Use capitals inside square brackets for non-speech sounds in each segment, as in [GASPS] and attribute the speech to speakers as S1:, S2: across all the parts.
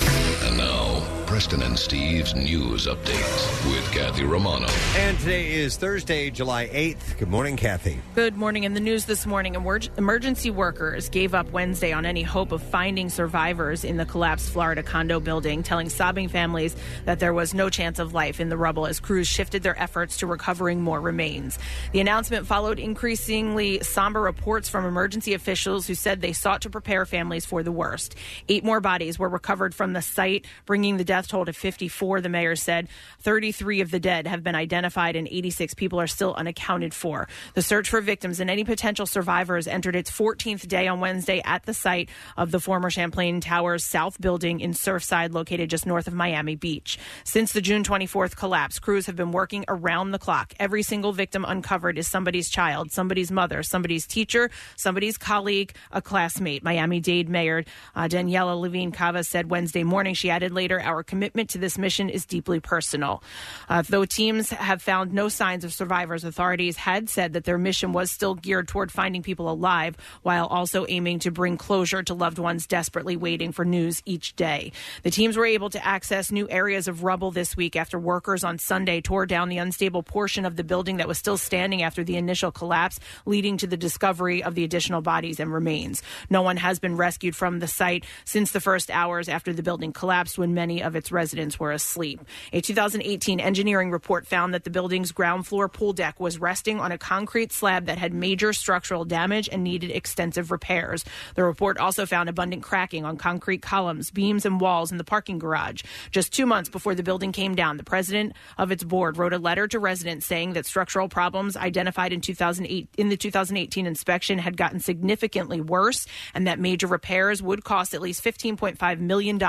S1: And now, Preston and Steve's news update with Kathy Romano.
S2: And today is Thursday, July 8th. Good morning, Kathy.
S3: Good morning. In the news this morning, emerg- emergency workers gave up Wednesday on any hope of finding survivors in the collapsed Florida condo building, telling sobbing families that there was no chance of life in the rubble as crews shifted their efforts to recovering more remains. The announcement followed increasingly somber reports from emergency officials who said they sought to prepare families for the worst. Eight more bodies were recovered from the site, bringing the death toll to 54, the mayor said. 33 of the dead have been identified, and 86 people are still unaccounted for. The search for victims and any potential survivors entered its 14th day on Wednesday at the site of the former Champlain Towers South Building in Surfside, located just north of Miami Beach. Since the June 24th collapse, crews have been working around the clock. Every single victim uncovered is somebody's child, somebody's mother, somebody's teacher, somebody's colleague, a classmate. Miami Dade Mayor uh, Daniela Levine Cava said Wednesday morning. She added later, Our commitment to this mission is deeply personal. Uh, though teams have found no signs of survivors, authorities had said that their mission was still geared toward finding people alive while also aiming to bring closure to loved ones desperately waiting for news each day. The teams were able to access new areas of rubble this week after workers on Sunday tore down the unstable portion of the building that was still standing after the initial collapse, leading to the discovery of the additional bodies and remains. No one has been rescued from the site since the first hours after the building collapsed when many of its residents were asleep. A 2018 engineering report found that the building's ground floor pool deck was resting on a concrete slab that had major structural damage and needed extensive repairs. The report also found abundant cracking on concrete columns, beams, and walls in the parking garage. Just two months before the building came down, the president of its board wrote a letter to residents saying that structural problems identified in 2008 in the 2018 inspection had gotten significantly worse and that major repairs would cost at least $15.5 million.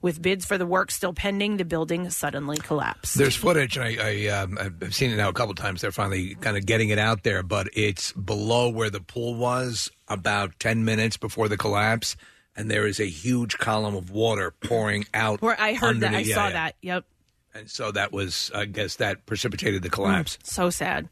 S3: With bids for the work still pending, the building suddenly collapsed.
S4: There's footage, and I, I um, I've I've seen it now a couple times. They're finally kind of getting it out there, but it's below where the pool was about ten minutes before the collapse, and there is a huge column of water pouring out.
S3: Where I heard that, I
S4: underneath- yeah,
S3: saw
S4: yeah.
S3: that. Yep.
S4: and so that was, I guess, that precipitated the collapse.
S5: Hmm.
S3: So sad.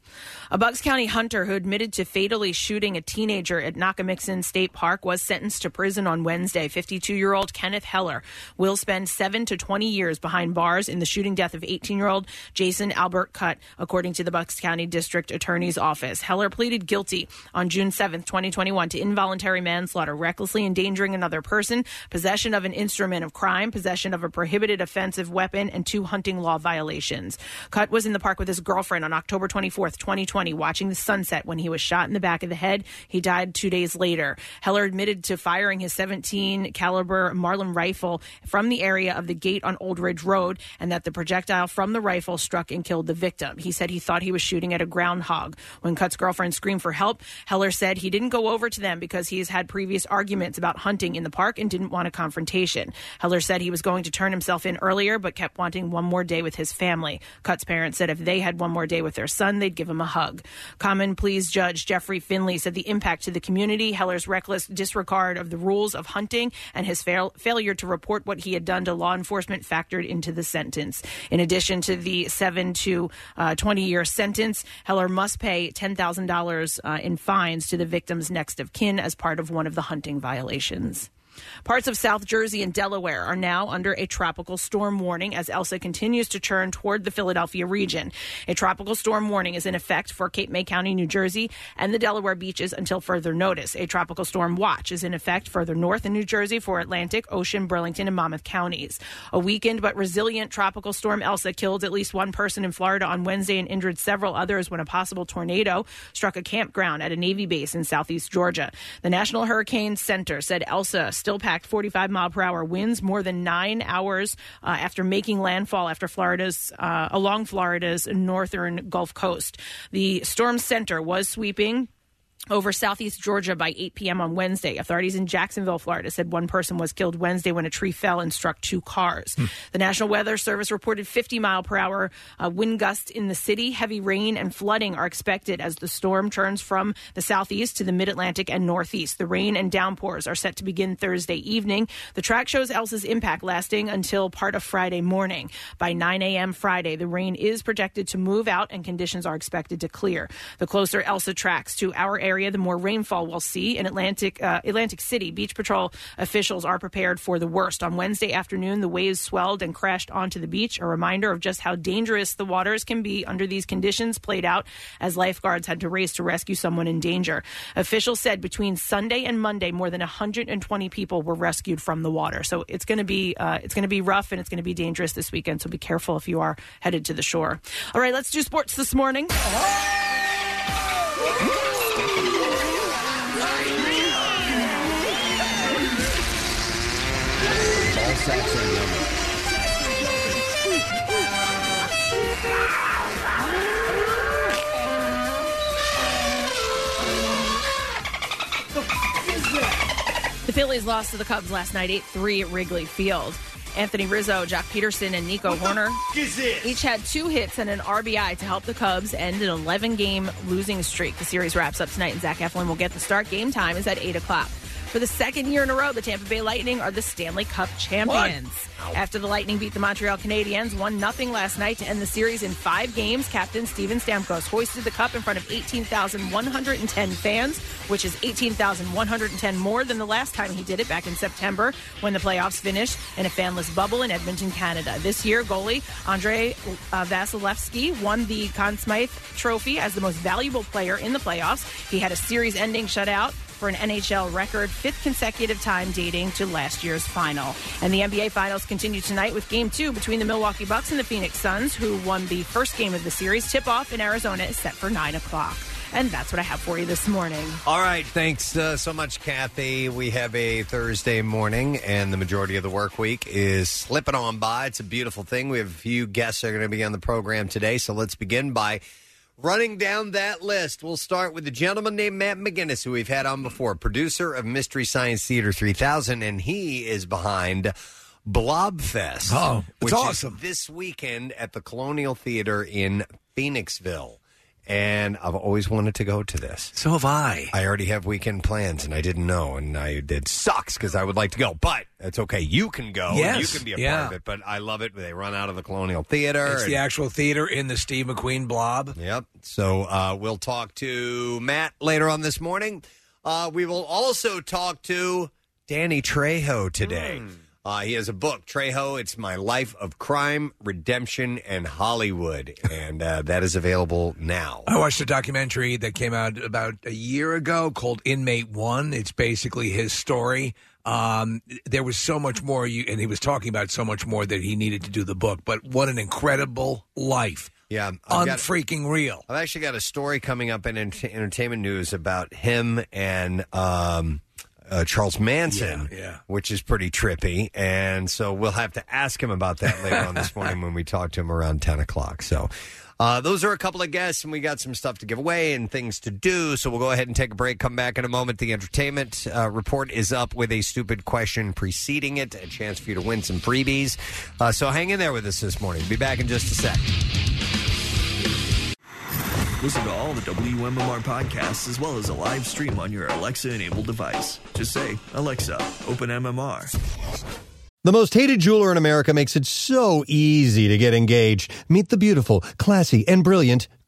S3: A Bucks County hunter who admitted to fatally shooting a teenager at Nakamixon State Park was sentenced to prison on Wednesday. 52 year old Kenneth Heller will spend 7 to 20 years behind bars in the shooting death of 18 year old Jason Albert Cutt, according to the Bucks County District Attorney's Office. Heller pleaded guilty on June 7th, 2021, to involuntary manslaughter, recklessly endangering another person, possession of an instrument of crime, possession of a prohibited offensive weapon, and two hunting law violations. Cutt was in the park with his girlfriend on October 24th, 2020, watching the sunset when he was shot in the back of the head. He died two days later. Heller admitted to firing his 17 caliber Marlin rifle from the area of the gate on Old Ridge Road and that the projectile from the rifle struck and killed the victim. He said he thought he was shooting at a groundhog. When Cutt's girlfriend screamed for help, Heller said he didn't go over to them because he's had previous arguments about hunting in the park and didn't want a confrontation. Heller said he was going to turn himself in earlier but kept wanting one more day with his family. Cutt's parents said if they had one more day with their son, they'd give him a hug. Common Pleas Judge Jeffrey Finley said the impact to the community, Heller's reckless disregard of the rules of hunting, and his fail- failure to report what he had done to law enforcement factored into the sentence. In addition to the 7 to uh, 20 year sentence, Heller must pay $10,000 uh, in fines to the victim's next of kin as part of one of the hunting violations. Parts of South Jersey and Delaware are now under a tropical storm warning as Elsa continues to churn toward the Philadelphia region. A tropical storm warning is in effect for Cape May County, New Jersey, and the Delaware beaches until further notice. A tropical storm watch is in effect further north in New Jersey for Atlantic, Ocean, Burlington, and Monmouth counties. A weakened but resilient tropical storm Elsa killed at least one person in Florida on Wednesday and injured several others when a possible tornado struck a campground at a Navy base in southeast Georgia. The National Hurricane Center said Elsa still packed 45 mile per hour winds more than nine hours uh, after making landfall after Florida's uh, along Florida's northern Gulf Coast. The storm center was sweeping over southeast Georgia by 8 p.m. on Wednesday. Authorities in Jacksonville, Florida said one person was killed Wednesday when a tree fell and struck two cars. The National Weather Service reported 50 mile per hour uh, wind gusts in the city. Heavy rain and flooding are expected as the storm turns from the southeast to the mid Atlantic and northeast. The rain and downpours are set to begin Thursday evening. The track shows Elsa's impact lasting until part of Friday morning. By 9 a.m. Friday, the rain is projected to move out and conditions are expected to clear. The closer Elsa tracks to our area, the more rainfall we'll see. In Atlantic uh, Atlantic City, beach patrol officials are prepared for the worst. On Wednesday afternoon, the waves swelled and crashed onto the beach. A reminder of just how dangerous the waters can be under these conditions played out as lifeguards had to race to rescue someone in danger. Officials said between Sunday and Monday, more than 120 people were rescued from the water. So it's going to be uh, it's going to be rough and it's going to be dangerous this weekend. So be careful if you are headed to the shore. All right, let's do sports this morning.
S5: All sacks are numbered.
S3: The Phillies lost to the Cubs last night, 8 3 at Wrigley Field. Anthony Rizzo, Jack Peterson, and Nico Horner each had two hits and an RBI to help the Cubs end an 11 game losing streak. The series wraps up tonight, and Zach Eflin will get the start. Game time is at 8 o'clock. For the second year in a row, the Tampa Bay Lightning are the Stanley Cup champions. After the Lightning beat the Montreal Canadiens 1 0 last night to end the series in five games, Captain Steven Stamkos hoisted the cup in front of 18,110 fans, which is 18,110 more than the last time he did it back in September when the playoffs finished in a fanless bubble in Edmonton, Canada. This year, goalie Andre uh, Vasilevsky won the Conn Smythe Trophy as the most valuable player in the playoffs. He had a series ending shutout for an NHL record, fifth consecutive time dating to last year's final. And the NBA Finals continue tonight with Game Two between the Milwaukee Bucks and the Phoenix Suns, who won the first game of the series. Tip off in Arizona is set for nine o'clock. And that's what I have for you this morning.
S5: All right, thanks uh, so much, Kathy. We have a Thursday morning, and the majority of the work week is slipping on by. It's a beautiful thing. We have a few guests that are going to be on the program today, so let's begin by running down that list. We'll start with the gentleman named Matt McGinnis, who we've had on before, producer of Mystery Science Theater 3000, and he is behind Blobfest.
S4: Oh, that's
S5: which is
S4: awesome.
S5: this weekend at the Colonial Theater in Phoenixville. And I've always wanted to go to this.
S4: So have I.
S5: I already have weekend plans, and I didn't know, and I it sucks because I would like to go, but it's okay. You can go.
S4: Yes.
S5: you can be a
S4: Yeah.
S5: part of it. But I love it. when They run out of the Colonial Theater.
S4: It's the
S5: and-
S4: actual theater in the Steve McQueen blob.
S5: Yep. So uh, we'll talk to Matt later on this morning. Uh, we will also talk to Danny Trejo today.
S4: Hmm.
S5: Uh, he has a book, Trejo. It's my life of crime, redemption, and Hollywood, and uh, that is available now.
S4: I watched a documentary that came out about a year ago called Inmate One. It's basically his story. Um, there was so much more, you, and he was talking about so much more that he needed to do the book. But what an incredible life!
S5: Yeah, Um, I've got-
S4: unfreaking real.
S5: I've actually got a story coming up in ent- entertainment news about him and um, uh, Charles Manson,
S4: Yeah, yeah.
S5: which is pretty trippy. And so we'll have to ask him about that later on
S4: [LAUGHS]
S5: this morning when we talk to him around 10 o'clock. So. Uh, those are a couple of guests, and we got some stuff to give away and things to do. So we'll go ahead and take a break. Come back in a moment. The entertainment uh, report is up with a stupid question preceding it, a chance for you to win some freebies. Uh, so hang in there with us this morning. Be back in just a sec.
S1: Listen to all the WMMR podcasts as well as a live stream on your Alexa enabled device. Just say, Alexa, open MMR.
S5: The most hated jeweler in America makes it so easy to get engaged. Meet the beautiful, classy, and brilliant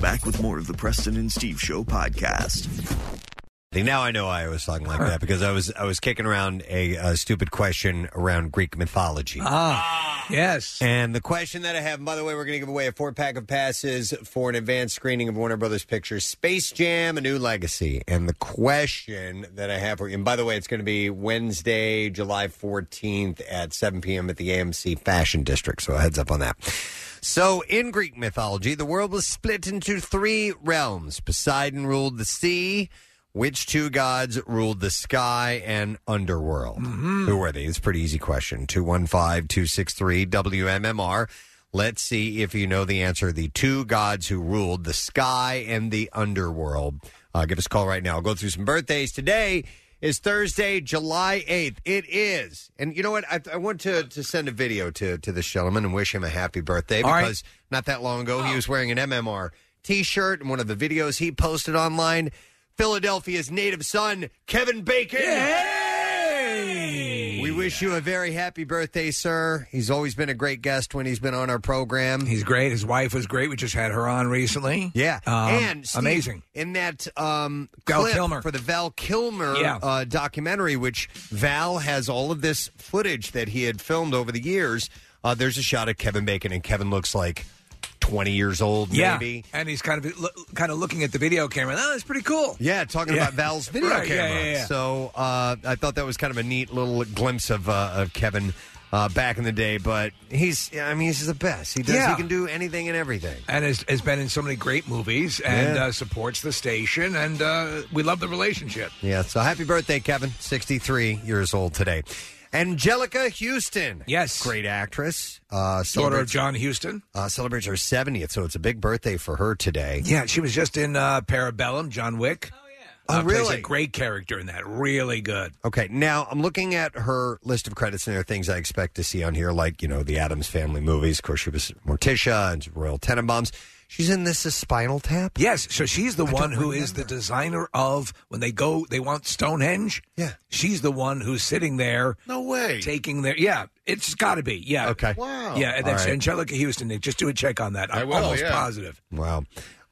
S1: Back with more of the Preston and Steve Show podcast.
S5: See, Now I know why I was talking like that because I was I was kicking around a, uh stupid question around Greek mythology.
S4: Ah, yes.
S5: And the question that I have, by the way, we're going to give away a four pack of passes for an advanced screening of Warner Brothers Pictures Space Jam: A New Legacy. And the question that I have for you, and by the way, it's going to be Wednesday, July fourteenth at seven p.m. at the AMC Fashion District. So a heads up on that. So, in Greek mythology, the world was split into three realms. Poseidon ruled the sea. Which two gods ruled the sky and underworld?
S4: Mm-hmm.
S5: Who were they? It's a pretty easy question. 215 263 WMMR. Let's see if you know the answer. The two gods who ruled the sky and the underworld. Uh, give us a call right now. I'll go through some birthdays. Today is Thursday, July 8th. It is. And you know what? I, I want to, to send a video to, to this gentleman and wish him a happy birthday
S4: All right.
S5: because not that long ago he was wearing an MMR t shirt and one of the videos he posted online. Philadelphia's native son, Kevin Bacon. We wish you a very happy birthday, sir. He's always been a great guest when he's been on our program.
S4: He's great. His wife was great. We just had her on recently.
S5: Yeah,
S4: Um,
S5: and Steve,
S4: amazing.
S5: in that um,
S4: Val
S5: clip
S4: Kilmer.
S5: for the Val Kilmer
S4: Yeah.
S5: uh, documentary, which Val has all of this footage that he had filmed over the years. Uh, there's a shot of Kevin Bacon, and Kevin looks like 20 years old,
S4: Yeah,
S5: maybe.
S4: and he's kind of look- kind of looking at the video camera. Oh, that's pretty cool.
S5: Yeah, talking
S4: Yeah.
S5: about Val's video
S4: Right, yeah,
S5: camera.
S4: yeah, yeah.
S5: So uh, I thought that was kind of a neat little glimpse of uh, of Kevin uh, back in the day. But he's, I mean, he's the best. He does.
S4: Yeah.
S5: He can do anything and everything.
S4: and has, has been in so many great movies and
S5: Yeah.
S4: uh, supports the station and uh, we love the relationship
S5: Yeah, so happy birthday, Kevin. 63 years old today. Angelica Houston. Yes. Great actress. Uh,
S4: daughter of
S5: celebrates,
S4: john houston
S5: uh, celebrates her 70th, so it's a big birthday for her today.
S4: yeah she was just in uh, parabellum john wick oh
S5: Oh,
S4: uh, plays
S5: really?
S4: a great character in that really good
S5: Okay, now I'm looking at her list of credits, and there are things I expect to see on here, like, you know, the Adams Family movies. Of course, she was Morticia and Royal Tenenbaums. She's in this is Spinal Tap.
S4: yes so she's the one who is the designer of when they go they want stonehenge
S5: yeah
S4: she's the one who's sitting there no way taking their yeah it's got to be yeah
S5: Okay. Wow.
S4: yeah and that's
S5: All right.
S4: angelica houston Nick. just do a check on that i'm
S5: will,
S4: almost
S5: yeah.
S4: positive
S5: Wow.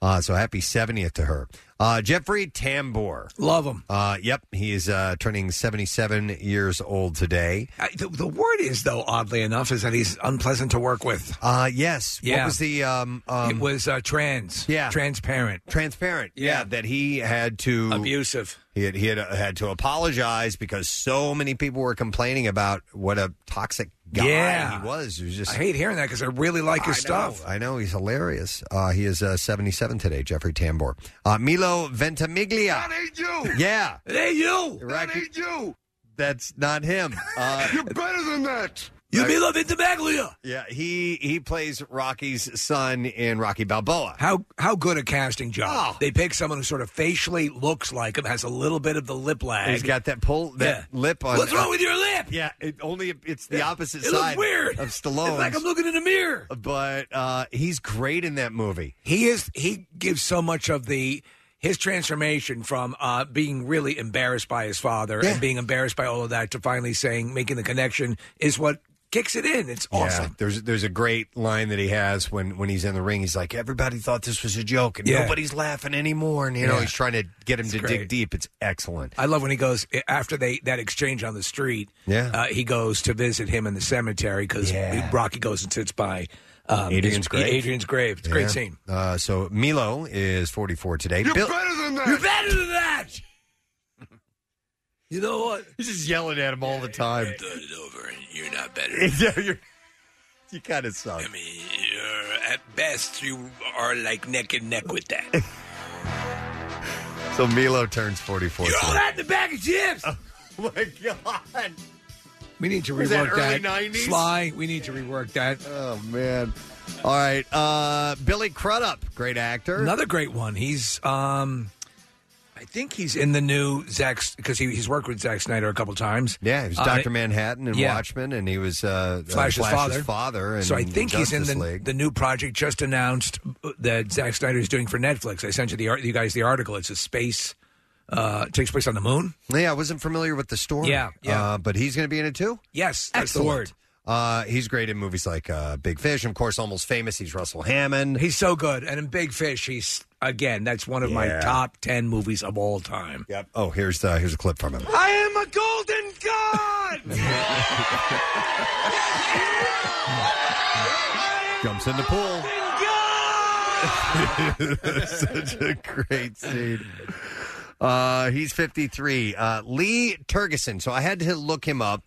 S5: Uh, so happy 70th to her. Uh, Jeffrey Tambor.
S4: Love him.
S5: Uh, yep, he is uh, turning 77 years old today.
S4: I, the, the word is though oddly enough is that he's unpleasant to work with
S5: Uh, yes.
S4: Yeah.
S5: What was the um, um
S4: it was uh, trans.
S5: Yeah.
S4: transparent.
S5: transparent? Yeah. that he had to
S4: abusive.
S5: He had he had, uh, had to apologize because so many people were complaining about what a toxic guy
S4: Yeah.
S5: he was. He was just
S4: I hate hearing that because I really like his stuff.
S5: I know he's hilarious. Uh, he is uh, 77 today, Jeffrey Tambor. Uh, Milo Ventimiglia. That
S6: ain't you.
S5: Yeah.
S4: That ain't you.
S6: That ain't you.
S5: That's not him. Uh,
S6: You're better than that.
S5: You be
S4: loving Maglia.
S5: Yeah, he he plays Rocky's son in Rocky Balboa.
S4: How how good a casting job!
S5: Oh.
S4: They pick someone who sort of facially looks like him, has a little bit of the lip lag.
S5: He's got that pull that lip on.
S4: What's wrong with your lip?
S5: Yeah, it only it's the opposite
S4: It looks
S5: side
S4: weird.
S5: of Stallone.
S4: It's like I'm looking in a mirror.
S5: But uh, he's great in that movie.
S4: He is. He gives so much of the his transformation from uh, being really embarrassed by his father and being embarrassed by all of that to finally saying making the connection is what kicks it in. It's awesome.
S5: Yeah, there's there's a great line that he has when when he's in the ring. He's like, everybody thought this was a joke, and
S4: Yeah.
S5: nobody's laughing anymore. And you know,
S4: Yeah.
S5: he's trying to get him to dig
S4: great.
S5: deep. It's excellent.
S4: I love when he goes after they that exchange on the street.
S5: Yeah.
S4: uh, he goes to visit him in the cemetery because
S5: Yeah.
S4: Rocky goes and sits by um,
S5: Adrian's
S4: his-
S5: grave.
S4: Adrian's grave. It's a great
S5: Yeah.
S4: scene.
S5: Uh, so Milo is 44 today.
S4: You're
S5: Bill-
S4: better
S6: than
S4: You're better than that. You know what?
S5: He's just yelling at him all the time.
S4: Done it over, and you're not better.
S5: [LAUGHS] Yeah, you're, you kind of suck.
S4: I mean, you're, at best, you are like neck and neck with
S5: [LAUGHS]
S4: that.
S5: So Milo turns 44.
S4: You're all
S5: today.
S4: that in the bag of chips. Oh
S5: my god!
S4: We need to
S5: Was that early 90s?
S4: Sly, we need to rework that.
S5: Oh man! All right, uh, Billy Crudup, great actor.
S4: Another great one. He's, um, I think he's in the new Zack because he, he's worked with Zack Snyder a couple times.
S5: Yeah, he was
S4: Uh,
S5: Doctor Manhattan and
S4: yeah.
S5: Watchmen, and he was uh, uh,
S4: Flash's, father.
S5: father, and
S4: so I think he's in
S5: Justice
S4: the,
S5: League.
S4: the new project just announced uh, that Zack Snyder is doing for Netflix. I sent you the ar- you guys the article. It's a space uh, takes place on the moon.
S5: yeah, I wasn't familiar with the story.
S4: Yeah, yeah.
S5: Uh, but he's going to be in it too.
S4: Yes, that's the word.
S5: Uh, he's great in movies like uh, Big Fish, and of course, Almost Famous. He's Russell Hammond.
S4: He's so good, and in Big Fish, he's uh, again, that's one of my
S5: Yeah.
S4: top ten movies of all time.
S5: Yep. Oh, here's uh, here's a clip from him.
S6: I am a golden
S5: [LAUGHS]
S6: god!
S2: Jumps in the pool.
S5: [LAUGHS] Such a great scene. Uh, he's 53. Uh, Lee Turgeson. So I had to look him up.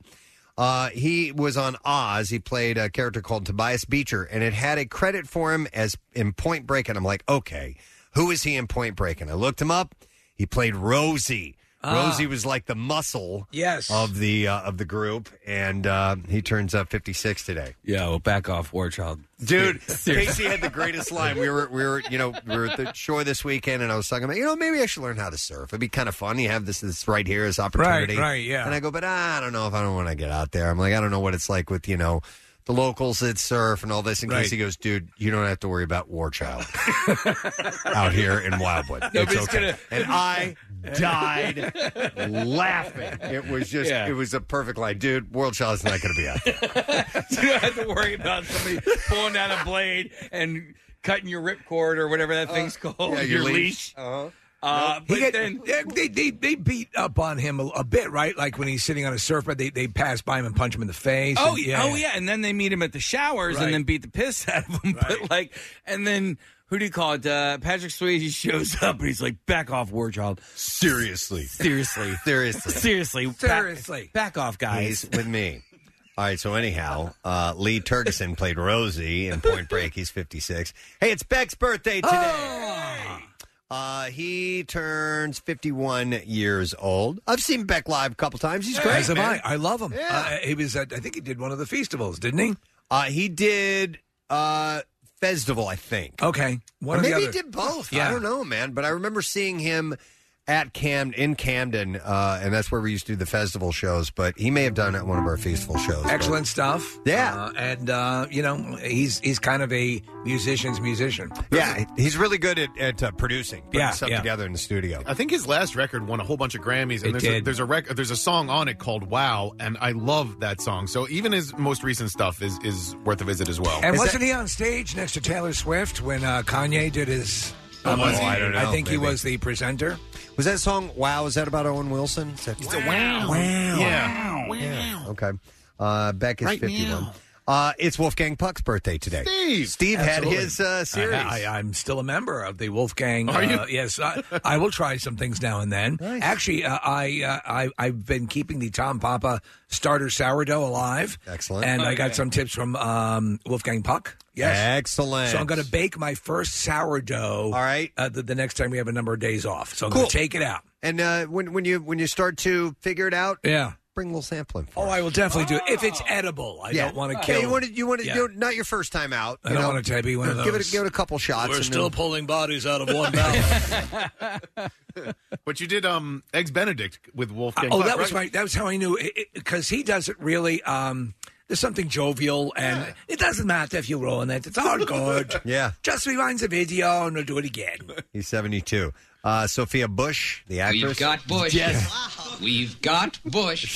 S5: Uh, he was on Oz. He played a character called Tobias Beecher, and it had a credit for him as in Point Break. And I'm like, okay, who is he in Point Break? And I looked him up. He played Rosie.
S4: Ah.
S5: Rosie was like the muscle,
S4: Yes.
S5: of the uh, of the group, and uh, he turns up 56 today.
S7: Yo, back off, War Child.
S5: Dude,
S7: [LAUGHS] Seriously.
S5: Casey had the greatest line. We were, we were, you know, we were at the shore this weekend, and I was talking about, you know, maybe I should learn how to surf. It'd be kind of fun. You have this, this right here, this opportunity,
S4: right, yeah.
S5: And I go, but I don't know if I don't want to get out there. I'm like, I don't know what it's like with you know the locals that surf and all this. In
S4: Right.
S5: case he goes, dude, you don't have to worry about War Child out here in Wildwood. it's
S4: Nobody's
S5: okay.
S4: gonna-
S5: And I died laughing. It was just,
S7: Yeah.
S5: it was a perfect line, dude. War Child's not going to be out there.
S7: [LAUGHS] you don't have to worry about somebody pulling down a blade and cutting your ripcord or whatever that thing's called,
S5: Uh, yeah, your
S7: your,
S5: leash.
S7: leash.
S5: Uh-huh.
S7: Uh,
S4: He
S7: but
S4: got-
S7: then,
S4: yeah, they, they they beat up on him a, a bit, right? Like when he's sitting on a surfboard, they they pass by him and punch him in the face.
S7: oh
S4: and-
S7: yeah, oh yeah, and then they meet him at the showers
S4: Right.
S7: and then beat the piss out of him. [LAUGHS] But like, and then who do you call it? Uh, Patrick Swayze shows up and he's like, "Back off, War Child.
S5: Seriously.
S7: Seriously,
S5: Seriously.
S7: seriously, back-
S4: Seriously.
S7: back, off, guys."
S5: He's with me. All right, so anyhow, uh, Lee Turgeson played Rosie in Point Break. He's 56. Hey, it's Beck's birthday
S4: Oh.
S5: today. Uh, he turns 51 years old. I've seen Beck live a couple times. He's great.
S4: As have
S5: man.
S4: I. I love him.
S5: Yeah.
S4: Uh, he was. At, I think he did one of the festivals, didn't he?
S5: Uh, he did uh, Festival, I think.
S4: Okay.
S5: Or
S4: One or the
S5: maybe he
S4: other.
S5: did both. I
S4: Yeah.
S5: don't know, man. But I remember seeing him at Cam in Camden, uh, and that's where we used to do the festival shows. But he may have done it at one of our festival shows. but-
S4: Excellent stuff.
S5: Yeah.
S4: Uh, and uh, you know, he's he's kind of a musician's musician.
S5: Yeah, he's really good at, at uh, producing, putting
S4: Yeah,
S5: stuff
S4: yeah.
S5: together in the studio.
S8: I think his last record won a whole bunch of Grammys,
S4: It
S8: and there's a,
S4: did.
S8: there's a rec- there's a song on it called "Wow," and I love that song. So even his most recent stuff is is worth a visit as well.
S4: And wasn't he on stage next to Taylor Swift when uh, Kanye did his? um,
S8: Oh, was he?
S4: I,
S8: I don't
S5: know,
S4: think he
S5: maybe.
S4: was the presenter.
S5: Was that song "Wow"? Is that about Owen Wilson? Is that,
S4: Wow.
S8: yeah,
S5: Yeah, Okay. Uh, Beck is fifty-one. Uh, it's Wolfgang Puck's birthday today.
S8: Steve!
S5: had
S4: Absolutely.
S5: his uh, series.
S4: I, I, I'm still a member of the Wolfgang.
S8: Are you?
S4: uh, yes, I, I will try some things now and then.
S5: Nice.
S4: Actually, uh, I, uh, I I've been keeping the Tom Papa starter sourdough alive.
S5: Excellent.
S4: And I got some tips from um, Wolfgang Puck. Yes.
S5: Excellent.
S4: So I'm going to bake my first sourdough.
S5: All right.
S4: Uh, the, the next time we have a number of days off, so I'm
S5: Cool.
S4: going to take it out.
S5: And uh, when when you when you start to figure it out,
S4: Yeah.
S5: bring a little sampling. For
S4: Oh,
S5: us.
S4: I will definitely do it if it's edible. I don't want to
S5: Yeah,
S4: kill.
S5: you want to you want to
S4: Yeah.
S5: do it, not your first time out.
S4: I
S5: you
S4: don't
S5: know?
S4: want to be one of those.
S5: Give it give it a couple shots.
S4: We're
S5: and
S4: still
S5: then-
S4: pulling bodies out of one mouth.
S8: But you did um Eggs Benedict with Wolfgang.
S4: Oh,
S8: Puck,
S4: that was
S8: right?
S4: my. That was how I knew because he does it really. Um, there's something jovial, and it doesn't matter if you ruin it. It's all good.
S5: [LAUGHS] Yeah.
S4: Just rewind the video and we'll do it again.
S5: He's seventy-two. Uh, Sophia Bush, the actress.
S9: We've got Bush. [LAUGHS] We've got Bush.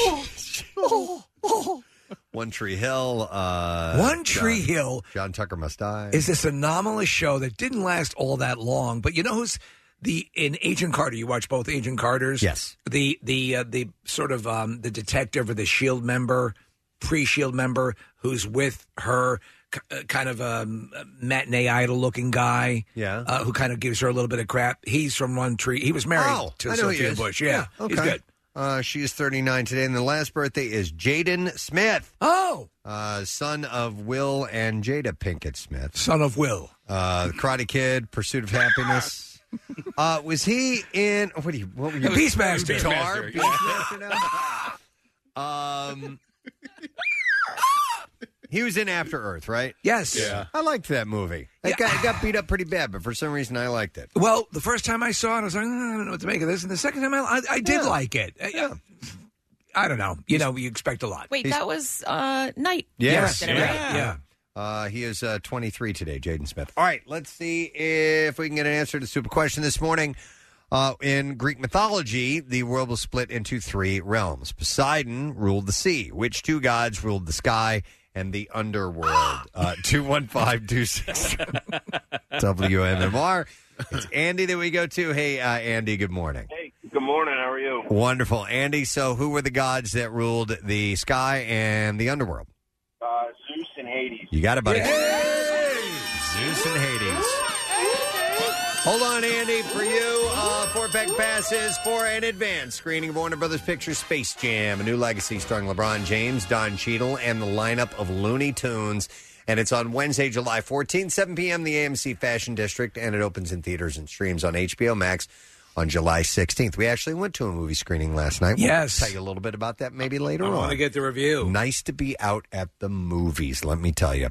S5: One Tree Hill. Uh,
S4: One Tree
S5: John-
S4: Hill
S5: John Tucker Must Die.
S4: is this anomalous show that didn't last all that long, but you know who's the in Agent Carter? You watch both Agent Carters.
S5: Yes.
S4: The the uh, the sort of um, the detective or the Shield E member, pre Shield E member, who's with her. k- uh, Kind of um, a matinee idol looking guy.
S5: Yeah.
S4: uh, who kind of gives her a little bit of crap. He's from One Tree. He was married
S5: Oh, I
S4: to
S5: know who he
S4: Sophia
S5: is.
S4: Bush. Yeah,
S5: okay.
S4: he's good.
S5: Uh, she is 39 today, and the last birthday is Jaden Smith,
S4: Oh,
S5: uh, son of Will and Jada Pinkett Smith.
S4: son of Will.
S5: Uh, Karate Kid, Pursuit of
S4: [LAUGHS]
S5: Happiness. Uh, was he in? What do you? What were you?
S4: Beastmaster.
S5: Tar?
S8: Beastmaster, yeah.
S5: Beastmaster now? [LAUGHS] um, he was in After Earth, right?
S4: Yes.
S5: I liked that movie. It,
S4: Yeah.
S5: got, it got beat up pretty bad, but for some reason I liked it.
S4: Well, the first time I saw it, I was like, "Mm, I don't know what to make of this. And the second time, I, I, I did like it. I, I don't know. You know, you expect a lot.
S3: Wait, that was uh, night.
S5: Yes.
S3: Did I
S4: Yeah.
S3: write it?
S4: yeah.
S5: Uh, he is uh, 23 today, Jaden Smith. All right, let's see if we can get an answer to the super question this morning. Uh, in Greek mythology, the world was split into three realms. Poseidon ruled the sea, which two gods ruled the sky and the
S3: [LAUGHS]
S5: Underworld. Uh, [LAUGHS] 215-267 WMMR. It's Andy that we go to. Hey, uh, Andy, good morning.
S10: Good morning. How are you?
S5: Wonderful. Andy, so who were the gods that ruled the sky and the underworld?
S10: Uh, Zeus and Hades.
S5: You got it, buddy. Zeus and Hades. Hold on, Andy, for you. Uh, four pack passes for an advanced screening of Warner Brothers Pictures Space Jam, a new legacy starring LeBron James, Don Cheadle, and the lineup of Looney Tunes. And it's on Wednesday, July 14th, 7 p.m., the AMC Fashion District, and it opens in theaters and streams on HBO Max on July 16th. We actually went to a movie screening last night. We'll
S4: Yes.
S5: tell you a little bit about that maybe later
S4: I
S5: on.
S4: want to get the review.
S5: Nice to be out at the movies, let me tell you.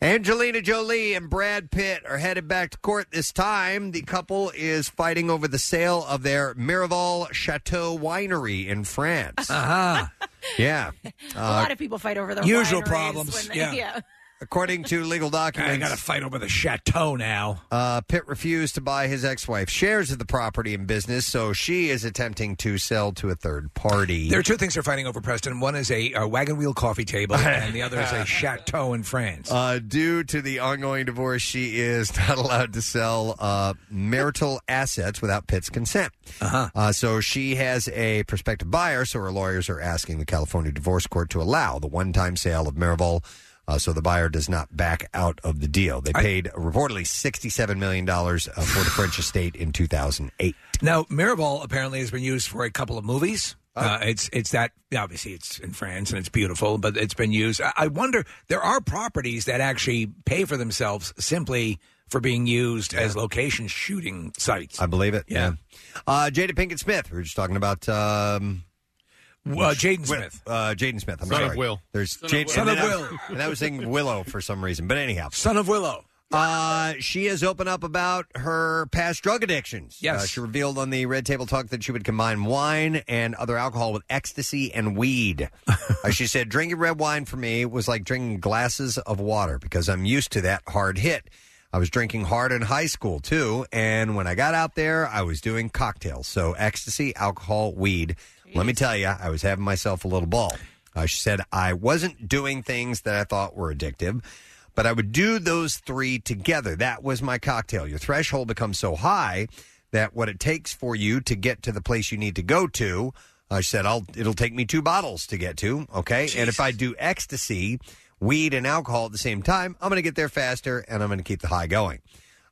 S5: Angelina Jolie and Brad Pitt are headed back to court this time. The couple is fighting over the sale of their Miraval Chateau winery in
S4: [LAUGHS]
S5: France.
S3: Uh-huh.
S5: [LAUGHS] Yeah.
S3: A lot of people fight over their
S5: Uh, usual
S3: wineries
S5: problems,
S3: when [LAUGHS]
S5: yeah. Uh, According to legal documents,
S4: I got to fight over the chateau now.
S5: Uh, Pitt refused to buy his ex wife shares of the property and business, so she is attempting to sell to a third party.
S4: There are two things they're fighting over, Preston. One is a, uh wagon wheel coffee
S5: [LAUGHS]
S4: table, and the other is a chateau in France.
S5: Uh, due to the ongoing divorce, she is [LAUGHS] not allowed to sell uh, marital assets without Pitt's consent. Uh-huh. so she has a prospective buyer, so her lawyers are asking the California Divorce Court to allow the one time sale of Miraval. Uh, so the buyer does not back out of the deal. They paid reportedly sixty-seven million dollars uh, for the French estate in two thousand eight.
S4: Now, Mirabal apparently has been used for a couple of movies.
S5: Oh.
S4: Uh, it's it's that obviously it's in France and it's beautiful, but it's been used. I, I wonder there are properties that actually pay for themselves simply for being used as location shooting sites.
S5: I believe it. Yeah. Uh, Jada Pinkett Smith. We were just talking about. Um,
S4: Well, Jaden
S5: Wi-
S4: Smith.
S5: Uh, Jaden Smith. I'm
S4: Son of
S5: sorry.
S4: Will.
S5: There's
S4: Son of
S5: Jade-
S4: Will. Son
S5: and
S4: of
S5: then I was-
S4: Will.
S5: [LAUGHS] and I was thinking Willow for some reason, but anyhow,
S4: son of Willow.
S5: Uh, she has opened up about her past drug addictions.
S4: Yes.
S5: Uh, she revealed on the Red Table Talk that she would combine wine and other alcohol with ecstasy and weed. Uh, she said, Drinking red wine for me was like drinking glasses of water because I'm used to that hard hit. I was drinking hard in high school too. And when I got out there, I was doing cocktails. So ecstasy, alcohol, weed. Let me tell you, I was having myself a little ball. Uh, she said, I wasn't doing things that I thought were addictive but I would do those three together. That was my cocktail. Your threshold becomes so high that what it takes for you to get to the place you need to go to, I said, I'll, it'll take me two bottles to get to. Okay. And if I do ecstasy, weed, and alcohol at the same time, I'm going to get there faster and I'm going to keep the high going.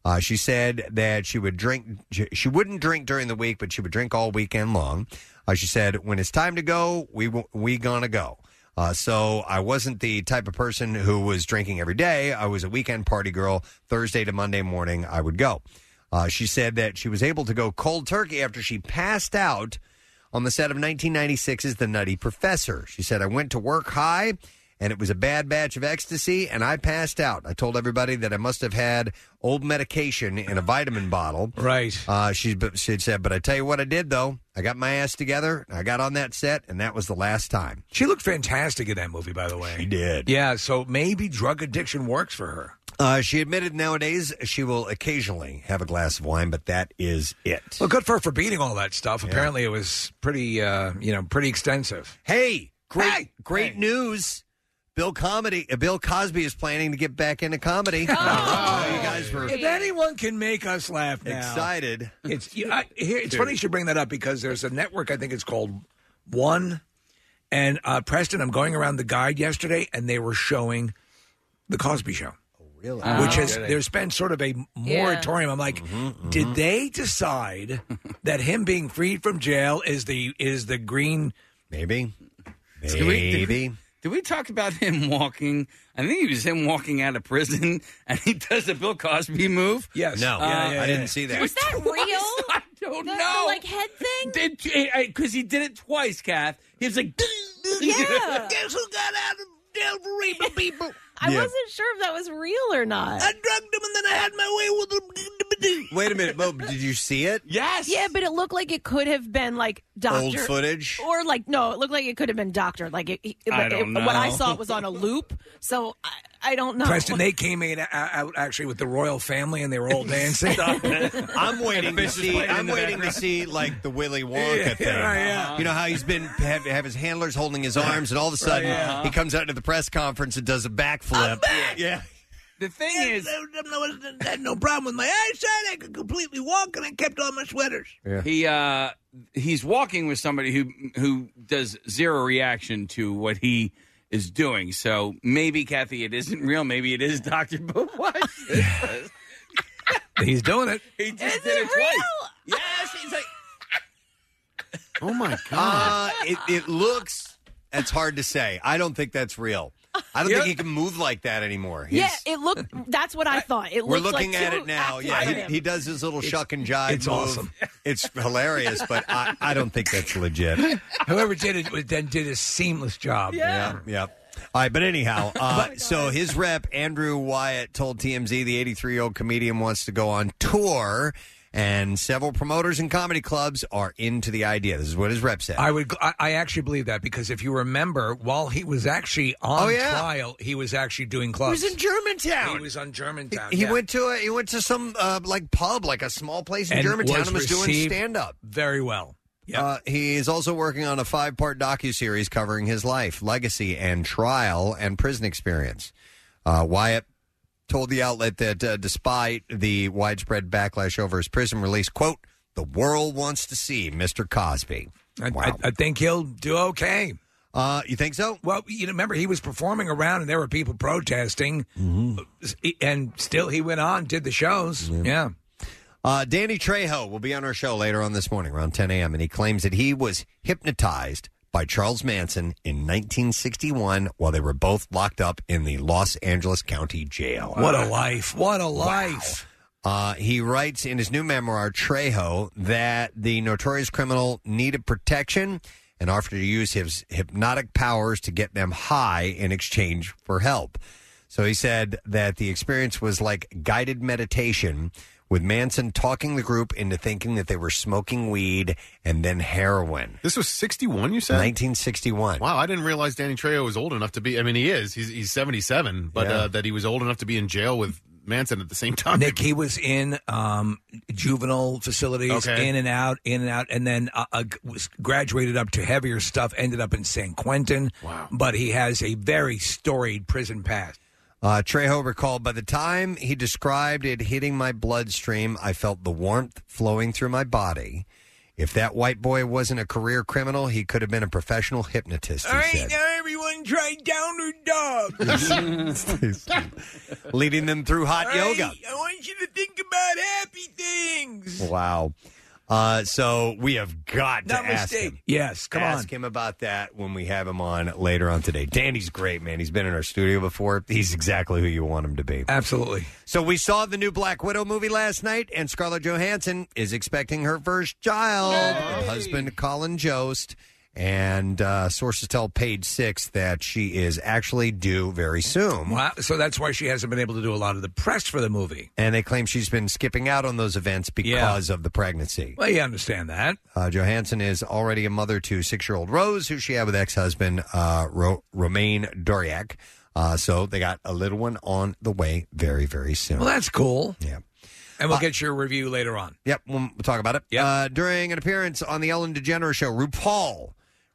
S5: Uh, she said that she would drink. She she wouldn't drink during the week, but she would drink all weekend long. Uh, she said, "When it's time to go, we w- we gonna go." Uh, so I wasn't the type of person who was drinking every day. I was a weekend party girl. Thursday to Monday morning, I would go. Uh, she said that she was able to go cold turkey after she passed out on the set of 1996's The Nutty Professor. She said, I went to work high and it was a bad batch of ecstasy and I passed out. I told everybody that I must have had old medication in a vitamin bottle.
S4: Right.
S5: Uh, she, but she said, but I tell you what I did though. I got my ass together. I got on that set and that was the last time.
S4: She looked fantastic in that movie, by the way. She
S5: did.
S4: Yeah, so maybe drug addiction works for her.
S5: Uh, she admitted nowadays she will occasionally have a glass of wine, but that is it.
S4: Well, good for her for beating all that stuff. Apparently, it was pretty, uh, you know, pretty extensive.
S5: Hey, great, great news. Bill comedy. uh, Bill Cosby is planning to get back into comedy. you guys were
S4: If anyone can make us laugh now,
S5: Excited.
S4: It's you- I, here, it's
S5: Dude.
S4: funny you should bring that up because there's a network I think it's called One, and uh, Preston. I'm going around the guide yesterday, and they were showing the Cosby Show.
S5: Really?
S4: Which has there's been sort of a moratorium. I'm like,
S5: Mm-hmm,
S4: did they
S5: [LAUGHS]
S4: decide that him being freed from jail is the is the green
S5: maybe
S7: Did we- did we- Did we talk about him walking? I think it was him walking out of prison, [LAUGHS] and he does the Bill Cosby move. Uh,
S4: Yes.
S5: No. Yeah, yeah, I didn't yeah. see that.
S7: Was that real? [LAUGHS] I don't know. like
S3: head
S7: thing. Because he did it twice, Kath. He was like,
S3: Yeah.
S7: guess who got out of jail for raping people?
S3: [LAUGHS] I
S7: Yeah.
S3: wasn't sure if that was real or not.
S7: I drugged him and then I had my way with him.
S5: Wait a minute, Bob. Did you see it?
S7: Yes.
S3: Yeah, but it looked like it could have been like doctor
S5: Old footage?
S3: or like no, it looked like it could have been doctor. Like it, it,
S5: I
S3: it-
S5: don't
S3: what I
S5: know.
S3: saw was on a loop, so I, I don't know.
S4: Preston, they came in out, out actually with the royal family, and they were
S5: [LAUGHS]
S4: all dancing.
S5: I'm waiting to see. I'm waiting to see like the
S4: [LAUGHS]
S5: Willy Wonka
S4: Yeah,
S5: thing.
S4: yeah, yeah.
S5: You know how he's been have, have his handlers holding his arms, and all of a
S7: Right,
S5: sudden
S7: yeah.
S5: he comes out to the press conference and does a backflip. Yeah.
S7: The thing is,
S4: I, had no problem with my eyesight. I could completely walk, and I kept all my sweaters.
S7: He uh, he's walking with somebody who who does zero reaction to what he is doing. So maybe Kathy, it isn't real. Maybe it is Doctor. [LAUGHS] But what?
S4: He's doing it.
S7: He just did it twice. Yes, he's like.
S8: Oh my
S5: god! Uh, it, it looks. That's hard to say. I don't think that's real. I don't think he can move like that anymore. He's-
S3: [LAUGHS] yeah, it looked. That's what I thought. It
S5: We're
S3: looked
S5: looking
S3: like
S5: at
S3: two
S5: it now.
S3: athletes.
S5: Yeah, he, he does his little shuck and jive.
S4: it's
S5: move.
S4: awesome.
S5: [LAUGHS] It's hilarious, but I, I don't think that's legit.
S4: [LAUGHS] Whoever did it then did a seamless job.
S5: Yeah. Yep. All right, but [LAUGHS] anyhow, uh, so his rep Andrew Wyatt told TMZ the 83-year-old comedian wants to go on tour, and several promoters and comedy clubs are into the idea. This is what his rep said.
S4: I would. I, I actually believe that because if you remember, while he was actually on
S5: Oh, yeah.
S4: trial, he was actually doing
S5: he
S4: clubs.
S5: was in Germantown.
S4: He was on Germantown.
S5: He
S4: yeah.
S5: went to a, he went to some uh, like pub, like a small place in
S4: And
S5: Germantown,
S4: was
S5: and was doing
S4: received
S5: stand up.
S4: very well.
S5: Uh, he is also working on a five part docuseries covering his life, legacy, and trial and prison experience. Uh, Wyatt told the outlet that uh, despite the widespread backlash over his prison release, quote, the world wants to see Mr. Cosby.
S4: I, I, I think he'll do okay.
S5: Uh, you think so?
S4: Well, you know, remember he was performing around, and there were people protesting,
S5: Mm-hmm.
S4: and still he went on, did the shows. Yeah.
S5: Uh, Danny Trejo will be on our show later on this morning around 10 a.m., and he claims that he was hypnotized by Charles Manson in 1961 while they were both locked up in the Los Angeles County Jail.
S4: What a life! What a life!
S5: Uh, he writes in his new memoir, Trejo, that the notorious criminal needed protection and offered to use his hypnotic powers to get them high in exchange for help. So he said that the experience was like guided meditation, with Manson talking the group into thinking that they were smoking weed and then heroin.
S8: This was 61, you said?
S5: 1961.
S8: Wow, I didn't realize Danny Trejo was old enough to be. I mean, he is. He's, he's 77, but
S4: Yeah.
S8: uh, that he was old enough to be in jail with Manson at the same time.
S4: Nick, he was in um, juvenile facilities,
S8: Okay.
S4: in and out, in and out, and then uh, uh, was graduated up to heavier stuff. Ended up in San Quentin. Wow! But he has a very storied prison past.
S5: Uh, Trejo recalled, by the time he described it hitting my bloodstream, I felt the warmth flowing through my body. If that white boy wasn't a career criminal, he could have been a professional hypnotist, he said,
S4: now everyone try downward dog.
S5: leading them [LAUGHS] through hot
S4: All right,
S5: yoga.
S4: I want you to think about happy things.
S5: Wow. Uh, so we have got to ask
S4: Namaste.
S5: him.
S4: Yes, come
S5: ask him about that when we have him on later on today. Danny's great, man. He's been in our studio before. He's exactly who you want him to be.
S4: Absolutely.
S5: So we saw the new Black Widow movie last night, and Scarlett Johansson is expecting her first child. Her husband Colin Jost, and uh, sources tell Page Six that she is actually due very soon.
S4: Wow. So that's why she hasn't been able to do a lot of the press for the movie.
S5: And they claim she's been skipping out on those events because of the pregnancy.
S4: Well, you understand that.
S5: Uh, Johansson is already a mother to six year old Rose, who she had with ex husband uh, Ro- Romain Doriak. Uh, so they got a little one on the way very, very soon.
S4: Well, that's cool.
S5: Yeah.
S4: And
S5: Uh,
S4: we'll get your review later on.
S5: Yep, we'll, we'll talk about it. Uh, during an appearance on the Ellen DeGeneres show, RuPaul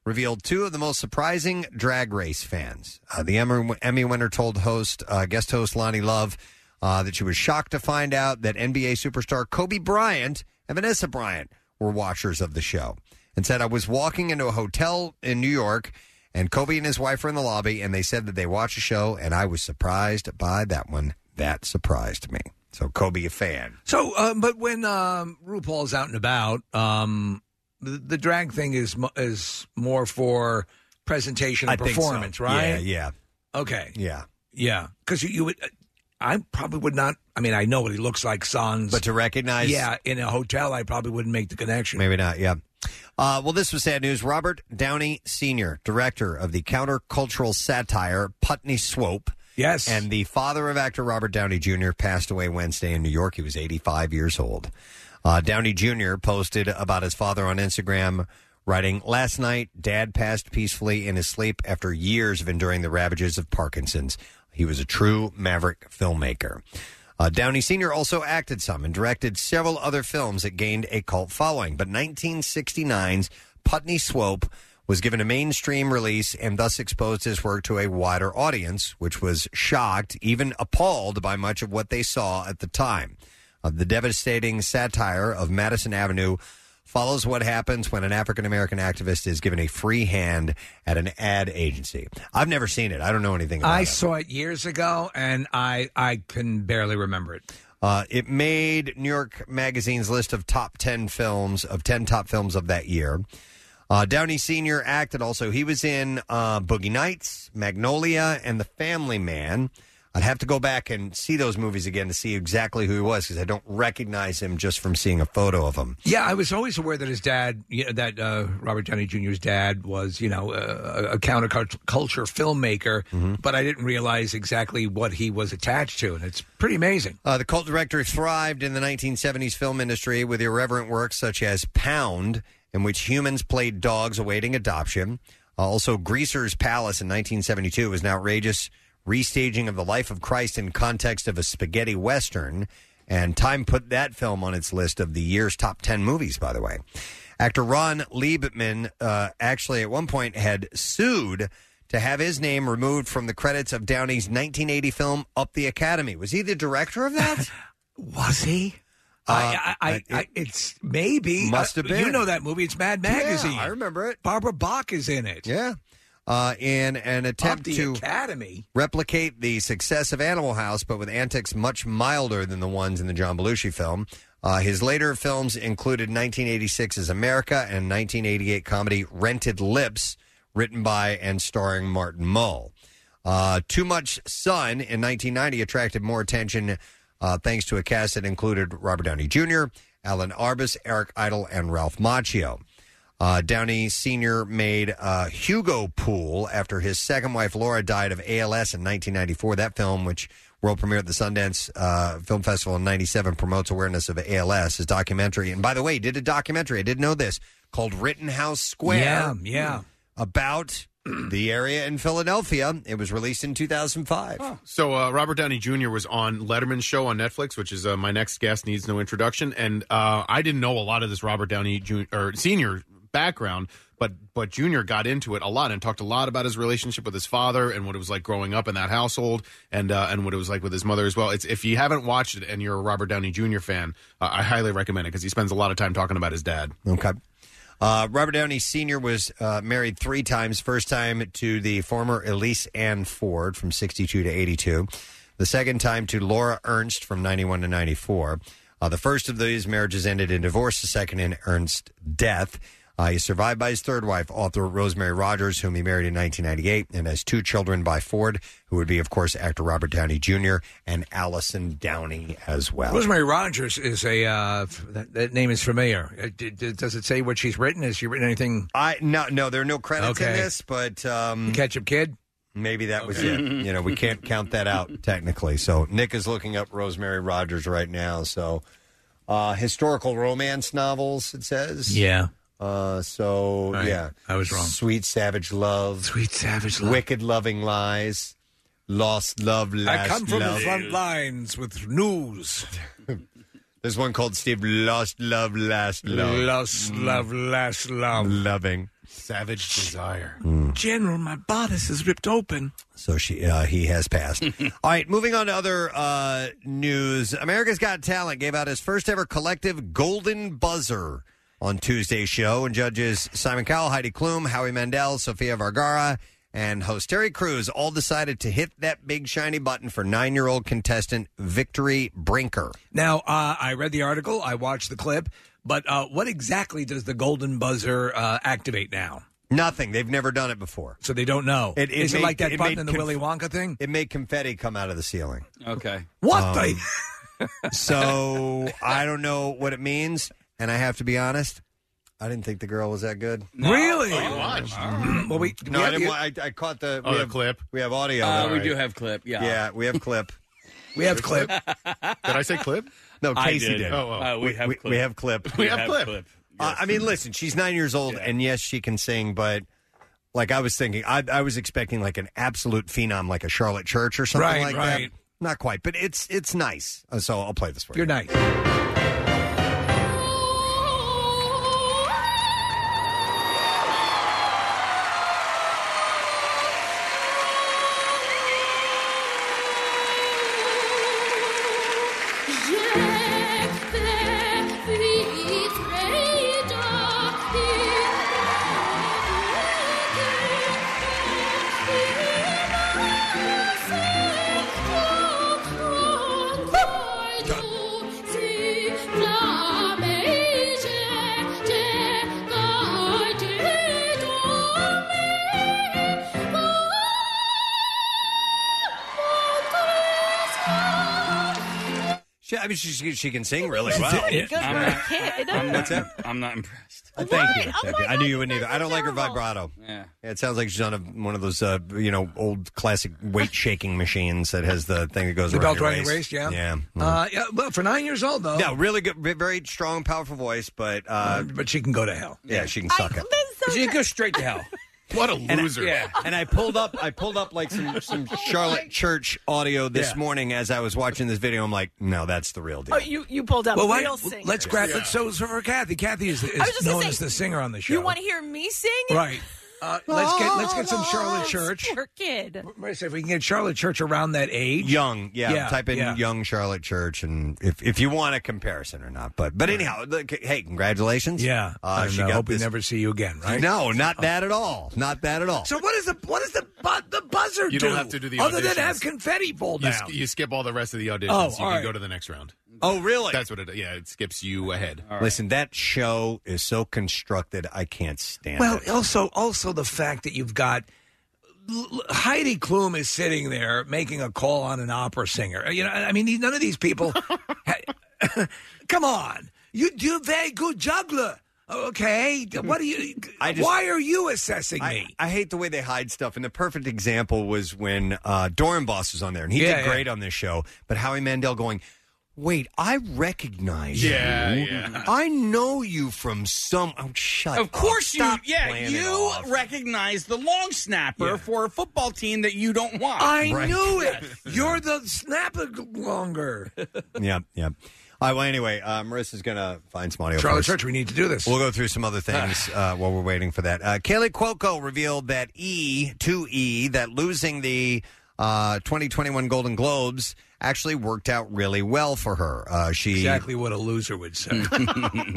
S5: revealed two of the most surprising drag race fans. Uh, the Emmy, Emmy winner told host uh, guest host Lonnie Love uh, that she was shocked to find out that NBA superstar Kobe Bryant and Vanessa Bryant were watchers of the show, and said, "I was walking into a hotel in New York." And Kobe and his wife were in the lobby, and they said that they watched the show, and I was surprised by that one. That surprised me. So, Kobe, a fan.
S4: So, um, but when um, RuPaul's out and about, um, the, the drag thing is mo- is more for presentation and
S5: I think so.
S4: performance, right?
S5: Yeah,
S4: Okay.
S5: yeah,
S4: Yeah. Because you, you would, I probably would not. I mean, I know what he looks like, Sans. But
S5: to recognize,
S4: yeah, in a hotel, I probably wouldn't make the connection.
S5: Maybe not. Yeah. Uh, well, this was sad news. Robert Downey Sr., director of the countercultural satire Putney Swope.
S4: Yes.
S5: And the father of actor Robert Downey Jr. passed away Wednesday in New York. He was 85 years old. Uh, Downey Jr. posted about his father on Instagram, writing, Last night, dad passed peacefully in his sleep after years of enduring the ravages of Parkinson's. He was a true maverick filmmaker. Uh, Downey Sr. also acted some and directed several other films that gained a cult following. But 1969's Putney Swope was given a mainstream release and thus exposed his work to a wider audience, which was shocked, even appalled by much of what they saw at the time. Uh, the devastating satire of Madison Avenue follows what happens when an African American activist is given a free hand at an ad agency. I've never seen it. I don't know anything about
S4: I
S5: it.
S4: saw it years ago, and I I can barely remember it.
S5: Uh, it made New York Magazine's list of top 10 films, of 10 top films of that year. Uh, Downey Sr. acted also. He was in uh, Boogie Nights, Magnolia, and The Family Man. I'd have to go back and see those movies again to see exactly who he was because I don't recognize him just from seeing a photo of him.
S4: Yeah, I was always aware that his dad, you know, that uh, Robert Downey Jr.'s dad was, you know, a, a counterculture filmmaker,
S5: Mm-hmm.
S4: but I didn't realize exactly what he was attached to, and it's pretty amazing.
S5: Uh, the cult director thrived in the 1970s film industry with irreverent works such as Pound, in which humans played dogs awaiting adoption. Uh, also, Greaser's Palace in 1972 was an outrageous restaging of the life of Christ in context of a spaghetti western. And Time put that film on its list of the year's top 10 movies, by the way. Actor Ron Liebman uh, actually at one point had sued to have his name removed from the credits of Downey's 1980 film Up the Academy. Was he the director of that?
S4: [LAUGHS]
S5: Uh,
S4: Was he? I, I, I, I, it's maybe
S5: Must have
S4: Uh,
S5: been.
S4: You know that movie? It's Mad
S5: Yeah,
S4: Magazine.
S5: I remember it.
S4: Barbara Bach is in it.
S5: Yeah. Uh, in an attempt
S4: the
S5: to
S4: Academy.
S5: replicate the success of Animal House, but with antics much milder than the ones in the John Belushi film. Uh, his later films included 1986's America and 1988 comedy Rented Lips, written by and starring Martin Mull. Uh, Too Much Sun in 1990 attracted more attention uh, thanks to a cast that included Robert Downey Jr., Alan Arbus, Eric Idle, and Ralph Macchio. Uh, Downey Sr. made uh, Hugo Pool after his second wife Laura died of ALS in 1994. That film, which world premiered at the Sundance uh, Film Festival in 97, promotes awareness of ALS. His documentary, and by the way, he did a documentary, I didn't know this, called Rittenhouse Square.
S4: Yeah, yeah.
S5: About the area in Philadelphia. It was released in 2005.
S8: So uh, Robert Downey Jr. was on Letterman's show on Netflix, which is uh, my next guest needs no introduction, and uh, I didn't know a lot of this Robert Downey Jr. or Senior background, but but Jr. got into it a lot and talked a lot about his relationship with his father and what it was like growing up in that household, and uh, and what it was like with his mother as well. It's if you haven't watched it and you're a Robert Downey Jr. fan, uh, I highly recommend it because he spends a lot of time talking about his dad.
S5: Okay. Uh, Robert Downey Sr. was uh, married three times. First time to the former Elise Ann Ford from 62 to 82. The second time to Laura Ernst from 91 to 94. Uh, the first of these marriages ended in divorce, the second in Ernst's death. Uh, he's survived by his third wife, author Rosemary Rogers, whom he married in 1998, and has two children by Ford, who would be, of course, actor Robert Downey Jr. and Allison Downey as well.
S4: Rosemary Rogers is a uh, f- that, that name is familiar. Uh, d- d- does it say what she's written? Has she written anything?
S5: I no no. There are no credits in this, but um,
S4: Ketchup Kid.
S5: Maybe that was it. You know, we can't count that out technically. So Nick is looking up Rosemary Rogers right now. So uh, historical romance novels, it says.
S4: Yeah.
S5: Uh, so
S4: All right.
S5: yeah,
S4: I was wrong.
S5: Sweet Savage Love,
S4: Sweet Savage Love.
S5: Wicked Loving Lies, Lost Love. Last
S4: I come from
S5: love.
S4: the front lines with news.
S5: [LAUGHS] There's one called Steve Lost Love Last Love. Mm.
S4: Lost love, last love.
S5: Loving. Mm.
S8: Savage desire.
S4: General, my bodice is ripped open.
S5: So she, uh, he has passed. [LAUGHS] All right, moving on to other uh, news. America's Got Talent gave out his first ever collective golden buzzer on Tuesday's show, and judges Simon Cowell, Heidi Klum, Howie Mandel, Sofia Vergara, and host Terry Crews all decided to hit that big shiny button for nine-year-old contestant Victory Brinker.
S4: Now, uh, I read the article, I watched the clip, but uh, what exactly does the golden buzzer uh, activate now?
S5: Nothing. They've never done it before.
S4: So they don't know. Is it like that button in the Willy Wonka thing?
S5: It made confetti come out of the ceiling.
S7: Okay.
S4: What
S5: Um, [LAUGHS]
S7: [LAUGHS]
S5: so I don't know what it means, and I have to be honest. I didn't think the girl was that good.
S4: Really? Mm,
S7: you watched.
S4: well, we
S5: No, I, didn't, wa- I, I caught the,
S8: Oh,
S5: Uh, we
S8: the
S5: have,
S8: clip.
S5: We have audio.
S7: Uh,
S5: though,
S7: we
S5: right?
S7: do have clip. Yeah.
S5: Yeah, we have
S7: [LAUGHS]
S5: clip.
S4: we have clip.
S8: Did I say clip?
S5: No,
S7: I
S5: Casey
S7: did.
S5: did.
S8: Oh, oh.
S7: Uh, we, have
S5: we,
S7: clip.
S5: we have clip.
S7: We
S8: have clip.
S5: Uh, I mean, listen, she's nine years old, and yes, she can sing, but Like I was thinking, I, I was expecting like an absolute phenom, like a Charlotte Church or something
S4: Right,
S5: like
S4: right.
S5: that. Not quite, but it's it's nice. Uh, So I'll play this for you.
S4: You're nice.
S5: She, I mean, she, she, she can sing
S4: [LAUGHS]
S5: really
S7: She's
S5: well.
S7: good for a kid. I'm
S5: What's
S7: not-
S5: that?
S7: I'm not impressed.
S5: Uh, thank
S4: Oh
S5: you. Thank you. I knew you wouldn't either. I don't like her vibrato.
S7: Yeah.
S5: It sounds like she's on a, one of those, uh, you know, old classic weight shaking machines that has the thing that goes
S4: The
S5: around
S4: belt
S5: your
S4: around your
S5: waist.
S4: waist, yeah.
S5: yeah.
S4: Uh, yeah, well, for nine years old though.
S5: No, really good, ve- very strong, powerful voice, but uh,
S4: but she can go to hell.
S5: Yeah, she can suck it.
S7: She goes straight
S5: [LAUGHS]
S7: to hell.
S8: What a
S5: And I-
S8: loser!
S5: yeah, and I pulled up, I pulled up like some some Charlotte Church audio this
S4: Yeah.
S5: morning as I was watching this video. I'm like, no, that's the real deal.
S3: Oh, you you pulled up
S4: Well, why-
S3: real singers.
S4: let's grab. Let's, so so for Kathy, Kathy is,
S3: I was
S4: is
S3: just gonna
S4: known
S3: say,
S4: as the singer on the show.
S3: You want to hear me sing?
S4: right? Uh, let's get let's get some
S3: [LAUGHS] Oh,
S4: Charlotte
S3: it's
S4: Church.
S3: Poor kid.
S4: So if we can get Charlotte Church around that age,
S5: young, yeah.
S4: yeah
S5: type in
S4: yeah.
S5: young Charlotte Church, and if if you want a comparison or not, but but anyhow, look, hey, congratulations.
S4: Yeah,
S5: uh,
S4: and
S5: she
S4: uh,
S5: got
S4: hope we
S5: this-
S4: never see you again, right? Oh.
S5: No, not that at all. Not that at all.
S4: So what is the what is the bu- the buzzer
S8: You don't have to do the
S4: other than
S8: auditions.
S4: have confetti pulled
S8: You,
S4: down.
S8: sk- you skip all the rest of the auditions.
S4: Oh,
S8: you can
S4: all right.
S8: go to the next round.
S5: Oh, really?
S8: That's what it. Yeah, it skips you ahead.
S5: Listen, that show is so constructed, I can't stand
S4: Well,
S5: it.
S4: also also the fact that you've got L- L- Heidi Klum is sitting there making a call on an opera singer. You know, I mean, these- none of these people. ha- [LAUGHS] come on, you do very good juggler. Okay, what are you?
S5: I just-
S4: why are you assessing
S5: I,
S4: me?
S5: I hate the way they hide stuff. And the perfect example was when uh, Doran Boss was on there, and he
S4: Yeah,
S5: did
S4: yeah.
S5: great on this show. But Howie Mandel going, wait, I recognize
S8: Yeah,
S5: you.
S8: yeah.
S5: I know you from some. Oh, shut
S7: Of
S5: up.
S7: course you.
S5: Stop
S7: yeah,
S5: playing it
S7: you
S5: off.
S7: recognize the long snapper for a football team that you don't watch.
S4: I knew it. You're the snapper g-
S7: [LAUGHS]
S4: longer.
S5: Yep, yep. All right, well, anyway, uh, Marissa's going to find some audio.
S4: Charlotte
S5: first.
S4: Church, we need to do this.
S5: We'll go through some other
S4: [SIGHS]
S5: things uh, while we're waiting for that. Uh, Kaylee Cuoco revealed that E, 2E, that losing the uh, 2021 Golden Globes actually worked out really well for her. Uh, she
S4: exactly what a loser would say.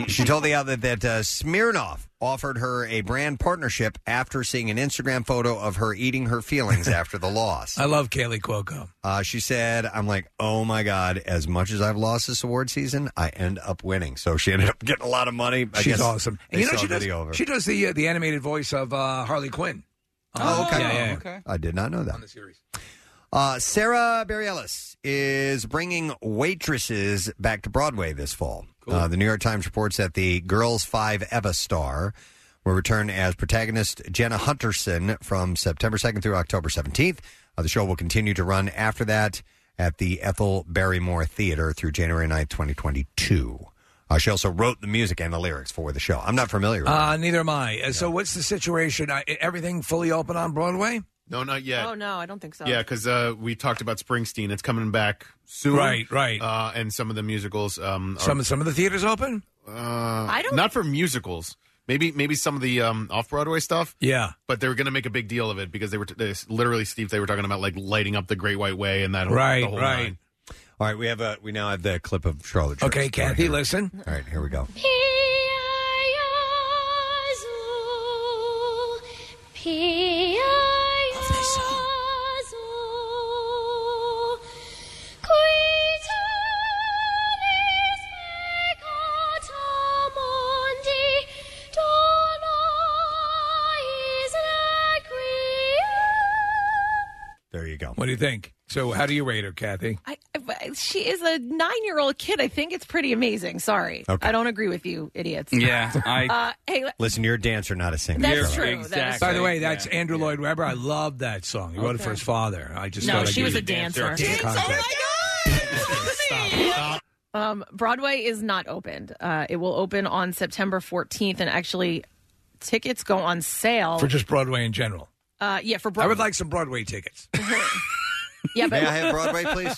S5: she told the outlet that uh, Smirnoff offered her a brand partnership after seeing an Instagram photo of her eating her feelings after the loss.
S4: I love Kaylee Cuoco.
S5: Uh, she said, I'm like, oh my God, as much as I've lost this award season, I end up winning. So she ended up getting a lot of money. I
S4: She's
S5: guess
S4: awesome.
S5: they
S4: And you know
S5: saw
S4: she
S5: a
S4: does.
S5: video of her.
S4: She does the uh, the animated voice of uh, Harley Quinn.
S5: Oh, okay.
S4: Yeah, yeah.
S5: I did not know that.
S4: On the series.
S5: Uh, Sarah Bareilles is bringing waitresses back to Broadway this fall. Uh, the New York Times reports that the Girls Five Eva star will return as protagonist Jenna Hunterson from September 2nd through October 17th. Uh, the show will continue to run after that at the Ethel Barrymore Theater through January 9th, 2022. Uh, she also wrote the music and the lyrics for the show. I'm not familiar with it.
S4: Uh, neither am I. Uh, So what's the situation? I, everything fully open on Broadway?
S8: No, not yet.
S3: Oh no, I don't think so.
S8: Yeah, because uh, we talked about Springsteen. It's coming back soon.
S4: Right, right.
S8: Uh, and some of the musicals. Um, are-
S4: Some some of the theaters open.
S8: Uh, I don't. Not for musicals. Maybe maybe some of the um, off Broadway stuff.
S4: Yeah.
S8: But they were going to make a big deal of it because they were t- they, literally Steve. They were talking about like lighting up the Great White Way and that. Whole,
S4: Right,
S8: the whole
S4: right.
S8: nine.
S5: All right, we have a we now have the clip of Charlotte. Church.
S4: Okay, Kathy, listen.
S5: All right, here we go. There you go.
S4: What do you think? So how do you rate her, Kathy?
S3: I, I- she is a nine-year-old kid. I think it's pretty amazing. Sorry,
S5: Okay.
S3: I don't agree with you, idiots.
S5: Yeah, I-
S3: [LAUGHS] Uh, hey,
S5: Listen, you're a dancer, not a singer.
S3: That's true. That is
S7: Exactly.
S4: By the way, that's Andrew Lloyd Webber. I love that song. He wrote it for his father. I just
S3: No,
S4: thought I'd
S3: she
S4: give
S3: was
S4: you
S3: a dancer.
S4: give you
S3: Dancer,
S4: context.
S3: Um, Broadway is not opened. Uh, it will open on September 14th, and actually, tickets go on sale.
S4: for just Broadway in general.
S3: uh, yeah, for
S4: I
S3: Broadway.
S4: would like some Broadway tickets.
S3: yeah, but
S5: May I have Broadway,
S4: [LAUGHS]
S5: please?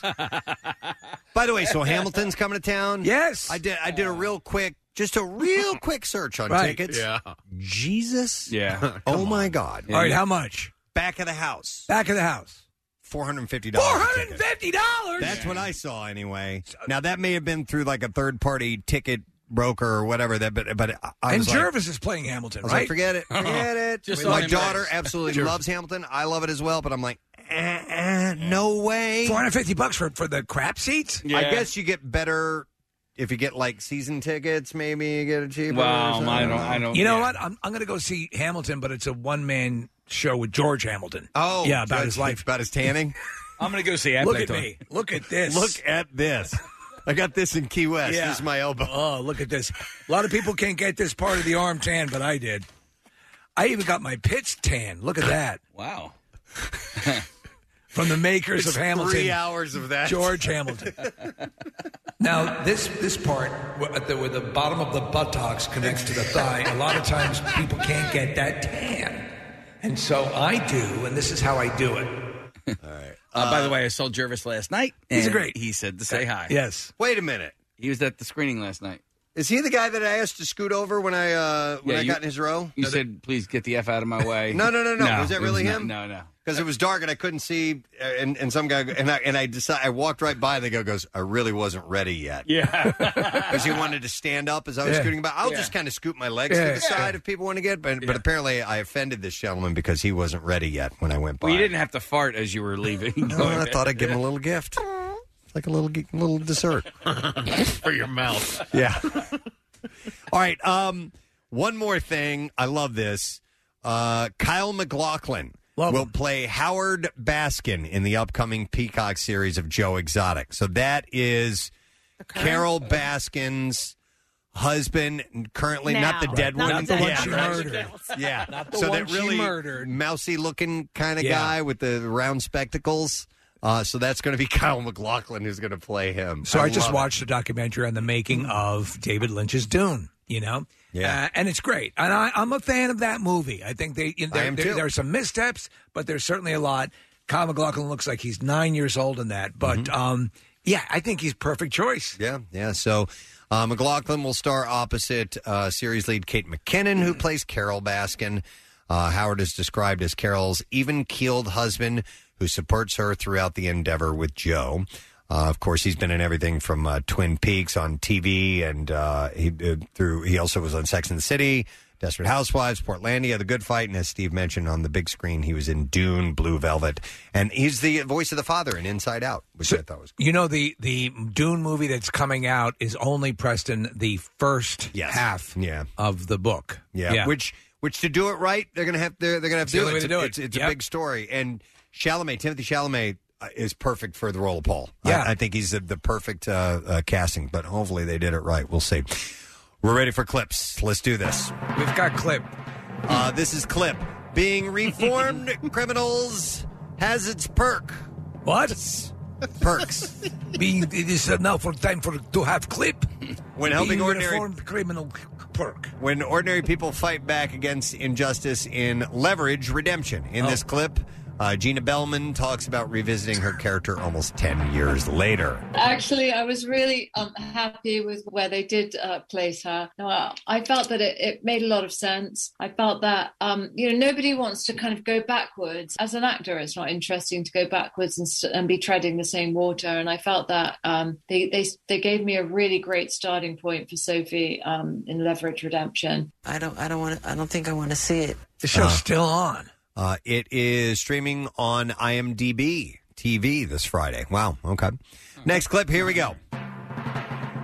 S5: By the way, so Hamilton's coming to town.
S4: Yes,
S5: I did. I did a real quick, just a
S4: [LAUGHS]
S5: real quick search on
S4: Right.
S5: tickets.
S4: Yeah.
S5: Jesus.
S4: [LAUGHS]
S7: Yeah.
S5: oh my God.
S4: All right, how much?
S5: Back of the house.
S4: Back of the house.
S5: Four hundred and fifty
S4: Four
S5: dollars.
S4: hundred and fifty dollars.
S5: That's what I saw anyway. Now that may have been through like a third party ticket broker or whatever. That, but but I, I
S4: and
S5: was like-
S4: Jervis is playing Hamilton,
S5: I was
S4: right?
S5: like, forget
S4: [LAUGHS]
S5: it, forget it.
S4: Just
S5: my
S4: on
S5: daughter
S4: embrace.
S5: absolutely
S4: Jervis.
S5: loves Hamilton. I love it as well. But I'm like, eh, eh, no way.
S4: Four hundred fifty bucks for for the crap seats.
S5: I guess you get better if you get like season tickets. Maybe you get it cheaper. or something.
S4: You know what? I'm I'm gonna go see Hamilton, but it's a one man show with George Hamilton.
S5: Oh,
S4: yeah, about
S5: good.
S4: his life,
S5: about his
S4: [LAUGHS]
S5: tanning.
S7: I'm gonna go see
S4: Look at me. Look at this.
S5: Look at this. I got this in Key West.
S4: Yeah.
S5: This is my elbow.
S4: Oh, look at this. A lot of people can't get this part of the arm tan, but I did. I even got my pitch tan. Look at
S5: [LAUGHS]
S4: that.
S7: Wow.
S4: From the makers of
S5: It's
S4: Hamilton.
S5: Three hours of that.
S4: George Hamilton.
S5: [LAUGHS]
S4: Now, this this part where at the, where the bottom of the buttocks connects to the thigh, a lot of times people can't get that tan. And so I do, and this is how I do it.
S7: Uh, by the way, I saw Jervis last night.
S4: He's
S7: and
S4: great.
S7: He said to say hi.
S4: Yes.
S5: Wait a minute.
S7: He was at the screening last night.
S5: Is he the guy that I asked to scoot over when I uh, when
S7: Yeah,
S5: I
S7: you-
S5: got in his row?
S7: You said, "Please get the f out of my way."
S5: [LAUGHS] No, no, no, no. Was that
S7: it
S5: really
S7: not-
S5: him?
S7: No, no.
S5: Because it was dark and I couldn't see, uh, and, and some guy and I and I decided I walked right by. The guy goes, "I really wasn't ready yet." [LAUGHS]
S7: Yeah,
S5: because he wanted to stand up as I was
S4: Yeah.
S5: scooting by. I'll
S4: Yeah.
S5: just kind of scoot my legs
S4: Yeah.
S5: to the side if people want to get. But but apparently, I offended this gentleman because he wasn't ready yet when I went by.
S7: Well, you didn't have to fart as you
S5: [LAUGHS]
S7: were leaving.
S5: Oh, I thought I'd give him a little gift, It's like a little gi- little
S7: [LAUGHS]
S5: dessert.
S8: for your mouth.
S5: [LAUGHS] Yeah. All right. Um, one more thing. I love this. Uh, Kyle McLaughlin will play Howard Baskin in the upcoming Peacock series of Joe Exotic. So that is Carol Baskin's husband, currently not the
S4: Now.
S5: dead
S4: Not
S5: one.
S4: the one
S5: Yeah,
S4: she
S5: right.
S4: murdered.
S5: Yeah.
S4: Not the
S5: so
S4: one
S5: that
S4: she
S5: really
S4: murdered.
S5: mousy looking kind of
S4: Yeah.
S5: guy with the round spectacles. Uh, so that's going to be [LAUGHS] Kyle McLaughlin who's going to play him.
S4: So I, just
S5: love it.
S4: watched a documentary on the making of David Lynch's Dune. You know,
S5: Yeah.
S4: uh, and it's great. And I, I'm a fan of that movie. I think they you know,
S5: I
S4: there,
S5: am
S4: there,
S5: too.
S4: there are some missteps, but there's certainly a lot. Kyle McLaughlin looks like he's nine years old in that, but
S5: Mm-hmm.
S4: um, yeah, I think he's perfect choice.
S5: Yeah, yeah. So uh, McLaughlin will star opposite uh, series lead Kate McKinnon, who plays Carol Baskin. Uh, Howard is described as Carol's even keeled husband who supports her throughout the endeavor with Joe. Uh, of course, he's been in everything from uh, Twin Peaks on TV, and uh, he uh, through he also was on Sex and the City, Desperate Housewives, Portlandia, The Good Fight, and as Steve mentioned on the big screen, he was in Dune, Blue Velvet, and he's the voice of the father in Inside Out, which I thought was.
S4: You know the the Dune movie that's coming out is only Preston the first half
S5: Yeah.
S4: of the book.
S5: Yeah, which which to do it right, they're gonna have they're, they're gonna have
S4: It's
S5: to
S4: the
S5: do it.
S4: only way
S5: It's,
S4: to do it.
S5: it's, it's
S4: Yep.
S5: a big story, and Chalamet, Timothy Chalamet, uh, is perfect for the role of Paul. I-
S4: Yeah.
S5: I, think he's the, the perfect uh, uh, casting. But hopefully, they did it right. We'll see. We're ready for clips. Let's do this.
S4: we've got clip.
S5: Uh, this is clip. Being
S4: [LAUGHS]
S5: reformed criminals has its perk.
S4: What
S5: Perks.
S4: [LAUGHS] being it is uh, now for time for to have clip
S5: When helping
S4: Being
S5: ordinary
S4: reformed criminal perk.
S5: when ordinary people fight back against injustice in Leverage Redemption. In this clip, uh, Gina Bellman talks about revisiting her character almost 10 years later.
S11: Actually, I was really um, happy with where they did uh, place her. No, I- I felt that it, it made a lot of sense. I felt that um, you know nobody wants to kind of go backwards as an actor. It's not interesting to go backwards and, st- and be treading the same water. And I felt that um, they they they gave me a really great starting point for Sophie um, in Leverage Redemption.
S12: I don't. I don't want. I don't think I want to see it.
S4: The show's still on.
S5: Uh, it is streaming on IMDb TV this Friday. Wow. Okay. Next clip. Here we go.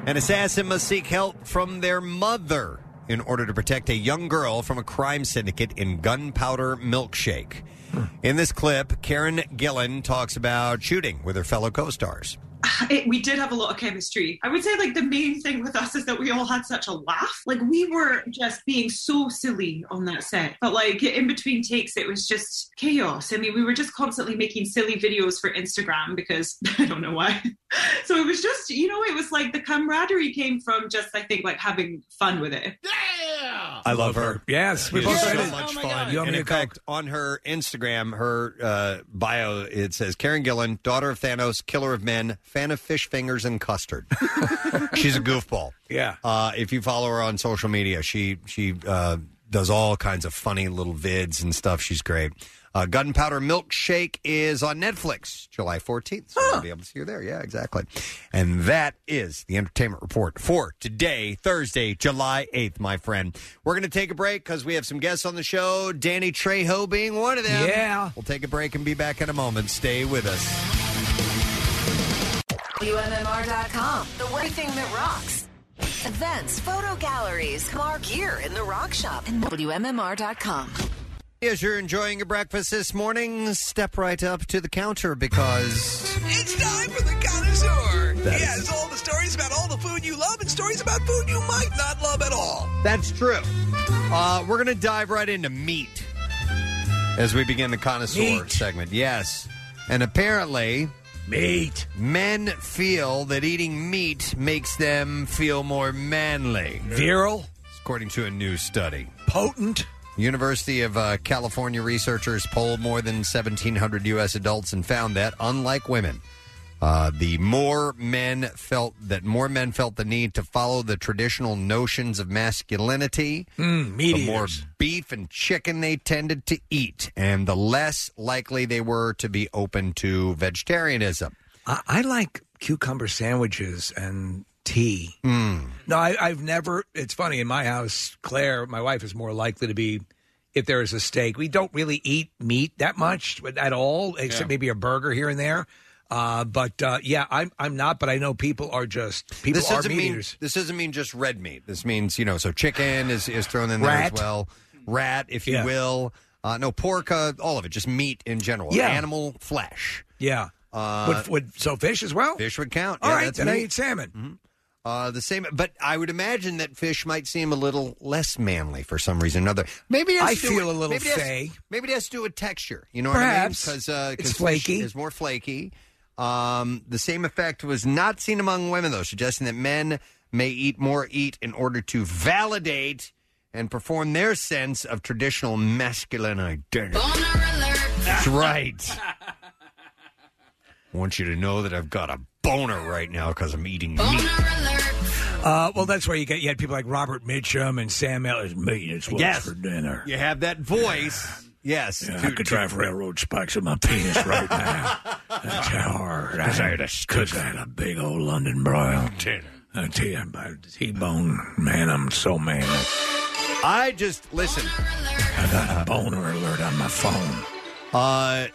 S5: An assassin must seek help from their mother in order to protect a young girl from a crime syndicate in Gunpowder Milkshake.
S4: Hmm.
S5: In this clip, Karen Gillan talks about shooting with her fellow co stars.
S13: [SIGHS] it, we did have a lot of chemistry. I would say like the main thing with us is that we all had such a laugh. Like we were just being so silly on that set. But like in between takes, it was just chaos. I mean, we were just constantly making silly videos for Instagram because [LAUGHS] I don't know why. So it was just, you know, it was like the camaraderie came from just I think like having fun with it.
S6: Yeah!
S5: I love her.
S4: Yes, we've
S5: She's
S4: all said
S5: so
S4: it.
S5: much
S4: Oh my
S5: fun.
S4: God. You want
S5: And
S4: me
S5: in
S4: to
S5: fact, on her Instagram, her uh, bio, it says Karen Gillan, daughter of Thanos, killer of men, fan of fish fingers and custard. She's a goofball.
S4: [LAUGHS] Yeah.
S5: Uh, if you follow her on social media, she she uh, does all kinds of funny little vids and stuff. She's great. Uh, Gunpowder Milkshake is on Netflix July 14th. So you'll be able to see her there. Yeah, exactly. And that is the entertainment report for today, Thursday, July 8th, my friend. We're going to take a break because we have some guests on the show, Danny Trejo being one of them.
S4: Yeah.
S5: We'll take a break and be back in a moment. Stay with us.
S14: WMMR.com, the one thing that rocks. Events, photo galleries, Mark here in the rock shop, and WMMR.com.
S5: As you're enjoying your breakfast this morning, step right up to the counter because.
S6: It's time for the connoisseur.
S5: That is-
S6: yeah, it's all the stories about all the food you love and stories about food you might not love at all.
S5: That's true. Uh, we're going to dive right into meat as we begin the connoisseur segment. Yes. And apparently,
S4: meat.
S5: Men feel that eating meat makes them feel more manly.
S4: Virile?
S5: According to a new study.
S4: Potent?
S5: University of uh, California researchers polled more than 1,700 U.S. adults and found that, unlike women, uh, the more men felt that more men felt the need to follow the traditional notions of masculinity,
S4: Mm, meat
S5: the more
S4: eaters.
S5: beef and chicken they tended to eat, and the less likely they were to be open to vegetarianism.
S4: I, I like cucumber sandwiches and tea.
S5: Mm.
S4: No, I, I've never. It's funny in my house. Claire, my wife, is more likely to be if there is a steak. We don't really eat meat that much but at all, except
S7: Yeah.
S4: maybe a burger here and there. Uh, but uh, yeah, I'm I'm not. But I know people are just people
S5: this
S4: are
S5: doesn't
S4: meat
S5: mean,
S4: eaters.
S5: This doesn't mean just red meat. This means you know, so chicken is is thrown in there
S4: Rat.
S5: as well. Rat, if you
S4: Yeah.
S5: will. Uh, no pork, uh, all of it, just meat in general.
S4: Yeah.
S5: animal flesh.
S4: Yeah.
S5: Uh,
S4: Would- would- so fish as well.
S5: Fish would count.
S4: All
S5: yeah,
S4: right,
S5: that's
S4: then I
S5: meat.
S4: eat salmon.
S5: Uh, the same, but I would imagine that fish might seem a little less manly for some reason or another. Maybe it has
S4: I
S5: to do
S4: feel
S5: with-
S4: a little
S5: maybe it has-
S4: fey.
S5: maybe it has to do with texture. You know
S4: Perhaps.
S5: what I mean? Because uh,
S4: It's
S5: 'cause
S4: flaky.
S5: Fish is more flaky. Um, the same effect was not seen among women, though, suggesting that men may eat more eat in order to validate and perform their sense of traditional masculine identity. That's right. I want you to know that I've got a boner right now because I'm eating meat.
S4: Uh, well, that's where you get you had people like Robert Mitchum and Sam Ellis. Meat is what's
S5: Yes.
S4: for dinner.
S5: You have that voice. Yes.
S4: Yeah, I could drive railroad spikes in my penis right now.
S5: [LAUGHS]
S4: That's how hard. I had a cause I had a big old London broil. I tell you about T-bone, man, I'm so mad.
S5: I just listen.
S4: I got a boner alert on my phone.
S5: Uh,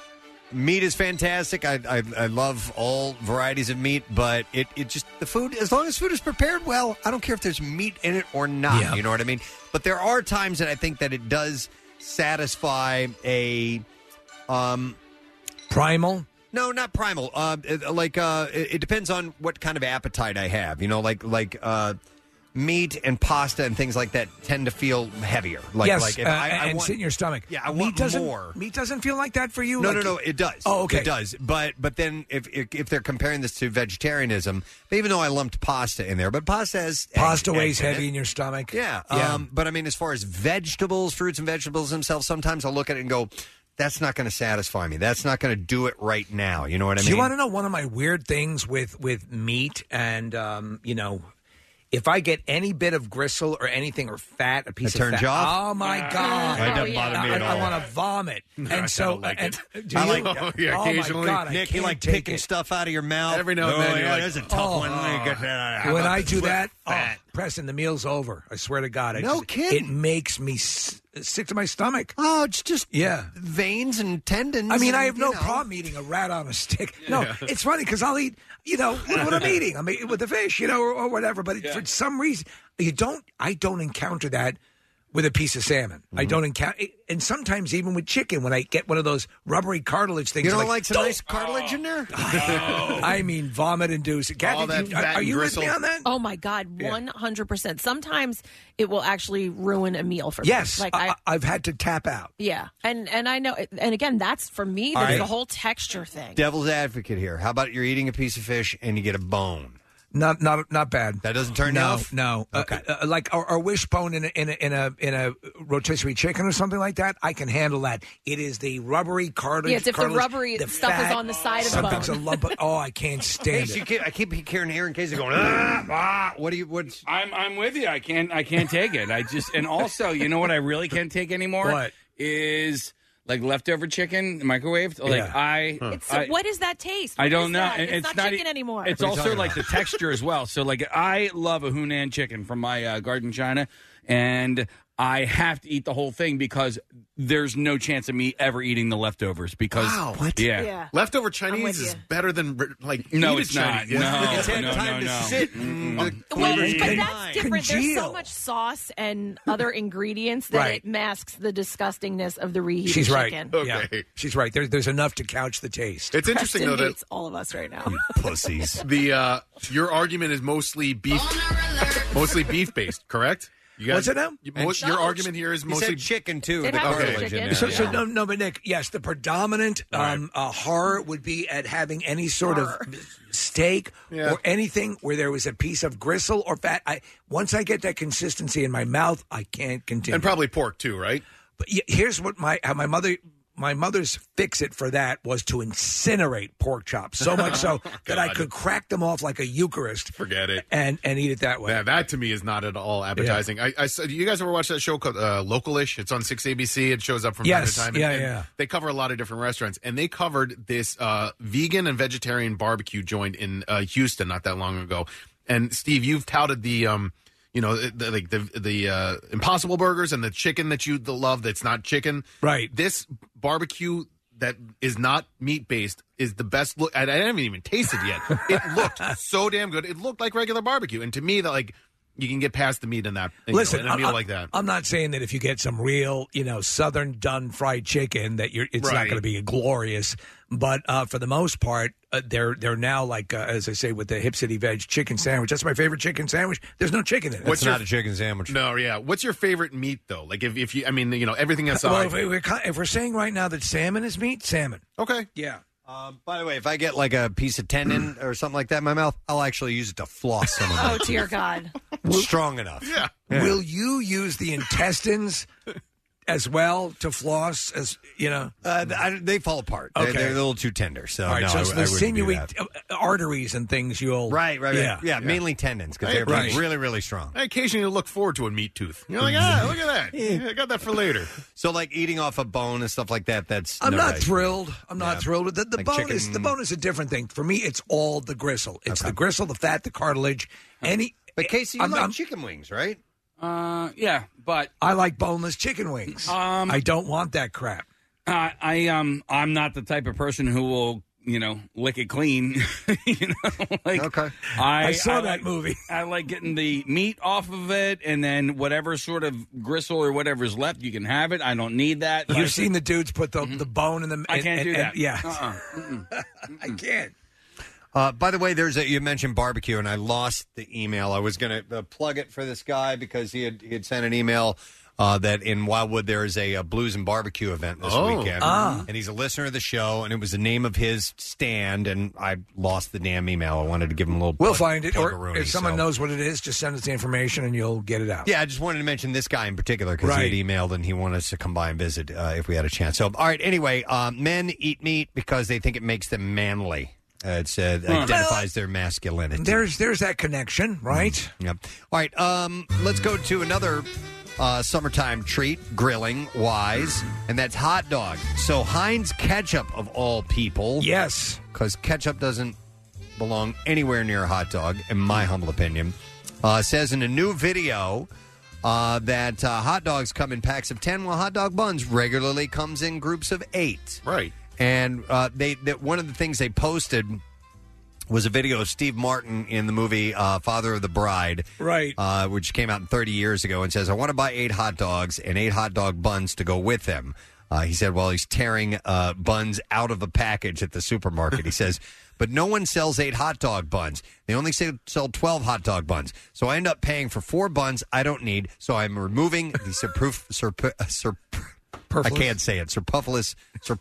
S5: meat is fantastic. I, I I love all varieties of meat, but it it just the food as long as food is prepared well, I don't care if there's meat in it or not. You know what I mean? But there are times that I think that it does satisfy a um
S4: primal.
S5: No, not primal. Uh, it- like uh, it, it depends on what kind of appetite I have. You know, like like uh, meat and pasta and things like that tend to feel heavier. Like
S4: yes,
S5: like if
S4: uh,
S5: I, I
S4: and
S5: want,
S4: sit in your stomach. Yeah,
S5: I
S4: meat
S5: want
S4: doesn't,
S5: more.
S4: Meat doesn't feel like that for you.
S5: No,
S4: Like-
S5: no, no. It does.
S4: Oh, okay.
S5: It does. But but then if if, if they're comparing this to vegetarianism, even though I lumped pasta in there, but pasta has
S4: Pasta
S5: egg-
S4: weighs
S5: egg in
S4: heavy
S5: it.
S4: in your stomach.
S5: Yeah.
S4: Yeah.
S5: Um, but I mean, as far as vegetables, fruits and vegetables themselves, sometimes I'll look at it and go, "That's not going to satisfy me. That's not going to do it right now." You know what I
S4: Do
S5: mean?
S4: you want to know one of my weird things with with meat and um, you know, if I get any bit of gristle or anything or fat, a piece
S5: That turns
S4: of fat,
S5: you off?
S4: Oh my
S5: Uh,
S4: god,
S5: that doesn't bother me at
S4: I,
S5: all.
S4: want to vomit,
S5: [LAUGHS] No, I
S4: and so
S5: kinda like
S4: and-
S5: it.
S4: [LAUGHS] do
S5: I
S4: you? Oh,
S5: like that. Yeah,
S4: my
S5: occasionally.
S4: God, I
S5: Nick, you
S4: can't
S5: like
S4: take
S5: picking
S4: it.
S5: stuff out of your mouth.
S4: Every now and
S5: Oh,
S4: then, you're
S5: yeah,
S4: like,
S5: there's a tough
S4: oh.
S5: one. Let me get that out. How
S4: When
S5: about
S4: I
S5: this
S4: do
S5: with
S4: that, oh,
S5: fat?
S4: Preston, the meal's over. I swear to God, I
S5: No
S4: just,
S5: kidding.
S4: It makes me s- sick to my stomach.
S5: Oh, it's just
S4: yeah,
S5: veins and tendons.
S4: I mean, I
S5: and,
S4: have
S5: you
S4: no
S5: know.
S4: problem eating a rat on a stick. No,
S5: Yeah.
S4: it's funny because I'll eat, you know, what, what
S5: [LAUGHS]
S4: I'm eating. I'm eating with the fish, you know, or, or whatever. But for some reason, you don't. I don't encounter that with a piece of salmon. I
S5: Mm-hmm.
S4: don't encounter, and sometimes even with chicken, when I get one of those rubbery cartilage things.
S5: You
S4: I'm
S5: don't like some
S4: "Don't!" Oh,
S5: nice cartilage in there?
S4: [LAUGHS] I mean, vomit inducing. Kathy,
S3: All that
S4: do you- are, are you with me on that?
S3: Oh my God,
S4: Yeah.
S3: one hundred percent. Sometimes it will actually ruin a meal for me.
S4: Yes,
S3: like
S4: I,
S3: I,
S4: I, have had to tap out.
S3: yeah, and and I know, and again, that's for me.
S5: All
S3: There's
S5: right.
S3: the whole texture thing.
S5: Devil's advocate here. How about you're eating a piece of fish and you get a bone?
S4: Not not not bad.
S5: That doesn't turn you
S4: no,
S5: off?
S4: No, okay. Uh, uh, like our, our wishbone in a, in a in a in a rotisserie chicken or something like that. I can handle that. It is the rubbery cartilage.
S3: Yeah, it's if the
S4: cartilage,
S3: rubbery stuff is
S4: fat,
S3: on the side of the
S4: something's
S3: bone.
S4: a lump. Of, oh, I
S3: [LAUGHS]
S4: can't stand
S5: Casey,
S4: it.
S5: you can't- I keep hearing here in case they're going. Ah, ah. What do you? What's?
S7: I'm I'm with you. I can't I can't take it. I just and also you know what I really can't take anymore
S3: What?
S7: is like leftover chicken microwaved. Like
S3: Yeah.
S7: I,
S3: It's,
S7: I
S3: what is that taste?
S7: I
S3: What
S7: don't
S3: is
S7: know.
S3: that?
S7: And
S3: It's, not, chicken
S7: e-
S3: anymore.
S7: It's also like
S8: [LAUGHS]
S7: the texture as well. So like I love a Hunan chicken from my uh, garden china, and I have to eat the whole thing because there's no chance of me ever eating the leftovers because Yeah.
S8: Leftover Chinese is better than like
S7: No,
S8: heated
S7: it's not.
S8: Chinese.
S7: No,
S8: [LAUGHS] Yeah.
S7: no, no, no, no. Mm-hmm.
S4: Um,
S3: Well,
S8: flavors
S3: but
S8: can
S3: that's different. There's so
S8: congeal.
S3: much sauce and other ingredients that
S4: Right.
S3: it masks the disgustingness of the reheated
S4: She's right.
S3: chicken.
S4: Yeah, she's right. There's there's enough to couch the taste.
S8: It's interesting though
S3: Preston
S8: that
S3: hates all of us right now. [LAUGHS]
S8: pussies. The uh, your argument is mostly beef, mostly beef based, correct? You
S4: What's it now?
S8: you- most- your argument here is mostly
S5: too.
S8: It the has cartilage chicken. in there,
S4: So, so
S8: yeah.
S4: no, no, but Nick, yes, the predominant um, uh, horror would be at having any sort [LAUGHS] of steak
S8: Yeah.
S4: or anything where there was a piece of gristle or fat. I once I get that consistency in my mouth, I can't continue. And
S8: probably pork too, right?
S4: But y- here's what my how my mother. My mother's fix it for that was to incinerate pork chops so
S8: [LAUGHS]
S4: much so that I
S8: God.
S4: could crack them off like a Eucharist.
S8: Forget it.
S4: And and eat it that way.
S8: Yeah, that to me is not at all appetizing. I, I said, you guys ever watch that show called uh, Localish? It's on Six ABC. It shows up from
S4: Yes.
S8: time to time.
S4: Yeah,
S8: and,
S4: yeah.
S8: They cover a lot of different restaurants, and they covered this uh, vegan and vegetarian barbecue joint in uh, Houston not that long ago. And Steve, you've touted the. Um, you know, the, like the the uh, Impossible Burgers and the chicken that you love that's not chicken.
S4: Right.
S8: This barbecue that is not meat based is the best look. I, I haven't even tasted
S4: [LAUGHS]
S8: yet. It looked so damn good. It looked like regular barbecue, and to me, that like you can get past the meat in that. you know,
S4: Listen,
S8: in a
S4: I'm-
S8: meal
S4: I'm,
S8: like that.
S4: I'm not saying that if you get some real, you know, southern done fried chicken that you're, it's not
S8: Right.
S4: going to be glorious. But uh, for the most part, uh, they're they're now like uh, as I say with the hip city veg chicken sandwich. That's my favorite chicken sandwich. There's no chicken in it.
S8: What's It's not your- a
S5: chicken sandwich?
S8: No, yeah. What's your favorite meat though? Like if, if you, I mean, you know, everything aside.
S4: [LAUGHS] Well, if, we- we're, ki- if we're saying right now that salmon is meat, salmon.
S8: Okay.
S4: Yeah.
S5: Um, by the way, if I get like a piece of
S4: [CLEARS THROAT]
S5: tendon or something like that in my mouth, I'll actually use it to floss [LAUGHS] some of my
S3: oh dear
S5: teeth.
S4: [LAUGHS]
S3: God!
S5: It's strong enough.
S8: Yeah.
S4: Will you use the intestines as well to floss? As you know,
S5: uh, I, they fall apart. They're-
S4: Okay,
S5: They're, a little too tender. So
S4: All right,
S5: uh, no,
S4: so
S5: I,
S4: it's
S5: I
S4: the
S5: wouldn't do
S4: sinewy
S5: that.
S4: uh, arteries and things you'll
S5: Right, right, right. Yeah, mainly tendons because
S8: Hey,
S5: they're like,
S8: right.
S5: really, really strong. Mm-hmm.
S8: I occasionally look forward to a meat tooth. You're like, ah, look
S4: [LAUGHS]
S8: at that. Yeah, I got that for later.
S5: [LAUGHS] So like eating off a bone and stuff like that. That's
S4: I'm
S5: no
S4: not
S5: dice.
S4: thrilled. I'm not
S5: Yeah.
S4: thrilled. The, the
S5: Like
S4: bone
S5: chicken-
S4: is the bone is a different thing for me. It's all the gristle. It's the gristle, the fat, the cartilage. Any
S5: but Casey, you like chicken wings, right?
S7: Uh, yeah, but
S4: I like boneless chicken wings.
S7: Um,
S4: I don't want that crap.
S7: I, I um I'm not the type of person who will you know lick it clean. [LAUGHS] you know, like
S5: okay.
S7: I,
S4: I saw that
S7: like-
S4: movie.
S7: [LAUGHS] I like getting the meat off of it, and then whatever sort of gristle or whatever's left, you can have it. I don't need that.
S4: You've
S7: Like- Mm-hmm.
S4: seen the dudes put the, the bone in the.
S7: I can't
S4: and-
S7: do
S4: and-
S7: that.
S4: yeah,
S7: Uh-uh.
S4: I can't.
S5: Hmm. Uh, by the way, there's a, you mentioned barbecue, and I lost the email. I was going to uh, plug it for this guy because he had, he had sent an email uh, that in Wildwood there is a, uh blues and barbecue event this
S15: Oh.
S5: weekend,
S15: Ah.
S5: and he's a listener of the show, and it was the name of his stand, and I lost the damn email. I wanted to give him a little.
S4: We'll
S5: plug-
S4: find it. Or
S5: plug-a-rooney,
S4: if someone
S5: so-
S4: knows what it is, just send us the information and you'll get it out.
S5: Yeah, I just wanted to mention this guy in particular because
S4: Right.
S5: he had emailed and he wanted us to come by and visit uh, if we had a chance. So, all right. Anyway, uh, men eat meat because they think it makes them manly. Uh, it's uh,
S4: Huh.
S5: identifies their masculinity. Mm-hmm.
S4: There's there's that connection, right?
S5: Yep. All right. Um, let's go to another uh, summertime treat, grilling wise, and that's hot dog. So Heinz ketchup of all people.
S4: Yes.
S5: Because ketchup doesn't belong anywhere near a hot dog, in my humble opinion. Uh, says in a new video uh, that uh, hot dogs come in packs of 10, while hot dog buns regularly comes in groups of eight.
S8: Right.
S5: And uh, they that one of the things they posted was a video of Steve Martin in the movie uh, Father of the Bride,
S4: right?
S5: Uh, which came out 30 years ago, and says, "I want to buy eight hot dogs and eight hot dog buns to go with them." Uh, he said, while he's tearing uh, buns out of a package at the supermarket, he says, "But no one sells eight hot dog buns. They only sa- sell 12 hot dog buns. So I end up paying for four buns I don't need. So I'm removing the surproof, surp- uh, surp- I
S8: Perfluous?
S5: can't say it, superfluous, sur-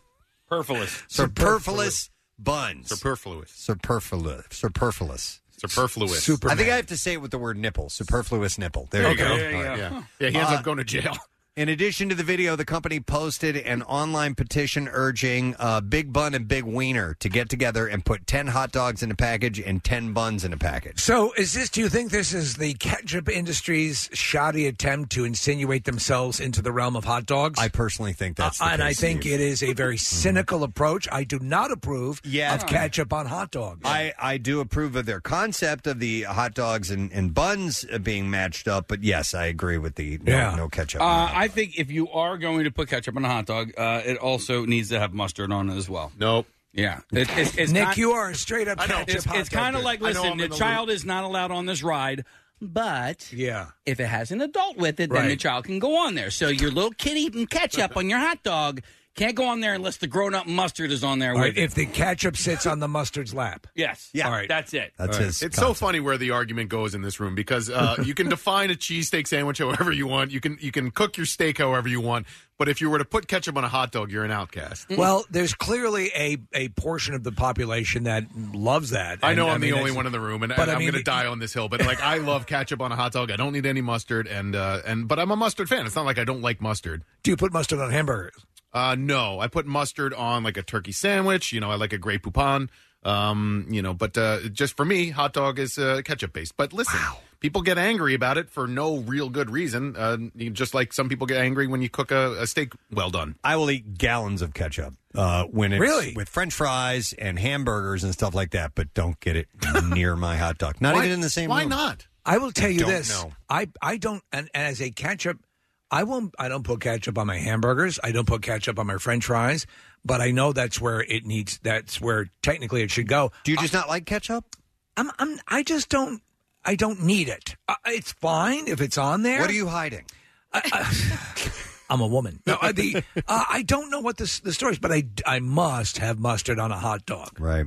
S7: Superfluous.
S5: superfluous buns,
S8: Superfluous.
S5: superfluous, superfluous.
S8: Superfluous.
S5: I think I have to say it with the word nipple. Superfluous nipple. There
S8: Okay,
S5: you go.
S8: there you
S5: All right. Uh,
S8: go. Yeah. Yeah, he ends up going to jail.
S5: In addition to the video, the company posted an online petition urging uh, Big Bun and Big Wiener to get together and put 10 hot dogs in a package and 10 buns in a package.
S4: So, is this? Do you think this is the ketchup industry's shoddy attempt to insinuate themselves into the realm of hot dogs? I
S5: personally think that's, the
S4: and I
S5: case,
S4: think
S5: Steve.
S4: it is
S8: [LAUGHS]
S4: a very
S8: Mm-hmm.
S4: cynical approach. I do not approve
S5: Yeah.
S4: of ketchup on hot dogs.
S5: I, I do approve of their concept of the hot dogs and, and buns uh, being matched up, but yes, I agree with the no, no ketchup.
S7: Uh, I think if you are going to put ketchup on a hot dog, uh, it also needs to have mustard on it as
S8: well.
S7: Nope. Yeah. It, it's, it's
S4: Nick,
S7: not-
S4: you are a straight up.
S7: I know.
S4: ketchup
S7: It's,
S4: hot
S7: it's
S4: dog
S7: kind of
S4: dude.
S7: like,
S4: I know
S7: listen,
S4: I'm
S7: the
S4: in the
S7: child is not allowed on this ride, but
S4: yeah,
S7: if it has an adult with it, then the
S4: Right.
S7: child can go on there. So your little kid eating ketchup on your hot dog can't go on there unless the grown up mustard is on there.
S4: All right,
S7: with it.
S4: if the ketchup sits on the mustard's lap.
S7: Yes.
S4: Yeah.
S7: All right. That's it.
S8: All right. It's so funny where the argument goes in this room because uh, you can [LAUGHS] define a cheesesteak sandwich however you want. You can you can cook your steak however you want. But if you were to put ketchup on a hot dog, you're an outcast.
S4: Well, there's clearly a, a portion of the population that loves that.
S8: I know
S4: And,
S8: I'm the
S4: mean,
S8: only
S4: it's-
S8: one in the room, and,
S4: but
S8: and
S4: I
S8: I'm
S4: mean,
S8: going to die on this hill. But like, I love ketchup on a hot dog. I don't need any mustard, and uh, and but I'm a mustard fan. It's not like I don't like mustard.
S4: Do you put mustard on hamburgers?
S8: Uh, no, I put mustard on like a turkey sandwich. You know, I like a great poupon. Um, you know, but uh, just for me, hot dog is uh, ketchup based. But listen, people get angry about it for no real good reason. Uh, you- just like some people get angry when you cook a, a steak well done.
S5: I will eat gallons of ketchup uh, when it's
S8: Really?
S5: with French fries and hamburgers and stuff like that, but don't get it near my hot dog. Not even in the same room.
S4: I will tell you
S5: Don't
S4: this.
S5: know.
S4: I I don't and, and as a ketchup, I won't. I don't put ketchup on my hamburgers. I don't put ketchup on my French fries. But I know that's where it needs. That's where technically it should go.
S5: Do you just not like ketchup?
S4: I'm. I'm. I just don't. I don't need it. Uh, it's fine if it's on there. Uh,
S5: What are you hiding?
S4: [LAUGHS] I'm a woman. No, I, the, uh, I don't know what this the story is, but I I must have mustard on a hot dog.
S5: Right.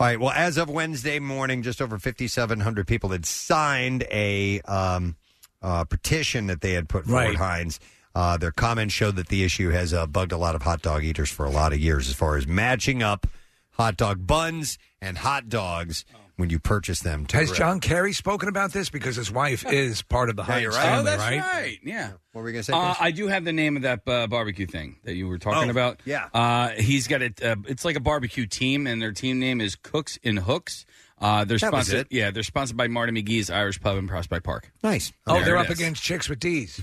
S5: All right. Well, as of Wednesday morning, just over 5,700 people had signed a um, uh, petition that they had put forward
S4: Right.
S5: Heinz. Uh, their comments showed that the issue has uh, bugged a lot of hot dog eaters for a lot of years as far as matching up hot dog buns and hot dogs when you purchase them. to
S4: Oh. Has
S5: grill.
S4: John Kerry spoken about this because his wife is part of the
S5: [LAUGHS] Yeah,
S4: Heinz
S5: you're right.
S4: family,
S5: Oh, that's
S4: right?
S7: right. Yeah.
S5: What were you going to say?
S7: Uh,
S5: Chris?
S7: I do have the name of that uh, barbecue thing that you were talking
S5: Oh,
S7: about.
S5: yeah.
S7: Uh, he's got it. Uh, it's like a barbecue team, and their team name is Cooks in Hooks. Uh, they're
S4: That was
S7: sponsored.
S4: it.
S7: Yeah, they're sponsored by Marty McGee's Irish Pub in Prospect Park.
S5: Nice.
S4: Oh,
S7: There
S4: they're
S7: it
S4: up
S7: is.
S4: against chicks
S5: [LAUGHS]
S4: with D's.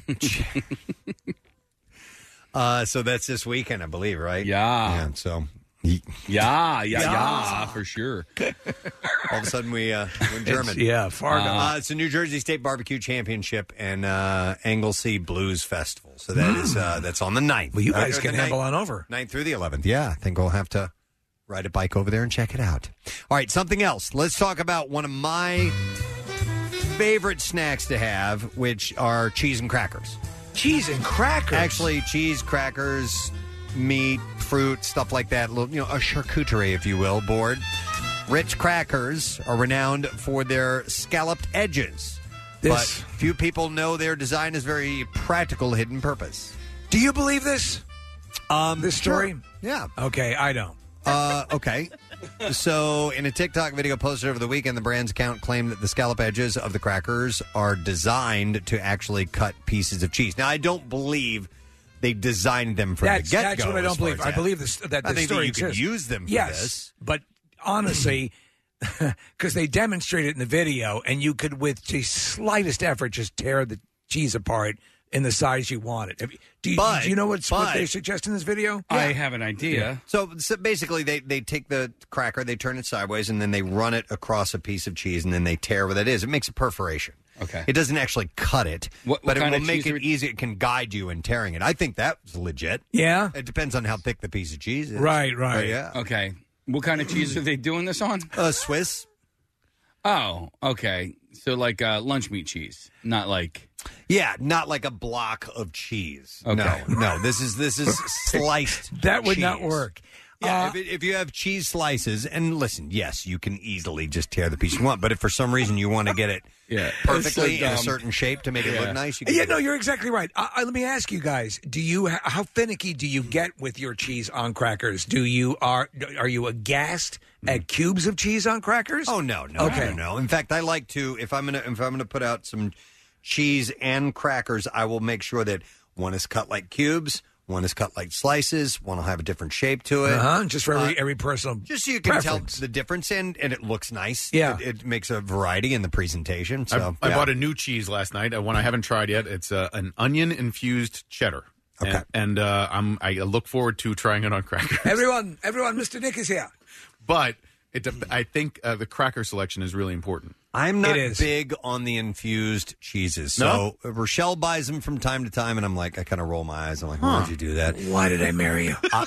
S5: Uh, so that's this weekend, I believe, right?
S7: Yeah.
S5: And so [LAUGHS]
S7: Yeah, yeah,
S5: Yeah.
S7: yeah, for sure.
S5: [LAUGHS] all of a sudden we uh, we're in
S7: It's-
S5: German.
S7: yeah, Fargo.
S5: Uh, it's the New Jersey State Barbecue Championship and uh, Anglesey Blues Festival. So that is uh, that's on the 9th.
S4: Mm. Well, you
S5: Uh,
S4: guys
S5: the
S4: can
S5: ninth-
S4: handle on over.
S5: 9th through the 11th. Yeah, I think we'll have to ride a bike over there and check it out. All right, something else. Let's talk about one of my favorite snacks to have, which are cheese and crackers.
S4: Cheese and crackers.
S5: Actually, cheese, crackers, meat, fruit, stuff like that. Little, you know, a charcuterie, if you will, board. Ritz crackers are renowned for their scalloped edges.
S4: This-
S5: But few people know their design is very practical, hidden purpose.
S4: Do you believe this?
S5: Um,
S4: this story?
S5: Yeah.
S4: Okay, I don't.
S5: Uh, okay. So, in a TikTok video posted over the weekend, the brand's account claimed that the scallop edges of the crackers are designed to actually cut pieces of cheese. Now, I don't believe they designed them from
S4: That's,
S5: the get-go.
S4: that's what I
S5: as
S4: don't
S5: far
S4: believe.
S5: as
S4: I believe this, that
S5: I
S4: the
S5: think
S4: story
S5: that you could
S4: exists.
S5: use them for
S4: yes,
S5: this.
S4: but honestly, [LAUGHS] because they demonstrate it in the video, and you could, with the slightest effort, just tear the cheese apart in the size you want it. Have you- Do you,
S5: But-
S4: do you know what's, what
S5: but-
S4: they suggest in this video?
S7: I have an idea.
S5: So, so basically, they, they take the cracker, they turn it sideways, and then they run it across a piece of cheese, and then they tear where that is. It makes a perforation.
S7: Okay.
S5: It doesn't actually cut it,
S7: What- what
S5: but it
S7: kind
S5: will
S7: of
S5: make
S7: cheese
S5: it easy. It can guide you in tearing it. I think that's legit.
S4: Yeah.
S5: It depends on how thick the piece of cheese is.
S4: Right, right.
S5: But yeah.
S7: Okay. Uh, What kind of cheese are they doing this on?
S5: Uh, Swiss.
S7: Oh, okay. So like uh, lunch meat cheese, not like
S5: Yeah, not like a block of cheese.
S7: Okay.
S4: [LAUGHS]
S5: No, no. This is this is sliced.
S4: That would not
S5: cheese.
S4: work. Uh,
S5: Yeah, if, it, if you have cheese slices, and listen, yes, you can easily just tear the piece you want, but if for some reason you want to
S4: [LAUGHS]
S5: get it
S7: yeah.
S5: perfectly
S4: It's so
S5: in a
S4: dumb.
S5: certain shape to make it look nice, you can
S4: yeah,
S5: do
S4: no,
S5: it.
S4: you're exactly right. I, I, let me ask you guys: Do you how finicky do you get with your cheese on crackers? Do you are are you aghast at cubes of cheese on crackers?
S5: Oh no, no,
S4: okay.
S5: no, no. In fact, I like to if I'm gonna if I'm gonna put out some cheese and crackers, I will make sure that one is cut like cubes, one is cut like slices, one will have a different shape to it.
S4: Uh-huh, just for every,
S5: Uh,
S4: every personal,
S5: just so you can
S4: preference.
S5: tell the difference, and and it looks nice.
S4: Yeah.
S5: it, it makes a variety in the presentation.
S8: I,
S5: So
S8: I
S5: yeah.
S8: bought a new cheese last night, uh, one I haven't tried yet. It's uh, an onion infused cheddar. Okay. And, and, uh, I'm I look forward to trying it on crackers.
S4: Everyone, everyone, Mr. Nick is here.
S8: [LAUGHS] But it, dep- I think uh, the cracker selection is really important.
S5: I'm not big on the infused cheeses. So uh, Rochelle buys them from time to time, and I'm like, I kind of roll my eyes. I'm like, why
S8: Huh.
S5: would you do that?
S4: Why did I marry you?
S5: I,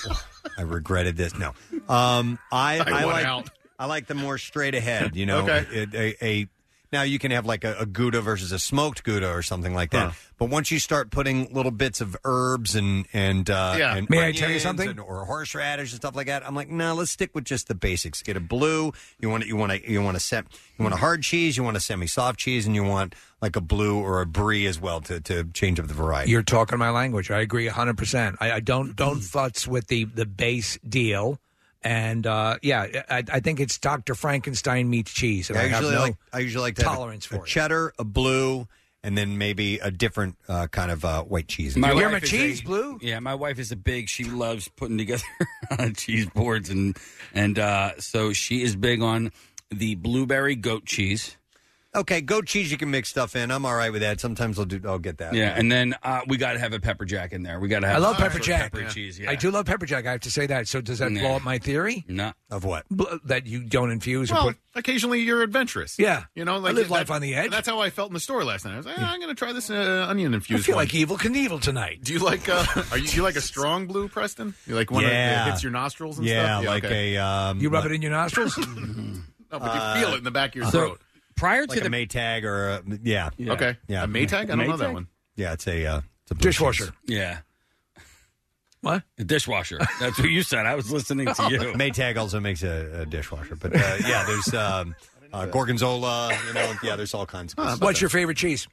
S5: I regretted this. No, um, I,
S8: I
S5: I,
S8: want
S5: like
S8: out.
S5: I like the more straight ahead. You know,
S8: Okay.
S5: It- a, a- now you can have like a, a gouda versus a smoked gouda or something like that. But once you start putting little bits of herbs and and uh,
S4: Yeah.
S5: and
S4: May I tell you
S5: onions
S4: something?
S5: and- or horseradish and stuff like that, I'm like, no, let's stick with just the basics. Get a blue. You want you want to you want to set you want a hard cheese. You want a semi soft cheese, and you want like a blue or a brie as well to to change up the variety.
S4: You're talking my language. I agree 100. percent I, I don't don't futz with the the base deal, and uh, yeah, I, I think it's Dr. Frankenstein meets cheese. And
S5: I
S4: I, have
S5: usually
S4: no
S5: like I usually like to have a-
S4: tolerance
S5: a,
S4: for it.
S5: cheddar, a blue, and then maybe a different uh, kind of uh, white cheese.
S7: wife is a- Yeah, my wife is a big. She loves putting together [LAUGHS] uh, cheese boards, and and uh, so she is big on the blueberry goat cheese.
S5: Okay, goat cheese you can mix stuff in. I'm all right with that. Sometimes I'll do. I'll get that.
S7: Yeah, and then uh, we got to have a pepper jack in there. We got to have.
S4: I love
S7: some
S4: pepper
S7: sort of
S4: jack.
S7: Pepper cheese. Yeah.
S4: I do love pepper jack. I have to say that. So does that
S7: Nah.
S4: blow up my theory?
S7: No.
S5: Of what?
S4: That you don't infuse
S8: Well,
S4: or put.
S8: occasionally you're adventurous.
S4: Yeah.
S8: You know, like
S4: I live life
S8: that-
S4: on the edge.
S8: That's how
S5: [LAUGHS]
S8: I felt in the store last night. I was like, "Ah, I'm going to try this uh, onion
S4: I
S8: infused.
S4: feel
S8: one."
S4: like evil Knievel tonight.
S8: Do you like?
S4: [LAUGHS]
S8: Uh, are you, do you like a strong blue, Preston? You like one that
S4: Yeah.
S8: hits your nostrils and
S4: Yeah,
S8: stuff?
S4: like
S8: okay.
S5: a. Um, Uh,
S4: You rub it in your nostrils.
S8: [LAUGHS] No, but you feel it in the back of your
S5: so-
S8: throat.
S7: prior
S5: like a Maytag or a, yeah.
S8: Yeah. Okay.
S5: Yeah.
S8: A Maytag? I don't know that Maytag? one.
S5: Yeah, it's a, uh, it's a blue
S4: dishwasher.
S7: Yeah.
S4: What?
S7: A dishwasher. That's what you said. I was listening to
S5: [LAUGHS]
S7: you.
S5: Maytag also makes a, a dishwasher, but uh, yeah, there's um, uh, gorgonzola. You know, yeah, there's all kinds. of stuff.
S4: What's your favorite cheese?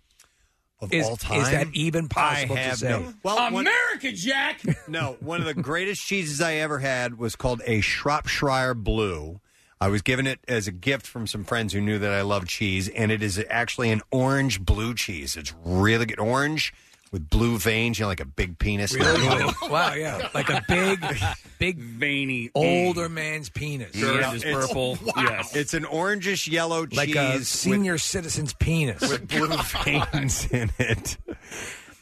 S5: Of
S4: is,
S5: all time?
S4: Is that even possible
S5: I have
S4: to say?
S5: no- Well, one-
S7: America Jack.
S5: [LAUGHS] No, one of the greatest cheeses I ever had was called a Shropshire Blue. I was given it as a gift from some friends who knew that I love cheese, and it is actually an orange blue cheese. It's really good, orange with blue veins, you know, like a big penis.
S4: [LAUGHS] wow, yeah, like a
S5: [LAUGHS]
S4: big, big
S7: veiny
S4: older man's penis.
S5: Yeah, it's- it's an orangish yellow cheese
S4: like a
S5: with-
S4: senior citizen's penis
S5: with blue
S4: [LAUGHS]
S5: veins in it.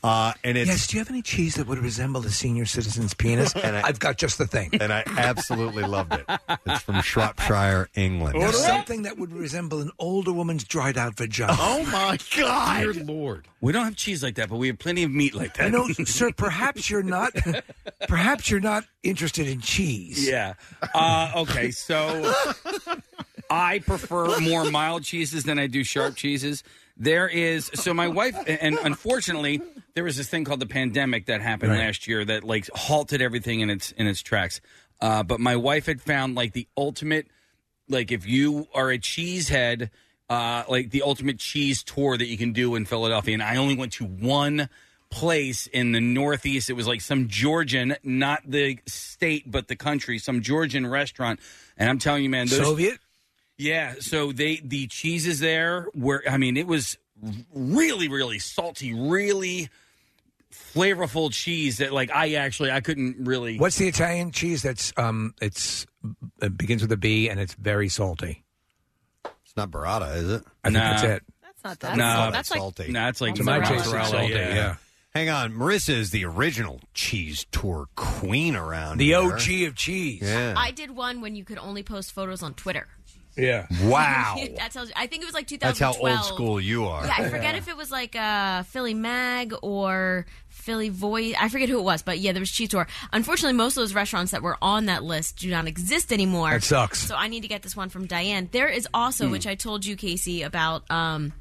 S5: Uh, and it's
S4: yes. Do you have any cheese that would resemble a senior citizen's
S5: [LAUGHS]
S4: penis?
S5: And I-
S4: I've got just the thing.
S5: and I absolutely loved it. It's from Shropshire, England.
S4: There's something that would resemble an older woman's dried out vagina.
S5: Oh,
S8: my
S4: God.
S8: Dear Lord!
S7: We don't have cheese like that, but we have plenty of meat like
S4: You
S7: that. [LAUGHS]
S4: know, sir, perhaps you're not, perhaps you're not interested in cheese.
S7: Yeah. Uh,
S4: [LAUGHS]
S7: okay, so I prefer more mild cheeses than I do sharp cheeses. There is so my wife and unfortunately there was this thing called the pandemic that happened last year that like halted everything in its in its tracks. Uh, but my wife had found like the ultimate like if you are a cheese head uh, like the ultimate cheese tour that you can do in Philadelphia and I only went to one place in the Northeast. It was like some Georgian, not the state, but the country, some Georgian restaurant. And I'm telling you, man, those,
S4: Soviet.
S7: Yeah, so they the cheeses there were. I mean, it was really, really salty, really flavorful cheese that like I actually I couldn't really.
S4: What's the Italian cheese that's um, it's it begins with a B and it's very salty.
S5: It's not burrata, is it?
S4: I think that's it.
S3: That's not
S7: that No, salty. that's like- no, it's like
S4: Tomato sauce is
S7: mozzarella,
S4: salty,
S7: yeah.
S4: yeah.
S5: Hang on, Marissa is the original cheese tour queen around
S4: The
S5: here.
S4: OG of cheese.
S5: Yeah.
S15: I did one when you could only post photos on Twitter. [LAUGHS]
S4: yeah.
S5: Wow.
S15: that tells you. I think it was like 2012.
S5: [LAUGHS] That's how old school you are.
S15: Yeah, I forget if it was like uh, Philly Mag or Philly Voice. I forget who it was, but yeah, there was Cheese Tour. Unfortunately, most of those restaurants that were on that list do not exist anymore.
S4: That sucks.
S15: So I need to get this one from Diane. There is also,
S4: Hmm.
S15: which I told you, Casey, about. Um,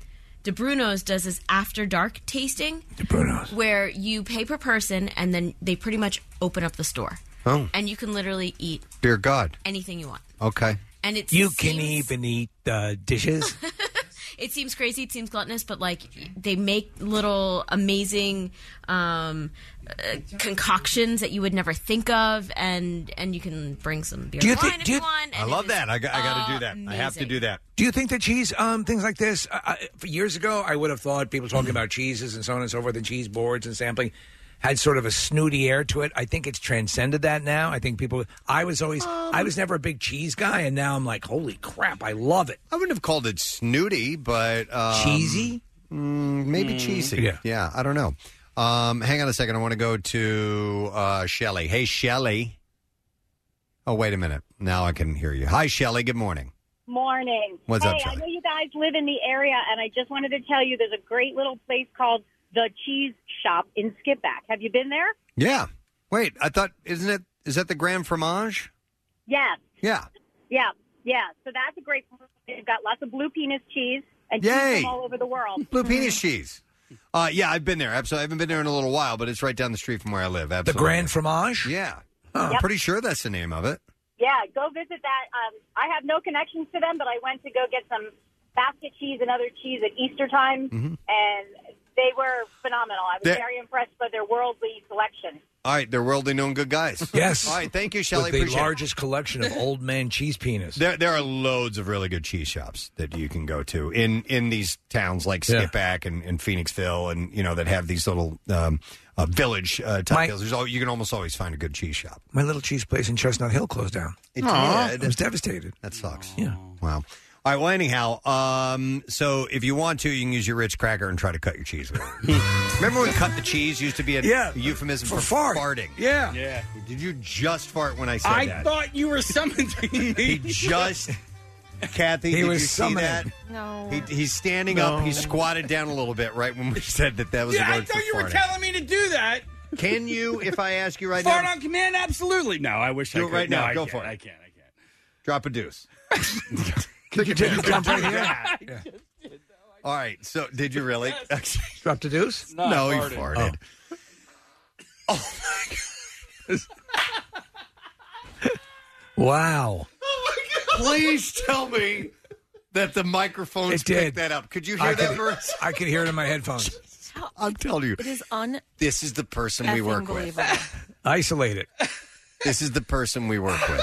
S15: DeBruno's does this after dark tasting. DeBruno's. Where you pay per person and then they pretty much open up the store.
S5: Oh.
S15: and you can literally eat
S5: Dear God.
S15: anything you want.
S5: Okay.
S15: And it's
S4: you can even eat uh, dishes.
S15: it seems crazy it seems gluttonous but like they make little amazing um, uh, concoctions that you would never think of and and you can bring some beer
S4: Do you
S15: and
S4: think-
S15: wine if
S4: do you-
S15: you want
S5: [LAUGHS] I love that. I, got- I got to do that. I have to
S15: amazing.
S5: do that.
S4: Do you think that cheese, um, things like this, uh, uh, for years ago, I would have thought people talking about cheeses and so on and so forth, and cheese boards and sampling, had sort of a snooty air to it. I think it's transcended that now. I think people. I was always, I
S5: Um.
S4: was never a big cheese guy, and now I'm like, holy crap, I love it.
S5: I wouldn't have called it snooty, but um,
S4: cheesy.
S5: Mm, maybe
S4: Mm.
S5: cheesy.
S4: Yeah.
S5: yeah. I don't know. Um, hang on a second. I want to go to uh, Shelly. Hey, Shelly. Oh, wait a minute. Now I can hear you. Hi, Shelly. Good morning.
S16: [LAUGHS] Morning.
S5: What's
S16: hey,
S5: up,
S16: I know you guys live in the area, and I just wanted to tell you there's a great little place called the Cheese Shop in Skipback. Have you been there?
S5: Yeah. Wait. I thought. Isn't it? Is that the Grand Fromage?
S16: Yes.
S5: Yeah.
S16: Yeah. Yeah. So that's a great place. They've got lots of blue penis cheese and
S5: Yay.
S16: cheese from all over the world.
S5: Blue penis cheese. Uh, yeah, I've been there. Absolutely, I haven't been there in a little while, but it's right down the street from where I live. Absolutely.
S4: Grand Fromage.
S5: Yeah. I'm
S16: Yep.
S5: pretty sure that's the name of it.
S16: Yeah, go visit that. Um, I have no connections to them, but I went to go get some basket cheese and other cheese at Easter time,
S5: Mm-hmm.
S16: and they were phenomenal. I was
S5: They're-
S16: very impressed by their worldly selection.
S5: All right, they're worldly known good guys.
S4: Yes.
S5: All right, thank you, Shelly.
S4: With the
S5: Appreciate it.
S4: largest collection of old man cheese penis.
S5: There, there are loads of really good cheese shops that you can go to in in these towns like
S4: Yeah.
S5: Skipback and, and Phoenixville, and you know that have these little um, uh, village uh, type deals. There's al- you can almost always find a good cheese shop.
S4: My little cheese place in Chestnut Hill closed down.
S5: It
S4: Aw.
S5: did.
S4: I was devastated.
S5: That sucks.
S4: Yeah.
S5: Wow. All right. Well, anyhow, um, so if you want to, you can use your Ritz cracker and try to cut your cheese with
S4: [LAUGHS]
S5: it. Remember when cut the cheese used to be a
S7: Yeah,
S5: euphemism for,
S7: for fart.
S5: farting?
S4: Yeah.
S7: Yeah.
S5: Did you just fart when I said
S7: I
S5: that?
S7: thought you were
S5: [LAUGHS]
S7: summoning me.
S5: He just, Kathy,
S7: He
S5: did
S7: was
S5: you see
S7: summoning.
S5: that?
S15: No.
S5: He, he's standing up. He squatted down a little bit right when we [LAUGHS] said that that was
S7: yeah,
S5: a
S7: I
S5: word for
S7: thought you were
S5: farting.
S7: telling me to do that.
S5: Can you, if I ask you right
S7: Fart
S5: now-
S7: on command? Absolutely. No, I wish I
S5: Do it
S7: could.
S5: right
S7: No,
S5: now.
S7: I
S5: Go
S7: can't.
S5: for it.
S7: I can't. I can't.
S5: Drop a
S7: [LAUGHS]
S5: deuce.
S4: Look at that. Jump right here.
S5: [LAUGHS] All right. So, did you really?
S7: [LAUGHS]
S5: [LAUGHS]
S4: Dropped a deuce?
S5: No, he farted.
S4: Wow. Oh.
S5: Please tell me that the microphones
S4: It did.
S5: picked that up. Could you hear
S4: I
S5: that,
S4: could-
S5: Marissa?
S4: I could hear it in my headphones.
S5: [LAUGHS] I'm telling you,
S3: It is un.
S5: this is the person we work with.
S4: Isolate it.
S5: [LAUGHS] This is the person we work with.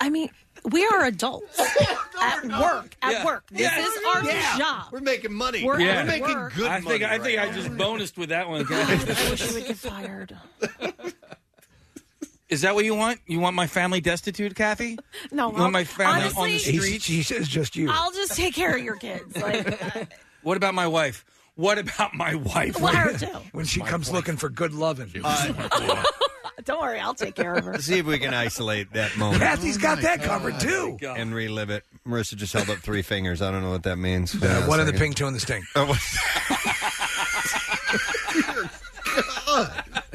S3: I mean, we are adults at work. At
S7: Yeah.
S3: work, this
S7: Yeah.
S3: is our
S7: Yeah.
S3: job.
S5: We're making money.
S3: We're,
S7: Yeah.
S3: at work.
S7: I think I think I just bonused with
S5: [LAUGHS]
S7: that one.
S3: I wish you would get fired.
S7: Is that what you want? You want my family destitute, Kathy?
S3: No,
S7: You want my family on the
S3: honestly-
S7: street?
S4: He says just you.
S3: I'll just take care of your kids. Like,
S7: What about my wife? What about my wife?
S3: Well,
S5: [LAUGHS]
S3: her too.
S4: When she comes looking for good loving.
S3: [LAUGHS] don't worry, I'll take care of her.
S5: Uh, See if we can isolate that moment.
S4: [LAUGHS] Kathy's got that
S12: Oh
S4: covered too.
S5: And relive it. Marissa just held up three fingers. I don't know what that means.
S4: Uh, one in the
S5: pink,
S4: pink, two in the stink.
S5: Oh, [LAUGHS]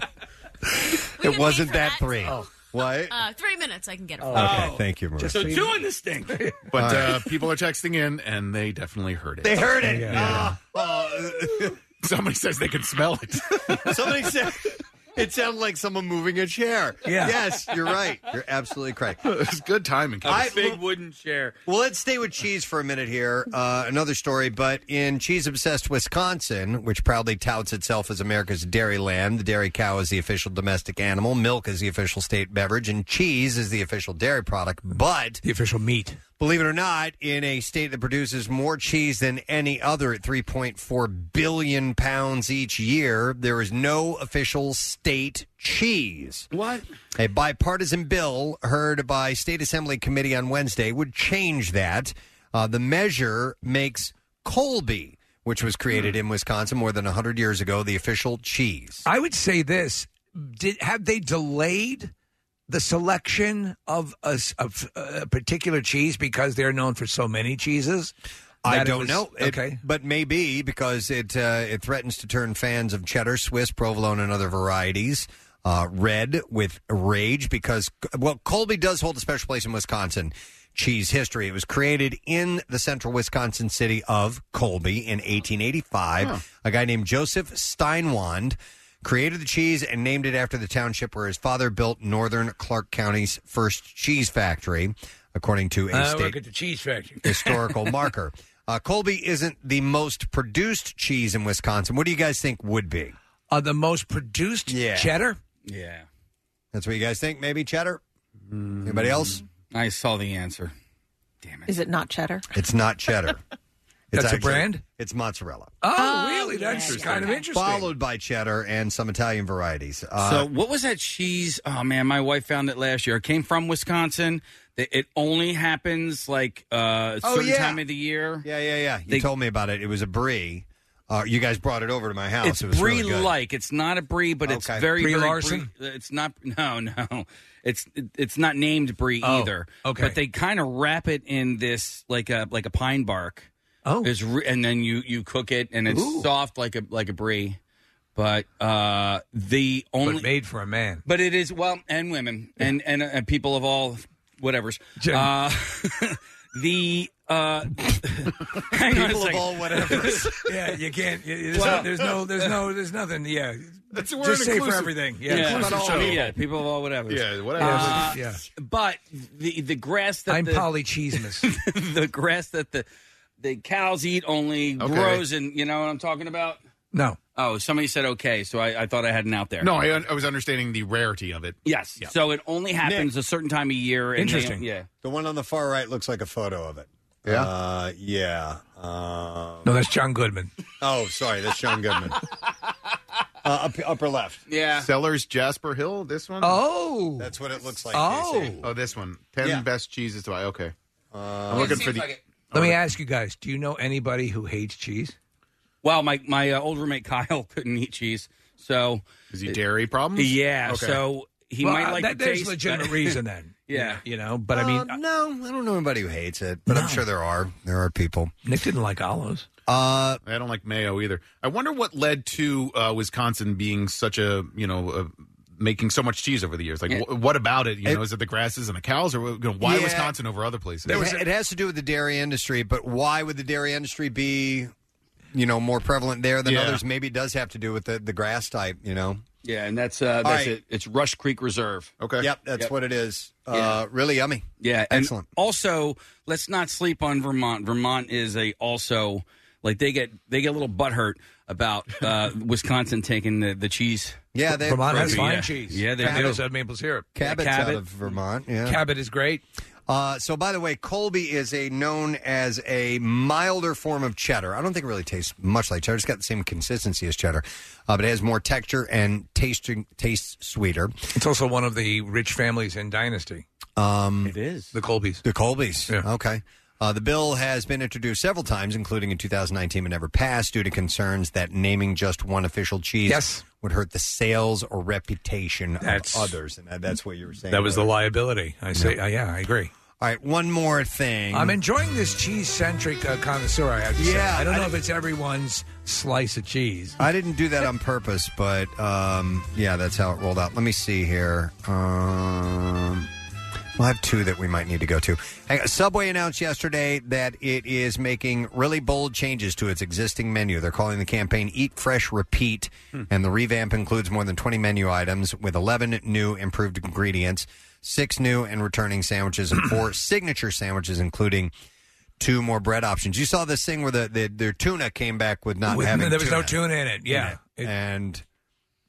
S5: it wasn't that three.
S4: Oh.
S5: [LAUGHS] What?
S15: uh, three minutes i can get it for you.
S5: Okay, thank you, Marissa.
S7: So two in this thing.
S8: But
S5: [LAUGHS] All right.
S8: uh, people are texting in, and they definitely heard it.
S5: They heard it.
S8: [LAUGHS]
S5: Uh,
S8: Somebody says they can smell it.
S5: Oh, somebody said it sounded like someone moving a chair.
S8: Yeah.
S5: Yes, you're right. You're absolutely correct.
S8: it's good timing.
S5: I-
S7: A big wooden chair.
S5: Well, let's stay with cheese for a minute here. Uh, another story, but in cheese obsessed Wisconsin, which proudly touts itself as America's dairy land, the dairy cow is the official domestic animal, milk is the official state beverage, and cheese is the official dairy product. But
S4: the official meat.
S5: Believe it or not, in a state that produces more cheese than any other at 3.4 billion pounds each year, there is no official state cheese.
S7: What?
S5: A bipartisan bill heard by State Assembly Committee on Wednesday would change that. Uh, the measure makes Colby, which was created in Wisconsin more than 100 years ago, the official cheese.
S4: Hmm. I would say this: Did have they delayed the selection of a, s- of uh, a particular cheese because they're known for so many cheeses?
S5: I
S4: That it
S5: don't
S4: was-
S5: know. It-
S4: okay,
S5: but maybe because it uh, it threatens to turn fans of cheddar, Swiss, provolone, and other varieties uh, red with rage because well, Colby does hold a special place in Wisconsin cheese history. It was created in the central Wisconsin city of Colby in 1885.
S7: Huh.
S5: A guy named Joseph Steinwand created the cheese and named it after the township where his father built northern Clark County's first cheese factory, according to a
S4: I
S5: state
S4: work Uh, at the cheese factory.
S5: [LAUGHS] historical
S4: [LAUGHS]
S5: marker. Uh, Colby isn't the most produced cheese in Wisconsin. What do you guys think would be?
S4: Uh, the most produced cheddar?
S7: Yeah.
S5: That's what you guys think? Maybe cheddar?
S4: Mm.
S5: Anybody else?
S7: I saw the answer.
S3: Is it not cheddar?
S5: It's not
S4: [LAUGHS]
S5: cheddar.
S4: That's a brand?
S5: It's mozzarella.
S4: Oh,
S3: Um,
S4: really? That's kind of interesting.
S5: Followed by cheddar and some Italian varieties. Uh,
S7: so what was that cheese? Oh man, my wife found it last year. It came from Wisconsin. It it only happens like uh, a
S5: Oh,
S7: certain
S5: yeah.
S7: time of the year.
S5: Yeah, yeah, yeah. You told me about it. It was a brie. Uh, you guys brought it over to my house.
S7: It's
S5: it was
S7: brie
S5: really good.
S7: like. It's not a brie, but it's
S5: Okay.
S7: very
S5: Brie
S7: very
S5: Larson?
S7: brie- uh, It's not [LAUGHS] no no. It's it- it's not named brie
S4: Oh,
S7: either.
S4: okay.
S7: but they kind of wrap it in this like a like a pine bark.
S4: Oh,
S7: it's re- and then you you cook it and it's
S4: Ooh.
S7: soft like a like a brie. But uh the only
S4: But made for a man.
S7: But it is well, and women, and and, uh, and people of all whatever's.
S4: [LAUGHS]
S7: Uh, the uh, hang on a
S4: People of
S7: second.
S4: all whatevers. [LAUGHS]
S7: [LAUGHS]
S4: yeah, you can't. you- you- There's,
S7: Well-
S4: no, there's no. There's [LAUGHS] no. There's nothing. Yeah.
S8: That's,
S7: we're
S4: Just
S7: an
S4: say for
S7: inclusive-
S4: everything. Yeah.
S7: Yeah. Inclusive About all show. people. Yeah, people of all whatever. Yeah, whatever.
S4: Yeah.
S7: Uh, But the the grass that
S4: I'm
S7: the,
S4: Polly Cheesemus.
S7: [LAUGHS] the grass that the the cows eat only
S4: Okay.
S7: grows, and you know what I'm talking about.
S4: No.
S7: Oh, somebody said okay, so I, I thought I had an out there.
S8: No, I, I was understanding the rarity of it.
S7: Yes. So it only happens a certain time of year. And they- yeah.
S5: The one on the far right looks like a photo of it.
S7: Yeah?
S5: Uh, yeah. Uh,
S4: no, that's John Goodman.
S5: Oh, sorry. That's
S8: [LAUGHS]
S5: John Goodman. uh, up, upper left.
S7: Yeah.
S8: Sellers Jasper Hill, this one?
S4: Oh.
S5: That's what it looks like.
S8: Oh. Oh, this one. 10
S4: Yeah.
S8: best cheeses to buy. Okay.
S5: Uh,
S8: I'm looking for the.
S4: Let me ask you guys: Do you know anybody who hates cheese?
S7: Well, my my uh, old roommate [LAUGHS] Kyle couldn't eat cheese, so
S8: is he dairy problems?
S7: Yeah,
S4: Okay.
S7: so he
S4: Well,
S7: might
S4: uh,
S7: like
S4: that-
S7: the
S4: there's
S7: taste, but- [LAUGHS]
S4: legitimate reason then.
S7: yeah,
S4: You know, but I mean,
S5: Uh, no, I don't know anybody who hates it, but I'm sure there are. There are people.
S4: Nick didn't like olives.
S5: Uh,
S8: I don't like mayo either. I wonder what led to uh, Wisconsin being such a, you know, uh, making so much cheese over the years. Like,
S5: Yeah.
S8: wh- what about it? You
S5: It-
S8: know, is it the grasses and the cows, or you know, why
S5: Yeah.
S8: Wisconsin over other places?
S5: It, ha- it has to do with the dairy industry, but why would the dairy industry be, you know, more prevalent there than
S7: Yeah.
S5: others? Maybe it does have to do with the, the grass type, you know.
S7: yeah, and that's uh, that's
S5: All right.
S7: it. It's Rush Creek Reserve.
S8: Okay,
S5: Yep, that's what it is. Uh,
S7: Yeah.
S5: Really yummy.
S7: Yeah, and
S5: excellent.
S7: Also, let's not sleep on Vermont. Vermont is a also like they get they get a little butthurt about uh, [LAUGHS] Wisconsin taking the the cheese.
S5: Yeah, they-
S4: Vermont has
S7: Trophy,
S4: fine
S7: yeah.
S4: cheese.
S7: Yeah, they
S4: Cabot
S7: do.
S4: has maple syrup.
S5: Cabot's
S4: Yeah,
S5: out of Vermont. Yeah.
S4: Cabot is great.
S5: Uh, so, by the way, Colby is a known as a milder form of cheddar. I don't think it really tastes much like cheddar. It's got the same consistency as cheddar, uh, but it has more texture and tasting tastes sweeter.
S4: It's also one of the rich families in Dynasty.
S5: Um,
S7: it is
S4: the Colbys.
S5: The Colbys. Okay. Uh, the bill has been introduced several times, including in 2019, but never passed due to concerns that naming just one official cheese would hurt the sales or reputation
S4: That's-
S5: of others. And that- that's what you were saying.
S4: That was the
S5: earlier.
S4: liability. I say,
S5: Yeah.
S4: uh, yeah, I agree.
S5: All right, one more thing.
S4: I'm enjoying this cheese-centric uh, connoisseur. I have to say.
S5: Yeah,
S4: I don't
S5: I
S4: know if it's everyone's slice of cheese.
S5: I didn't do that on purpose, but um, yeah, that's how it rolled out. Let me see here. Um, we'll have two that we might need to go to. Hang on. Subway announced yesterday that it is making really bold changes to its existing menu. They're calling the campaign Eat Fresh Repeat,
S4: Hmm.
S5: and the revamp includes more than 20 menu items with 11 new improved ingredients, six new and returning sandwiches, and
S4: [CLEARS THROAT]
S5: four signature sandwiches, including. Two more bread options. You saw this thing where the, the their tuna came back with not
S4: With-
S5: having
S4: there was
S5: tuna
S4: no tuna in it. Yeah,
S5: and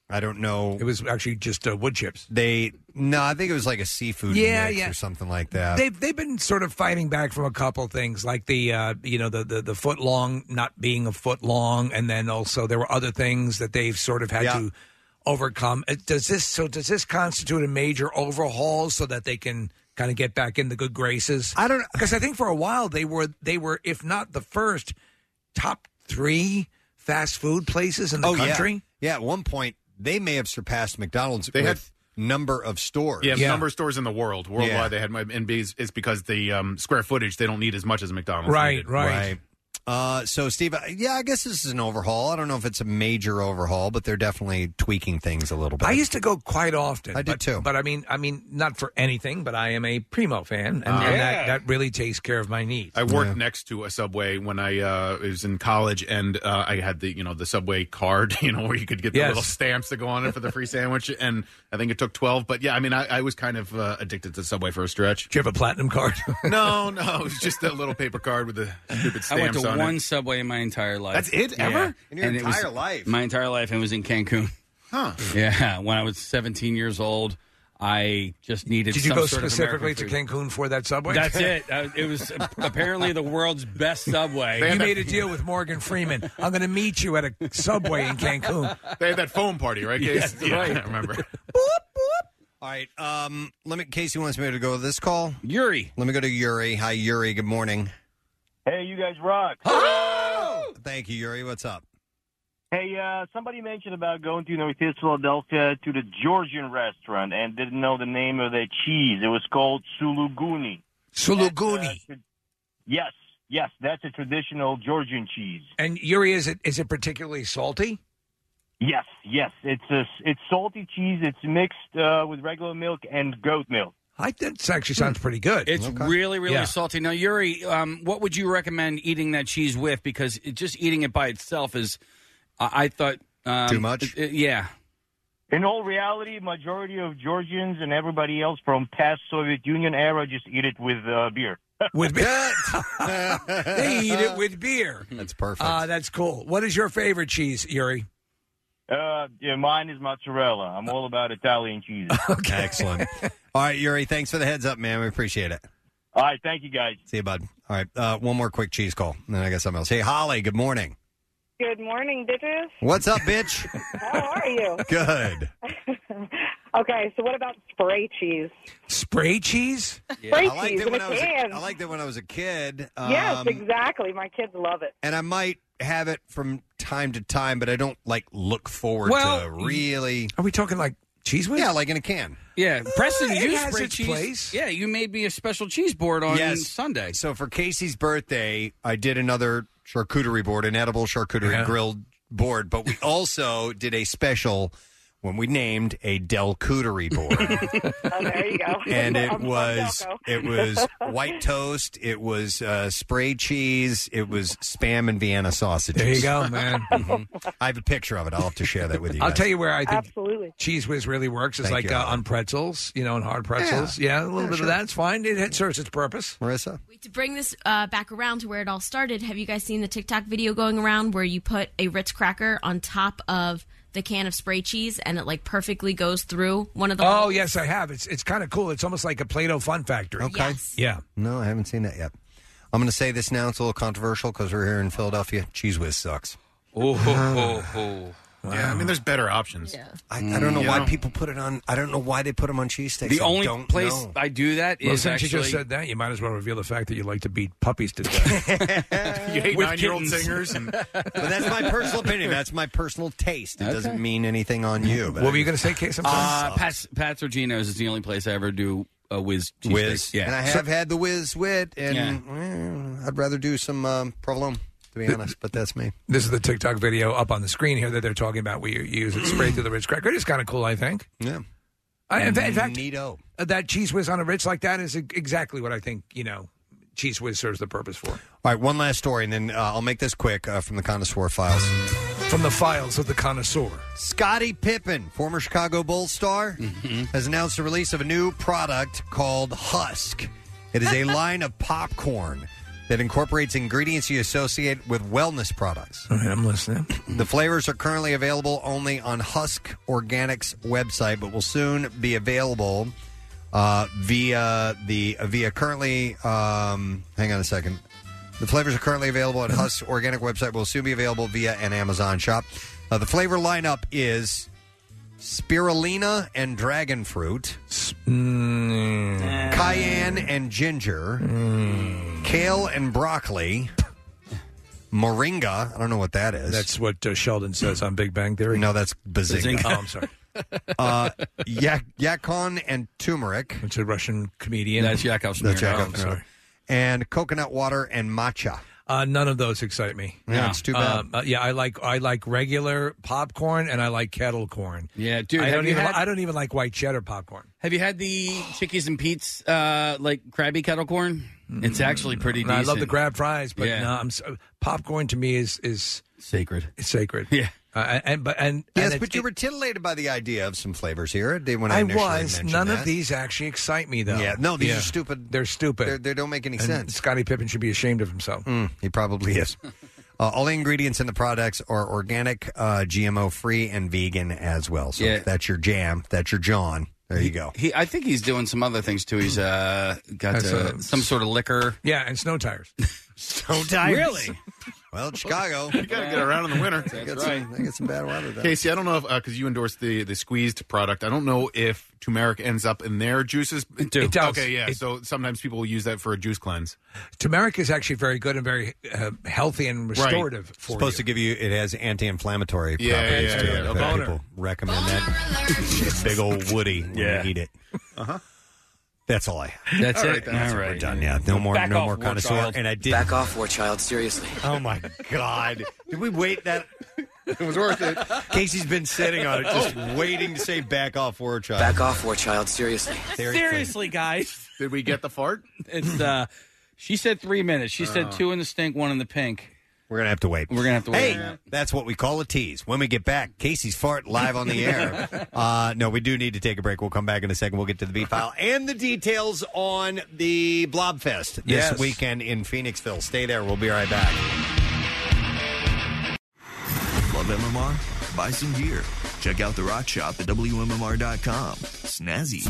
S5: I don't know. It
S4: was actually just uh, wood chips.
S5: They no, I think it was like a seafood
S4: Yeah,
S5: mix
S4: yeah.
S5: or something like that.
S4: They've they've been sort of fighting back from a couple things, like the uh, you know the, the the foot long not being a foot long, and then also there were other things that they've sort of had to overcome. Uh, Does this so? Does this constitute a major overhaul so that they can kind of get back in the good graces? I
S5: don't
S4: because I think for a while they were they were if not the first top three fast food places in the
S5: oh
S4: country.
S5: yeah, yeah. At one point, they may have surpassed McDonald's.
S8: They
S5: They
S8: had-
S5: with number of stores.
S8: Yeah, number of stores in the world, worldwide,
S5: Yeah.
S8: they had, and it's because the um, square footage they don't need as much as McDonald's.
S4: Right,
S8: needed.
S4: right.
S5: Uh, so, Steve, I- yeah, I guess this is an overhaul. I don't know if it's a major overhaul, but they're definitely tweaking things a little bit.
S4: I used to go quite often.
S5: I did
S4: but,
S5: too.
S4: But I mean, I mean, not for anything. But I am a Primo fan, and,
S8: Ah.
S4: and
S8: Yeah.
S4: that, that really takes care of my needs.
S8: I worked next to a subway when I uh, was in college, and uh, I had the you know the subway card, [LAUGHS] you know, where you could get the
S4: Yes.
S8: little stamps that go on it for
S4: [LAUGHS]
S8: the free sandwich. And I think it took twelve, but yeah, I mean, I, I was kind of uh, addicted to Subway for a stretch.
S4: Do you have a platinum card?
S8: [LAUGHS]
S4: [LAUGHS]
S8: no, no, it was just that little paper card with the stupid
S7: I went
S8: stamps
S7: to
S8: on
S7: one
S8: it.
S7: subway in my entire life.
S8: That's it? Ever? In your
S7: it was-
S8: entire life?
S7: My entire life, and it was
S8: [LAUGHS]
S7: in Cancun.
S8: Huh?
S7: Yeah, when I was 17 years old, I just needed.
S4: Did you
S7: some
S4: go
S7: sort of
S4: specifically to
S7: American
S4: Cancun for that subway?
S7: food. That's it. Uh, It was apparently the world's best subway.
S4: [LAUGHS] you made
S7: [LAUGHS]
S4: a deal with Morgan Freeman. I'm going to meet you at a subway in Cancun.
S8: They had that foam party,
S4: [LAUGHS]
S8: right?
S4: Yes,
S8: Casey? yeah,
S4: right.
S8: I
S5: [LAUGHS]
S8: remember.
S5: All right. Um, let me. Casey wants me to go to this call.
S7: Yuri.
S5: Let me go to Yuri. Hi, Yuri. Good morning.
S10: Hey, you guys rock. Oh!
S5: Thank you, Yuri. What's up?
S10: Hey, uh, somebody mentioned about going to Northeast Philadelphia to the Georgian restaurant and didn't know the name of their cheese. It was called suluguni.
S4: Suluguni.
S10: That's, uh, yes, yes, that's a traditional Georgian cheese.
S4: And Yuri, is it is it particularly salty?
S10: Yes, yes, it's a, it's salty cheese. It's mixed uh, with regular milk and goat milk.
S4: I think it actually sounds pretty good.
S7: It's really, really
S10: Yeah.
S7: salty. Now, Yuri, um, what would you recommend eating that cheese with? Because it, just eating it by itself is, I, I thought, um,
S10: Too much?
S7: it- it- yeah.
S10: In all reality, majority of Georgians and everybody else from past Soviet Union era just eat it with uh, beer. [LAUGHS]
S2: [LAUGHS]
S4: With beer, they eat it with beer.
S5: That's perfect.
S4: Uh, that's cool. What is your favorite cheese, Yuri?
S10: Uh, yeah, mine is mozzarella. I'm all about Italian
S4: [LAUGHS]
S10: cheese.
S5: okay. Excellent. [LAUGHS] All right, Yuri. Thanks for the heads up, man. We appreciate it.
S10: All right, thank you guys.
S5: See you, bud. All right. Uh, one more quick cheese call, and then I got something else. Hey, Holly. Good morning.
S17: Good morning, bitches.
S5: What's up,
S8: [LAUGHS]
S5: bitch?
S17: How are you?
S5: [LAUGHS] Good.
S17: [LAUGHS] okay, so what about spray cheese?
S4: Spray cheese?
S17: Spray
S5: I liked
S17: cheese
S5: it
S17: in
S5: when
S17: a
S5: I was.
S17: can.
S5: A, I liked it when I was a kid.
S17: yes,
S5: Um,
S17: exactly. My kids love it.
S5: And I might have it from time to time, but I don't like look forward
S7: Well,
S5: to really.
S4: Are we talking like cheese whiz?
S5: Yeah, like in a can.
S7: Yeah,
S4: Uh,
S7: Preston,
S5: it
S7: you
S5: has
S7: spray
S5: its
S7: cheese.
S5: place.
S7: Yeah, you made me a special cheese board on
S5: Yes.
S7: Sunday.
S5: So for Casey's birthday, I did another charcuterie board, an edible charcuterie
S7: Yeah.
S5: grilled board, but we also did a special when we named a Del Cootery board.
S17: [LAUGHS] Oh, there you
S4: [LAUGHS]
S17: go.
S5: and it
S17: I'm from
S5: was
S17: Delco.
S5: it was white toast, it was uh, spray cheese, it was spam and Vienna sausages.
S4: There you go, man.
S5: Mhm. [LAUGHS] I have a picture of it. I'll have to share that with you.
S4: I'll
S5: guys.
S4: tell you where I think
S17: Absolutely.
S4: cheese whiz really works. It's
S5: Thank
S4: like
S5: you.
S4: uh, on pretzels, you know, and hard pretzels. Yeah, a little
S5: Yeah,
S4: bit
S5: sure.
S4: of that's fine. It, it serves its purpose.
S5: Marissa,
S15: To bring this uh, back around to where it all started, have you guys seen the TikTok video going around where you put a Ritz cracker on top of the can of spray cheese and it like perfectly goes through one of the?
S4: Oh yes, I have. It's it's kind of cool. It's almost like a Play-Doh Fun Factory.
S5: Okay.
S4: Yeah.
S5: No, I haven't seen that yet. I'm going to say this now. It's a little controversial because we're here in Philadelphia. Cheese Whiz sucks.
S7: Oh, ho, ho.
S8: Yeah, I mean, there's better options.
S5: I, I don't know
S8: You
S5: why people put it on. I don't know why they put them on cheesesteaks.
S4: The
S5: I
S4: only
S5: don't
S4: place
S5: know.
S7: I do that
S4: Well, since you just said that, you might as well reveal the fact that you like to beat puppies to death. [LAUGHS]
S8: You hate
S4: With
S8: nine-year-old
S4: kittens.
S8: singers,
S4: [LAUGHS]
S8: and
S5: but that's my personal opinion. That's my personal taste. It doesn't mean anything on you.
S4: What were you going to say, Case? I'm sorry.
S7: Uh, Pat's, Pat's or Gino's is the only place I ever do a whiz. cheese
S5: Whiz.
S7: steak. Yeah,
S5: And I have had the whiz wit, and eh, I'd rather do some um, provolone, to be honest. But that's me.
S4: This is the TikTok video up on the screen here that they're talking about. where you use it sprayed through the Ritz cracker. It is kind of cool, I think.
S5: Yeah.
S4: I, in, fa- in fact,
S5: Neato.
S4: uh, that cheese whiz on a Ritz like that is e- exactly what I think. You know, cheese whiz serves the purpose for.
S5: All right, one last story, and then uh, I'll make this quick uh, from the Connoisseur Files.
S4: From the files of the Connoisseur.
S5: Scottie Pippen, former Chicago Bulls star,
S4: Mm-hmm.
S5: has announced the release of a new product called Husk. It is a line of popcorn that incorporates ingredients you associate with wellness products.
S4: All right, I'm listening.
S5: The flavors are currently available only on Husk Organics website, but will soon be available uh, via the uh, via currently. Um, hang on a second. The flavors are currently available at Husk Organic website. Will soon be available via an Amazon shop. Uh, the flavor lineup is spirulina and dragon fruit,
S4: Mm.
S5: cayenne and ginger, kale and broccoli, moringa. I don't know what that is.
S4: That's what uh, Sheldon says on Big Bang Theory.
S5: No, that's bazinga.
S4: Oh, I'm
S12: [LAUGHS]
S4: sorry.
S5: [LAUGHS] uh, yak, yakon and turmeric.
S4: It's a Russian comedian.
S7: That's Yakov
S5: That's
S7: Smirnoff.
S5: Yakov
S7: I'm sorry.
S5: Smirnoff. And coconut water and matcha.
S4: Uh, none of those excite me.
S7: Yeah, it's too bad.
S4: Um, uh, yeah, I like I like regular popcorn and I like kettle corn.
S7: Yeah, dude.
S4: I
S7: have
S4: don't
S7: you
S4: even
S7: had-
S4: I don't even like white cheddar popcorn.
S7: Have you had the Chickies and Pete's uh, like Krabby kettle corn? Mm. It's actually pretty.
S4: And I
S7: decent.
S4: love the crab fries, but
S7: Yeah.
S4: no, I'm so, popcorn to me is is
S7: sacred.
S4: It's sacred.
S7: Yeah.
S4: Uh, and but and
S5: Yes,
S4: and it-
S5: but you were titillated by the idea of some flavors here did- when I,
S4: I
S5: initially
S4: was.
S5: mentioned
S4: None of
S5: that.
S4: these actually excite me, though.
S5: Yeah, no, these
S4: Yeah.
S5: are stupid.
S4: They're stupid.
S5: They're, they don't make any
S4: And
S5: sense. Mm,
S4: Scottie Pippen should be ashamed of himself.
S5: he probably
S7: [LAUGHS]
S5: is. Uh, all the ingredients in the products are organic, uh, GMO free, and vegan as well. So
S7: Yeah.
S5: if that's your jam. That's your John. There you go.
S7: He, I think he's doing some other things too. He's uh, got
S5: That's,
S7: uh,
S5: uh,
S7: some sort of liquor.
S4: Yeah, and snow tires.
S5: [LAUGHS] snow
S7: tires? Really?
S5: [LAUGHS] Well, Chicago.
S8: You gotta get around in the
S5: [LAUGHS]
S8: winter.
S5: They got some, they got some bad weather. Though.
S8: Casey, I don't know if because you endorsed the the squeezed product, I don't know if turmeric ends up in their juices.
S4: It does.
S8: Okay, yeah.
S4: It-
S8: so sometimes people will use that for a juice cleanse.
S4: Turmeric is actually very good and very uh, healthy and restorative for
S5: supposed to give you. It has anti-inflammatory
S4: Yeah,
S5: properties
S4: yeah,
S5: to
S4: yeah,
S5: it.
S4: yeah.
S5: I've had
S4: Boner.
S5: People recommend that. [LAUGHS] Big old Woody when you eat it. Uh
S4: Uh-huh.
S5: huh. That's all I have.
S7: That's All right, it? then.
S5: That's
S7: All
S5: it. We're
S7: right.
S5: done. Yeah. No more.
S7: Back
S5: no
S7: off,
S5: more
S7: war
S5: connoisseur.
S7: child.
S5: And I did.
S7: Back
S5: off, war child. Seriously. [LAUGHS] Oh
S7: [LAUGHS]
S5: my God. Did we wait that?
S8: It was worth it.
S5: Casey's been sitting on it, just
S7: Oh.
S5: waiting to say "back off, war child." Back off, war child. Seriously.
S7: Seriously, guys.
S8: Did we get the fart?
S7: It's uh, she said three minutes. She said
S5: Oh.
S7: two in the stink, one in the pink.
S5: We're gonna have to wait. We're
S7: gonna have to wait.
S5: Hey, that's what we call a tease. When we get back, Casey's fart live on the
S7: [LAUGHS]
S5: air. uh, no, we do need to take a break. We'll come back in a second. We'll get to the B file and the details on the Blobfest this
S18: Yes.
S5: weekend in Phoenixville. Stay there. We'll be right back.
S19: Love MMR? Buy some gear. Check out the rock shop at WMMR.com. Snazzy.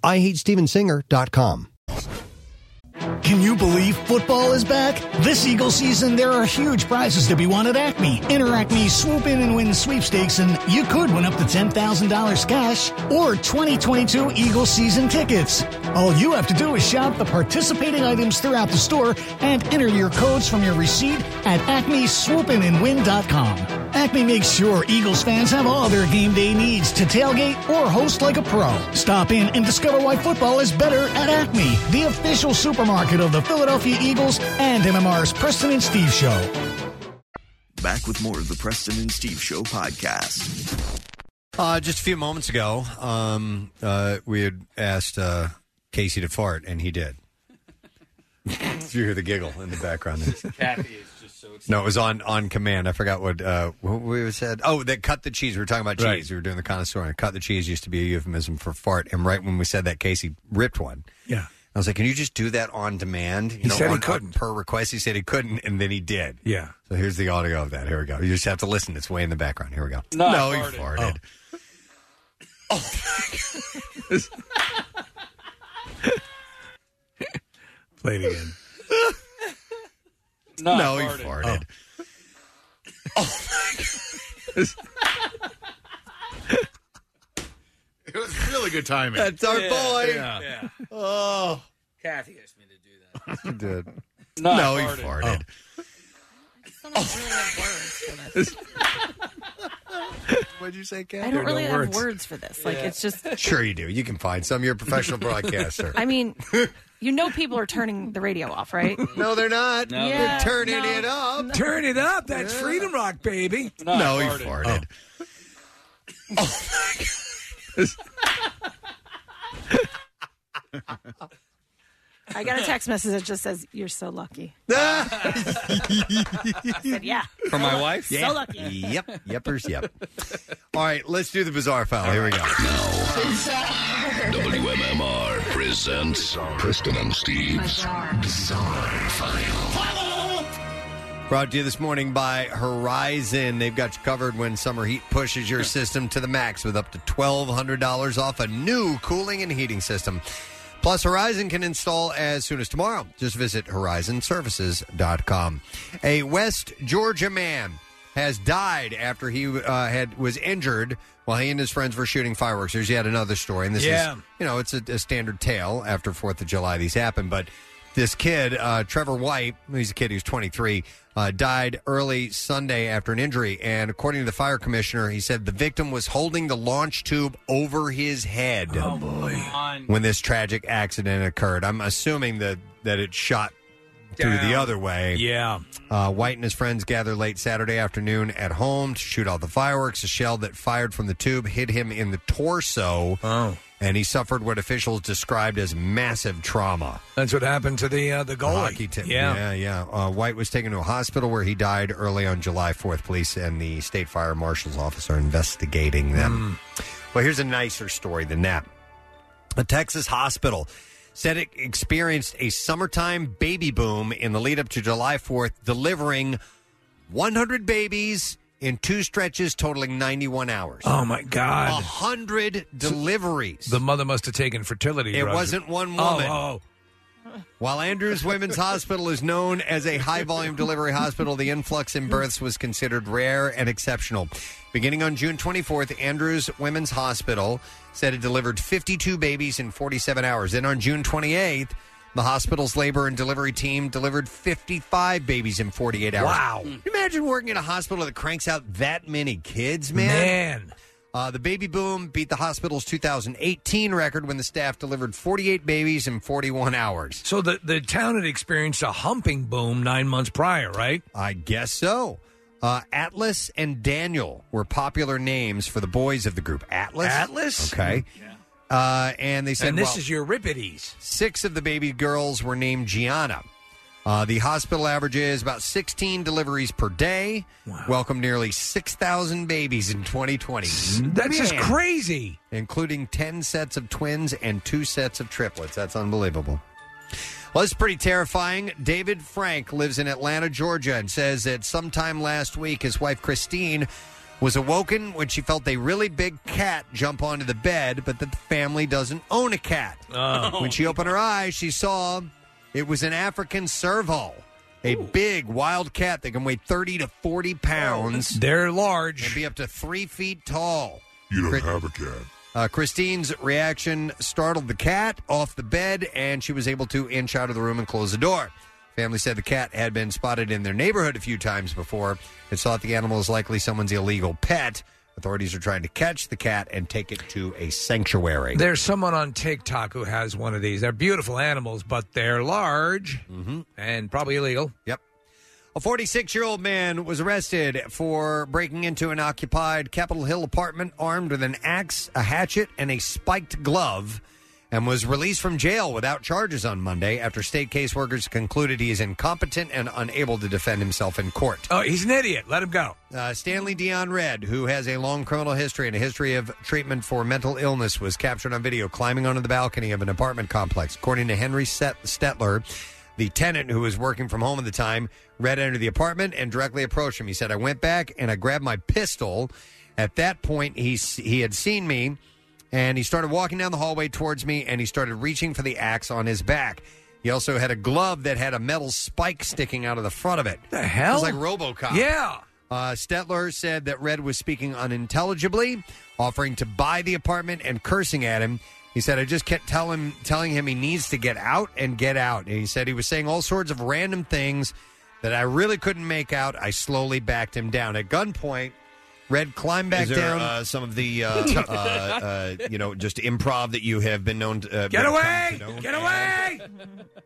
S2: IHateStevensinger.com.
S20: Can you believe football is back? This Eagle season, there are huge prizes to be won at Acme. Enter Acme's Swoop In and Win sweepstakes, and you could win up to $10,000 cash or 2022 Eagle season tickets. All you have to do is shop the participating items throughout the store and enter your codes from your receipt at acmeswoopinandwin.com. Acme makes sure Eagles fans have all their game day needs to tailgate or host like a pro. Stop in and discover why football is better at Acme, the official supermarket of the Philadelphia Eagles and MMR's Preston and Steve Show.
S19: Back with more of the Preston and Steve Show podcast.
S5: Uh, just a few moments ago, um, uh, we had asked uh, Casey to fart, and he did. [LAUGHS] you hear the giggle in the
S2: [LAUGHS]
S5: background. There.
S7: Kathy is just so excited.
S5: No, it was on on command. I forgot what uh, what we said. Oh, that cut the cheese. We were talking about cheese.
S7: Right.
S5: We were doing the connoisseur, and cut the cheese used to be a euphemism for fart. And right when we said that, Casey ripped one.
S4: Yeah.
S5: I was like, "Can you just do that on demand?" You
S4: He said he
S5: on- on-
S4: couldn't.
S5: per request. He said he couldn't, and then he did.
S4: Yeah.
S5: So here's the audio of that. Here we go. You just have to listen. It's way in the background. Here we go.
S4: No, I
S5: he
S4: farted.
S5: farted.
S4: Play it again.
S5: No, No, I he farted. farted.
S8: It was really good timing.
S7: That's our Yeah, boy.
S8: Yeah.
S7: yeah.
S8: [LAUGHS]
S5: Oh,
S7: Kathy asked me
S5: He did.
S7: No, I
S5: no he
S7: farted.
S8: Oh.
S5: farted.
S4: Oh.
S12: [LAUGHS]
S5: What'd you say, Kat?
S3: I don't really have words for this. Like,
S5: Yeah.
S3: it's just.
S5: [LAUGHS] Sure, you do. You can find some. You're a
S3: [LAUGHS]
S5: professional broadcaster. [LAUGHS]
S3: I mean, you know, people are turning the radio off, right?
S5: No, they're not.
S3: No,
S5: They're turning it up.
S4: Turn it up. That's Freedom Rock, baby. Oh,
S5: No, No, I he farted. farted.
S3: I got a text message that just says, "You're
S5: [LAUGHS]
S3: so lucky." [LAUGHS] I said, "Yeah."
S7: From my wife?
S3: So
S5: Yeah.
S3: lucky.
S5: Yep. Yeppers. Yep. All right. Let's do the bizarre file. Here we go.
S1: WMMR presents Preston and Steve's Bizarre, File.
S5: Brought to you this morning by Horizon. They've got you covered when summer heat pushes your system to the max with up to $1,200 off a new cooling and heating system. Plus, Horizon can install as soon as tomorrow. Just visit horizonservices.com. A West Georgia man has died after he uh, had was injured while he and his friends were shooting fireworks. There's yet another story, and this
S4: Yeah.
S5: is you know it's a, a standard tale after Fourth of July. These happen, but this kid, uh, Trevor White, he's a kid who's 23, uh, died early Sunday after an injury. And according to the fire commissioner, he said the victim was holding the launch tube over his head when this tragic accident occurred. I'm assuming that that it shot through the
S4: Down.
S5: other way.
S4: Yeah.
S5: Uh, White and his friends gather late Saturday afternoon at home to shoot all the fireworks. A shell that fired from the tube hit him in the torso. And he suffered what officials described as massive trauma.
S4: That's what happened to the uh, the goalie.
S5: Hockey tip. yeah, yeah. Uh, White was taken to a hospital where he died early on July 4th. Police and the state fire marshal's office are investigating them.
S4: Hmm.
S5: Well, here's a nicer story than that. A Texas hospital said it experienced a summertime baby boom in the lead up to July 4th, delivering 100 babies in two stretches totaling 91 hours.
S4: Oh my God!
S5: 100 deliveries.
S4: The mother must have taken fertility.
S5: It
S4: drugs.
S5: wasn't one
S4: Oh,
S5: woman.
S4: oh.
S5: While Andrews Women's Hospital is known as a high volume delivery hospital, the influx in births was considered rare and exceptional. Beginning on June 24th, Andrews Women's Hospital said it delivered 52 babies in 47 hours. Then on June 28th, the hospital's labor and delivery team delivered 55 babies in 48 hours.
S4: Wow.
S5: Imagine working in a hospital that cranks out that many kids, man.
S4: Man.
S5: Uh, the baby boom beat the hospital's 2018 record when the staff delivered 48 babies in 41 hours.
S4: So the the town had experienced a humping boom nine months prior, right?
S5: I guess so. Uh, Atlas and Daniel were popular names for the boys of the group. Atlas?
S4: Atlas?
S5: Okay. Uh, and they said,
S4: and this
S5: well,
S4: is Euripides.
S5: Six of the baby girls were named Gianna. Uh, the hospital averages about 16 deliveries per day. Welcomed nearly 6,000 babies in 2020.
S4: That's just
S5: Man.
S4: crazy.
S5: Including 10 sets of twins and two sets of triplets. That's unbelievable. Well, it's pretty terrifying. David Frank lives in Atlanta, Georgia, and says that sometime last week his wife Christine was awoken when she felt a really big cat jump onto the bed, but that the family doesn't own a cat.
S4: Oh.
S5: When she opened her eyes, she saw it was an African serval, a big wild cat that can weigh 30 to 40 pounds.
S4: Oh, They're large.
S5: And be up to three feet tall.
S1: You don't
S5: Crit-
S1: have a cat.
S5: uh, Christine's reaction startled the cat off the bed, and she was able to inch out of the room and close the door. Family said the cat had been spotted in their neighborhood a few times before and thought the animal is likely someone's illegal pet. Authorities are trying to catch the cat and take it to a sanctuary.
S4: There's someone on TikTok who has one of these. They're beautiful animals, but they're large and probably illegal.
S5: Mm-hmm. Yep. A 46 year old man was arrested for breaking into an occupied Capitol Hill apartment armed with an axe, a hatchet, and a spiked glove, and was released from jail without charges on Monday after state caseworkers concluded he is incompetent and unable to defend himself in court.
S4: Oh, he's an idiot. Let him go.
S5: Uh, Stanley Dion Red, who has a long criminal history and a history of treatment for mental illness, was captured on video climbing onto the balcony of an apartment complex. According to Henry Set- Stetler, the tenant who was working from home at the time, Red entered the apartment and directly approached him. He said, I went back and I grabbed my pistol. At that point, he, s- he had seen me and he started walking down the hallway towards me and he started reaching for the axe on his back. He also had a glove that had a metal spike sticking out of the front of it. The
S4: hell?
S5: It was like RoboCop.
S4: Yeah.
S5: Uh, Stetler said that Red was speaking unintelligibly, offering to buy the apartment and cursing at him. He said, "I just kept telling telling him he needs to get out and get out." And he said he was saying all sorts of random things that I really couldn't make out. I slowly backed him down at gunpoint. Red climbed
S2: Is
S5: back
S2: there,
S5: down.
S2: uh, some of the
S4: [LAUGHS]
S2: uh, uh, uh, you know just improv that you have been known to uh,
S5: Get
S2: been
S5: away!
S2: come to know?
S4: Get away!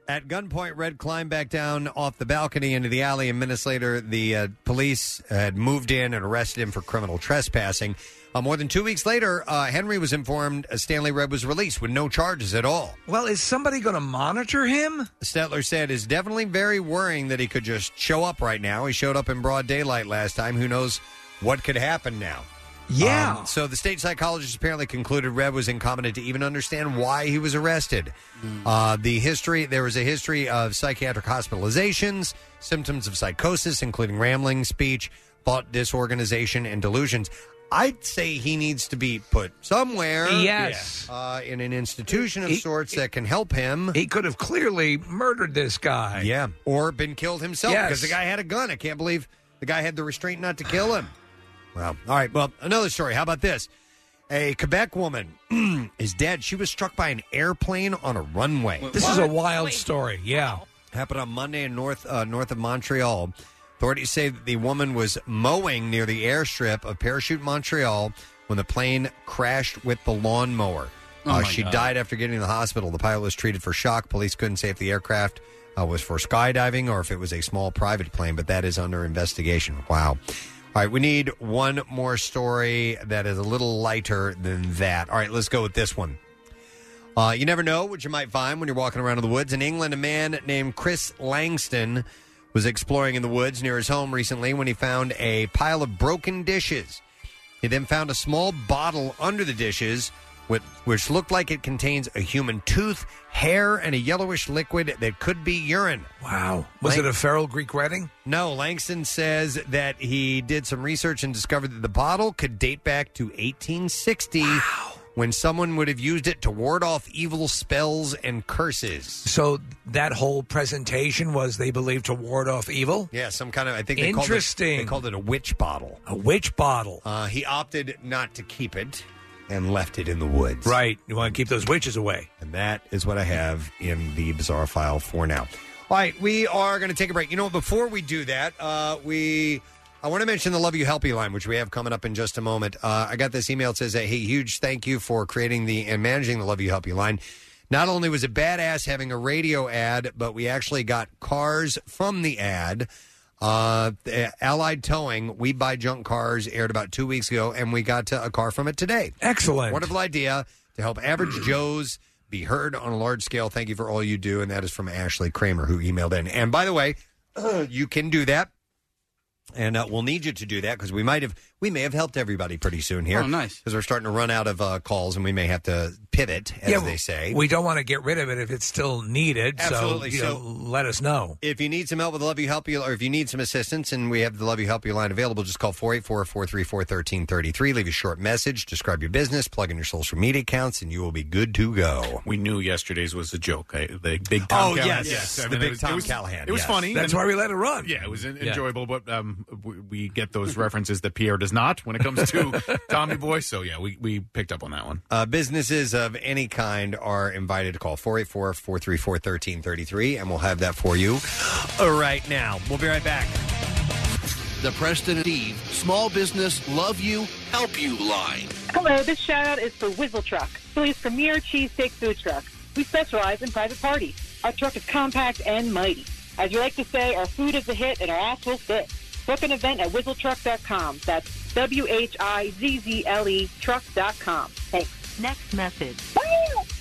S5: At gunpoint, Red climbed back down off the balcony into the alley, and minutes later, the uh, police had moved in and arrested him for criminal trespassing. Uh, more than two weeks later, uh, Henry was informed uh, Stanley Red was released with no charges at all.
S4: Well, is somebody going to monitor him?
S5: Stetler said, "It's definitely very worrying that he could just show up right now. He showed up in broad daylight last time. Who knows what could happen now?"
S4: Yeah.
S5: Um, so the state psychologist apparently concluded Red was incompetent to even understand why he was arrested.
S4: Hmm.
S5: Uh, the history there was a history of psychiatric hospitalizations, symptoms of psychosis, including rambling, speech, thought disorganization, and delusions. I'd say he needs to be put somewhere.
S4: Yes.
S5: Uh, in an institution of
S4: He-
S5: sorts that can help him.
S4: He could have clearly murdered this guy.
S5: Yeah. Or been killed himself
S4: Yes.
S5: because the guy had a gun. I can't believe the guy had the restraint not to kill him. Wow. All right. Well, another story. How about this? A Quebec woman [CLEARS THROAT] is dead. She was struck by an airplane on a runway.
S4: This is a wild story. Yeah.
S5: Happened on Monday in north uh, north of Montreal. Authorities say that the woman was mowing near the airstrip of Parachute Montreal when the plane crashed with the lawnmower.
S18: Oh,
S5: Uh,
S18: my
S5: she
S18: God.
S5: died after getting to the hospital. The pilot was treated for shock. Police couldn't say if the aircraft uh, was for skydiving or if it was a small private plane, but that is under investigation. Wow. All right, we need one more story that is a little lighter than that. All right, let's go with this one. Uh, you never know what you might find when you're walking around in the woods. In England, a man named Chris Langston was exploring in the woods near his home recently when he found a pile of broken dishes. He then found a small bottle under the dishes, with, which looked like it contains a human tooth, hair, and a yellowish liquid that could be urine.
S4: Wow. Was it a feral Greek wedding?
S5: No, Langston says that he did some research and discovered that the bottle could date back to 1860 when someone would have used it to ward off evil spells and curses.
S4: So that whole presentation was they believed to ward off evil.
S5: Yeah, some kind of I think they called it-
S4: interesting.
S5: they called it a witch bottle.
S4: A witch bottle.
S5: Uh, he opted not to keep it and left it in the woods.
S4: Right. You want to keep those witches away.
S5: And that is what I have in the bizarre file for now. All right, we are going to take a break. You know, what, before we do that, uh, we I want to mention the Love You Help You line, which we have coming up in just a moment. Uh, I got this email that says, "Hey, huge thank you for creating the and managing the Love You Help You line. Not only was it badass having a radio ad, but we actually got cars from the ad." Uh, Allied Towing, we buy junk cars, aired about two weeks ago, and we got to a car from it today.
S4: Excellent.
S5: Wonderful idea to help
S4: [CLEARS THROAT]
S5: average Joes be heard on a large scale. Thank you for all you do. And that is from Ashley Kramer, who emailed in. And by the way, [CLEARS THROAT] you can do that. And uh, we'll need you to do that because we might have we may have helped everybody pretty soon here.
S4: Oh, nice.
S5: Because we're starting to run out of uh, calls, and we may have to pivot, as they say.
S4: We don't want to get rid of it if it's still needed.
S5: Absolutely.
S4: So, you know,
S5: So-
S4: let us know.
S5: If you need some help with the Love You Help You, or if you need some assistance, and we have the Love You Help You line available, just call 484 434 1333. Leave a short message, describe your business, plug in your social media accounts, and you will be good to go.
S8: We knew yesterday's was a joke. I, the big Tom
S5: Oh,
S8: Callahan.
S5: yes, the
S8: I mean,
S5: big
S8: it was,
S5: Tom
S8: it was,
S5: Callahan,
S8: It was
S5: yes.
S8: funny.
S5: That's why we let it run.
S8: Yeah, it was en-
S5: Yeah.
S8: enjoyable, but um, we, we get those references that Pierre does not when it comes [LAUGHS] to Tommy Boy. So, yeah, we, we picked up on that one.
S5: Uh, businesses of any kind are invited to call 484 434 1333, and we'll have that for you uh, right now. We'll be right back.
S1: The Preston and Steve Small Business Love You Help You line.
S17: Hello, this shout out is for Whizzle Truck, Philly's premier cheesesteak food truck. We specialize in private parties. Our truck is compact and mighty. As we like to say, our food is a hit and our ass will fit. Book an event at whizzletruck.com. That's W H I Z Z L E truck.com.
S7: [LAUGHS]
S17: Thanks. Next message.
S21: [LAUGHS]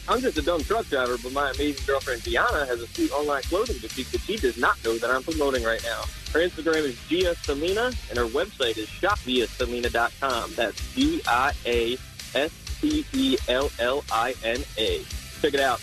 S21: I'm just a dumb truck driver, but my amazing girlfriend Gianna has a sweet online clothing boutique that she does not know that I'm promoting right now. Her Instagram is Gia Selena, and her website is shopviaselena.com. That's E G-I-A-S-T-E-L-L-I-N-A. Check it out.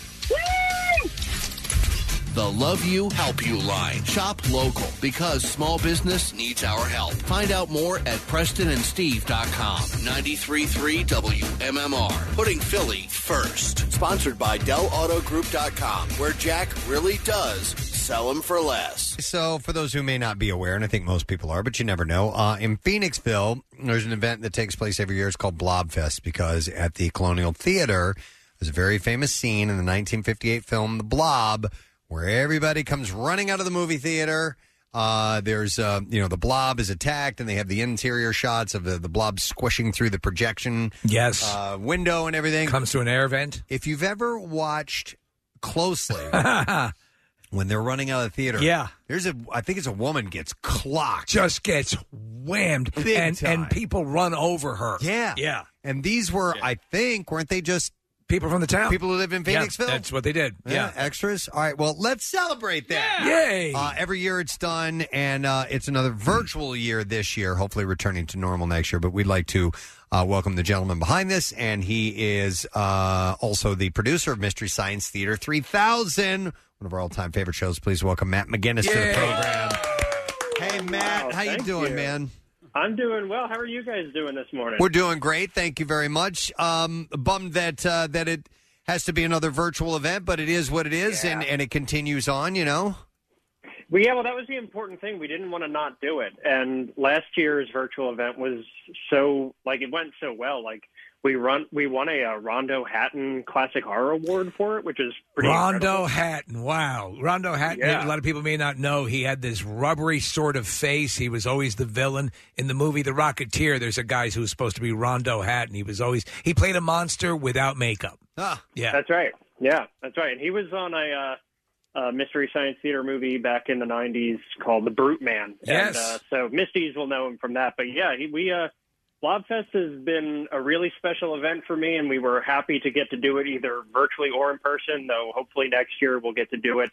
S1: The Love You Help You line. Shop local because small business needs our help. Find out more at PrestonandSteve.com. 93.3 WMMR. Putting Philly first. Sponsored by DellAutoGroup.com, where Jack really does sell them for less.
S5: So, for those who may not be aware, and I think most people are, but you never know, uh, in Phoenixville, there's an event that takes place every year. It's called Blobfest because at the Colonial Theater, there's a very famous scene in the 1958 film The Blob where everybody comes running out of the movie theater. Uh, there's, uh, you know, the blob is attacked, and they have the interior shots of the, the blob squishing through the projection
S4: Yes.
S5: uh, window and everything.
S4: Comes to an air vent.
S5: If you've ever watched
S4: [LAUGHS]
S5: closely when they're running out of the theater,
S4: Yeah.
S5: there's a I think it's a woman gets clocked,
S4: just gets whammed,
S5: Big
S4: and
S5: time.
S4: and people run over her.
S5: Yeah,
S4: yeah.
S5: And these were, I think, weren't they just
S4: people from the town,
S5: people who live in
S4: Yeah,
S5: Phoenixville?
S4: that's what they did. Yeah.
S5: extras. All right, well, let's celebrate that.
S4: Yeah. Yay!
S5: Uh, every year it's done, and uh, it's another virtual year this year. Hopefully, returning to normal next year. But we'd like to uh, welcome the gentleman behind this, and he is uh, also the producer of Mystery Science Theater 3000, one of our all-time favorite shows. Please welcome Matt McGinnis to the program. Hey, Matt, how you doing, man?
S18: I'm doing well. How are you guys doing this morning?
S5: We're doing great. Thank you very much. Um, bummed that uh, that it has to be another virtual event, but it is what it is, and, and it continues on. You know.
S18: Well, yeah, well, that was the important thing. We didn't want to not do it. And last year's virtual event was so like it went so well. Like we run, we won a uh, Rondo Hatton Classic Horror Award for it, which is pretty.
S4: Rondo Hatton. Wow. Rondo Hatton,
S18: Yeah.
S4: a lot of people may not know, he had this rubbery sort of face. He was always the villain. In the movie The Rocketeer, there's a guy who's supposed to be Rondo Hatton. He was always, he played a monster without makeup. Yeah.
S18: That's right. Yeah, that's right. And he was on a, uh, uh mystery science theater movie back in the '90s called The Brute Man. And,
S4: Yes.
S18: uh, so Misties will know him from that. But yeah, he, we uh, Blobfest has been a really special event for me, and we were happy to get to do it either virtually or in person. Though hopefully next year we'll get to do it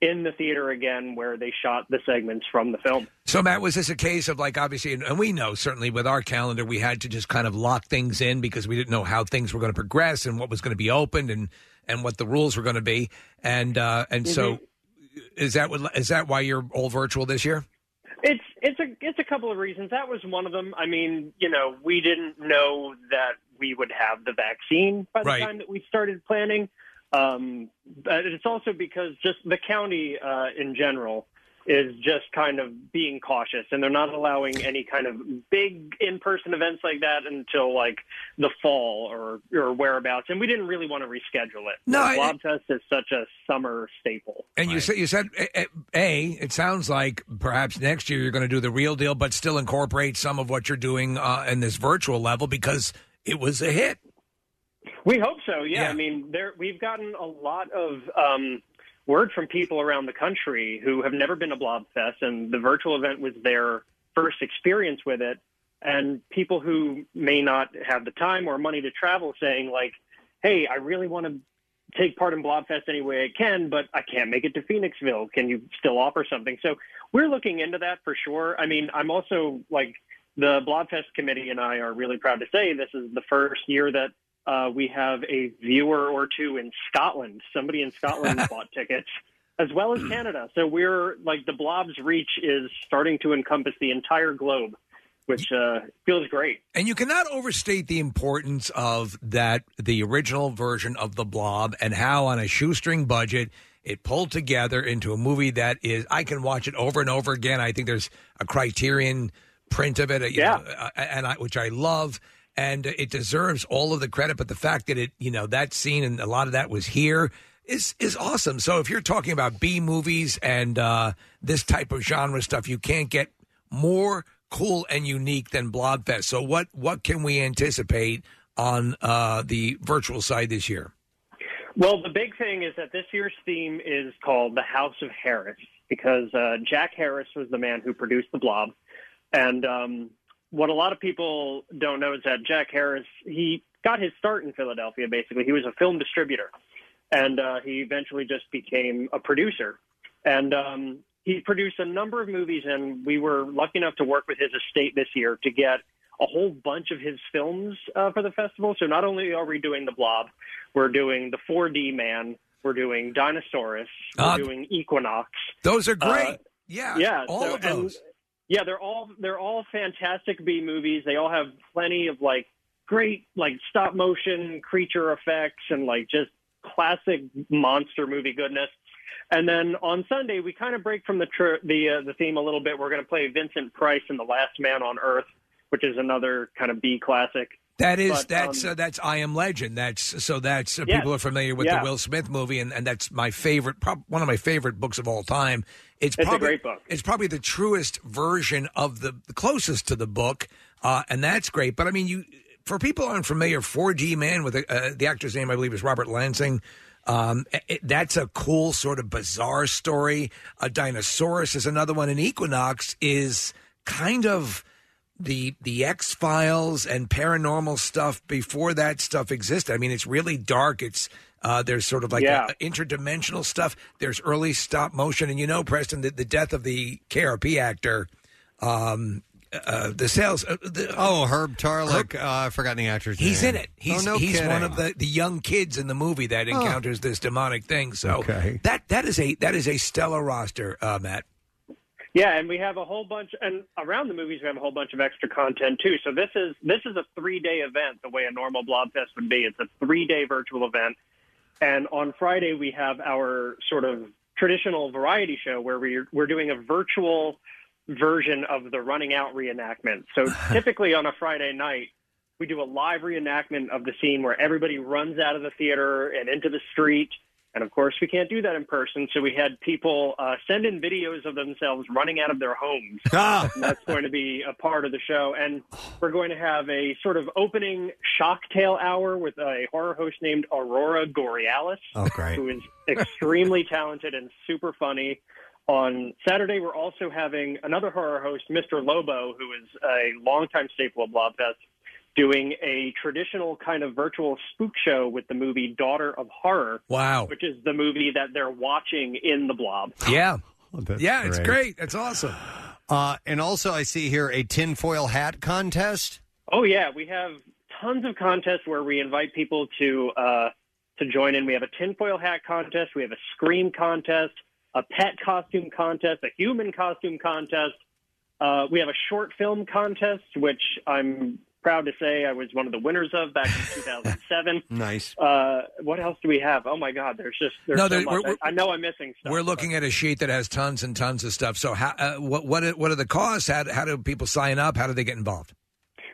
S18: in the theater again, where they shot the segments from the film.
S4: So, Matt, was this a case of like obviously, and, and we know certainly with our calendar, we had to just kind of lock things in because we didn't know how things were going to progress and what was going to be opened and and what the rules were going to be, and uh, and so is that what is that why you're all virtual this year?
S18: It's it's a it's a couple of reasons. That was one of them. I mean, you know, we didn't know that we would have the vaccine by the
S22: Right.
S18: time that we started planning. Um, but it's also because just the county uh, in general is just kind of being cautious, and they're not allowing any kind of big in-person events like that until like the fall or or whereabouts. And we didn't really want to reschedule it.
S4: No, I-
S18: Blob test is such a summer staple.
S4: And you said you said a, a. It sounds like perhaps next year you're going to do the real deal, but still incorporate some of what you're doing uh, in this virtual level because it was a hit.
S18: We hope so. Yeah, I mean, there we've gotten a lot of um, word from people around the country who have never been to Blobfest, and the virtual event was their first experience with it. And people who may not have the time or money to travel, saying like, "Hey, I really want to take part in Blobfest any way I can, but I can't make it to Phoenixville. Can you still offer something? So we're looking into that for sure. I mean, I'm also like the Blobfest committee and I are really proud to say this is the first year that uh, we have a viewer or two in Scotland. Somebody in Scotland bought tickets. As well as Canada, so we're like the blob's reach is starting to encompass the entire globe, which uh, feels great.
S4: And you cannot overstate the importance of that the original version of the Blob and how on a shoestring budget it pulled together into a movie that is I can watch it over and over again. I think there's a Criterion print of it, uh, yeah, and I, which I love. And it deserves all of the credit, but the fact that it, you know, that scene and a lot of that was here is is awesome. So if you're talking about B movies and uh, this type of genre stuff, you can't get more cool and unique than Blobfest. So what what can we anticipate on uh, the virtual side this year?
S18: Well, the big thing is that this year's theme is called the House of Harris because uh, Jack Harris was the man who produced the Blob, and um, what a lot of people don't know is that Jack Harris he got his start in Philadelphia. Basically, he was a film distributor, and uh, he eventually just became a producer. And um, he produced a number of movies, and we were lucky enough to work with his estate this year to get a whole bunch of his films uh, for the festival. So not only are we doing The Blob, we're doing The 4D Man, we're doing Dinosaurus, we're
S4: Uh,
S18: doing Equinox.
S4: Those are great.
S18: Uh,
S4: yeah,
S18: yeah,
S4: all
S18: so-
S4: of those.
S18: and- yeah, they're all they're all fantastic B movies. They all have plenty of like great like stop motion creature effects and like just classic monster movie goodness. And then on Sunday we kind of break from the tr- the uh, the theme a little bit. We're going to play Vincent Price in The Last Man on Earth, which is another kind of B classic.
S4: That is
S18: But,
S4: that's
S18: um,
S4: uh, that's I Am Legend. That's so that's uh,
S18: Yes.
S4: people are familiar with
S18: Yeah.
S4: the Will Smith movie, and, and that's my favorite, prob- one of my favorite books of all time. It's,
S18: It's a
S4: probably,
S18: great book.
S4: It's probably the truest version of the, the closest to the book, uh, and that's great. But I mean, you for people who aren't familiar, 4D Man with the, uh, the actor's name I believe is Robert Lansing. Um, it- that's a cool sort of bizarre story. A Dinosaurus is another one, and Equinox is kind of the the X Files and paranormal stuff before that stuff existed. I mean, it's really dark. It's uh, there's sort of like
S18: Yeah.
S4: a- interdimensional stuff. There's early stop motion, and you know, Preston, the, the death of the KRP actor, um, uh, the sales. Uh, the,
S5: Oh, Herb Tarlick. uh, I've forgotten the actor's name.
S4: He's in it. He's,
S5: oh, no
S4: he's
S5: kidding.
S4: one of the, the young kids in the movie that
S5: Oh.
S4: encounters this demonic thing. So that that is a that is a stellar roster, uh, Matt.
S18: Yeah, and we have a whole bunch, and around the movies we have a whole bunch of extra content too. So this is this is a three day event, the way a normal Blobfest would be. It's a three day virtual event, and on Friday we have our sort of traditional variety show where we're we're doing a virtual version of the running out reenactment. So typically on a Friday night we do a live reenactment of the scene where everybody runs out of the theater and into the street. And of course, we can't do that in person. So we had people uh, send in videos of themselves running out of their
S2: [LAUGHS]
S18: homes.
S2: Ah.
S18: And that's going to be a part of the show. And we're going to have a sort of opening shock tale hour with a horror host named Aurora Gorialis,
S2: Oh, great.
S18: who is extremely talented and super funny. On Saturday, we're also having another horror host, Mr. Lobo, who is a longtime staple of Blobfest, doing a traditional kind of virtual spook show with the movie Daughter of Horror.
S4: Wow.
S18: Which is the movie that they're watching in the blob.
S4: Yeah.
S2: That's
S4: Oh, yeah, it's great. That's awesome.
S5: Uh, and also, I see here a tinfoil hat contest.
S18: Oh yeah, we have tons of contests where we invite people to uh, to join in. We have a tinfoil hat contest, we have a scream contest, a pet costume contest, a human costume contest. Uh, we have a short film contest, which I'm proud to say I was one of the winners of back in
S4: [LAUGHS]
S18: 2007.
S5: Nice.
S18: Uh, what else do we have? Oh my God, there's just there's
S4: No,
S18: so
S4: there-
S18: much.
S4: we're- we're-
S18: I, I know I'm missing stuff.
S4: We're looking at a sheet that has tons and tons of stuff. So, how, uh, what what are, what are the costs? How, how do people sign up? How do they get involved?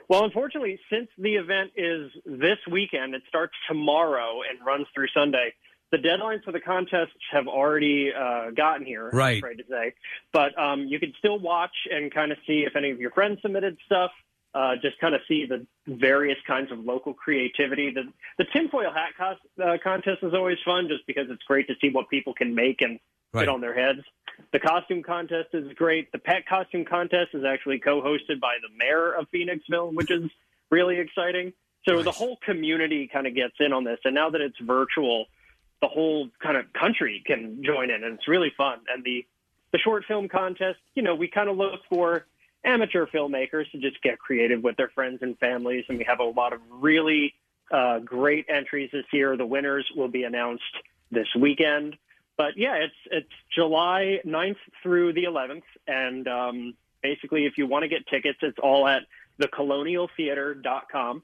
S18: Well, unfortunately, since the event is this weekend, it starts tomorrow and runs through Sunday. The deadlines for the contests have already uh, gotten here.
S4: Right.
S18: I'm afraid to say, but um, you can still watch and kind of see if any of your friends submitted stuff. Uh, just kind of see the various kinds of local creativity. The the tinfoil hat cost, uh, contest is always fun, just because it's great to see what people can make and
S4: Right.
S18: get on their heads. The costume contest is great. The pet costume contest is actually co-hosted by the mayor of Phoenixville, which is really exciting. So the whole community kind of gets in on this, and now that it's virtual, the whole kind of country can join in, and it's really fun. And the the short film contest, you know, we kind of look for amateur filmmakers to just get creative with their friends and families, and we have a lot of really uh, great entries this year. The winners will be announced this weekend. But yeah, it's it's July 9th through the 11th, and um, basically, if you want to get tickets, it's all at thecolonialtheater.com,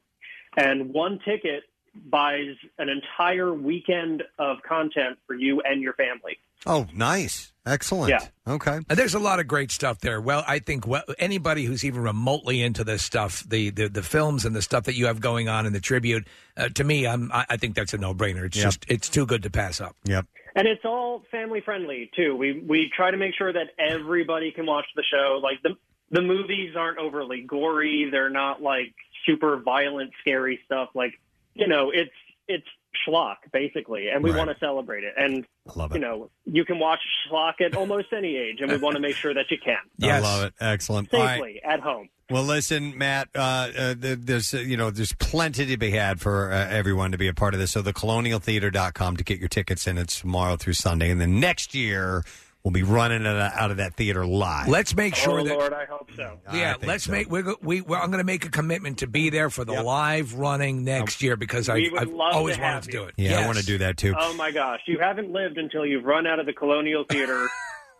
S18: and one ticket buys an entire weekend of content for you and your family.
S5: Oh, nice. Excellent.
S18: Yeah.
S5: Okay.
S4: And there's a lot of great stuff there. Well, I think well, anybody who's even remotely into this stuff, the, the the films and the stuff that you have going on and the tribute, uh, to me, I'm, I, I think that's a no brainer. It's
S5: Yep.
S4: just it's too good to pass up.
S5: Yep.
S18: And it's all family friendly too. We we try to make sure that everybody can watch the show. Like the the movies aren't overly gory. They're not like super violent, scary stuff. Like you know, it's it's schlock basically, and we
S5: Right.
S18: want to celebrate it. And
S5: love
S18: you know, you can watch schlock at almost any age, and we want to make sure that you can
S5: I love it. Excellent. [LAUGHS] All right.
S18: safely at home.
S5: Well, listen, Matt. Uh, uh, th- there's uh, you know there's plenty to be had for uh, everyone to be a part of this. So the colonialtheater.com to get your tickets in. It's tomorrow through Sunday, and then next year we'll be running it out of that theater live.
S4: Let's make sure
S18: oh
S4: that
S18: Lord, I hope so.
S4: Yeah, let's make we're, go- we we I'm going to make a commitment to be there for the live running next year because I
S18: We would
S4: I've
S18: love
S4: always
S18: to
S4: wanted
S18: have
S4: to
S18: you.
S4: do it.
S5: Yeah, I
S4: Yes.
S5: want to do that too.
S18: Oh my gosh, you haven't lived until you've run out of the Colonial
S5: [LAUGHS]
S18: Theater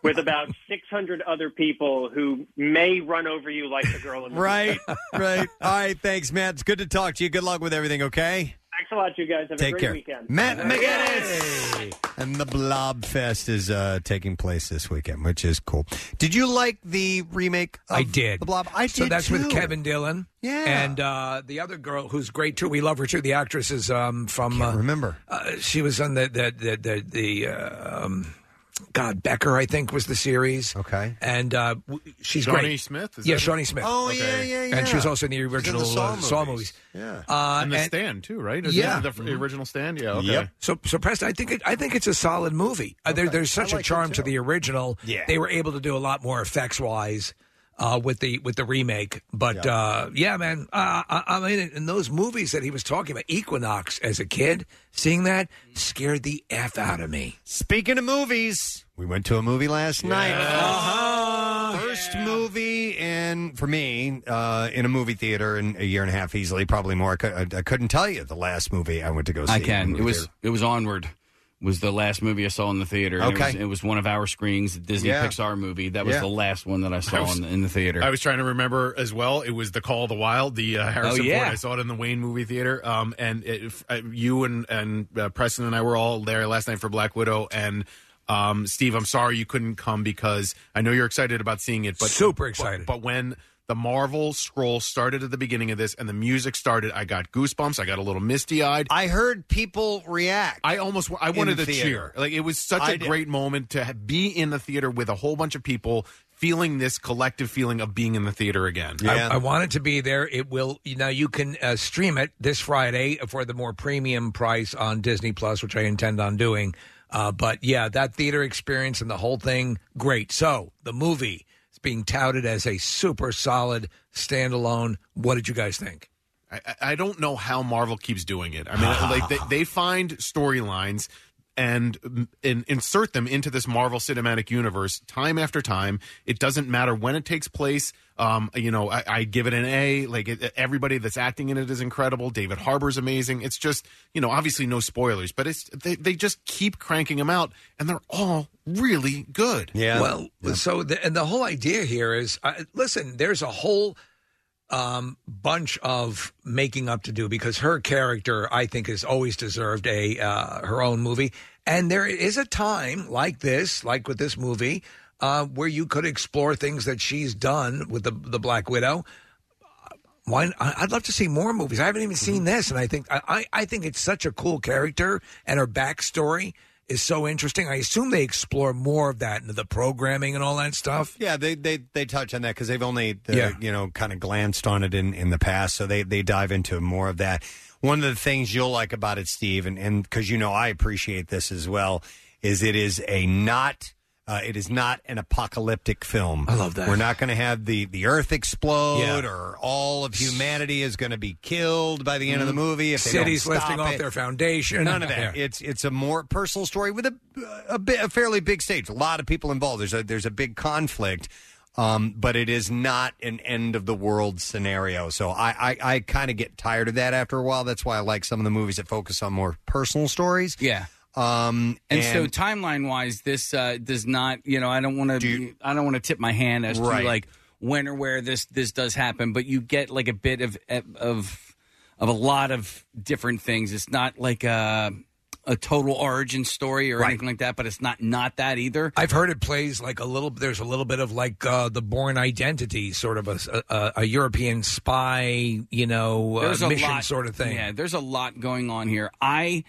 S18: with about 600 other people who may run over you like the girl in the
S5: Right, right. [LAUGHS] All right, thanks, Matt. It's good to talk to you. Good luck with everything. Okay.
S18: Thanks a lot, you guys. Have a
S5: Take
S18: great
S5: care.
S18: weekend.
S5: Matt McGinnis. And the Blob Fest is uh, taking place this weekend, which is cool. Did you like the remake? Of
S4: I did.
S5: The Blob. I
S4: so
S5: did
S4: that's
S5: too.
S4: with Kevin Dillon.
S5: Yeah.
S4: And uh, the other girl who's great too. We love her too. The actress is um, from. uh,
S5: remember.
S4: Uh, she was on the the the the, the uh, um, God Becker, I think, was the series.
S5: Okay.
S4: And uh, w- she's
S8: Shawnee
S4: great.
S8: Smith, is
S4: yeah,
S8: that her?
S4: Shawnee Smith.
S8: Oh, yeah, Okay. yeah,
S4: And she
S8: yeah.
S4: was also in the
S8: She's in the
S4: original
S8: Saw
S4: uh, Saw
S8: movies.
S4: movies.
S8: Yeah.
S4: Uh,
S8: And Mm-hmm. The Stand, too, right? Isn't
S4: Yeah,
S8: that the f- original Stand. Yeah. Okay.
S4: So, so Preston, I think it, I think it's a solid movie. Uh, there, there's such a charm to the original.
S8: Yeah.
S4: they were able to do a lot more effects wise uh, with the with the remake. But yeah, uh, yeah man, uh, I, I mean, in those movies that he was talking about, Equinox as a kid, seeing that scared the f out of me.
S5: Speaking of movies, we went to a movie last night.
S4: Uh-huh.
S5: First movie in for me uh, in a movie theater in a year and a half, easily, probably more. I, cou- I, I couldn't tell you the last movie I went to go see.
S7: I
S5: in a
S7: can.
S5: movie
S7: It was
S5: theater.
S7: it was onward was the last movie I saw in the theater. and
S8: Okay.
S7: It was, it was one of our screenings, the Disney
S8: Yeah.
S7: Pixar movie. That was
S8: Yeah.
S7: the last one that I saw
S8: I was-
S7: in, the, in the theater.
S8: I was trying to remember as well. It was the Call of the Wild, the uh, Harrison
S7: Oh, yeah.
S8: Ford. I saw it in the Wayne movie theater. Um, and it, f- uh, you and and uh, Preston and I were all there last night for Black Widow. And um, Steve, I'm sorry you couldn't come because I know you're excited about seeing it. But
S4: Super
S8: but-
S4: excited.
S8: But, when the Marvel scroll started at the beginning of this and the music started, I got goosebumps. I got a little misty eyed.
S5: I heard people react.
S8: I almost I
S5: in
S8: wanted
S5: the
S8: to
S5: theater.
S8: cheer. Like it was such
S5: I
S8: a
S5: did.
S8: great moment to ha- be in the theater with a whole bunch of people feeling this collective feeling of being in the theater again.
S4: I, I want it to be there. It will now. You can uh, stream it this Friday for the more premium price on Disney Plus, which I intend on doing. Uh, but yeah, that theater experience and the whole thing, great. So the movie is being touted as a super solid standalone. What did you guys think?
S8: I, I- I don't know how Marvel keeps doing it. I mean, like they, they find storylines and, mm, and insert them into this Marvel Cinematic Universe time after time. It doesn't matter when it takes place. Um, you know, I, I give it an A. Like it, everybody that's acting in it is incredible. David Harbour's amazing. It's just you know, obviously no spoilers, but it's they, they just keep cranking them out, and they're all really good.
S4: Well, so the, and the whole idea here is, uh, listen, there's a whole um, bunch of making up to do because her character, I think, has always deserved a uh, her own movie. And there is a time like this, like with this movie, uh, where you could explore things that she's done with the the Black Widow. Why? I- I'd love to see more movies. I haven't even
S5: Mm-hmm.
S4: seen this, and I think I, I I think it's such a cool character, and her backstory is so interesting. I assume they explore more of that into the programming and all that stuff.
S5: Yeah, they they they touch on that because they've only uh,
S4: Yeah.
S5: you know kind of glanced on it in in the past, so they they dive into more of that. One of the things you'll like about it, Steve, and and because you know I appreciate this as well, is it is a not. Uh, it is not an apocalyptic film. I love
S4: that.
S5: We're not going to have the, the Earth explode
S4: Yeah.
S5: or all of humanity is going to be killed by the end of the movie. If they don't
S4: Mm-hmm. Cities lifting
S5: stop
S4: off
S5: it.
S4: their foundation.
S5: None of that.
S4: Yeah.
S5: It's it's a more personal story with a a, bi- a fairly big stage. A lot of people involved. There's a there's a big conflict, um, but it is not an end of the world scenario. So I I, I kind of get tired of that after a while. That's why I like some of the movies that focus on more personal stories.
S7: Yeah.
S5: Um,
S7: and, so timeline wise, this uh, does not. You know, I don't want to. I don't want to tip my hand as
S5: Right.
S7: to like when or where this this does happen. But you get like a bit of e, of of a lot of different things. It's not like a a total origin story or anything like that. But it's not not that either.
S4: I've heard it plays like a little. There's a little bit of like uh, the Born Identity, sort of a, a, a European spy, you know, uh, mission sort of thing.
S7: Yeah, there's a lot going on here. I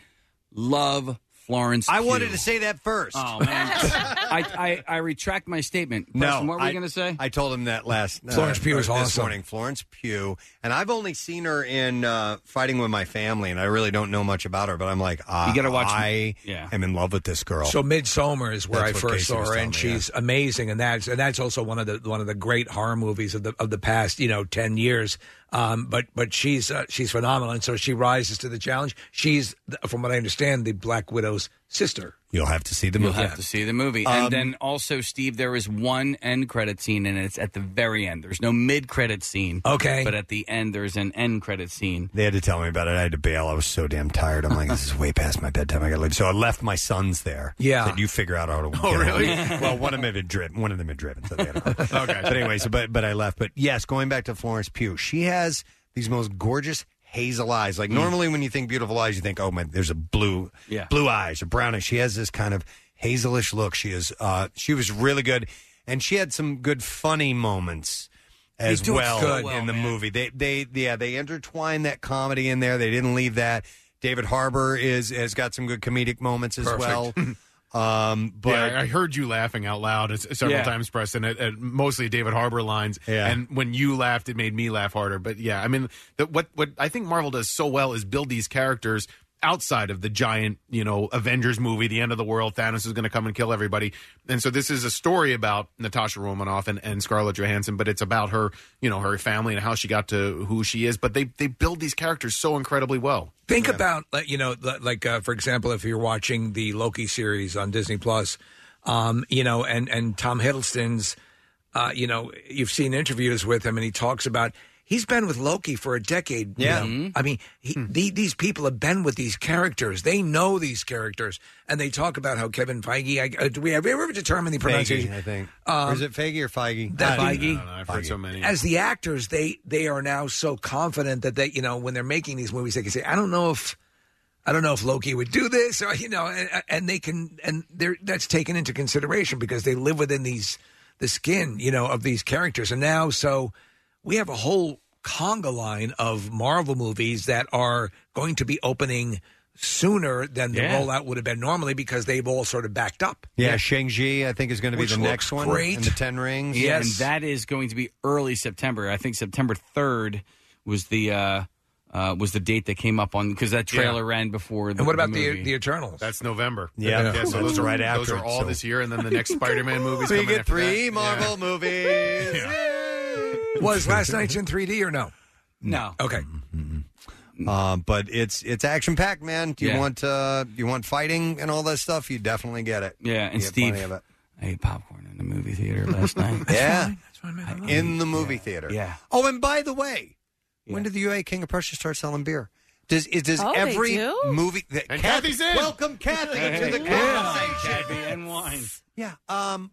S7: love Florence.
S5: I
S7: Pugh.
S5: wanted to say that first. [LAUGHS]
S7: Oh man, I, I I retract my statement. Preston,
S5: No,
S7: what were
S5: I-
S7: we going to say?
S5: I told him that last
S7: Florence Pugh is
S5: or this
S7: awesome.
S5: morning. Florence Pugh, and I've only seen her in uh, Fighting with My Family, and I really don't know much about her. But I'm like, ah,
S4: gotta watch-
S5: I am in love with this girl.
S4: So Midsummer is where
S5: That's what
S4: I first
S5: Casey
S4: saw
S5: was
S4: her,
S5: telling
S4: and
S5: me,
S4: she's amazing. And that's and that's also one of the one of the great horror movies of the of the past, you know, ten years. Um, but but she's uh, she's phenomenal, and so she rises to the challenge. She's, from what I understand, the Black Widow's sister.
S5: You'll have to see the
S7: You'll
S4: movie.
S7: have to see the movie.
S4: Um,
S7: and then also, Steve, there is one end credit scene, and it's at the very end. There's no mid credit scene.
S5: Okay.
S7: But at the end, there's an end credit scene.
S5: They had to tell me about it. I had to bail. I was so damn tired. I'm like, this is way past my bedtime. I got to leave. So I left my sons there.
S7: Yeah.
S5: Said, you figure out how to.
S7: Oh,
S5: get
S7: really? [LAUGHS]
S5: home." [LAUGHS] well, one of them had driven. One of them had driven. So they had to go. okay. But anyways, but but I left. But yes, going back to Florence Pugh, she has these most gorgeous hazel eyes.
S7: Mm.
S5: Like normally, when you think beautiful eyes, you think, oh man, there's a blue,
S7: Yeah.
S5: blue eyes or brown eyes. She has this kind of hazelish look. She is. Uh, she was really good, and she had some good funny moments
S2: They
S5: as
S2: do it
S5: well
S2: so
S5: in the
S4: Oh,
S5: movie. They they yeah they intertwined that comedy in there. They didn't leave that. David Harbour is has got some good comedic moments as
S8: Perfect.
S5: well.
S4: [LAUGHS]
S5: Um, but
S8: yeah, [LAUGHS] I- I heard you laughing out loud s- several
S5: Yeah.
S8: times, Preston, at, at mostly David Harbor lines.
S5: Yeah.
S8: And when you laughed, it made me laugh harder. But yeah, I mean, the, what what I think Marvel does so well is build these characters outside of the giant, you know, Avengers movie, the end of the world, Thanos is going to come and kill everybody. And so this is a story about Natasha Romanoff and, and Scarlett Johansson, but it's about her, you know, her family and how she got to who she is. But they they build these characters so incredibly well.
S4: Think about like, you know li- like uh, for example if you're watching the Loki series on Disney Plus, um, you know and and Tom Hiddleston's, uh, you know you've seen interviews with him and he talks about He's been with Loki for a decade. you
S5: Yeah. Mm-hmm. Hmm.
S4: know. I mean, he, the, these people have been with these characters. They know these characters, and they talk about how Kevin Feige. I, uh, do we have we ever determine the pronunciation?
S5: Feige, I think.
S4: Um,
S5: or is it Feige or Feige?
S4: that
S5: I don't
S4: Feige?
S5: know. I've heard so many.
S4: As the actors, they they are now so confident that they, you know, when they're making these movies, they can say, "I don't know if, I don't know if Loki would do this," or you know, and, and they can, and they're that's taken into consideration because they live within these the skin, you know, of these characters, and now so we have a whole conga line of Marvel movies that are going to be opening sooner than the
S5: Yeah.
S4: rollout would have been normally because they've all sort of backed up.
S5: Yeah, Shang-Chi, I think, is going to be
S4: Which
S5: the
S4: looks
S5: next one.
S4: great.
S5: And the Ten Rings.
S4: Yeah, Yes.
S7: and that is going to be early September. I think September third was the uh, uh, was the date that came up on because that trailer ran before. The,
S4: And what about
S7: the,
S4: the
S7: movie.
S4: the Eternals?
S8: That's November.
S7: Yeah.
S8: yeah so
S7: Ooh.
S8: those are
S7: Right
S8: Those
S7: after
S8: are
S7: it,
S8: all
S7: so-
S8: this year, and then the
S7: [LAUGHS]
S8: next Spider-Man movies.
S5: So you
S8: coming
S5: get
S8: after
S5: three
S8: that.
S5: Marvel movies.
S4: Was last night's in 3D or no?
S7: No.
S4: Okay.
S5: Mm-hmm. Uh, but it's it's action packed, man. Do you
S7: Yeah.
S5: want uh, you want fighting and all that stuff? You definitely get it.
S7: Yeah, and
S5: You get
S7: Steve-
S5: plenty of it.
S7: I ate popcorn in the movie
S5: [LAUGHS]
S7: theater [LAUGHS] last night.
S5: yeah, in the movie theater.
S7: Yeah.
S5: Oh, and by the way, when did the UA King of Prussia start selling beer? Does is does
S7: Oh, they
S5: every
S7: do?
S5: movie? That,
S7: And
S5: Kathy-
S7: Kathy's in.
S5: Welcome, Kathy,
S7: Hey,
S5: to the
S7: [LAUGHS] yeah.
S5: conversation.
S7: Kathy and wine.
S5: Yeah. Um.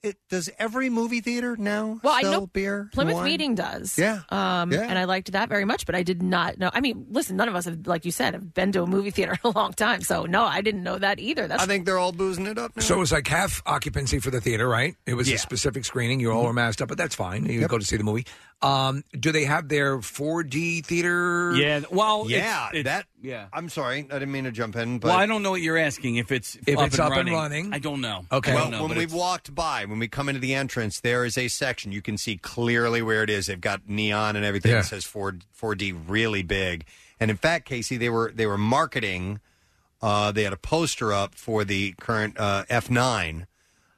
S5: It, does every movie theater now
S3: Well, I
S5: sell
S3: know
S5: beer?
S3: Plymouth
S5: wine?
S3: Meeting does.
S5: Yeah.
S3: Um,
S5: Yeah.
S3: And I liked that very much, but I did not know. I mean, listen, none of us have, like you said, have been to a movie theater [LAUGHS] in a long time. So, no, I didn't know that either. That's,
S5: I think they're all boozing it up now.
S4: So it was like half occupancy for the theater, right? It was
S5: Yeah.
S4: a specific screening. You all were masked up, but that's fine. You go to see the movie. Um, do they have their 4D theater?
S7: Yeah, well, it's-
S5: yeah,
S7: it's-
S5: that.
S7: Yeah,
S5: I'm sorry, I didn't mean to jump in. But
S7: well, I don't know what you're asking if it's if,
S5: If
S7: up
S5: it's
S7: and
S5: up and
S7: running.
S5: running.
S7: I don't know. I
S5: Well,
S7: don't know,
S5: when
S7: but
S5: we
S7: it's-
S5: walked by, when we come into the entrance, there is a section you can see clearly where it is. They've got neon and everything.
S9: Yeah.
S5: It says 4 4D really big. And in fact, Casey, they were they were marketing. Uh, they had a poster up for the current uh, F9.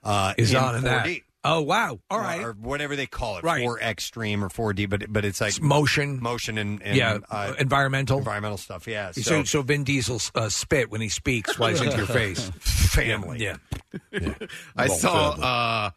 S5: Uh,
S4: Is
S5: in
S4: on in that.
S5: 4D.
S4: Oh wow! All
S5: Or-
S4: right.
S5: or whatever they call it,
S4: Right.
S5: 4X Stream or 4D, but but it's like
S4: motion,
S5: motion and, and
S4: yeah,
S5: uh,
S4: environmental,
S5: environmental stuff. Yeah,
S4: So,
S5: so-
S4: so, Vin Diesel's uh, spit when he speaks flies into your
S8: [LAUGHS]
S4: face.
S5: Family.
S4: Yeah.
S8: I
S4: Well,
S8: saw
S4: family.
S8: uh,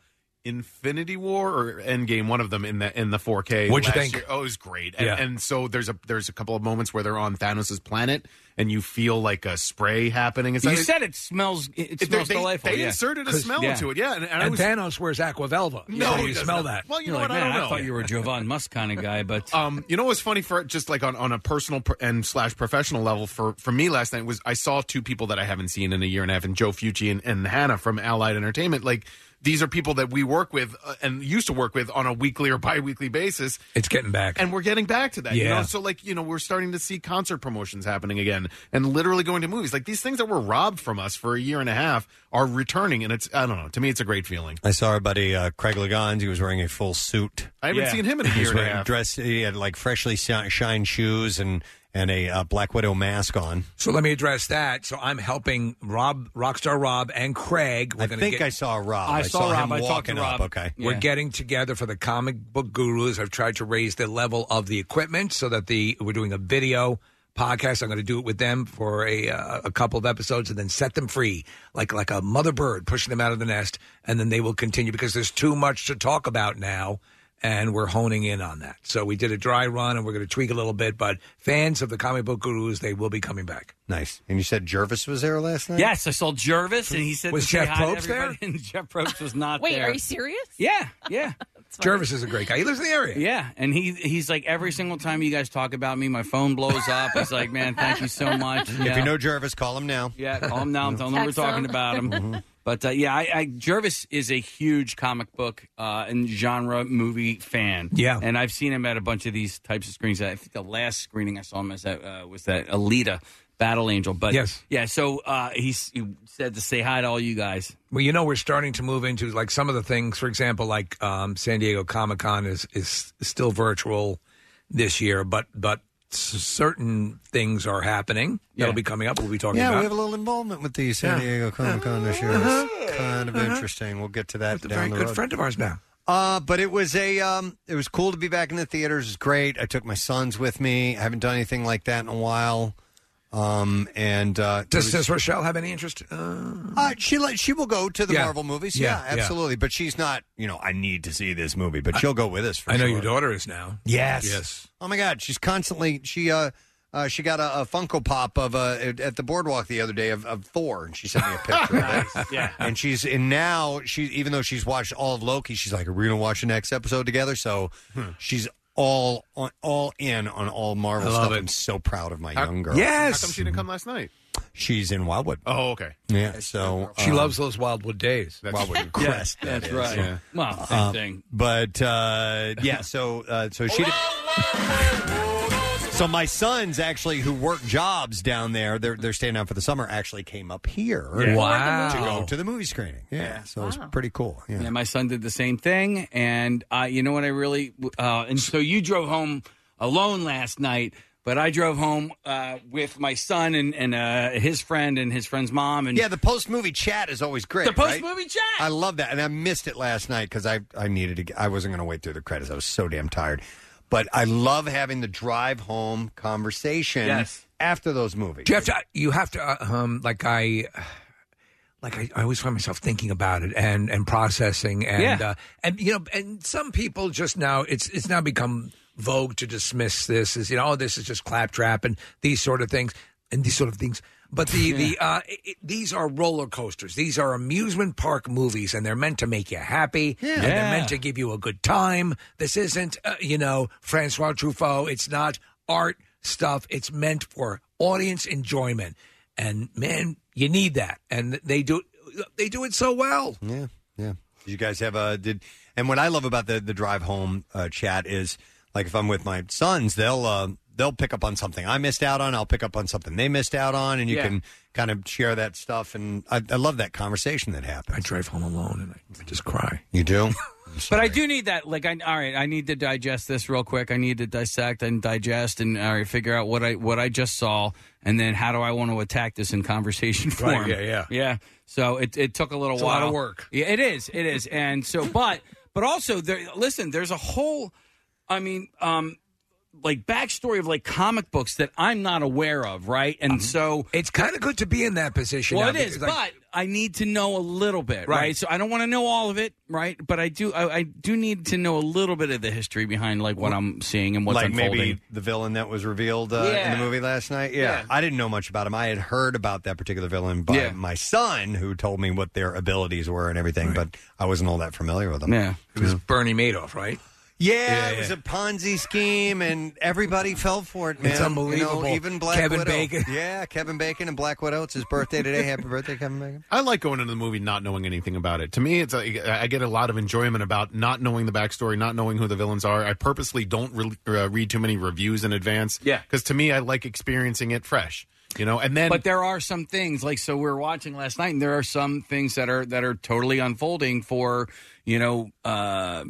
S8: Infinity War or Endgame, one of them in the in the 4K.
S4: What'd you
S8: last
S4: think?
S8: year. Oh, it was great. And,
S4: Yeah.
S8: and so there's a there's a couple of moments where they're on Thanos' planet, and you feel like a spray happening. It's
S7: [LAUGHS] you
S8: not-
S7: said it smells. It
S8: They-
S7: smells
S8: they-
S7: delightful.
S8: they
S7: yeah.
S8: inserted a
S7: 'Cause-
S8: smell into it, yeah, and- and I was-
S4: Thanos wears Aquavelva.
S8: No,
S4: so
S8: he
S4: you
S8: does
S4: smell
S8: not.
S4: that.
S8: Well, you
S7: You're
S8: know
S7: like,
S8: what? I
S7: Man,
S8: don't know."
S7: I thought you were a Jovan Musk kind of guy,
S8: [LAUGHS]
S7: but
S8: Um, you know what's funny for just like on, on a personal per- and slash professional level for, for me last night was I saw two people that I haven't seen in a year and a half, and Joe Fucci and, and Hannah from Allied Entertainment. Like these are people that we work with uh, and used to work with on a weekly or biweekly basis.
S4: It's getting back,
S8: and we're getting back to that. You
S4: Yeah.
S8: know, so like you know we're starting to see concert promotions happening again, and literally going to movies. Like these things that were robbed from us for a year and a half are returning, and it's I don't know. To me, it's a great feeling.
S5: I saw our buddy uh, Craig Legons. He was wearing a full suit.
S8: I haven't Yeah. seen him in a
S5: He
S8: year
S5: was
S8: and a
S5: wearing
S8: half.
S5: Dress. He had like freshly shi- shined shoes and and a uh, Black Widow mask on.
S4: So let me address that. So I'm helping Rob, Rockstar Rob, and Craig. We're
S5: I
S4: gonna
S5: think
S4: get-
S5: I saw Rob. I I saw saw Rob. him I talked walking to up. Rob. Okay.
S4: We're
S5: Yeah.
S4: getting together for the comic book gurus. I've tried to raise the level of the equipment so that the we're doing a video podcast. I'm going to do it with them for a uh, a couple of episodes and then set them free, like like a mother bird pushing them out of the nest, and then they will continue because there's too much to talk about now. And we're honing in on that. So we did a dry run, and we're going to tweak a little bit. But fans of the comic book gurus, they will be coming back.
S5: Nice. And you said Jervis was there last night.
S7: yes, I saw Jervis, and he said
S4: Was
S7: to say
S4: Jeff
S7: hi to
S4: Probst there?
S7: everybody, [LAUGHS] And Jeff Probst was not
S3: wait,
S7: there.
S3: are you serious?
S7: Yeah,
S3: [LAUGHS]
S7: yeah.
S4: Jervis is a great guy. He lives in the area.
S7: Yeah, and he he's like every single time you guys talk about me, my phone blows up. It's like, man, thank you so
S5: [LAUGHS]
S7: much.
S5: If you know Jervis, call him now. Mm-hmm.
S7: yeah, call him now. Tell him we're
S5: Text
S7: talking
S5: him.
S7: about him.
S4: Mm-hmm.
S7: But uh, yeah, I, I Jervis is a huge comic book uh, and genre movie fan.
S4: Yeah.
S7: and I've seen him at a bunch of these types of screens. I think the last screening I saw him as at, uh, was that Alita Battle Angel. But
S4: Yes.
S7: yeah. So uh, he, s- he said to say hi to all you guys.
S4: Well, you know, we're starting to move into like some of the things. For example, like um, San Diego Comic Con is is still virtual this year, but but s- certain things are happening that'll be coming up. We'll be talking
S5: Yeah,
S4: about.
S5: we have a little involvement with the San
S4: Yeah.
S5: Diego Comic Con this year. It's kind of
S4: Uh-huh.
S5: interesting. We'll get to that
S4: a
S5: down
S4: very
S5: the
S4: good
S5: road.
S4: friend of ours now.
S5: Uh, but it was a um, it was cool to be back in the theaters. It's great. I took my sons with me. I haven't done anything like that in a while. Um, and uh,
S4: Does, does Rochelle have any interest? Uh,
S5: Uh, she let, she will go to the
S4: Yeah.
S5: Marvel movies.
S4: Yeah,
S5: Yeah,
S4: yeah.
S5: absolutely. But she's not. You know, I need to see this movie, but she'll go with us. For
S4: I know
S5: sure.
S4: your daughter is now.
S5: Yes.
S4: Yes.
S5: Oh my God, she's constantly she uh, uh she got a, a Funko Pop of uh at- at the boardwalk the other day of, of Thor, and she sent
S8: [LAUGHS]
S5: me a picture of it.
S9: Yeah.
S5: And she's and now she even though she's watched all of Loki, she's like, "Are we gonna watch the next episode together?" So
S8: Hmm.
S5: she's all on all in on all Marvel
S8: I love
S5: stuff.
S8: it.
S5: I'm so proud of my
S8: How-
S5: young girl.
S8: How come she didn't come last night?
S5: she's in Wildwood.
S8: Oh, okay.
S5: Yeah, so
S4: She
S5: um,
S4: loves those Wildwood days.
S5: That's- Wildwood Crest, that is. Yeah.
S7: Well, same
S5: Uh,
S7: thing.
S5: But uh, yeah, so uh, so she. Did, so my sons actually, who work jobs down there, they're they're staying out for the summer. Actually, came up here.
S7: Wow.
S5: To go to the movie screening. Yeah. So it was pretty cool. Yeah.
S7: Yeah, my son did the same thing, and I, you know what, I really, uh, and so you drove home alone last night, but I drove home uh, with my son and and uh, his friend and his friend's mom, and
S5: Yeah, the post movie chat is always great.
S7: The post movie chat.
S5: I love that, and I missed it last night because I I needed to. get- I wasn't going to wait through the credits. I was so damn tired. But I love having the drive home conversation
S4: Yes.
S5: after those movies.
S4: Do you have to? You have to. uh, Um, like I, like I, I always find myself thinking about it and and processing and
S7: Yeah.
S4: uh, and you know and some people just now it's it's now become vogue to dismiss this as you know oh, this is just claptrap and these sort of things and these sort of things. But
S7: [LAUGHS]
S4: the the uh, it- it, these are roller coasters. These are amusement park movies, and they're meant to make you happy.
S7: Yeah.
S4: And they're meant to
S7: Yeah.
S4: give you a good time. This isn't, uh, you know, Francois Truffaut. It's not art stuff. It's meant for audience enjoyment. And man, you need that. And they do they do it so well.
S5: Yeah, yeah. Did you guys have a did? And what I love about the the drive home uh, chat is like if I'm with my sons, they'll uh, they'll pick up on something I missed out on. I'll pick up on something they missed out on, and you
S4: Yeah.
S5: can kind of share that stuff. And I, I love that conversation that happens. I
S4: drive home alone and I, I just cry.
S5: You
S4: [LAUGHS]
S5: do.
S7: But I do need that. Like, I, all right, I need to digest this real quick. I need to dissect and digest and all right, figure out what I what I just saw, and then how do I want to attack this in
S4: [LAUGHS]
S7: conversation
S4: Right,
S7: form?
S4: yeah, yeah.
S7: yeah. So it it took a little
S4: It's a
S7: while.
S4: lot of work.
S7: Yeah, it is. It is. And so, but but also, there. Listen, there's a whole. I mean, um, like backstory of like comic books that I'm not aware of, right? And so
S4: Mm-hmm. it's kind of good to be in that position.
S7: Well,
S4: now
S7: it is,
S4: because, like-
S7: but I need to know a little bit, right?
S4: Right.
S7: So I don't want to know all of it, right? But I do. I, I do need to know a little bit of the history behind like what I'm seeing and what's
S5: like
S7: unfolding.
S5: maybe the villain that was revealed uh, in
S7: Yeah.
S5: the movie last night. Yeah.
S7: Yeah.
S5: I didn't know much about him. I had heard about that particular villain by
S7: Yeah.
S5: my son, who told me what their abilities were and everything, but I wasn't all that familiar with them.
S7: Yeah,
S4: it was Bernie Madoff, right?
S5: Yeah, it was a Ponzi scheme, and everybody fell for it. Man.
S4: It's
S5: You know,
S4: unbelievable.
S5: even Black
S4: Kevin
S5: Widow.
S4: Bacon.
S5: yeah, Kevin Bacon and Black Widow. It's his birthday today.
S4: [LAUGHS]
S5: Happy birthday, Kevin Bacon.
S8: I like going into the movie not knowing anything about it. To me, it's like, I get a lot of enjoyment about not knowing the backstory, not knowing who the villains are. I purposely don't re- uh, read too many reviews in advance. Yeah, because to me, I like experiencing it fresh. You know, and then
S7: but there are some things like so we were watching last night, and there are some things that are that are totally unfolding for you know uh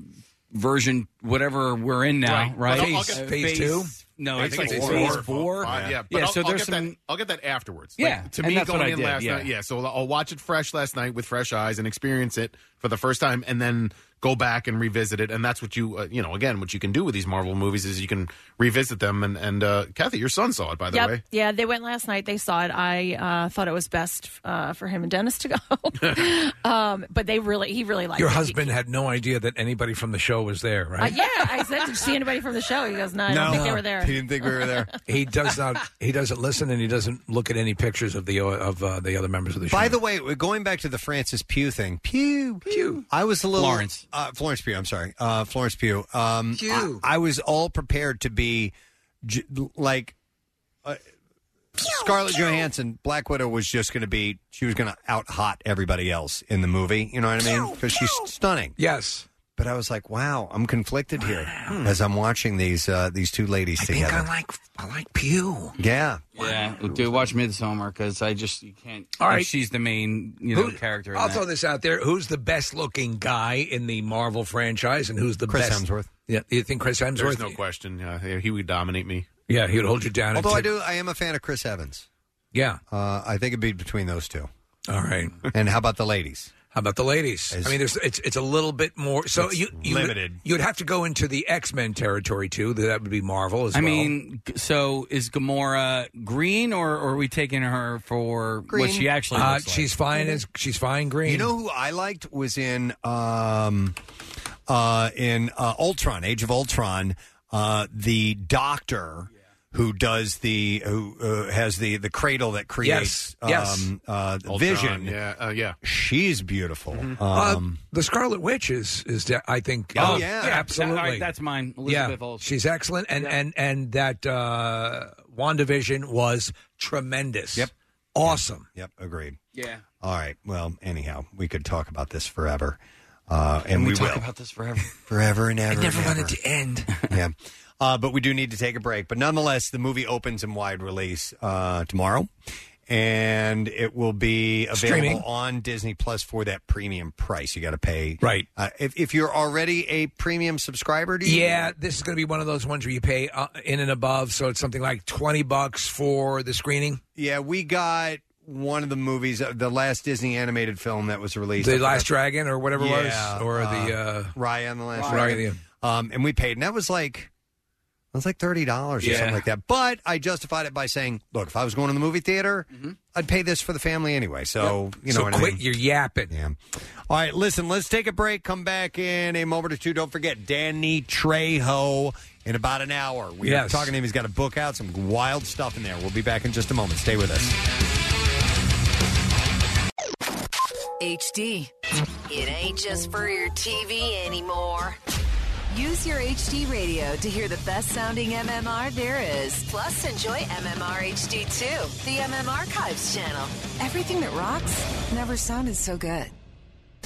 S7: version whatever we're in now,
S8: But
S7: right?
S8: I'll- I'll get-
S7: Phase- No,
S8: I
S7: it's
S8: think
S7: like
S8: it's
S7: phase
S8: four.
S7: four.
S8: Five,
S7: Yeah.
S8: yeah,
S7: Yeah,
S8: I'll,
S7: so
S8: I'll
S7: there's
S8: get that-
S7: some-
S8: I'll get that afterwards.
S7: Yeah,
S8: to
S7: and
S8: me,
S7: that's what
S8: going
S7: I
S8: in
S7: did,
S8: last
S7: yeah.
S8: night. Yeah, so I'll watch it fresh last night with fresh eyes and experience it for the first time, and then go back and revisit it. And that's what you, uh, you know, again, what you can do with these Marvel movies is you can revisit them. And and uh, Kathy, your son saw it by the
S3: yep.
S8: way.
S3: Yeah, they went last night. They saw it. I uh, thought it was best uh, for him and Dennis to go. um, but they really, he really
S4: [LAUGHS]
S3: liked
S4: Your
S3: it.
S4: husband had no idea that anybody from the show was there,
S3: Uh,
S4: right?
S3: yeah, I said, did you see anybody from the show? He goes, no, I don't think they were [LAUGHS] there.
S4: [LAUGHS] he does not. He doesn't listen, and he doesn't look at any pictures of the of uh, the other members of the show.
S5: By the way, we're going back to the Francis Pugh thing, Pugh, Pugh. I was a little Florence, uh, Florence Pugh. I'm sorry, uh, Florence Pugh. Um,
S4: Pugh.
S5: I, I was all prepared to be j- like uh, Scarlett Johansson. Black Widow was just going to be. She was going to out hot everybody else in the movie. You know what I mean? Because she's stunning.
S4: Yes.
S5: But I was like, wow, I'm conflicted here as I'm watching these uh, these two ladies together.
S4: like I like Pew.
S5: yeah.
S7: Yeah, dude, watch Midsummer because I just you can't.
S4: All right.
S7: she's the main you know
S4: Who-
S7: character. in
S4: I'll
S7: that.
S4: throw this out there: Who's the best looking guy in the Marvel franchise, and who's the
S8: Chris
S4: best?
S8: Hemsworth.
S4: Yeah, you think Chris Hemsworth?
S8: There's no question. Uh, he would dominate me.
S4: Yeah, he would hold you down.
S5: Although I do, I am a fan of Chris Evans.
S4: Yeah,
S5: uh, I think it'd be between those two.
S4: All right.
S5: [LAUGHS] And how about the ladies?
S4: How about the ladies? I mean, there's it's it's a little bit more. So
S23: It's
S4: you, you
S23: limited.
S4: You'd have to go into the X Men territory too. That would be Marvel as
S7: I
S4: well.
S7: mean, g- so is Gamora green, or, or are we taking her for
S4: Green.
S7: what she actually
S4: Uh,
S7: looks like?
S4: she's fine as- she's fine green.
S5: You know who I liked was in um, uh, in uh, Ultron, Age of Ultron, uh, the Doctor. Who does the who uh, has the the cradle that creates
S4: Yes, yes.
S5: Um, uh,
S4: Ultron,
S5: Vision?
S4: yeah, uh, yeah.
S5: she's beautiful.
S7: Mm-hmm.
S4: Uh,
S5: Um,
S4: the Scarlet Witch is is de- I think. uh,
S5: Oh, yeah.
S4: absolutely.
S7: That- all right, that's mine. Elizabeth
S4: yeah,
S7: Olsen.
S4: she's excellent, and and and that uh, WandaVision was tremendous. Yep, awesome.
S5: Yep, agreed.
S7: Yeah.
S5: All right. Well, anyhow, we could talk about this forever, uh, and
S7: Can
S5: we,
S7: talk
S5: will
S7: about
S5: [LAUGHS]
S7: this forever.
S5: forever and ever.
S4: I never
S5: and
S4: wanted
S5: ever.
S4: to end.
S5: [LAUGHS] yeah. Uh, but we do need to take a break. But nonetheless, the movie opens in wide release uh, tomorrow, and it will be available
S4: Streaming.
S5: on Disney Plus for that premium price. You got to pay,
S4: Right.
S5: Uh, if, if you're already a premium subscriber, do you?
S4: Yeah, this is going to be one of those ones where you pay uh, in and above, so it's something like twenty bucks for the screening.
S5: Yeah, we got one of the movies, uh, the last Disney animated film that was released, I
S4: The
S5: forgot-
S4: Last Dragon or whatever it
S5: Yeah,
S4: was, or the uh,
S5: Raya and the Last
S4: Raya,
S5: Dragon. Um, and we paid, and that was like. It was like thirty dollars or
S4: Yeah.
S5: something like that, but I justified it by saying, "Look, if I was going to the movie theater, I'd pay this for the family anyway." So you know,
S4: so
S5: what I
S4: quit
S5: mean?
S4: your yapping.
S5: Yeah. All right, listen, let's take a break. Come back in a moment or two. Don't forget Danny Trejo in about an hour. We're
S4: Yes.
S5: talking to him. He's got a book out, some wild stuff in there. We'll be back in just a moment. Stay with us.
S14: HD. It ain't just for your TV anymore. Use your HD radio to hear the best sounding MMR there is. Plus, enjoy MMR HD too, the MM Archives channel. Everything that rocks never sounded so good.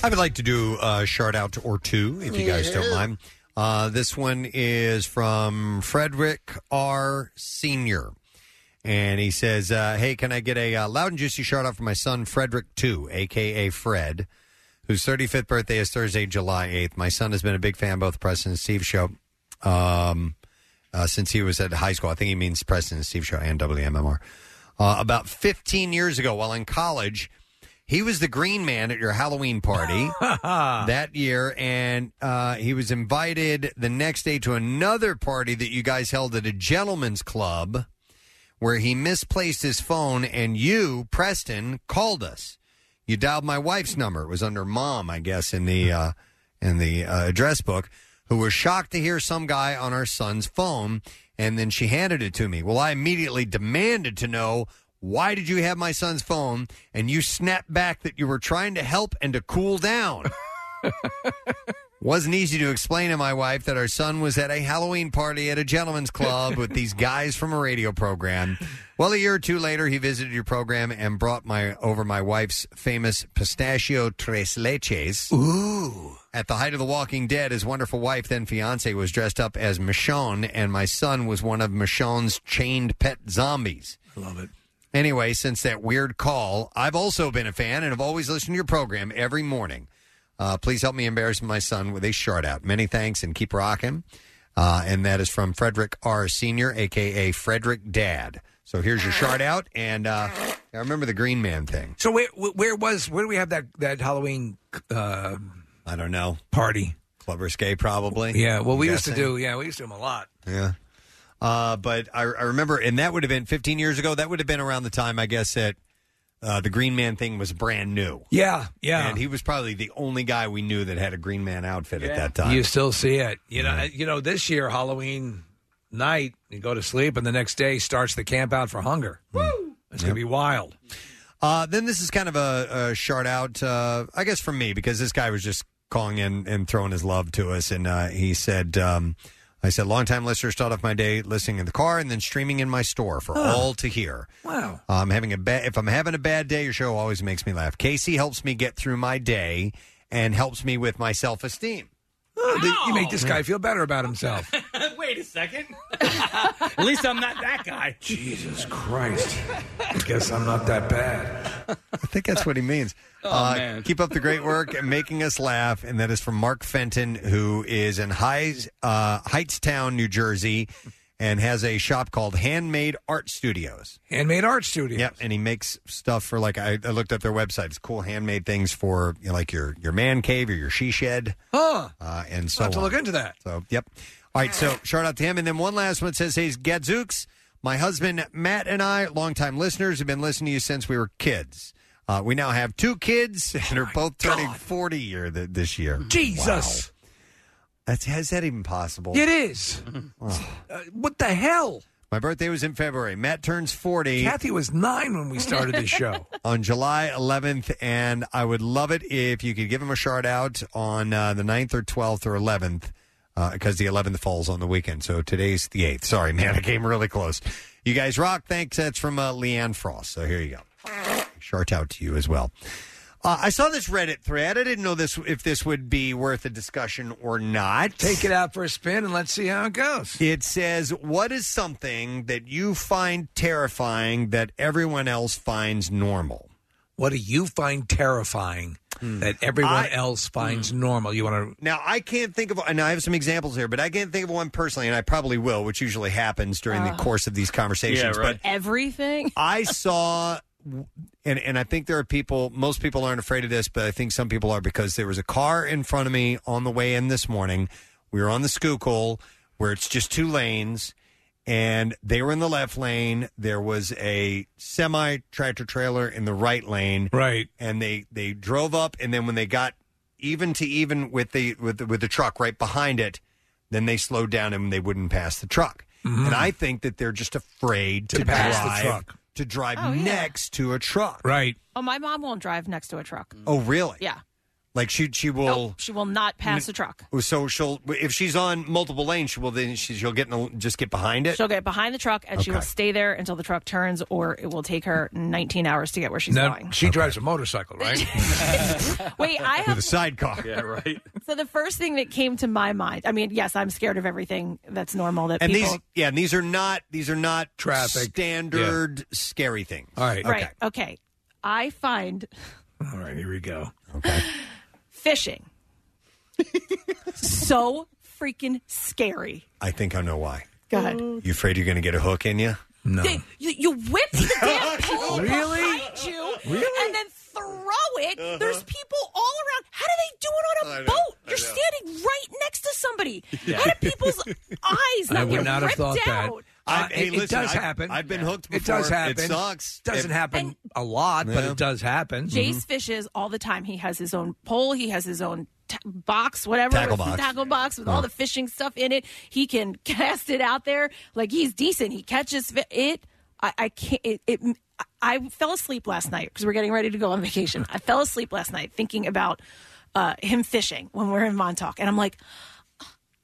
S5: I would like to do a shout out or two, if you guys don't
S14: Yeah.
S5: mind. Uh, this one is from Frederick R. Sr. And he says, uh, Hey, can I get a uh, loud and juicy shout out for my son, Frederick II, a.k.a. Fred, whose 35th birthday is Thursday, July 8th. My son has been a big fan of both the Preston and Steve show um, uh, since he was at high school. I think he means Preston and Steve show and WMMR. Uh, about 15 years ago, while in college, he was the green man at your Halloween party that year, and uh, he was invited the next day to another party that you guys held at a gentleman's club where he misplaced his phone, and you, Preston, called us. You dialed my wife's number. It was under mom, I guess, in the uh, in the uh, address book. Who was shocked to hear some guy on our son's phone, and then she handed it to me. Well, I immediately demanded to know why did you have my son's phone, and you snapped back that you were trying to help and to cool down. Wasn't easy to explain to my wife that our son was at a Halloween party at a gentleman's club with these guys from a radio program. Well, a year or two later, he visited your program and brought my over my wife's famous pistachio tres leches. Ooh. At the height of The Walking Dead, his wonderful wife, then fiance, was dressed up as Michonne, and my son was one of Michonne's chained pet zombies. I love it. Anyway, since that weird call, I've also been a fan and have always listened to your program every morning. Uh, please help me embarrass my son with a shout out. Many thanks and keep rocking. Uh, and that is from Frederick R. Sr., a.k.a. Frederick Dad. So here's your shout out. And uh, I remember the Green Man thing.
S4: So where where was where do we have that that Halloween? Uh,
S5: I don't know.
S4: Party.
S5: Club Risque, probably.
S4: yeah, well,
S5: I'm
S4: we used to
S5: guessing.
S4: do. Yeah, we used to do them a lot.
S5: Yeah. Uh, but I, I remember, and that would have been 15 years ago. That would have been around the time, I guess, that uh, the Green Man thing was brand new.
S4: Yeah, yeah.
S5: And he was probably the only guy we knew that had a Green Man outfit at that time.
S4: You still see it. You know, uh, you know. This year Halloween night, you go to sleep, and the next day starts the camp out for hunger. Woo! It's gonna be wild. [LAUGHS]
S5: Uh, then this is kind of a, a shout out, uh, I guess, from me because this guy was just calling in and throwing his love to us, and uh, he said, um, "I said, long time listener, start off my day listening in the car and then streaming in my store for all to hear.
S4: Wow,
S5: I'm having a bad. If I'm having a bad day, your show always makes me laugh. Casey helps me get through my day and helps me with my self esteem.
S4: Oh, You make this guy feel better about himself.
S7: Wait a second. At least I'm not that guy.
S4: Jesus Christ. I guess I'm not that bad.
S5: I think that's what he means. Uh,
S4: Oh, man.
S5: Keep up the great work and making us laugh. And that is from Mark Fenton, who is in Highs, uh, Heightstown, New Jersey. and has a shop called Handmade Art Studios.
S4: Handmade Art Studios.
S5: Yep, and he makes stuff for like I, I looked up their website. It's cool handmade things for you know, like your your man cave or your she shed,
S4: Huh.
S5: uh, and so
S4: I'll have to
S5: on.
S4: look into that.
S5: So, yep. All right, so shout out to him. And then one last one says, Hey, Gadzooks, my husband Matt and I, longtime listeners, have been listening to you since we were kids. Uh, we now have two kids [LAUGHS] and are both turning 40 year th- this year.
S4: Jesus.
S5: Wow. That's, how is that even possible?
S4: It is. Uh, what the hell?
S5: My birthday was in February. Matt turns 40.
S4: Kathy was nine when we started this show.
S5: [LAUGHS] on July 11th, and I would love it if you could give him a shout out on uh, the 9th or 12th or 11th, because the 11th falls on the weekend. So today's the 8th. Sorry, man, I came really close. You guys rock. Thanks. That's from uh, Leanne Frost. So here you go. Shout out to you as well. Uh, I saw this Reddit thread. I didn't know this if this would be worth a discussion or not.
S4: Take it out for a spin and let's see how it goes.
S5: It says, "What is something that you find terrifying that everyone else finds normal?" Hmm.
S4: What do you find terrifying that everyone
S5: I-
S4: else finds
S3: Mm.
S4: normal? You want to?
S5: Now I can't think of, and I have some examples here, but I can't think of one personally, and I probably will, which usually happens during the
S3: Ugh.
S5: course of these conversations. But
S3: everything.
S5: [LAUGHS] I saw, and and I think there are people, most people aren't afraid of this, but I think some people are because there was a car in front of me on the way in this morning. We were on the Schuylkill, where it's just two lanes, and they were in the left lane. There was a semi tractor trailer in the right lane,
S4: right?
S5: And they they drove up, and then when they got even to even with the with the, with the truck right behind it, then they slowed down and they wouldn't pass the truck. And I think that they're just afraid to,
S4: Mm-hmm. pass the
S5: drive
S4: truck.
S5: to drive
S3: Oh, yeah.
S5: next to a truck.
S4: Right.
S3: Oh, my mom won't drive next to a truck.
S5: Oh, really?
S3: Yeah,
S5: Like she she will.
S3: she will not pass
S5: N-
S3: a truck.
S5: So she'll if she's on multiple lanes, she will then she, she'll get in the, just get behind it.
S3: She'll get behind the truck and she will
S5: Okay.
S3: stay there until the truck turns, or it will take her 19 hours to get where she's
S4: No,
S3: going.
S4: she drives a motorcycle,
S3: [LAUGHS]
S4: right?
S3: [LAUGHS] Wait, I have
S5: with a sidecar. [LAUGHS]
S4: Yeah, right.
S3: so the first thing that came to my mind. I mean, yes, I'm scared of everything that's normal that
S5: and
S3: people.
S5: these yeah, and these are not these are not
S4: Traffic.
S5: standard scary things.
S4: All right.
S3: Right. Okay. I find
S4: All right. Here we go.
S3: fishing so freaking scary.
S5: I think I know why.
S3: Go ahead.
S5: You afraid you're going to get a hook in you?
S4: No.
S3: They- you, you whip the
S5: [LAUGHS]
S3: damn pole
S4: Really?
S3: behind you
S5: Really?
S3: and then throw it. There's people all around. How do they do it on a
S4: Uh-huh. I know,
S3: boat?
S4: I
S3: You're
S4: know.
S3: standing right next to somebody. How do
S5: [LAUGHS]
S3: people's eyes not
S4: I would
S3: get
S4: not have
S3: ripped
S4: thought that.
S3: out?
S4: Uh,
S5: I- hey,
S4: it, it
S5: listen,
S4: does
S5: I've-
S4: happen.
S5: I've been hooked
S4: It does
S5: before. It
S4: happen.
S5: sucks.
S4: Doesn't
S5: It-
S4: happen a lot, but
S5: Yeah.
S4: it does happen.
S3: Jace fishes all the time. He has his own pole. He has his own t- box, whatever
S4: Tackle
S3: with-
S4: box.
S3: tackle box with all the fishing stuff in it. He can [LAUGHS] cast it out there like he's decent. He catches fi- it. I, I can't. It, it. I fell asleep last night because we're getting ready to go on vacation. I fell asleep last night thinking about uh, him fishing when we're in Montauk, and I'm like,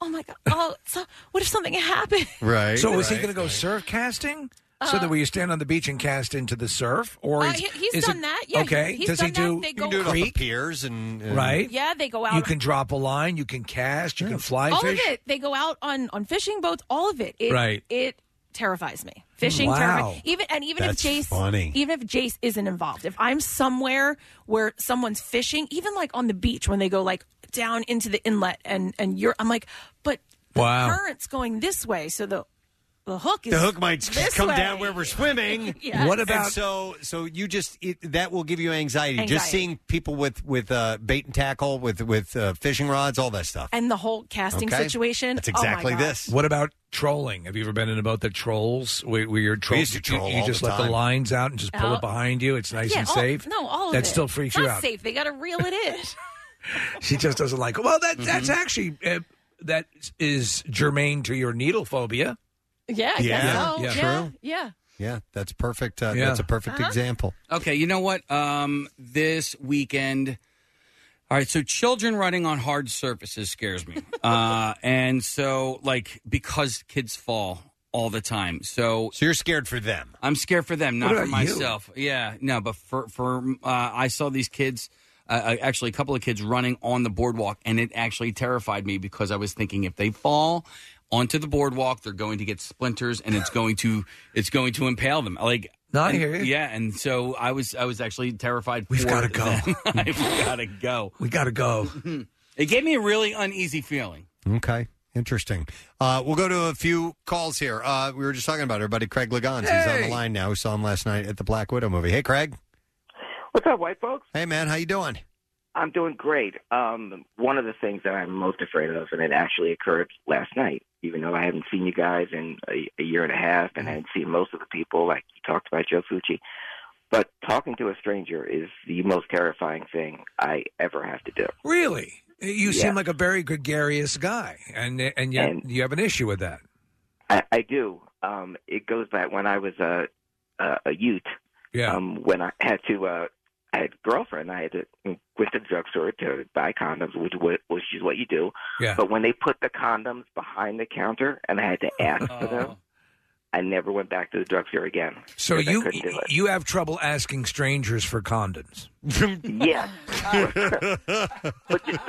S3: oh my god, oh, so, what if something happened?
S5: Right.
S4: So is he
S5: right,
S4: going to go surf casting? so that where you stand on the beach and cast into the surf, or
S3: Uh-huh. Uh,
S4: is,
S3: he- he's
S4: is
S3: done
S4: it-
S3: that. Yeah, he-
S4: okay.
S3: he's
S4: Does he do?
S3: done that. They You can go- do it off the
S4: creek?
S5: piers and,
S4: right.
S3: Yeah, they go out.
S4: You can drop a line. You can cast. You can fly
S3: all
S4: fish.
S3: of it. They go out on on fishing boats. All of it. it
S4: Right.
S3: It terrifies me. Fishing
S4: Wow.
S3: terrifies even and even
S4: That's
S3: if Jace
S4: funny.
S3: even if Jace isn't involved. If I'm somewhere where someone's fishing, even like on the beach when they go like down into the inlet and and you're I'm like, but the
S5: Wow.
S3: current's going this way, so the the hook is
S5: The hook might
S3: this
S5: come
S3: way.
S5: down where we're swimming.
S3: [LAUGHS] Yes. What about-
S5: And so? So you just it, that will give you anxiety. Just
S3: Anxiety.
S5: seeing people with with uh, bait and tackle, with with uh, fishing rods, all that stuff.
S3: and the whole casting
S5: Okay.
S3: situation.
S5: That's
S3: Oh my
S5: exactly
S3: God.
S5: this.
S4: What about trolling? Have you ever been in a boat that trolls where, where you're
S5: We
S4: trolling?
S5: used to troll
S4: you,
S5: all
S4: just
S5: the
S4: let
S5: time.
S4: the lines out and just pull
S3: Out.
S4: it behind you. It's nice
S3: Uh-huh. yeah,
S4: and
S3: all-
S4: safe.
S3: No, all of
S4: that
S3: it.
S4: still freaks
S3: It's
S4: you
S3: not
S4: out.
S3: safe. They got to reel it in.
S4: She just doesn't like. it. Well, that that's
S9: Mm-hmm.
S4: actually uh, that is germane to your needle phobia.
S3: yeah,
S4: Yeah.
S3: I guess so.
S4: Yeah.
S3: yeah,
S4: True.
S3: yeah.
S5: Yeah, that's perfect. Uh,
S7: Yeah.
S5: That's a perfect
S7: Uh-huh.
S5: example.
S7: Okay, you know what? Um, this weekend. All right, so children running on hard surfaces scares
S4: [LAUGHS]
S7: me. uh, and so, like, because kids fall all the time. So,
S5: so you're scared for them.
S7: I'm scared for them,
S4: What
S7: not for
S4: about you?
S7: myself. Yeah, no, but for for uh, I saw these kids. Uh, uh, actually, a couple of kids running on the boardwalk, and it actually terrified me because I was thinking if they fall onto the boardwalk, they're going to get splinters, and it's going to [LAUGHS] it's going to impale them. Like,
S4: No, I
S7: and-
S4: hear you.
S7: Yeah, and so I was I was actually terrified.
S4: We've
S7: for
S4: gotta go.
S7: them. [LAUGHS] I've got to go. [LAUGHS]
S4: We got to go.
S7: it gave me a really uneasy feeling. [LAUGHS]
S5: Okay. Interesting. Uh, we'll go to a few calls here. Uh, we were just talking about our buddy Craig Legons. He's on the
S9: Hey.
S5: line now. We saw him last night at the Black Widow movie. Hey, Craig.
S9: What's up, white folks?
S5: Hey, man. How you doing?
S9: I'm doing great. Um, one of the things that I'm most afraid of, and it actually occurred last night, even though I haven't seen you guys in a, a year and a half, and I hadn't seen most of the people, like you talked about Joe Fucci. But talking to a stranger is the most terrifying thing I ever have to do.
S4: Really? You seem
S9: Yeah.
S4: like a very gregarious guy, and and yet
S9: And-
S4: you have an issue with that.
S9: I, I do. Um, it goes back when I was a a, a youth.
S4: Yeah.
S9: Um, when I had to, uh, I had a girlfriend. I had to go to the drugstore to buy condoms, which wa- which is what you do.
S4: Yeah.
S9: But when they put the condoms behind the counter, and I had to ask for them, I never went back to the drugstore again.
S4: So
S9: 'cause I
S4: you
S9: couldn't do it.
S4: you have trouble asking strangers for
S9: [LAUGHS]
S4: condoms. [LAUGHS]
S9: yeah. but just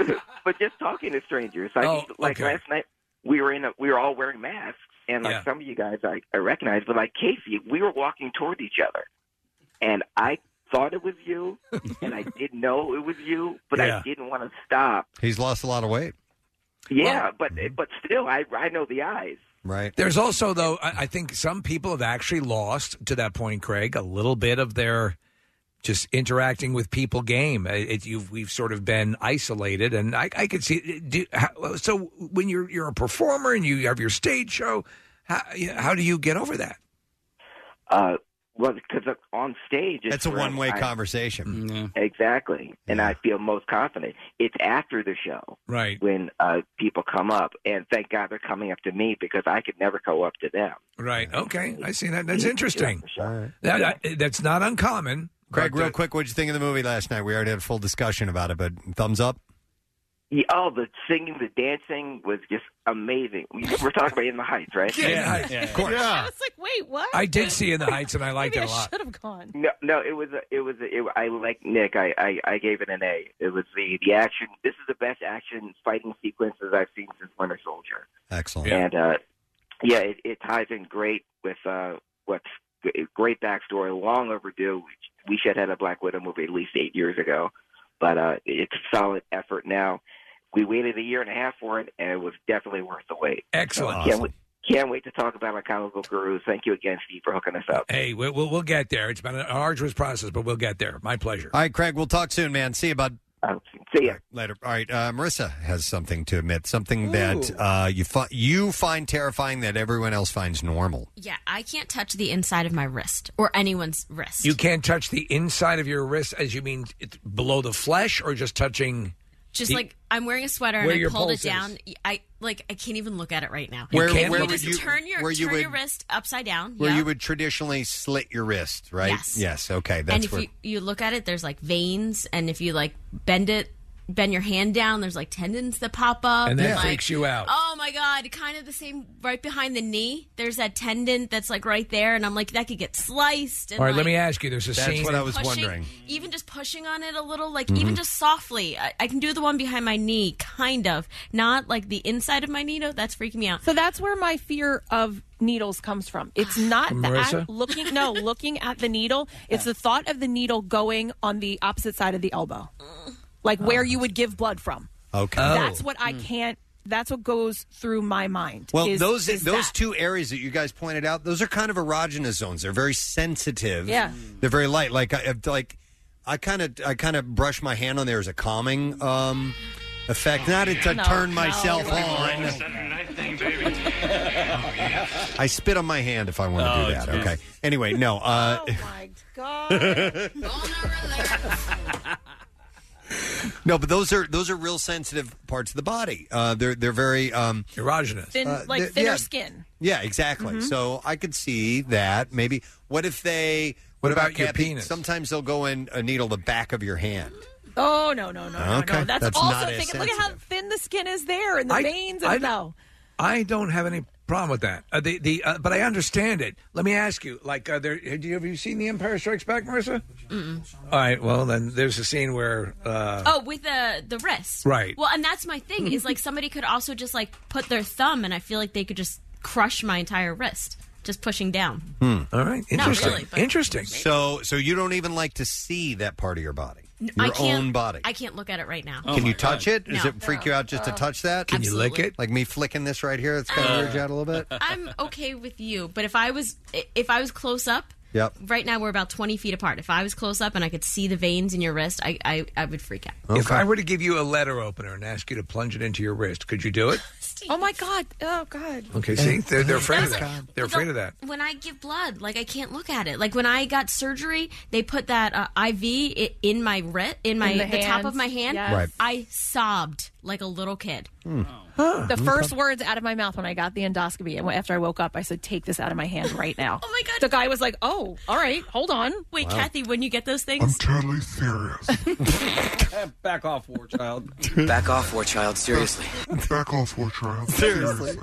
S9: but just talking to strangers. I mean, like
S4: Oh, okay.
S9: last night we were in a we were all wearing masks and like
S4: Yeah.
S9: some of you guys I, I recognize, but like Casey, we were walking toward each other and I thought it was
S5: [LAUGHS]
S9: you and I didn't know it was you, but
S5: Yeah.
S9: I didn't want to stop.
S5: He's lost a lot of weight.
S9: Yeah, but
S5: mm-hmm.
S9: but still I I know the eyes.
S5: Right.
S4: There's also though I, I think some people have actually lost to that point, Craig, a little bit of their just interacting with people game. Uh, It, you've, we've sort of been isolated, and I, I could see. Do, how, so when you're you're a performer and you have your stage show, how, how do you get over that?
S9: Uh well, because on stage, it's
S5: That's a
S9: where
S5: one way
S9: I-
S5: conversation.
S9: Exactly, and I feel most confident. It's after the show,
S4: Right.
S9: when uh, people come up, and thank God they're coming up to me because I could never go up to them.
S4: Right. Okay. I see that. That's interesting.
S5: All right.
S4: That, that- that's not uncommon.
S5: Craig,
S4: but,
S5: real
S4: uh,
S5: quick, what'd you think of the movie last night? We already had a full discussion about it, but thumbs up.
S9: Yeah, oh, the singing, the dancing was just amazing. We- We're talking about In the Heights, right?
S4: Yeah, In the Heights, Yeah. of course.
S9: Yeah.
S3: I was like, wait, what?
S9: I did see In the Heights,
S3: [LAUGHS]
S9: and I liked
S3: Maybe
S9: it a lot.
S3: I should have gone.
S9: No, no, it was a, it was a, it, I like Nick. I, I I gave it an A. It was the the action. This is the best action fighting sequences I've seen since Winter Soldier.
S5: Excellent.
S9: And uh, yeah, it, it ties in great with uh, what's g- great backstory, long overdue. We should have had a Black Widow movie at least eight years ago, but uh, it's a solid effort now. We waited a year and a half for it, and it was definitely worth the wait.
S4: Excellent.
S9: Can't, wait, can't wait to talk about my comic book gurus. Thank you again, Steve, for hooking us up.
S4: Hey, we'll, we'll we'll get there. It's been an arduous process, but we'll get there. My pleasure.
S5: All right, Craig, we'll talk soon, man. See you, bud.
S9: see you
S5: later. All right, uh, Marissa has something to admit, something that uh, you fi- you find terrifying that everyone else finds normal.
S15: Yeah, I can't touch the inside of my wrist or anyone's wrist.
S4: You can't touch the inside of your wrist, as you mean it, below the flesh, or just touching.
S15: Just
S4: the-
S15: like I'm wearing a sweater and
S4: Where
S15: I
S4: your
S15: pulled it
S4: pulse is.
S15: down. I like I can't even look at it right now.
S5: You Where- can't
S15: you
S5: where would
S15: just
S5: you-
S15: turn your
S5: where you
S15: turn your
S5: would-
S15: wrist upside down?
S5: Where
S15: yeah.
S5: you would traditionally slit your wrist, right?
S15: Yes.
S5: okay,
S15: and
S5: that's
S15: if
S5: where.
S15: you, you look at it, there's like veins, and if you like bend it, bend your hand down, there's like tendons that pop up,
S4: And that
S15: like-
S4: freaks you out.
S15: Oh my god! Kind of the same right behind the knee. There's that tendon that's like right there, and I'm like that could get sliced. And,
S4: All right, let
S15: like,
S4: me ask you. There's a scene.
S15: Pushing- Even just pushing on it a little, like even
S4: Mhm.
S15: just softly. I, I can do the one behind my knee, kind of. Not like the inside of my knee, though. That's freaking me out.
S3: So that's where my fear of needles comes from. It's not
S15: From
S3: the
S15: Marissa?
S3: act, looking no, looking at the needle. It's the thought of the needle going on the opposite side of the elbow. Like where you would give blood from.
S5: Okay. Oh. Hmm.
S3: That's what I can't that's what goes through my mind.
S5: Well,
S3: is-
S5: those
S3: is
S5: those
S3: that.
S5: two areas that you guys pointed out, those are kind of erogenous zones. They're very sensitive.
S3: Yeah. Mm.
S5: they're very light. Like I like, I kind of I kind of brush my hand on there as a calming um, effect, not to
S22: No,
S5: turn
S22: no.
S5: myself on. I spit on my hand if I want to
S22: Oh,
S5: do that.
S22: geez.
S5: Okay. Anyway, no. Uh, [LAUGHS] oh
S3: my
S5: god. no, but those are those are real sensitive parts of the body. Uh, they're they're very um,
S4: erogenous.
S3: thin like thinner skin.
S5: Yeah, exactly.
S15: Mm-hmm.
S5: So I could see that. Maybe. What if they? What, about,
S4: your
S5: Kathy?
S4: penis?
S5: Sometimes they'll go in a needle the back of your hand.
S3: Oh no, no, no, no,
S5: Okay,
S3: no. That's,
S5: that's
S3: also
S5: not as
S3: thinking look at how thin the skin is there and the
S4: I-
S3: veins
S4: I-
S3: and no.
S4: I don't have any problem with that. Uh, the the uh, but I understand it. Let me ask you. Like, uh, there, have you have you seen The Empire Strikes Back, Marissa?
S15: Mm-mm.
S4: All right. Well, then there's a scene where. Uh,
S15: Oh, with the the wrist,
S4: Right.
S15: Well, and that's my thing is like somebody could also just like put their thumb, and I feel like they could just crush my entire wrist just pushing down.
S5: All right.
S15: Not Interesting. really, but-
S5: Interesting. So so you don't even like to see that part of your body.
S15: N-
S5: Your
S15: I can't,
S5: own body.
S15: I can't look at it right now.
S4: Oh
S5: Can you touch it? Does
S15: No.
S5: it freak you out just to touch that?
S15: Oh Can you lick Absolutely.
S5: it? Like me flicking this right here? It's kind
S15: Uh.
S5: of weird you out a little bit.
S15: [LAUGHS] I'm okay with you, but if I was if I was close up,
S5: Yep.
S15: right now we're about 20 feet apart. If I was close up and I could see the veins in your wrist, I I, I would freak out.
S11: Oh.
S4: If I were to give you a letter opener and ask you to plunge it into your wrist, could you do it?
S15: Oh my god. Oh god.
S4: Okay, see, they're, they're afraid of that.
S15: God.
S4: They're afraid of that.
S15: When I give blood, like I can't look at it. Like when I got surgery, they put that uh, IV i- in my wrist, in my
S3: In
S15: the,
S3: the
S15: top
S3: hands,
S15: of my hand.
S3: yes. Right.
S15: I sobbed like a little kid.
S3: The
S15: Uh-huh.
S3: first words out of my mouth when I got the endoscopy and after I woke up, I said, "Take this out of my
S15: [LAUGHS]
S3: hand right now." oh my god! The guy was like, "Oh, all right, hold on."
S15: Wait,
S3: Kathy.
S15: Kathy, when you get those things,
S11: totally serious.
S7: Back off, war child.
S11: Back off, war child. Seriously. Back off, war child.
S7: Seriously.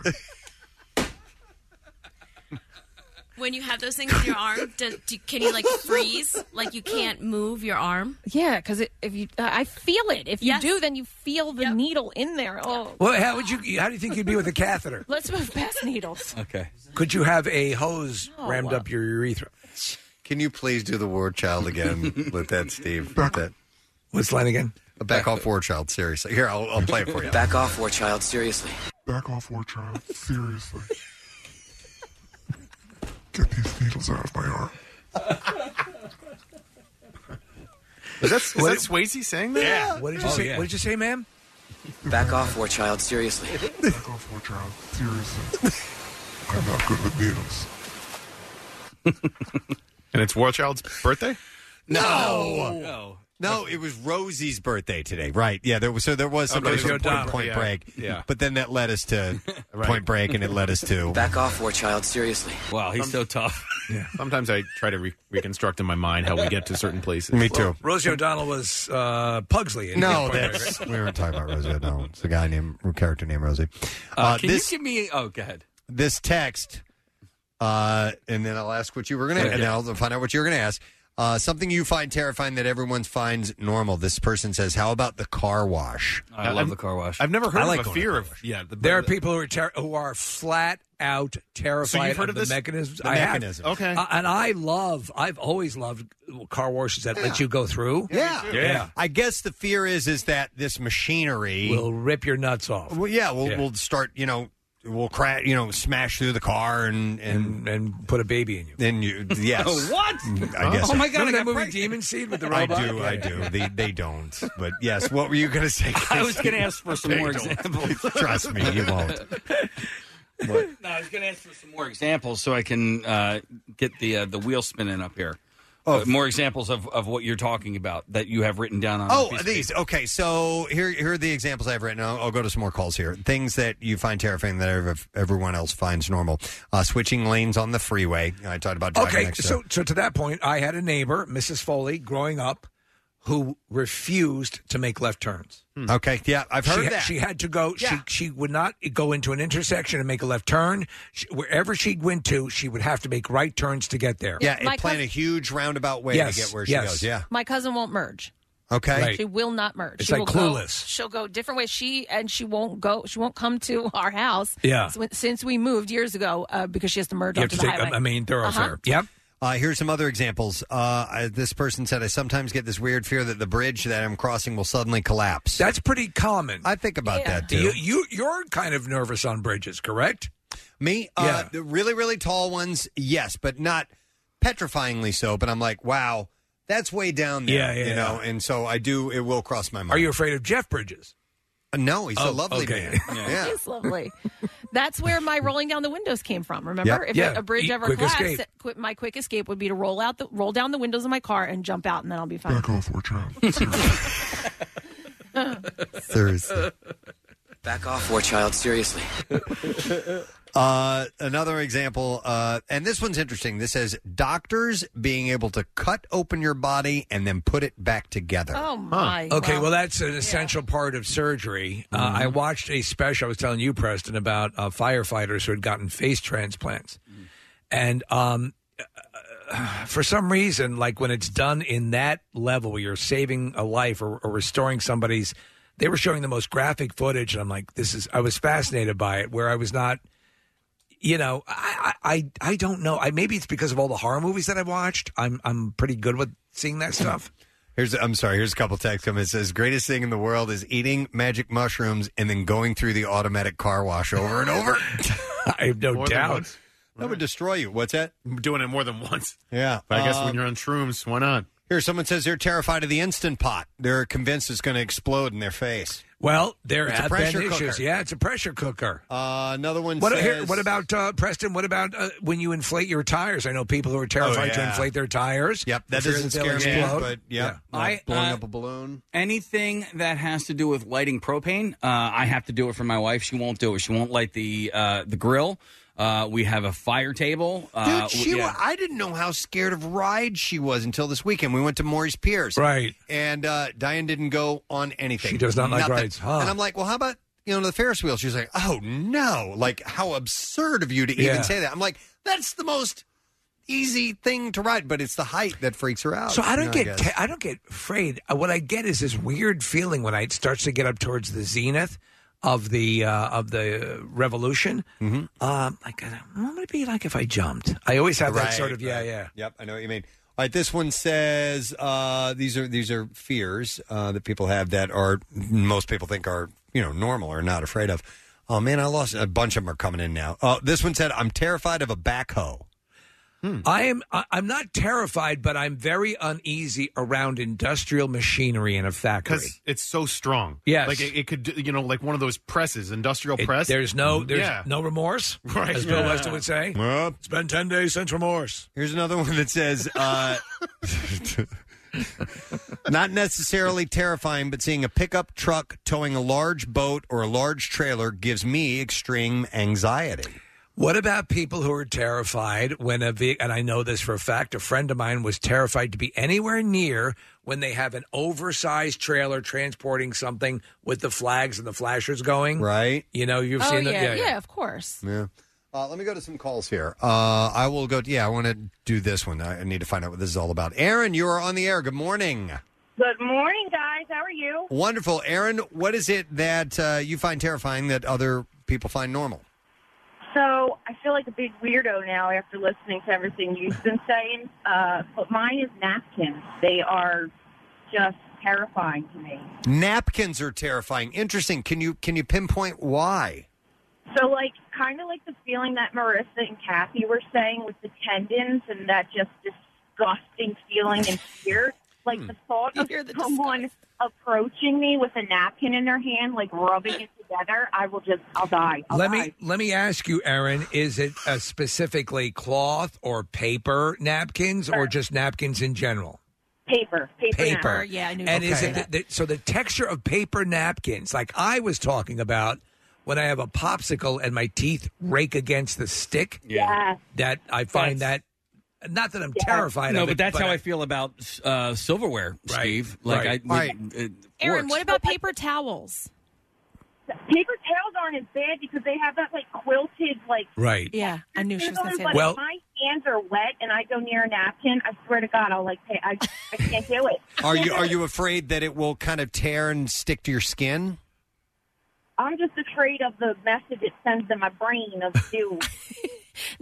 S15: when you have those things in your arm, do, do, can you like freeze? Like you can't move your arm?
S3: Yeah, because if you, I I feel it. If you do, then you feel the needle in there. Oh,
S4: Well, how would you? How do you think you'd be with a catheter?
S3: let's move past
S4: [LAUGHS]
S3: needles.
S7: Okay.
S4: Could you have a hose
S15: Oh,
S3: No.
S4: rammed up your urethra?
S5: Can you please do the word child again with that, Steve? With that. Uh,
S4: What's the line again?
S5: Back off, war child. Seriously. Here, I'll, I'll play it for you.
S11: Back off, war child. Seriously. Back off, war child. Seriously. Get these needles out of my arm.
S8: Is that, is that Swayze saying that?
S11: Yeah.
S4: What did you
S11: Oh,
S4: say?
S11: yeah.
S4: What did you say, ma'am?
S11: Back off, war
S7: Oh,
S11: child. Seriously. Back off, war child. Seriously. [LAUGHS] I'm not good with needles.
S8: [LAUGHS] And it's War Child's birthday?
S5: No. No. No, it was Rosie's birthday today, right? Yeah, there was so there was some
S8: Okay,
S5: sort
S8: so
S5: of point,
S8: Dom,
S5: point
S8: yeah.
S5: break,
S8: Yeah.
S5: But then that led us to Point Break, and it led us
S8: [LAUGHS]
S5: to
S11: Back off, war child. Seriously.
S7: Wow, he's so tough.
S8: Yeah. Um, Sometimes I try to re- reconstruct in my mind how we get to certain places.
S5: Me too.
S4: Rosie O'Donnell was uh, Pugsley. in
S5: no.
S4: Point Break,
S5: That's
S4: right?
S5: we were talking about Rosie O'Donnell. It's a guy named character named Rosie.
S7: Uh,
S5: Uh,
S7: can
S5: this
S7: you give [LAUGHS] me? Oh, go ahead.
S5: this text, uh, and then I'll ask what you were going to,
S7: Okay.
S5: and I'll find out what you were going to ask. Uh, something you find terrifying that everyone finds normal. This person says, "How about the car wash?"
S8: I've never heard
S5: I
S8: of
S5: like
S8: a
S5: going to
S8: fear
S5: car
S8: of. Yeah, the,
S4: There are people who are ter- who are flat out terrified.
S8: So you've heard of
S4: the
S8: this?
S4: mechanisms?
S8: The
S4: I have.
S8: mechanisms. Okay.
S4: Uh, and I love. I've always loved car washes that let you go through.
S5: Yeah. I guess the fear is is that this machinery
S4: will rip your nuts off.
S5: Well, yeah, we'll we'll start, you know, we'll crash, you know, smash through the car and and
S4: and, put a baby in you.
S5: Then you yes.
S4: [LAUGHS] What?
S5: I guess.
S4: Oh my god!
S5: I
S4: Remember that movie Demon
S5: [LAUGHS]
S4: Seed
S8: [LAUGHS]
S4: with the robot.
S5: I do, I do. They they don't. But yes, what were you going to
S7: [LAUGHS]
S5: say?
S7: I was
S5: Christy?
S7: gonna ask for some
S5: They
S7: more
S5: don't.
S7: examples.
S5: [LAUGHS] Trust me, you
S7: [LAUGHS]
S5: won't.
S7: No, I was going to ask for some more examples so I can uh, get the uh, the wheel spinning up here.
S5: Oh.
S7: Uh, more examples of, of what you're talking about that you have written down on. a
S5: Oh,
S7: piece of
S5: these.
S7: paper.
S5: Okay, so here here are the examples I've written. I'll, I'll go to some more calls here. Things that you find terrifying that ev- everyone else finds normal. Uh, switching lanes on the freeway. I talked about driving
S4: Okay,
S5: next to-
S4: so so to that point, I had a neighbor, Mrs. Foley, growing up, who refused to make left turns.
S5: Hmm.
S8: Hmm. Oh,
S5: Okay, yeah, I've heard
S4: she,
S5: that.
S4: She had to go. She she would not go into an intersection and make a left turn. She, wherever she went to, she would have to make right turns to get there.
S5: Yeah,
S3: My
S5: and plan
S3: cous-
S5: a huge roundabout way
S4: Yes,
S5: to get where she
S4: yes.
S5: goes. Yeah.
S3: My cousin won't merge.
S5: Okay.
S3: She will not merge.
S5: It's
S3: she
S5: like
S3: will go-
S5: Clueless.
S3: she'll go different ways. She and she won't go. She won't come to our house.
S5: Yeah.
S3: s- Since we moved years ago, uh, because she has to merge
S5: You have
S3: onto
S5: to
S3: the
S5: take a-
S3: highway.
S5: a main
S3: Uh-huh.
S4: Yep.
S5: Uh, here's some other examples. Uh, I, this person said, I sometimes get this weird fear that the bridge that I'm crossing will suddenly collapse.
S4: That's pretty common.
S5: I think about that too.
S4: You, you you're kind of nervous on bridges, correct?
S5: Me, uh, the really, really tall ones, yes, but not petrifyingly so. But I'm like, wow, that's way down there.
S4: Yeah, yeah,
S5: You know, and so I do, it will cross my mind.
S4: Are you afraid of Jeff Bridges?
S5: Uh, no, he's
S4: Oh,
S5: a lovely
S4: okay.
S5: man.
S4: [LAUGHS] Yeah.
S3: [LAUGHS]
S5: yeah.
S3: It's lovely. That's where my rolling down the windows came from. Remember,
S5: Yep.
S3: if
S5: Yeah.
S3: a bridge
S5: Eat-
S3: ever
S5: quick
S3: collapsed,
S5: escape.
S3: qu- my quick escape would be to roll out the roll down the windows of my car and jump out, and then I'll be fine.
S11: Back off, war
S3: [LAUGHS]
S11: [LAUGHS] child.
S5: Seriously.
S11: Back off, war child. Seriously.
S22: Oh,
S5: Uh, another example, uh, and this one's interesting. This says doctors being able to cut open your body and then put it back together.
S12: Oh,
S4: Okay, well, that's an essential part of surgery. Uh, I watched a special. I was telling you, Preston, about uh, firefighters who had gotten face transplants, and um, uh, for some reason, like when it's done in that level, where you're saving a life or, or restoring somebody's. They were showing the most graphic footage, and I'm like, this is. I was fascinated by it, where I was not. You know, I I I I don't know. I maybe it's because of all the horror movies that I've watched. I'm I'm pretty good with seeing that stuff.
S5: [LAUGHS] Here's I'm sorry. Here's a couple texts coming. It says greatest thing in the world is eating magic mushrooms and then going through the automatic car wash over and over.
S4: [LAUGHS] I have no
S5: More than
S4: doubt.
S5: once. That would destroy you. What's that?
S8: Doing it more than once.
S5: Yeah,
S8: But I guess when
S5: Um,
S8: you're on shrooms, why not?
S5: Here, someone says they're terrified of the instant pot. They're convinced it's going to explode in their face.
S4: Well, there
S5: It's a
S4: have
S5: pressure
S4: been issues.
S5: cooker.
S4: Yeah, it's a pressure cooker.
S5: Uh, another one
S4: What,
S5: says.
S4: here, what about uh, Preston? What about uh, when you inflate your tires? I know people who are terrified to
S5: Oh, yeah.
S4: inflate their tires. Yep,
S5: that doesn't scare me, but yeah,
S7: I, uh,
S5: balloon.
S7: Anything that has to do with lighting propane, uh, I have to do it for my wife. She won't do it. She won't light the uh, the grill. Uh, we have a fire table. uh,
S5: Dude, she
S7: yeah.
S5: wa- I didn't know how scared of rides she was until this weekend. We went to Maury's Piers.
S4: Right.
S5: And uh, Diane didn't go on anything.
S4: She does not like
S5: Nothing.
S4: rides, huh?
S5: And I'm like, well, how about, you know, the Ferris wheel? She's like, oh, no. Like, how absurd of you to
S4: Yeah.
S5: even say that. I'm like, that's the most easy thing to ride, but it's the height that freaks her out.
S4: So I
S5: you
S4: don't
S5: know,
S4: get
S5: guess.
S4: te- I don't get afraid. Uh, What I get is this weird feeling when I- it starts to get up towards the zenith of the uh, of the uh, revolution.
S5: Mm-hmm.
S4: Um, like, uh, what would it be like if I jumped? I always have that
S5: Right,
S4: sort of yeah,
S5: right.
S4: yeah.
S5: Yep, I know what you mean. All right, this one says uh, these are these are fears uh, that people have that are most people think are you know normal or not afraid of. Oh man, I lost a bunch of them are coming in now. Uh, this one said, "I'm terrified of a backhoe." Hmm.
S4: I am. I- I'm not terrified, but I'm very uneasy around industrial machinery in a factory.
S8: Because it's so strong.
S4: Yes.
S8: Like it, it could, do- you know, like [LAUGHS] one of those presses, industrial
S4: It-
S8: press.
S4: there's no there's
S8: yeah.
S4: no remorse,
S8: [LAUGHS] Right.
S4: as Bill
S8: Yeah.
S4: Weston would say.
S5: Well,
S4: it's been ten days since remorse.
S5: Here's another one that says, uh, [LAUGHS] "Not necessarily terrifying, but seeing a pickup truck towing a large boat or a large trailer gives me extreme anxiety."
S4: What about people who are terrified when a ve- and I know this for a fact. A friend of mine was terrified to be anywhere near when they have an oversized trailer transporting something with the flags and the flashers going.
S5: Right.
S4: You know, you've
S3: oh
S4: seen
S3: yeah,
S4: that.
S3: yeah, of course.
S5: Yeah. Uh, let me go to some calls here. Uh, I will go. Yeah, I want to do this one. I I need to find out what this is all about. Aaron, you are on the air. Good morning.
S12: Good morning, guys. How are you?
S5: Wonderful, Aaron. What is it that uh, you find terrifying that other people find normal?
S12: So I feel like a big weirdo now after listening to everything you've been saying. Uh, but mine is napkins. They are just terrifying to me.
S5: Napkins are terrifying. Interesting. Can you can you pinpoint why?
S12: So like kind of like the feeling that Marissa and Kathy were saying with the tendons and that just disgusting feeling in fear. Like the
S4: Hmm.
S12: thought of someone approaching me with a napkin in their hand, like rubbing it together, I will just I'll die. I'll
S4: Let
S12: die.
S4: me let me ask you, Aaron. Is it uh, specifically cloth or paper napkins, or just napkins in general?
S12: paper. Paper.
S4: Paper,
S12: napkin.
S4: And is it the, the, so? The texture of paper napkins, like I was talking about, when I have a popsicle and my teeth rake against the stick.
S12: Yeah.
S4: That I find that not that I'm terrified
S7: No,
S4: of it,
S7: but that's how I, feel about uh, silverware, Steve. Like
S4: right.
S7: I,
S4: Right.
S7: it- it
S3: Aaron,
S7: works.
S3: what about paper towels?
S12: Paper towels aren't as bad because they have that like quilted like
S4: Right.
S3: Yeah, I knew she was going to say
S12: But
S3: that.
S12: if my hands are wet and I go near a napkin, I swear to God, I'll like pay. I, I can't do it.
S5: Are you are you afraid that it will kind of tear and stick to your skin?
S12: I'm just afraid of the message it sends in my brain of you.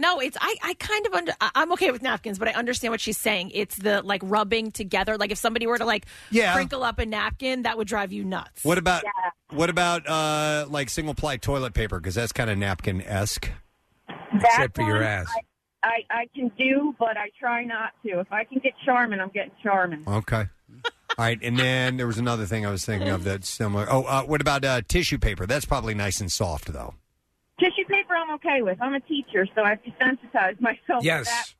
S3: No, it's I, I kind of under I- I'm okay with napkins, but I understand what she's saying. It's the like rubbing together. Like if somebody were to like
S5: Yeah.
S3: sprinkle up a napkin, that would drive you nuts.
S5: What about what about uh, like single ply toilet paper? Because that's kind of napkin esque.
S12: Except for your one, ass. I, I can do, but I try not to. If I can get Charmin, I'm getting Charmin.
S5: Okay. All right, and then there was another thing I was thinking of that's similar. Oh, uh, what about uh, tissue paper? That's probably nice and soft, though.
S12: Tissue paper, I'm okay with. I'm a teacher, so I've desensitized
S11: Oh,
S12: myself. to that.
S4: Yes.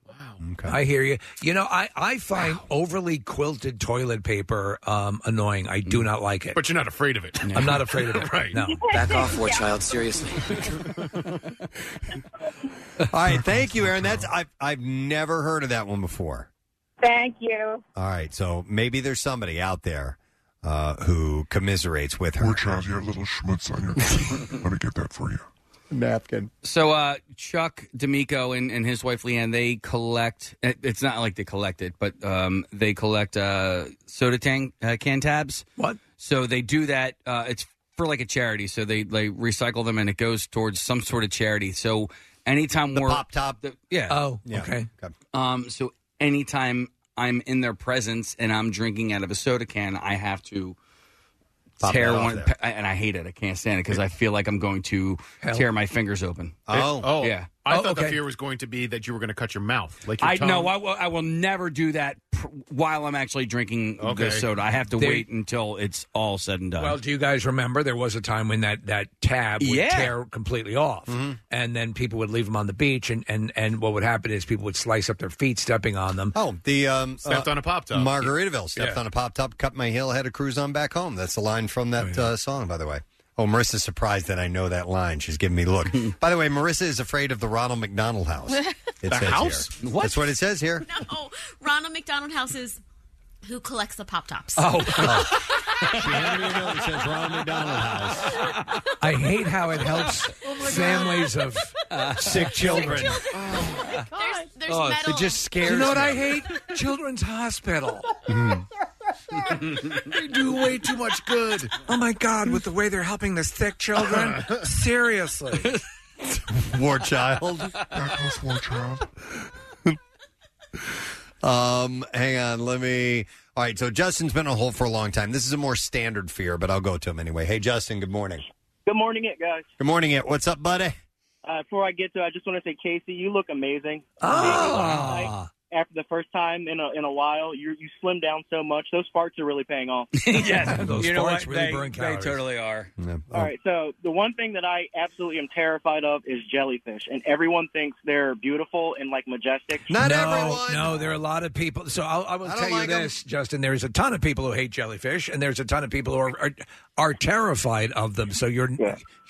S4: I hear you. You know, I, I find overly quilted toilet paper um, annoying. I
S7: Mm.
S4: do not like it. But
S8: you're not afraid of it.
S4: I'm not afraid of
S8: [LAUGHS]
S4: it.
S8: Right.
S4: No.
S11: [LAUGHS] Back off, war child,
S5: seriously. All right, thank you, Aaron. That's I've I've never heard of that one before.
S12: Thank you.
S5: All right, so maybe there's somebody out there uh, who commiserates with her. you have little schmutz on your Let me get that for you. Napkin.
S7: So uh, Chuck D'Amico and, and his wife Leanne, they collect. it- It's not like they collect it, but um, they collect uh, soda tank uh, can tabs.
S4: What?
S7: So they do that. Uh, it's for like a charity. So they they recycle them and it goes towards some sort of charity. So anytime
S5: The
S7: we're
S5: pop top.
S7: yeah.
S4: Oh, okay.
S7: Um, so anytime I'm in their presence and I'm drinking out of a soda can, I have to
S5: Pop
S7: tear
S5: that off
S7: one,
S5: there.
S7: pa- and I hate it. I can't stand it because I feel like I'm going to tear my fingers open.
S8: oh,
S7: yeah.
S8: I thought the fear was going to be that you were going to cut your mouth, like your
S7: I
S8: tongue.
S7: no, I will, I will never do that pr- while I'm actually drinking
S4: Okay.
S7: the soda. I have to
S4: They-
S7: wait until it's all said and done.
S4: Well, do you guys remember there was a time when that, that tab would
S7: Yeah.
S4: tear completely off,
S5: Mm-hmm.
S4: and then people would leave them on the beach, and, and, and what would happen is people would slice up their feet stepping on them.
S5: Oh, the um, uh, Margaritaville stepped
S4: Yeah.
S5: on a pop top, cut my heel, had a cruise on back home. That's the line from that uh, song, by the way. Oh, Marissa's surprised that I know that line. She's giving me a look. by the way, Marissa is afraid of the Ronald McDonald House.
S4: [LAUGHS]
S5: It
S15: The
S5: says
S15: house?
S5: Here. That's what it says here.
S15: No, Ronald McDonald House is who collects the pop tops.
S4: Oh,
S15: [LAUGHS]
S5: she handed me a note that says Ronald McDonald House.
S4: I hate how it helps families of sick children.
S15: There's, there's
S4: Oh,
S15: metal.
S4: it just scares
S24: You know what I
S4: [LAUGHS] hate? Children's Hospital.
S5: Mm-hmm.
S4: they do way too much good. Oh my God! With the way they're helping the sick [LAUGHS] children, [LAUGHS] seriously.
S5: War child.
S24: war child.
S5: Um, hang on, let me. All right, so Justin's been on hold for a long time. This is a more standard fear, but I'll go to him anyway. Hey, Justin, good morning.
S18: Good morning, it guys.
S5: Good morning. It. What's up, buddy?
S18: Uh, before I get to, it, I just want to say, Casey, you look amazing.
S5: Ah.
S18: After the first time in a, in a while, you you slimmed down so much. Those farts are really paying
S5: [LAUGHS]
S18: off.
S7: yes,
S18: Those
S7: you know
S18: farts
S7: what?
S18: really
S7: they,
S18: burn
S7: they
S18: calories.
S7: totally are.
S18: All right, so the one thing that I absolutely am terrified of is jellyfish, and everyone thinks they're beautiful and like majestic.
S4: no, No, there are a lot of people. So I'll, I will
S18: I don't
S4: tell you
S18: like 'em.
S4: this, Justin. There's a ton of people who hate jellyfish, and there's a ton of people who are are, are terrified of them. So you're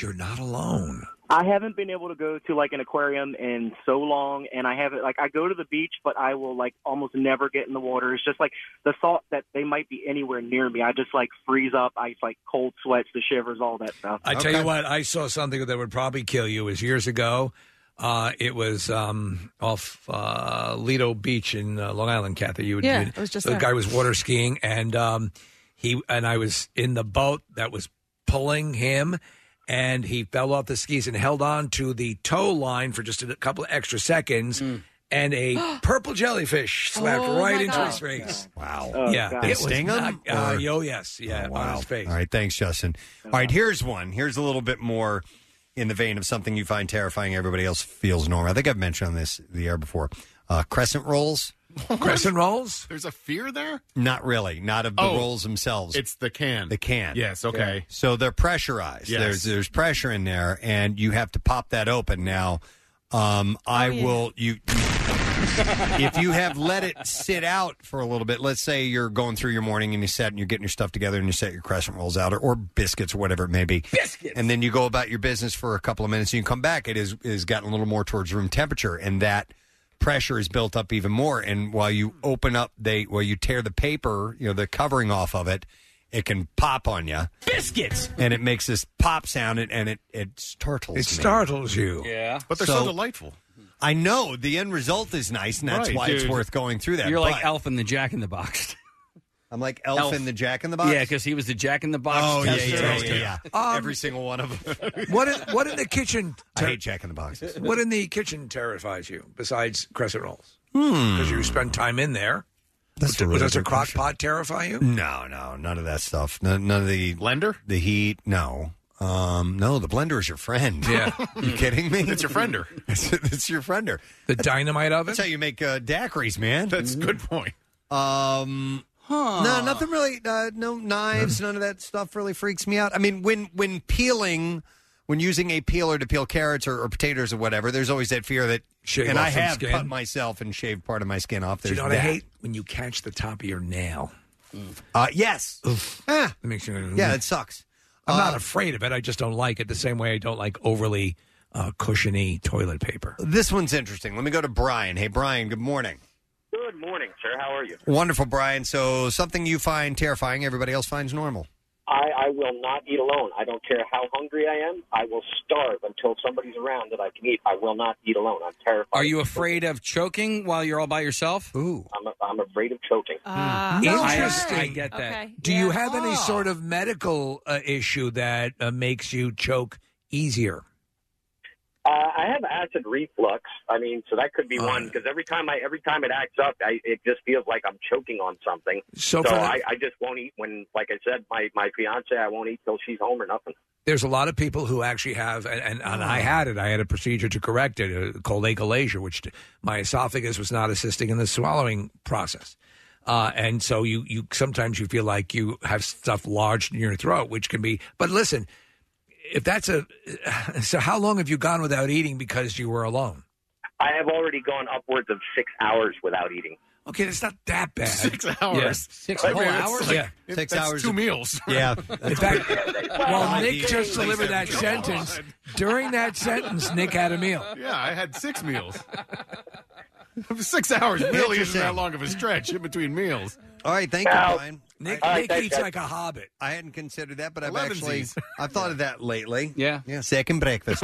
S4: you're not alone.
S18: I haven't been able to go to like an aquarium in so long, and I haven't like I go to the beach, but I will like almost never get in the water. It's just like the thought that they might be anywhere near me. I just like freeze up. I like cold sweats, the shivers, all that stuff.
S4: I tell you what, I saw something that would probably kill you. It was years ago. Uh, it was um, off uh, Lido Beach in uh, Long Island, Kathy. You would,
S18: Yeah,
S4: you'd-
S18: I was just
S4: the
S18: there.
S4: guy was water skiing, and um, he and I was in the boat that was pulling him, and he fell off the skis and held on to the tow line for just a couple of extra seconds, and
S5: [GASPS]
S4: a purple jellyfish slapped
S5: Hmm. Oh,
S4: right
S5: my
S4: into
S5: God.
S4: his face.
S5: Wow!
S4: yeah,
S5: Did
S4: It
S5: it
S4: was
S5: sting
S4: not-
S5: him?
S4: Uh,
S5: Or-
S4: oh yes, yeah, on his face.
S5: All right, thanks, Justin. All right, here's one. Here's a little bit more in the vein of something you find terrifying. Everybody else feels normal. I think I've mentioned this the air before. Uh,
S8: [LAUGHS]
S5: crescent rolls?
S4: Crescent rolls?
S8: There's a fear there?
S5: Not really. Not of the
S8: Oh,
S5: rolls themselves.
S8: It's the can.
S5: The can.
S8: Yes, okay.
S5: Yeah. So they're pressurized.
S8: Yes.
S5: There's there's pressure in there, and you have to pop that open. Now, um, I
S8: yeah.
S5: will you. if you have let it sit out for a little bit, let's say you're going through your morning and you set and you're getting your stuff together and you set your crescent rolls out or, or biscuits or whatever it may be. Biscuits. And then you go about your business for a couple of minutes and you come back, it is is gotten a little more towards room temperature and that pressure is built up even more. And while you open up they while you tear the paper, you know, the covering off of it, it can pop on you.
S7: Biscuits.
S5: And it makes this pop sound and, and it, it startles
S4: It
S5: me.
S4: startles you.
S7: Yeah.
S8: But they're so, delightful.
S5: I know the end result is nice, and that's
S7: Right,
S5: why it's
S7: dude.
S5: worth going through that.
S7: You're like
S5: but-
S7: Elf in the Jack in the Box.
S5: I'm like Elf, in the Jack in the Box.
S7: Yeah, because he was the Jack in the Box.
S5: Oh, yeah,
S7: tester.
S5: yeah, yeah, yeah, [LAUGHS]
S4: Um,
S5: Every single one of them.
S4: [LAUGHS] What in, what in the kitchen?
S5: I hate Jack in the Boxes.
S4: What in the kitchen terrifies you besides crescent rolls?
S5: Hmm.
S4: Because you spend time in there.
S5: That's a
S4: Does-
S5: really
S4: does a
S5: good
S4: crock pot terrify you?
S5: No, no, none of that stuff. None, none of the blender, the heat. No, um, no, the blender is your friend.
S4: Yeah.
S5: [LAUGHS] you kidding me?
S8: It's your friender.
S5: it's, it's your friender.
S4: The dynamite oven.
S5: That's how you make uh, daiquiris, man.
S8: That's good point.
S5: Um, No, nothing really. Uh, no knives. none of that stuff really freaks me out. I mean, when when peeling, when using a peeler to peel carrots or, or potatoes or whatever, there's always that fear that.
S4: Shave
S5: and
S4: off
S5: I
S4: some
S5: have
S4: skin.
S5: cut myself and shaved part of my skin off.
S4: Do
S5: There's
S4: you know what
S5: that.
S4: I hate? When you catch the top of your nail.
S5: Uh, yes. Ah.
S4: That makes you.
S5: Yeah, it sucks. Uh,
S4: I'm not afraid of it. I just don't like it the same way I don't like overly uh, cushiony toilet paper.
S5: This one's interesting. Let me go to Brian. Hey, Brian. Good morning.
S25: Good morning, sir. How are you?
S5: Wonderful, Brian. So something you find terrifying, everybody else finds normal.
S25: I, I will not eat alone. I don't care how hungry I am. I will starve until somebody's around that I can eat. I will not eat alone. I'm terrified.
S7: Are you afraid of choking while you're all by yourself?
S5: Ooh.
S25: I'm, I'm afraid of choking.
S7: Uh,
S5: [LAUGHS]
S4: Interesting.
S7: I, I get that.
S4: Do you have any sort of medical uh, issue that uh, makes you choke easier?
S18: Uh, I have acid reflux. I mean, so that could be one
S4: Uh.
S18: because every time I every time it acts up, I, it just feels like I'm choking on something.
S4: So for the-
S18: I, I just won't eat when, like I said, my my fiance, I won't eat till she's home or nothing.
S4: There's a lot of people who actually have, and, and, and I had it. I had a procedure to correct it uh, called achalasia, which t- my esophagus was not assisting in the swallowing process. Uh, and so you, you sometimes you feel like you have stuff lodged in your throat, which can be. But listen, if that's a [LAUGHS] so, how long have you gone without eating because you were alone?
S18: I have already gone upwards of six hours without eating.
S4: Okay, it's not that bad. Six
S18: hours.
S4: six
S18: I
S4: whole
S18: mean, it's
S4: hours.
S18: like-
S4: yeah,
S18: it- Six that's hours two of- meals.
S5: Yeah. [LAUGHS]
S4: In fact, while
S8: Well,
S4: Nick just
S8: I-
S4: delivered that
S5: Oh,
S8: God.
S4: sentence, during
S5: [LAUGHS]
S4: that sentence, Nick had a meal.
S8: Yeah, I had six meals. six hours really isn't
S5: Interesting.
S8: that long of a stretch in between meals.
S5: All right, thank
S8: Now-
S5: you, Brian.
S8: Nick- All right, Nick thanks, eats guys. like a
S4: hobbit.
S5: I hadn't considered that, but I've actually
S4: Elevensies.
S5: I've thought of that lately.
S7: Yeah,
S5: yeah. [LAUGHS] Second breakfast.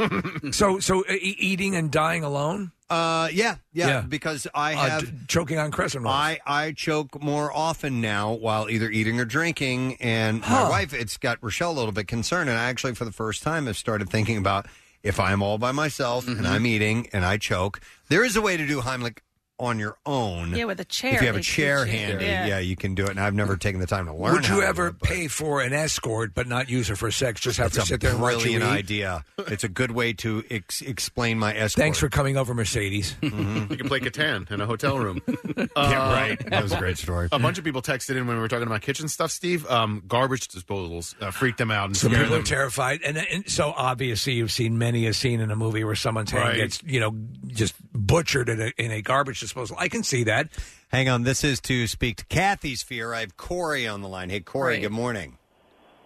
S4: So, so uh, e- eating and dying alone.
S5: Uh, yeah, yeah,
S4: Yeah.
S5: because I
S4: Uh,
S5: have
S4: d- choking on crescent rolls.
S5: I I choke more often now while either eating or drinking, and my wife it's got Rochelle a little bit concerned, and I actually for the first time have started thinking about if I'm all by myself
S4: Mm-hmm.
S5: and I'm eating and I choke. There is a way to do Heimlich on your own.
S12: Yeah, with a chair.
S5: If you have a
S12: They teach
S5: chair
S12: you.
S5: handy,
S12: Yeah.
S5: yeah. you can do it. And I've
S12: [LAUGHS]
S5: never taken the time to learn.
S4: Would
S5: how
S4: you
S5: to
S4: ever pay for an escort but not use her for sex? Just have
S5: That's
S4: to
S5: a
S4: sit there and watch you
S5: brilliant
S4: eat?
S5: idea. It's a good way to ex- explain my escort.
S4: Thanks for coming over, Mercedes.
S8: [LAUGHS] You can play Catan in a hotel room.
S5: [LAUGHS]
S8: Uh,
S5: Yeah, right. That was a great story.
S8: A bunch of people texted in when we were talking about kitchen stuff, Steve. Um, garbage disposals uh, freaked them out. And
S4: So
S8: scared
S4: people are
S8: them.
S4: terrified, and, and so obviously you've seen many a scene in a movie where someone's hand
S8: Right.
S4: gets you know just butchered in a, in a garbage disposal. I can see that.
S5: Hang on, this is to speak to Kathy's fear. I have Corey on the line. Hey, Corey, good morning.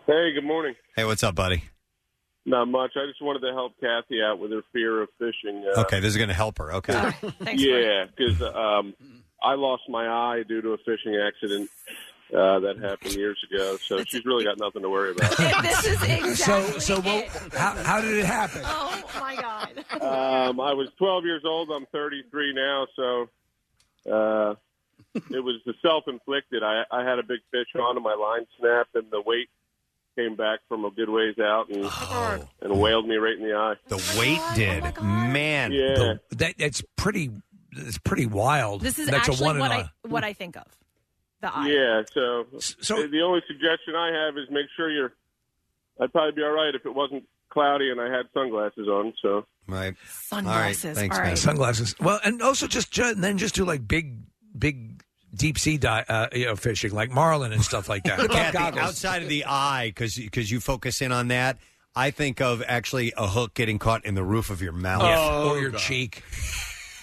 S10: Hey, good morning.
S5: Hey, what's up, buddy?
S10: Not much. I just wanted to help Kathy out with her fear of fishing. Uh,
S5: okay, this is going to help her. Okay.
S10: [LAUGHS] yeah, because um, I lost my eye due to a fishing accident uh, that happened years ago. So she's really got nothing to worry about.
S12: [LAUGHS] this is exactly
S4: so. So what, how, how did it happen?
S12: Oh my god!
S10: um, I was 12 years old. I'm 33 now, so uh, it was the self-inflicted. I, I had a big fish on, and my line snapped, and the weight came back from a good ways out and and whaled me right in the eye.
S5: The weight
S10: Oh
S5: did, man.
S10: Yeah.
S4: The- that, that's pretty. It's pretty wild.
S12: This is
S4: that's a one
S12: actually
S4: and
S12: what
S4: a-
S12: I what I think of. The eye.
S10: Yeah, so, the only suggestion I have is make sure you're. I'd probably be all right if it wasn't cloudy and I had sunglasses on. So
S5: right,
S10: Sunglasses, All right, thanks, all right. man.
S4: Sunglasses. Well, and also just, ju- and then just do like big, big deep sea di- uh, you know, fishing, like marlin and stuff [LAUGHS] like that.
S5: Kathy,
S4: Without goggles.
S5: outside of the eye, because you focus in on that, I think of actually a hook getting caught in the roof of your mouth
S4: Yes,
S8: Oh,
S4: or your cheek.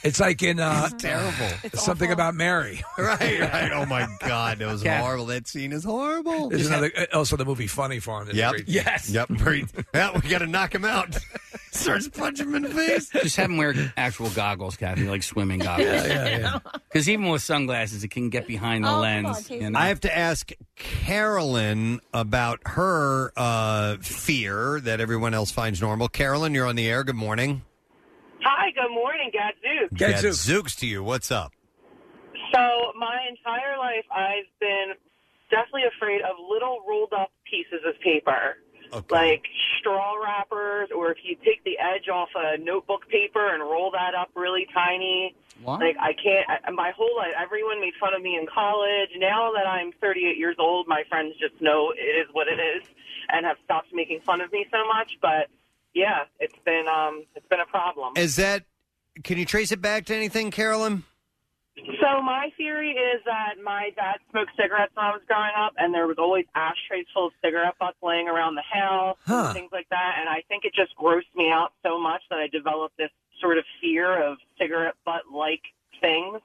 S4: It's like in uh,
S5: It's terrible.
S4: It's something about Mary,
S5: right? Right. [LAUGHS] Oh my God, that was
S4: Yeah.
S5: horrible. That scene is horrible.
S4: There's another, uh, also the movie Funny Farm. There's a
S5: Yep.
S4: great-
S5: Yep. [LAUGHS] Very- yeah, we got to knock him out. Starts punching him in the face.
S7: Just have him wear actual goggles, Kathy, like swimming goggles.
S5: Yeah, yeah, yeah.
S7: Because even with sunglasses, it can get behind the lens. you know?
S5: I have to ask Carolyn about her uh, fear that everyone else finds normal. Carolyn, you're on the air. Good morning.
S17: Hi, good morning, Gadzooks.
S5: Zooks to you. What's up?
S17: So my entire life, I've been definitely afraid of little rolled up pieces of paper, like straw wrappers, or if you take the edge off a notebook paper and roll that up really tiny.
S12: Oh.
S26: What?
S17: Like I can't. I, my whole life, everyone made fun of me in college. Now that I'm 38 years old, my friends just know it is what it is, and have stopped making fun of me so much. But yeah, it's been um, it's been a problem.
S5: Is that? Can you trace it back to anything, Carolyn?
S17: So my theory is that my dad smoked cigarettes when I was growing up, and there was always ashtrays full of cigarette butts laying around the house,
S27: Huh.
S17: and things like that. And I think it just grossed me out so much that I developed this sort of fear of cigarette butt-like things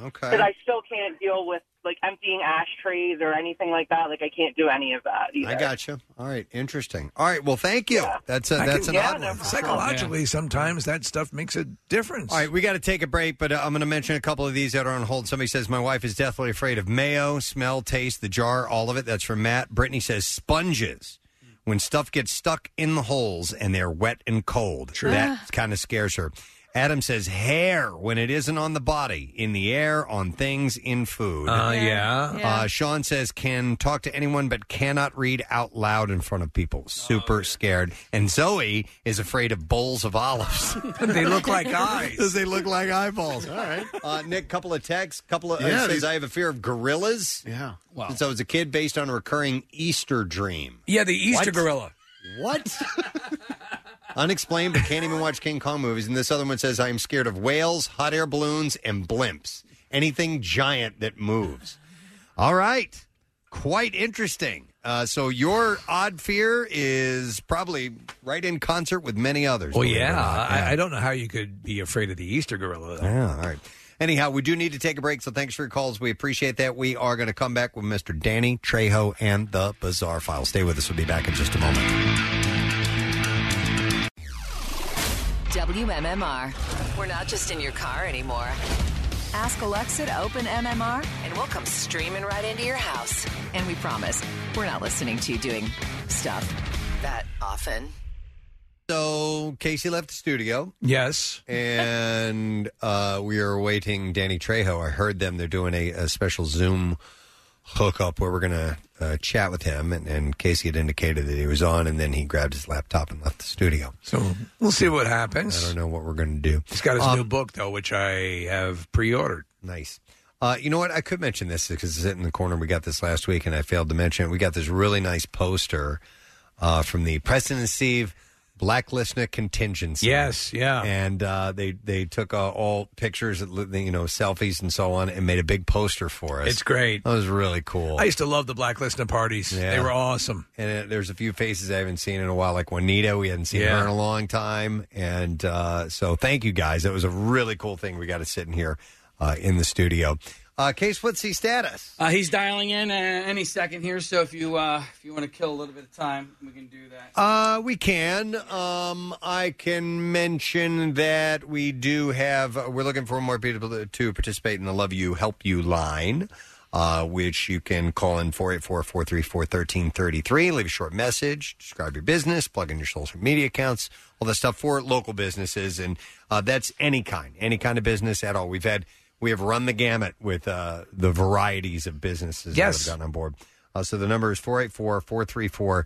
S5: Okay.
S17: that I still can't deal with, like emptying ashtrays or anything like that. Like I can't do any of that either.
S5: I got you. All right, interesting. All right, well, thank you. That's a,
S4: I
S5: that's
S4: can-
S5: an odd one.
S4: Psychologically, sometimes that stuff makes a difference.
S5: All right, we got to take a break, but uh, I'm going to mention a couple of these that are on hold. Somebody says, My wife is deathly afraid of mayo, smell, taste, the jar, all of it. That's from Matt. Brittany says, Sponges. When stuff gets stuck in the holes and they're wet and cold, that kind of scares her. Adam says hair when it isn't on the body, in the air, on things, in food.
S4: Uh, yeah. Yeah.
S5: Uh, Sean says can talk to anyone but cannot read out loud in front of people.
S4: Oh,
S5: Super scared. And Zoe is afraid of bowls of
S4: [LAUGHS]
S5: olives.
S4: They look like eyes.
S5: Because [LAUGHS] they look like eyeballs. All right. Uh, Nick, couple of texts. Couple of
S8: Yeah,
S5: uh, says
S8: these-
S5: I have a fear of gorillas.
S8: Yeah.
S5: Wow. Since I was a kid, based on a recurring Easter dream.
S4: Yeah, the Easter
S5: What?
S4: gorilla.
S5: [LAUGHS] What? Unexplained, but can't even watch King Kong movies. And this other one says, I am scared of whales, hot air balloons, and blimps. Anything giant that moves. All right. Quite interesting. Uh, so your odd fear is probably right in concert with many others.
S4: Oh
S5: believe it or
S4: yeah.
S5: not.
S4: I, I don't know how you could be afraid of the Easter gorilla. though.
S5: Yeah, all right. Anyhow, we do need to take a break, so thanks for your calls. We appreciate that. We are going to come back with Mr. Danny Trejo and the Bizarre File. Stay with us. We'll be back in just a moment.
S14: WMMR. We're not just in your car anymore. Ask Alexa to open MMR, and we'll come streaming right into your house. And we promise, we're not listening to you doing stuff that often.
S5: So Casey left the studio.
S4: Yes.
S5: And uh, we are awaiting Danny Trejo. I heard them. They're doing a, a special Zoom hookup where we're going to uh, chat with him. And, and Casey had indicated that he was on, and then he grabbed his laptop and left the studio.
S4: So We'll see what happens.
S5: I don't know what we're going to do.
S4: He's got his
S5: Um,
S4: new book though, which I have pre-ordered.
S5: Nice. Uh, you know what? I could mention this because it's in the corner. We got this last week, and I failed to mention it. We got this really nice poster uh, from the Preston and Steve Black Listener Contingency.
S4: Yes, yeah.
S5: And uh, they they took uh, all pictures, you know, selfies and so on, and made a big poster for us.
S4: It's great.
S5: That was really cool.
S4: I used to love the Black Listener parties. They
S5: Yeah.
S4: were awesome.
S5: And uh, there's a few faces I haven't seen in a while, like Juanita. We hadn't seen
S4: Yeah.
S5: her in a long time. And uh, so thank you guys. That was a really cool thing. We got to sit in here uh, in the studio. Uh, Case, what's the status?
S7: Uh, he's dialing in uh, any second here, so if you uh, if you want to kill a little bit of time, we can do that.
S5: Uh, we can. Um, I can mention that we do have. uh, We're looking for more people to- to participate in the "Love You, Help You" line, uh, which you can call in 484-434-1333. Leave a short message, describe your business, plug in your social media accounts, all that stuff for local businesses, and uh, that's any kind, any kind of business at all. We've had. We have run the gamut with uh, the varieties of businesses that
S4: Yes.
S5: have gotten on board. Uh, so the number is 484 434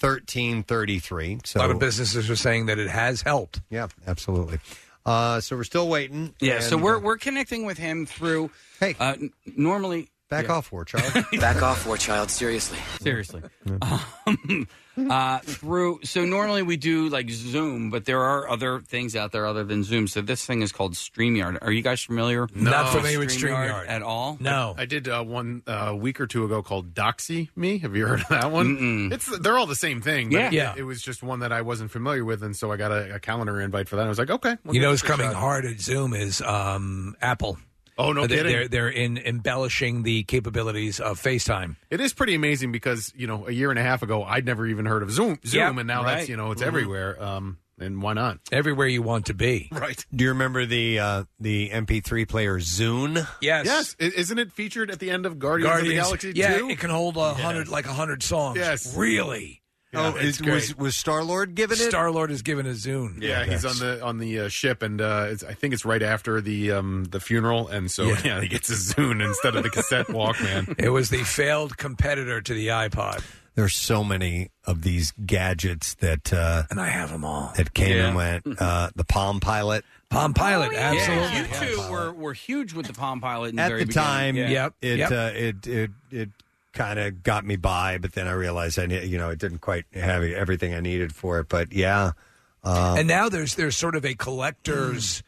S5: 1333. So,
S4: a lot of businesses are saying that it has helped.
S5: Yeah, absolutely. Uh, so we're still waiting.
S7: Yeah, so
S5: and- [LAUGHS]
S7: we're we're connecting with him through.
S5: Hey,
S7: uh, n- normally
S5: Back
S7: Yeah.
S5: off, War Child.
S11: [LAUGHS] Back off, war child. Seriously.
S7: Seriously. Um, [LAUGHS] uh, through so normally we do like Zoom, but there are other things out there other than Zoom. So this thing is called Streamyard. Are you guys familiar?
S8: Not familiar with StreamYard.
S7: at all.
S8: I, I did uh, one uh, week or two ago called Doxy Me. Have you heard of that one? It's they're all the same thing. But
S4: Yeah.
S8: it,
S4: Yeah.
S8: It was just one that I wasn't familiar with, and so I got a, a calendar invite for that. And I was like, okay. we'll
S4: you
S8: give
S4: know,
S8: this
S4: who's
S8: a
S4: coming
S8: shot.
S4: hard at Zoom is um, Apple.
S8: Oh, no
S4: they're,
S8: kidding.
S4: They're, they're in embellishing the capabilities of FaceTime.
S8: It is pretty amazing because you know a year and a half ago I'd never even heard of Zoom, Zoom,
S4: Yeah,
S8: and now
S4: right.
S8: that's you know it's
S5: Mm-hmm.
S4: Mhm.
S8: everywhere. Um, and why not?
S4: Everywhere you want to be.
S8: Right.
S5: Do you remember the uh, the MP3 player Zune?
S4: Yes.
S8: Yes. I- Isn't it featured at the end of Guardians,
S4: Guardians.
S8: of the Galaxy
S4: yeah,
S8: 2?
S4: it can hold a hundred, like a hundred songs.
S8: Yes.
S4: really.
S8: Yeah,
S5: oh,
S8: it's
S5: it was was Star Lord given it?
S4: Star Lord is given a Zune.
S8: Yeah, he's on the on the uh, ship, and uh, it's, I think it's right after the um, the funeral, and so
S4: Yeah.
S8: yeah. he gets a Zune instead of the [LAUGHS] cassette Walkman.
S4: It was the failed competitor to the iPod.
S5: There's so many of these gadgets that uh,
S4: and I have them all
S5: that came
S4: Yeah.
S5: and
S4: [LAUGHS]
S5: went. Uh, the Palm Pilot, Oh,
S4: Palm Pilot,
S7: Oh, Yeah, you two were, were huge with the Palm Pilot in the
S5: At
S7: very
S5: the
S7: beginning.
S5: time,
S7: Yeah.
S5: it, Uh, it it it kind of got me by, but then I realized I need, you know it didn't quite have everything I needed for it. But yeah, um,
S4: and now there's there's sort of a
S5: Mm.
S4: collector's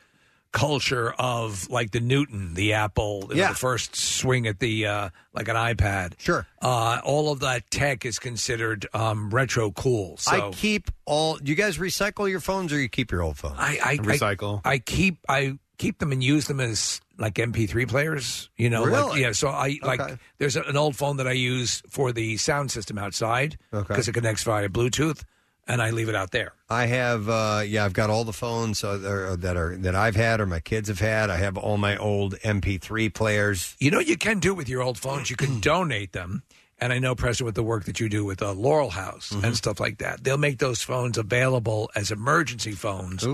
S4: culture of like the Newton, the Apple, you know,
S5: Yeah.
S4: the first swing at the uh, like an iPad.
S5: Sure.
S4: Uh, all of that tech is considered um, retro cool. So
S5: I keep all. You guys recycle your phones, or you keep your old phones?
S4: I, I I, I keep I keep them and use them as like MP3 players. You know, like
S5: Really?
S4: yeah. So I like
S5: Okay.
S4: there's a- an old phone that I use for the sound system outside
S5: Okay.
S4: because it connects via Bluetooth, and I leave it out there.
S5: I have, uh, yeah, I've got all the phones uh, that are- that are that I've had or my kids have had. I have all my old MP3 players.
S4: You know, what you can do with your old phones.
S5: [CLEARS THROAT]
S4: You can donate them. And I know, Preston, with the work that you do with uh,
S5: Mm-hmm.
S4: Laurel House and stuff like that, they'll make those phones available as emergency phones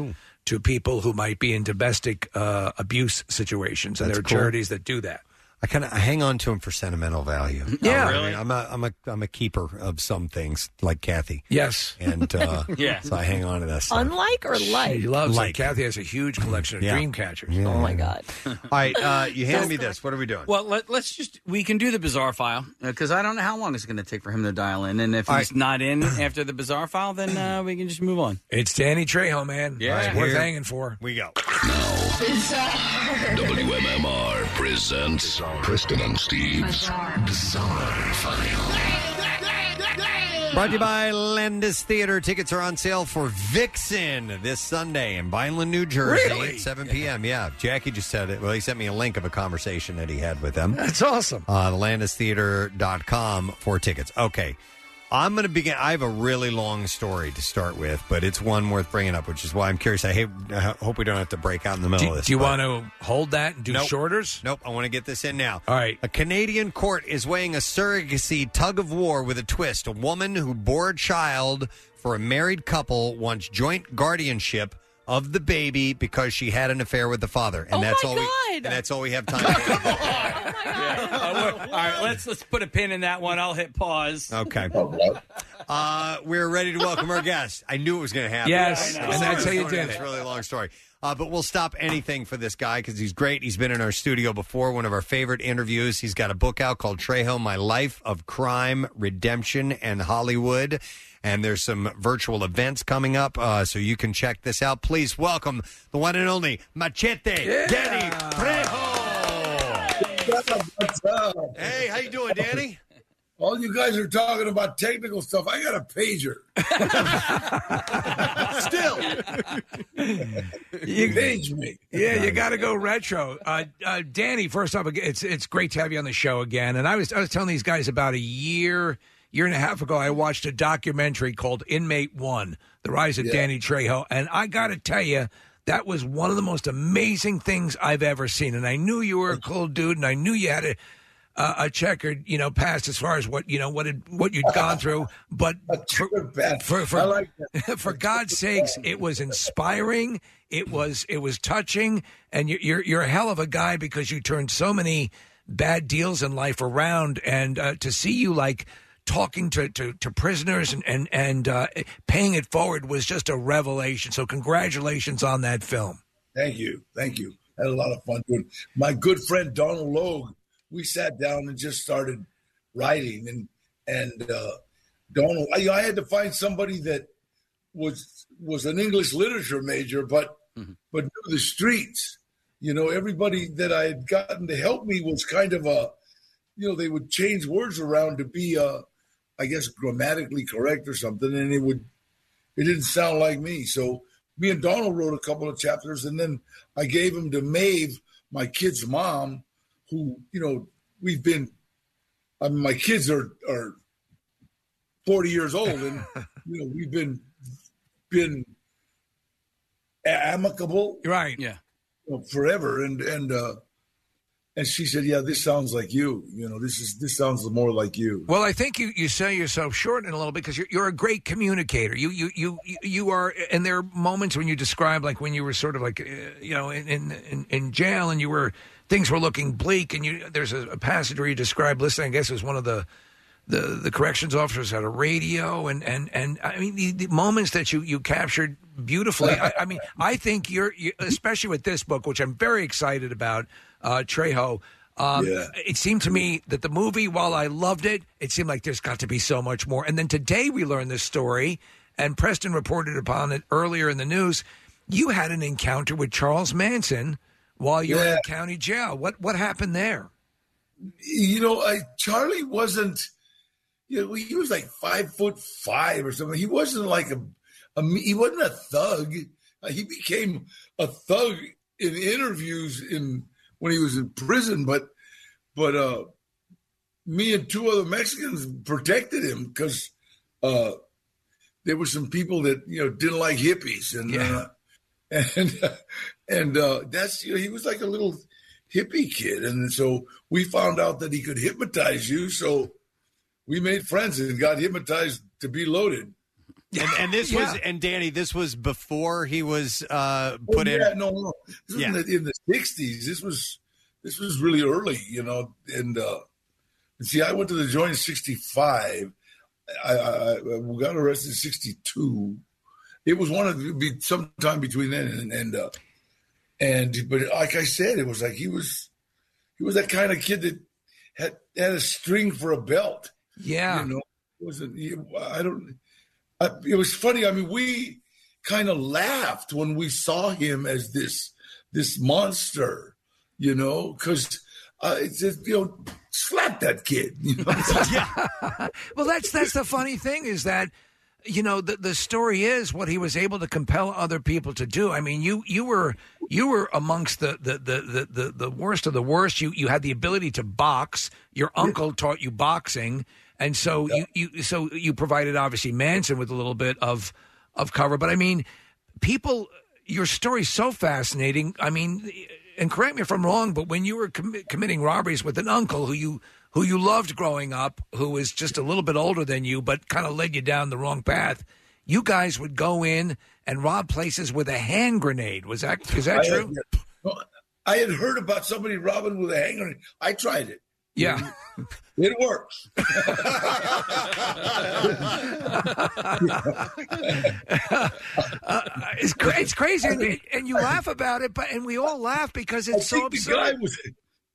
S4: to people who might be in domestic uh, abuse situations, and
S5: That's
S4: there are
S5: cool.
S4: charities that do that.
S5: I kind of I hang on to them for sentimental value.
S4: Yeah.
S5: I
S4: Mm-hmm. Really?
S5: I'm a I'm a I'm a keeper of some things, like Kathy.
S4: Yes,
S5: and
S4: [LAUGHS]
S5: uh,
S4: Yeah.
S5: so I hang on to that. Stuff.
S3: Unlike or like?
S4: She loves
S5: Like.
S4: it. Kathy has a huge collection of
S5: Yeah.
S4: dream catchers.
S5: Yeah. Oh, my God.
S4: All
S5: right, uh, you
S4: handed
S5: me this. What are we doing?
S7: Well, let, let's just we can do the bizarre file because I don't know how long it's going to take for him to dial in, and if
S4: All
S7: he's not in [CLEARS THROAT] after the bizarre file, then uh, we can just move on.
S4: It's Danny Trejo, man.
S7: Yeah.
S4: it's
S7: Right
S4: worth
S7: here.
S4: hanging for.
S5: We go.
S1: WMMR presents Preston and Steve's Bizarre File.
S5: Brought to you by Landis Theater. Tickets are on sale for Vixen this Sunday in Vineland, New Jersey
S2: Really?
S5: at 7 p.m. Yeah. Jackie just said it. Well, he sent me a link of a conversation that he had with them.
S4: That's awesome.
S5: Uh, LandisTheater.com for tickets. Okay. I'm going to begin. I have a really long story to start with, but it's one worth bringing up, which is why I'm curious. I, hate, I hope we don't have to break out in the middle of
S4: Do,
S5: this.
S4: do you
S5: but-
S4: want to hold that and do
S5: Oh, Nope.
S4: shorters?
S5: Nope. I want to get this in now.
S4: All right.
S5: A Canadian court is weighing a surrogacy tug of war with a twist. A woman who bore a child for a married couple wants joint guardianship of the baby because she had an affair with the father. And that's all we and that's all we have time for.
S7: [LAUGHS] all right, let's let's put a pin in that one. I'll hit pause.
S5: Okay. Uh, we're ready to welcome our guest. I knew it was going to happen.
S4: Yes,
S5: I know.
S4: and that's how you did
S5: It's
S4: it.
S5: a really long story. Uh, but we'll stop anything for this guy because he's great. He's been in our studio before, one of our favorite interviews. He's got a book out called Trejo My Life of Crime, Redemption, and Hollywood. And there's some virtual events coming up, uh, so you can check this out. Please welcome the one and only Machete Danny Trejo. Hey, how you doing, Danny?
S19: [LAUGHS] All you guys are talking about technical stuff. I got a
S5: [LAUGHS]
S19: pager.
S4: Still, me. Yeah, you got to go retro. Uh, uh, Danny, first off, it's it's great to have you on the show again. And I was I was telling these guys about a year year and a half ago. I watched a documentary called Inmate One: The Rise of
S19: Yeah.
S4: Danny Trejo, and I got to tell you. That was one of the most amazing things I've ever seen, and I knew you were a cool dude, and I knew you had a uh, a checkered, you know, past as far as what you know what had, what you'd gone through. But for for for, [LAUGHS] for God's sakes, it was inspiring. It was it was touching, and you- you're you're a hell of a guy because you turned so many bad deals in life around, and uh, to see you like. Talking to, to, to prisoners and and, and uh, paying it forward was just a revelation. So congratulations on that film.
S19: Thank you. Thank you. Had a lot of fun doing. My good friend Donald Logue, we sat down and just started writing and and uh Donald I, I had to find somebody that was was an English literature major but but knew the streets. You know, everybody that I had gotten to help me was kind of a you know, they would change words around to be uh I guess grammatically correct or something and it would it didn't sound like me. So me and Donald wrote a couple of chapters, and then I gave them to Maeve, my kid's mom, who you know we've been. I mean, my kids are are forty years old, and you know we've been been a- amicable,
S4: right?
S7: Yeah,
S19: forever, and and uh, and she said, "Yeah, this sounds like you. You know, this is this sounds more like you."
S4: Well, I think you, you sell yourself short in a little because you're, you're a great communicator. You, you you you are, and there are moments when you describe like when you were sort of like uh, you know in in, in, in jail and you were things were looking bleak, and you there's a, a passage where you describe listening. I guess it was one of the the, the corrections officers had a radio, and and and I mean the, the moments that you you captured beautifully. I, I mean, I think you're you, especially with this book, which I'm very excited about, uh, Trejo. Um,
S19: Yeah.
S4: It seemed to me that the movie, while I loved it, it seemed like there's got to be so much more. And then today we learned this story, and Preston reported upon it earlier in the news. You had an encounter with Charles Manson while you were in
S19: Yeah.
S4: county jail. What what happened there?
S19: you know, I, Charlie wasn't. You know, he was like five foot five or something. He wasn't like a, a he wasn't a thug. Uh, He became a thug in interviews in when he was in prison. But but uh, me and two other Mexicans protected him because uh, there were some people that you know didn't like hippies and uh, [LAUGHS] and and uh, that's you know he was like a little hippie kid, and so we found out that he could hypnotize you. So we made friends and got hypnotized to be loaded.
S5: [LAUGHS] And, and this was and Danny, this was before he was uh, put
S19: Oh, yeah,
S5: in.
S19: no, no. This
S5: Yeah.
S19: was in the, in the '60s. This was this was really early, you know. And uh, see, I went to the joint in '65. I, I, I got arrested in '62. It was one of the, be sometime between then and and, uh, and but like I said, it was like he was he was that kind of kid that had had a string for a belt.
S28: Yeah,
S19: you know, it wasn't you- I don't. I, it was funny. I mean, we kind of laughed when we saw him as this this monster, you know, because uh, it's just you know slap that kid. You know?
S4: well, that's that's the funny thing is that you know the the story is what he was able to compel other people to do. I mean, you you were you were amongst the the the the, the, the worst of the worst. You you had the ability to box. Your uncle taught you boxing, and so you you so you provided obviously Manson with a little bit of of cover. But I mean, people, your story's so fascinating. I mean, and correct me if I'm wrong, but when you were commi- committing robberies with an uncle who you who you loved growing up, who was just a little bit older than you, but kind of led you down the wrong path, you guys would go in and rob places with a hand grenade. Was that [LAUGHS] is that
S19: I
S4: true?
S19: Had, I had heard about somebody robbing with a hanger. I tried it.
S4: Yeah.
S19: It
S4: [LAUGHS]
S19: works. [LAUGHS] Mm-hmm.
S4: Uh, it's cra- it's crazy, and, and you laugh about it, but and we all laugh because it's so
S19: think the
S4: absurd.
S19: guy was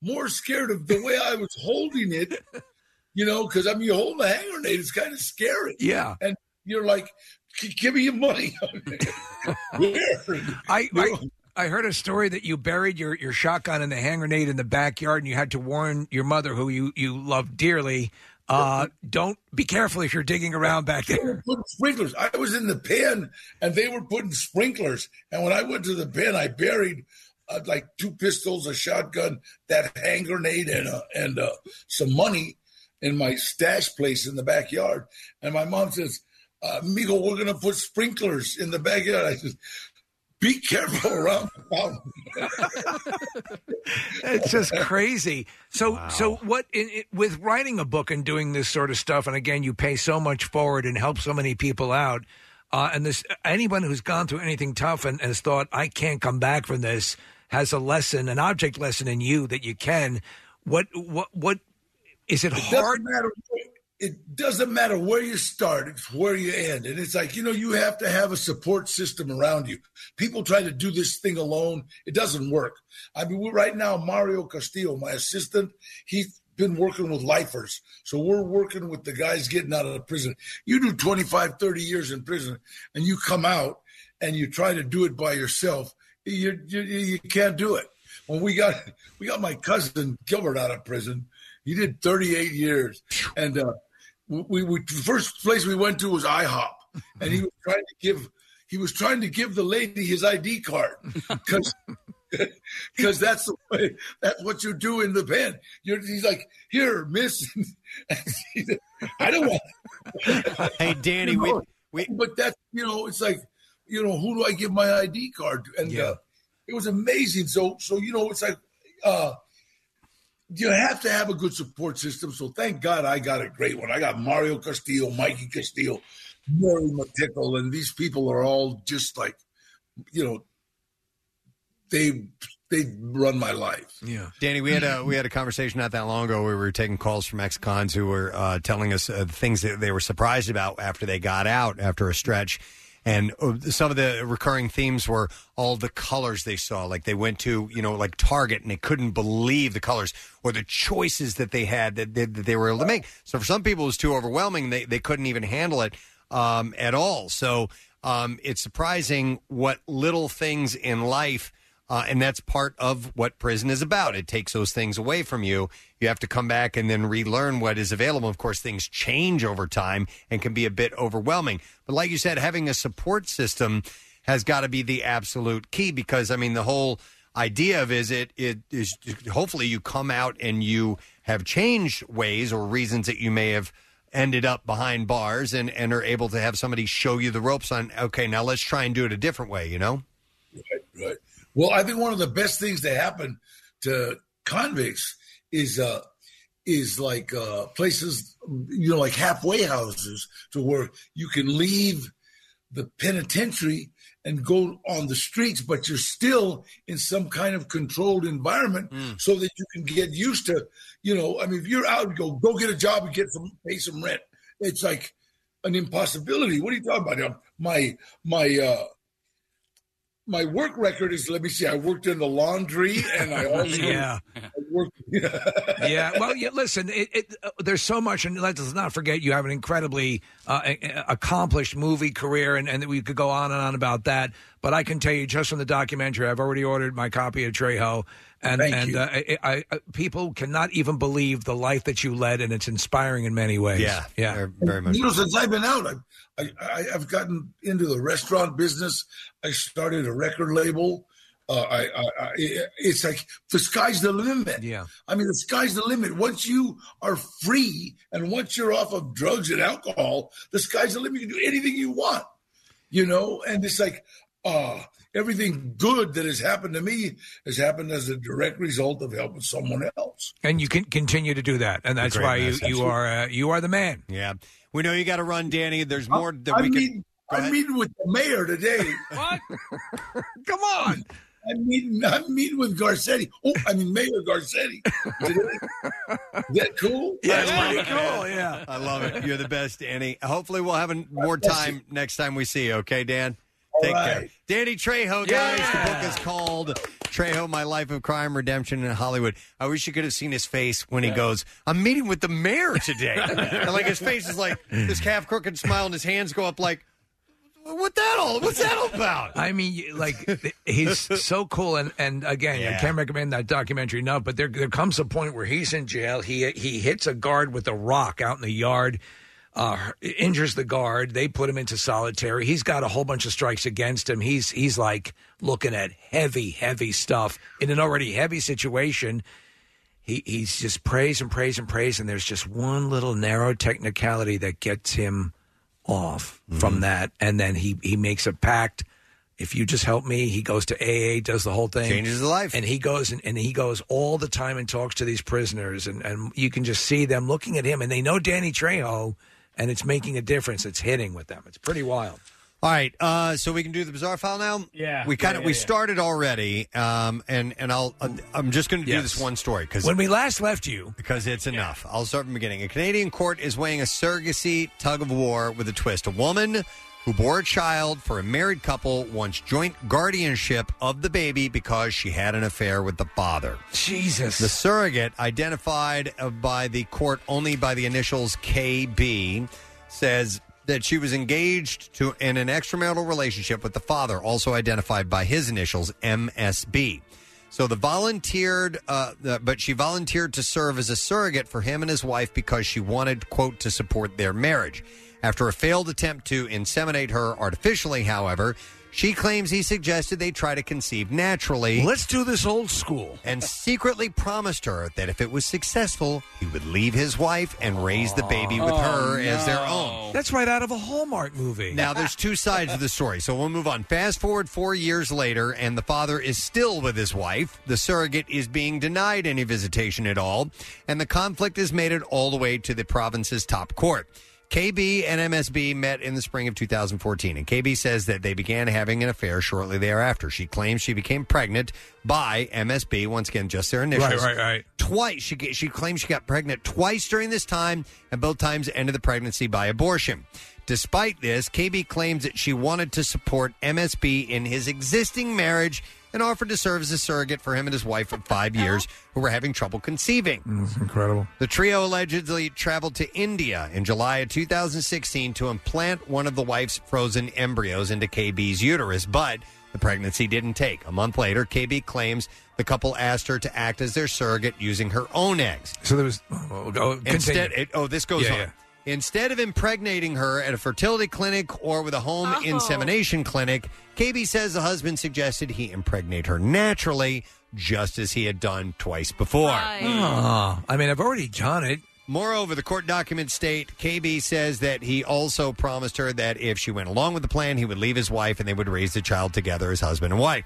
S19: more scared of the way I was holding it, you know, because I mean, you hold a hand grenade, it's kind of scary.
S4: Yeah.
S19: And you're like, "G- give me
S4: [LAUGHS]
S19: your money. [LAUGHS]
S4: I, I I heard a story that you buried your, your shotgun and the hand grenade in the backyard, and you had to warn your mother, who you you love dearly, uh, don't be careful if you're digging around back there.
S19: putting sprinklers. I was in the pen and they were putting sprinklers. And when I went to the pen, I buried uh, like two pistols, a shotgun, that hand grenade, and uh, and uh, some money in my stash place in the backyard. And my mom says, uh, "Migo, we're gonna put sprinklers in the backyard." I said, "Be careful around the fountain." [LAUGHS]
S4: It's just crazy. So so what in, it, with writing a book and doing this sort of stuff, and again, you pay so much forward and help so many people out. Uh, and this anyone who's gone through anything tough and, and has thought I can't come back from this has a lesson, an object lesson in you that you can. What what what is it
S19: doesn't
S4: hard?
S19: matter- it doesn't matter where you start, it's where you end. And it's like, you know, you have to have a support system around you. People try to do this thing alone, it doesn't work. I mean, we're, right now, Mario Castillo, my assistant, he's been working with lifers. So we're working with the guys getting out of the prison. You do 25, 30 years in prison, and you come out and you try to do it by yourself, you, you, you can't do it. When we got we got my cousin Gilbert out of prison, he did 38 years, and uh, we, we the first place we went to was IHOP, and he was trying to give he was trying to give the lady his ID card [LAUGHS] because because that's the way that's what you do in the pen. You're, he's like, here, miss. And she said, I don't want
S5: hey, Danny,
S19: we, [LAUGHS] but that's you know, it's like, you know, who do I give my ID card to? And uh, it was amazing. So, so you know, it's like, uh, you have to have a good support system. So, thank God I got a great one. I got Mario Castillo, Mikey Castillo, Mary McTickle, and these people are all just like, you know, they they run my life.
S4: Yeah,
S5: Danny, we had a we had a conversation not that long ago. where We were taking calls from ex cons who were uh, telling us uh, things that they were surprised about after they got out after a stretch, and uh, some of the recurring themes were all the colors they saw. Like they went to you know like Target and they couldn't believe the colors or the choices that they had that they, that they were able to make. So for some people, it was too overwhelming. They they couldn't even handle it um, at all. So um, it's surprising what little things in life. Uh, and that's part of what prison is about. It takes those things away from you. You have to come back and then relearn what is available. Of course, things change over time and can be a bit overwhelming. But like you said, having a support system has got to be the absolute key because I mean the whole idea of is it it is hopefully you come out and you have changed ways or reasons that you may have ended up behind bars and and are able to have somebody show you the ropes on okay now let's try and do it a different way you know
S19: Right. Well, I think one of the best things that happen to convicts is uh is like uh places you know like halfway houses to where you can leave the penitentiary and go on the streets, but you're still in some kind of controlled environment so that you can get used to, you know, I mean, if you're out, go go get a job and get some pay some rent. It's like an impossibility. What are you talking about? Um, My my uh my work record is let me see. I worked in the laundry
S4: [LAUGHS]
S19: and I also
S4: Yeah.
S19: I worked
S4: [LAUGHS] yeah. Well, yeah, listen, it, it, uh, there's so much, and let's not forget you have an incredibly uh, a- a- accomplished movie career, and, and we could go on and on about that. But I can tell you just from the documentary, I've already ordered my copy of Trejo, and
S19: Thank
S4: and
S19: you.
S4: Uh, I, I, I- people cannot even believe the life that you led, and it's inspiring in many ways.
S19: Yeah.
S4: yeah,
S5: very
S19: You know, since I've been out, I, I, I, I've gotten into the restaurant business. I started a record label. Uh, I, I, I, it's like the sky's the limit.
S4: Yeah.
S19: I mean, the sky's the limit. Once you are free and once you're off of drugs and alcohol, the sky's the limit. You can do anything you want, you know? And it's like, ah, everything good that has happened to me has happened as a direct result of helping someone else.
S4: And you can continue to do that, and that's
S5: Great
S4: why you,
S5: message.
S4: you are uh, you are the man.
S5: Yeah, we know you got to run, Danny. There's more that
S19: I'm
S5: we can.
S19: meeting- I'm meeting with the mayor today.
S17: [LAUGHS]
S29: what?
S19: Come on. I'm meeting. I'm meeting with Garcetti. Oh, I mean Mayor
S17: [LAUGHS]
S19: Garcetti. Is that cool?
S4: Yeah,
S5: I love it. You're the best, Danny. Hopefully, we'll have an- more time next time we see you. Okay, Dan. Take care, Danny Trejo. Guys, the book is called Trejo: My Life of Crime, Redemption in Hollywood. I wish you could have seen his face when he
S30: Yeah.
S5: goes, "I'm meeting with the mayor today,"
S19: [LAUGHS]
S5: and like his face is like this half crooked smile, and his hands go up like, "What that all? What's that all about?"
S4: I mean, you- like th- he's so cool, and and again, I can't recommend that documentary enough. But there there comes a point where he's in jail. He he hits a guard with a rock out in the yard, uh, injures the guard. They put him into solitary. He's got a whole bunch of strikes against him. He's he's like looking at heavy heavy stuff in an already heavy situation. He he's just prays and prays and prays, and there's just one little narrow technicality that gets him off
S5: Mm-hmm.
S4: from that, and then he he makes a pact. If you just help me, he goes to AA, does the whole thing,
S5: Changes his life,
S4: and he goes and, and he goes all the time and talks to these prisoners, and and you can just see them looking at him, and they know Danny Trejo, and it's making a difference. It's hitting with them. It's pretty wild.
S5: All right, uh, so we can do the bizarre file now. Yeah, we kind of
S4: Yeah, yeah,
S5: we
S4: yeah.
S5: started already, um, and and I'll I'm just going to do this one story because
S4: when we last left you,
S5: because it's enough. I'll start from the beginning. A Canadian court is weighing a surrogacy tug of war with a twist. A woman who bore a child for a married couple wants joint guardianship of the baby because she had an affair with the father.
S4: Jesus.
S5: The surrogate, identified uh, by the court only by the initials KB, says that she was engaged to in an extramarital relationship with the father, also identified by his initials MSB. So the volunteered, uh, the- but she volunteered to serve as a surrogate for him and his wife because she wanted, quote, to support their marriage. After a failed attempt to inseminate her artificially, however, she claims he suggested they try to conceive naturally.
S4: Let's do this old school.
S5: And secretly promised her that if it was successful, he would leave his wife and raise the baby with
S4: Oh,
S5: her as their own.
S4: That's right out of a Hallmark movie.
S5: Now, there's two sides of the story, so we'll move on. Fast forward four years later, and the father is still with his wife. The surrogate is being denied any visitation at all, and the conflict has made it all the way to the province's top court. KB and MSB met in the spring of 2014, and KB says that they began having an affair shortly thereafter. She claims she became pregnant by MSB, once again, just their initials.
S4: Right, right, right.
S5: Twice. She, she claims she got pregnant twice during this time, and both times ended the pregnancy by abortion. Despite this, KB claims that she wanted to support MSB in his existing marriage and offered to serve as a surrogate for him and his wife of five years, who were having trouble conceiving.
S4: It's incredible.
S5: The trio allegedly traveled to India in July of 2016 to implant one of the wife's frozen embryos into KB's uterus, but the pregnancy didn't take. A month later, KB claims the couple asked her to act as their surrogate using her own eggs.
S4: So there was. Oh, go, continue.
S5: Instead, it, oh, this goes
S4: Yeah,
S5: on.
S4: yeah.
S5: Instead of impregnating her at a fertility clinic or with a home insemination clinic, KB says the husband suggested he impregnate her naturally, just as he had done twice before.
S4: Ah, I mean, I've already done it.
S5: Moreover, the court documents state KB says that he also promised her that if she went along with the plan, he would leave his wife and they would raise the child together as husband and wife.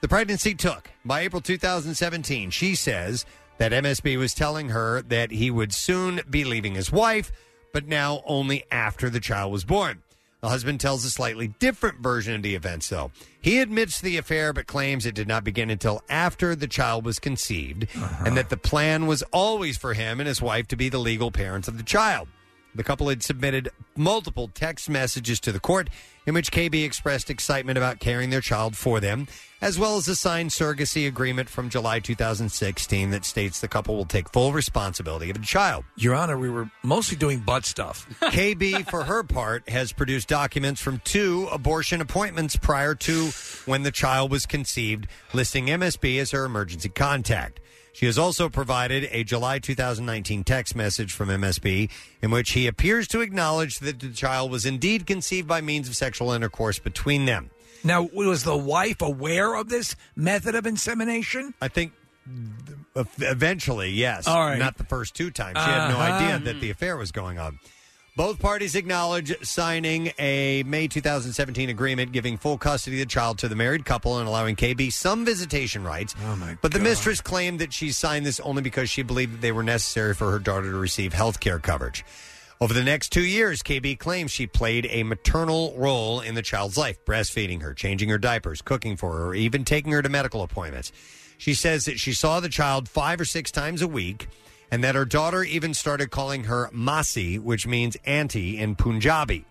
S5: The pregnancy took. By April 2017, she says that MSB was telling her that he would soon be leaving his wife, but now only after the child was born. The husband tells a slightly different version of the events, though. He admits to the affair, but claims it did not begin until after the child was conceived, and that the plan was always for him and his wife to be the legal parents of the child. The couple had submitted multiple text messages to the court in which KB expressed excitement about carrying their child for them, as well as a signed surrogacy agreement from July 2016 that states the couple will take full responsibility of the child.
S4: Your Honor, we were mostly doing
S5: [LAUGHS]
S4: butt stuff.
S5: KB, for her part, has produced documents from two abortion appointments prior to when the child was conceived, listing MSB as her emergency contact. She has also provided a July 2019 text message from MSB in which he appears to acknowledge that the child was indeed conceived by means of sexual intercourse between them.
S4: Now, was the wife aware of this method of insemination?
S5: I think Ev- Eventually, yes.
S4: All right.
S5: Not the first two times. She had no
S4: Uh-huh.
S5: idea that the affair was going on. Both parties acknowledge signing a May 2017 agreement giving full custody of the child to the married couple and allowing KB some visitation rights. Oh my but the mistress claimed that she signed this only because she believed that they were necessary for her daughter to receive health care coverage. Over the next two years, KB claims she played a maternal role in the child's life, breastfeeding her, changing her diapers, cooking for her, or even taking her to medical appointments. She says that she saw the child five or six times a week and that her daughter even started calling her Masi, which means auntie in Punjabi.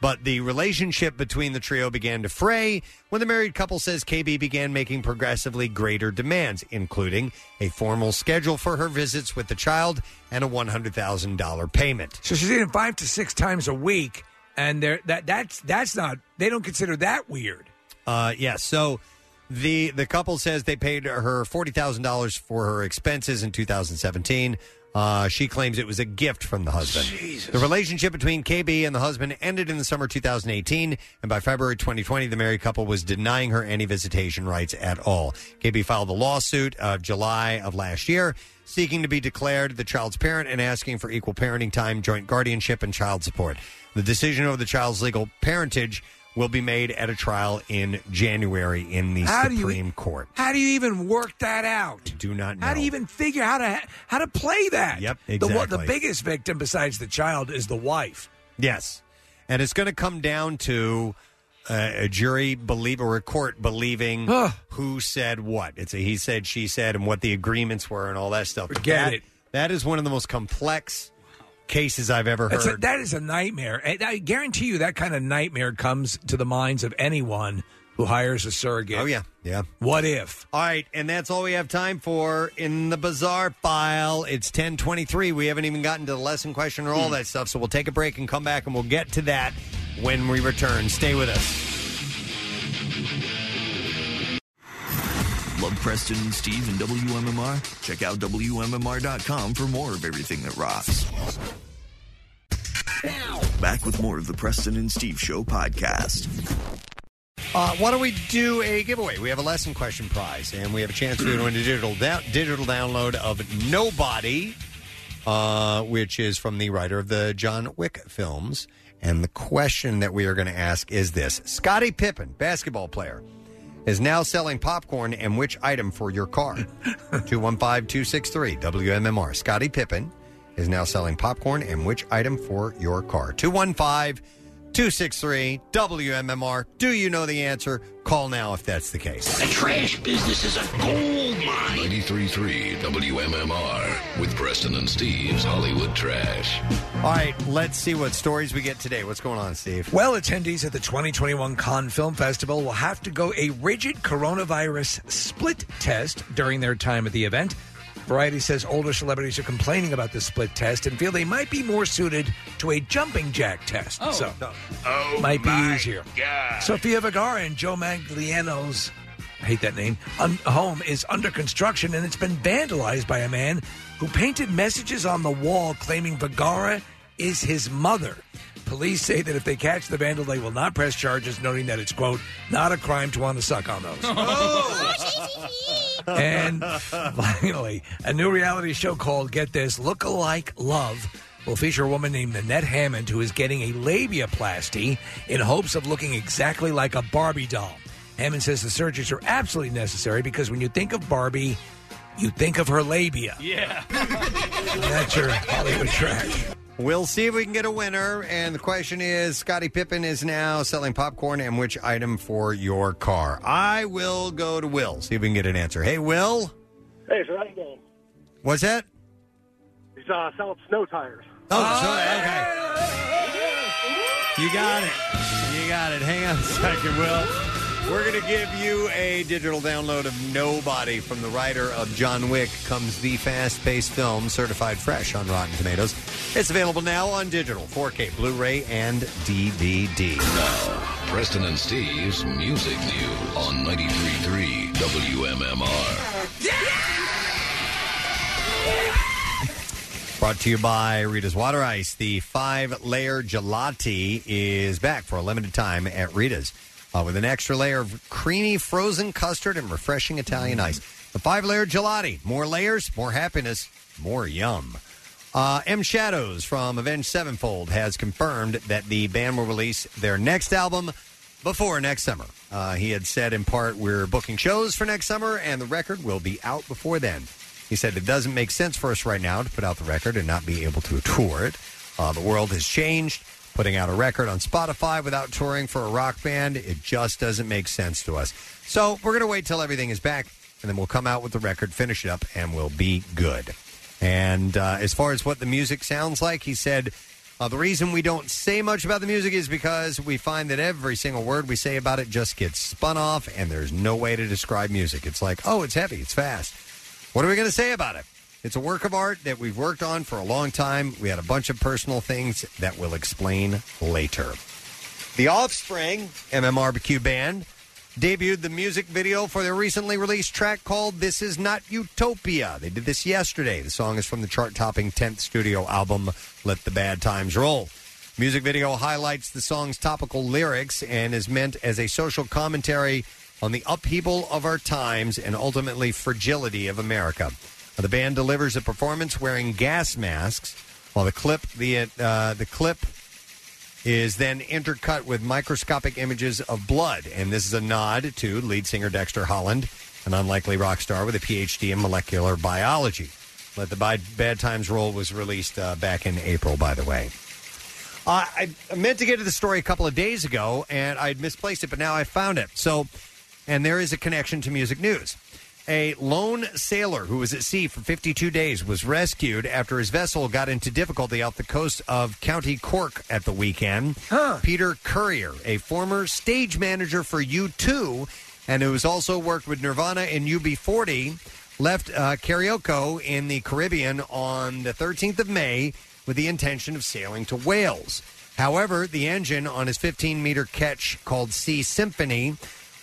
S5: But the relationship between the trio began to fray when the married couple says KB began making progressively greater demands, including a formal schedule for her visits with the child and a $100,000 payment.
S4: So she's eating five to six times a week, and they're, that that's that's not they don't consider that weird.
S5: Uh, yeah. So the the couple says they paid her forty thousand dollars for her expenses in 2017. Uh, she claims it was a gift from the husband. The relationship between KB and the husband ended in the summer 2018, and by February 2020, the married couple was denying her any visitation rights at all. KB filed a lawsuit of July of last year, seeking to be declared the child's parent and asking for equal parenting time, joint guardianship, and child support. The decision over the child's legal parentage will be made at a trial in January in the
S4: How do you-
S5: Supreme Court.
S4: How do you even work that out?
S5: Do not know.
S4: How do you even figure how to how to play that?
S5: Yep,
S4: The one- The,
S5: exactly.
S4: biggest victim besides the child is the wife.
S5: Yes. And it's going to come down to uh, a jury believe or a court believing who said what. It's a he said, she said, and what the agreements were and all that stuff. But
S4: Forget
S5: that-
S4: it.
S5: That is one of the most complex cases I've ever
S4: That's a,
S5: heard.
S4: that is a nightmare. And I guarantee you that kind of nightmare comes to the minds of anyone who hires a surrogate. Oh
S5: yeah, yeah.
S4: What if?
S5: all right, and that's all we have time for in the bizarre file. It's 1023. We haven't even gotten to the lesson question or
S4: Hmm.
S5: all that stuff, so we'll take a break and come back and we'll get to that when we return. Stay with us.
S1: Love Preston and Steve and WMMR? Check out WMMR.com for more of everything that rocks. Back with more of the Preston and Steve Show podcast.
S5: Uh, why don't we do a giveaway? We have a lesson question prize, and we have a chance to win a digital dou- digital download of Nobody, uh, which is from the writer of the John Wick films. And the question that we are going to ask is this: Scottie Pippen, basketball player, is now selling popcorn and which item for your car? 215-263 WMMR. Scottie Pippen is now selling popcorn and which item for your car? 215-263 WMMR. Do you know the answer? Call now if that's the case.
S31: The trash business is a gold mine. 93.3 WMMR with Preston and Steve's Hollywood Trash.
S5: All right, let's see what stories we get today. What's going on, Steve?
S4: Well, attendees at the 2021 Cannes Film Festival will have to go a rigid coronavirus split test during their time at the event. Variety says older celebrities are complaining about the split test and feel they might be more suited to a jumping jack test.
S1: Oh.
S4: So,
S32: oh
S4: might be
S32: my
S4: easier.
S32: God.
S4: Sophia Vergara and Joe Magliano's I hate that name un- home is under construction and it's been vandalized by a man who painted messages on the wall claiming Vergara is his mother. Police say that if they catch the vandal, they will not press charges, noting that it's quote not a crime to want to suck on those. and finally, a new reality show called Get This Look-alike Love will feature a woman named Nanette Hammond who is getting a labiaplasty in hopes of looking exactly like a Barbie doll. Hammond says the surgeries are absolutely necessary because when you think of Barbie, you think of her labia.
S12: Yeah.
S4: That's your Hollywood trash.
S5: We'll see if we can get a winner. And the question is Scottie Pippen is now selling popcorn and which item for your car? I will go to Will, see if we can get an answer. Hey, Will,
S20: Hey, so how you doing?
S5: what's that?
S20: He's uh, selling snow tires.
S5: Oh, You got it. You got it. Hang on a second, Will. We're going to give you a digital download of Nobody from the writer of John Wick comes the fast paced film certified fresh on Rotten Tomatoes. It's available now on digital, 4K, Blu ray, and DVD.
S1: Preston and Steve's Music News on 93.3 WMMR.
S5: Brought to you by Rita's Water Ice. The five layer gelati is back for a limited time at Rita's uh, with an extra layer of creamy frozen custard and refreshing Italian ice. The five layer gelati. More layers, more happiness, more yum. Uh, M Shadows from Avenged Sevenfold has confirmed that the band will release their next album before next summer. Uh, he had said in part, We're booking shows for next summer, and the record will be out before then. He said, It doesn't make sense for us right now to put out the record and not be able to tour it. Uh, the world has changed. Putting out a record on Spotify without touring for a rock band, it just doesn't make sense to us. So we're going to wait till everything is back, and then we'll come out with the record, finish it up, and we'll be good. And uh, as far as what the music sounds like, he said, uh, the reason we don't say much about the music is because we find that every single word we say about it just gets spun off, and there's no way to describe music. It's like, oh, it's heavy, it's fast. What are we going to say about it? It's a work of art that we've worked on for a long time. We had a bunch of personal things that we'll explain later. The Offspring, MMRBQ band, debuted the music video for their recently released track called This Is Not Utopia. They did this yesterday. The song is from the chart topping 10th studio album, Let the Bad Times Roll. Music video highlights the song's topical lyrics and is meant as a social commentary on the upheaval of our times and ultimately fragility of America. The band delivers a performance wearing gas masks, while the clip the uh, the clip is then intercut with microscopic images of blood. And this is a nod to lead singer Dexter Holland, an unlikely rock star with a PhD in molecular biology. Let the Bi- Bad Times Roll was released uh, back in April, by the way. Uh, I I meant to get to the story a couple of days ago, and I'd misplaced it, but now I found it. So, and there is a connection to music news. A lone sailor who was at sea for 52 days was rescued after his vessel got into difficulty off the coast of County Cork at the weekend. Peter Currier, a former stage manager for U2 and who has also worked with Nirvana and UB40, left uh, Carioco in the Caribbean on the 13th of May with the intention of sailing to Wales. However, the engine on his 15 meter catch called Sea Symphony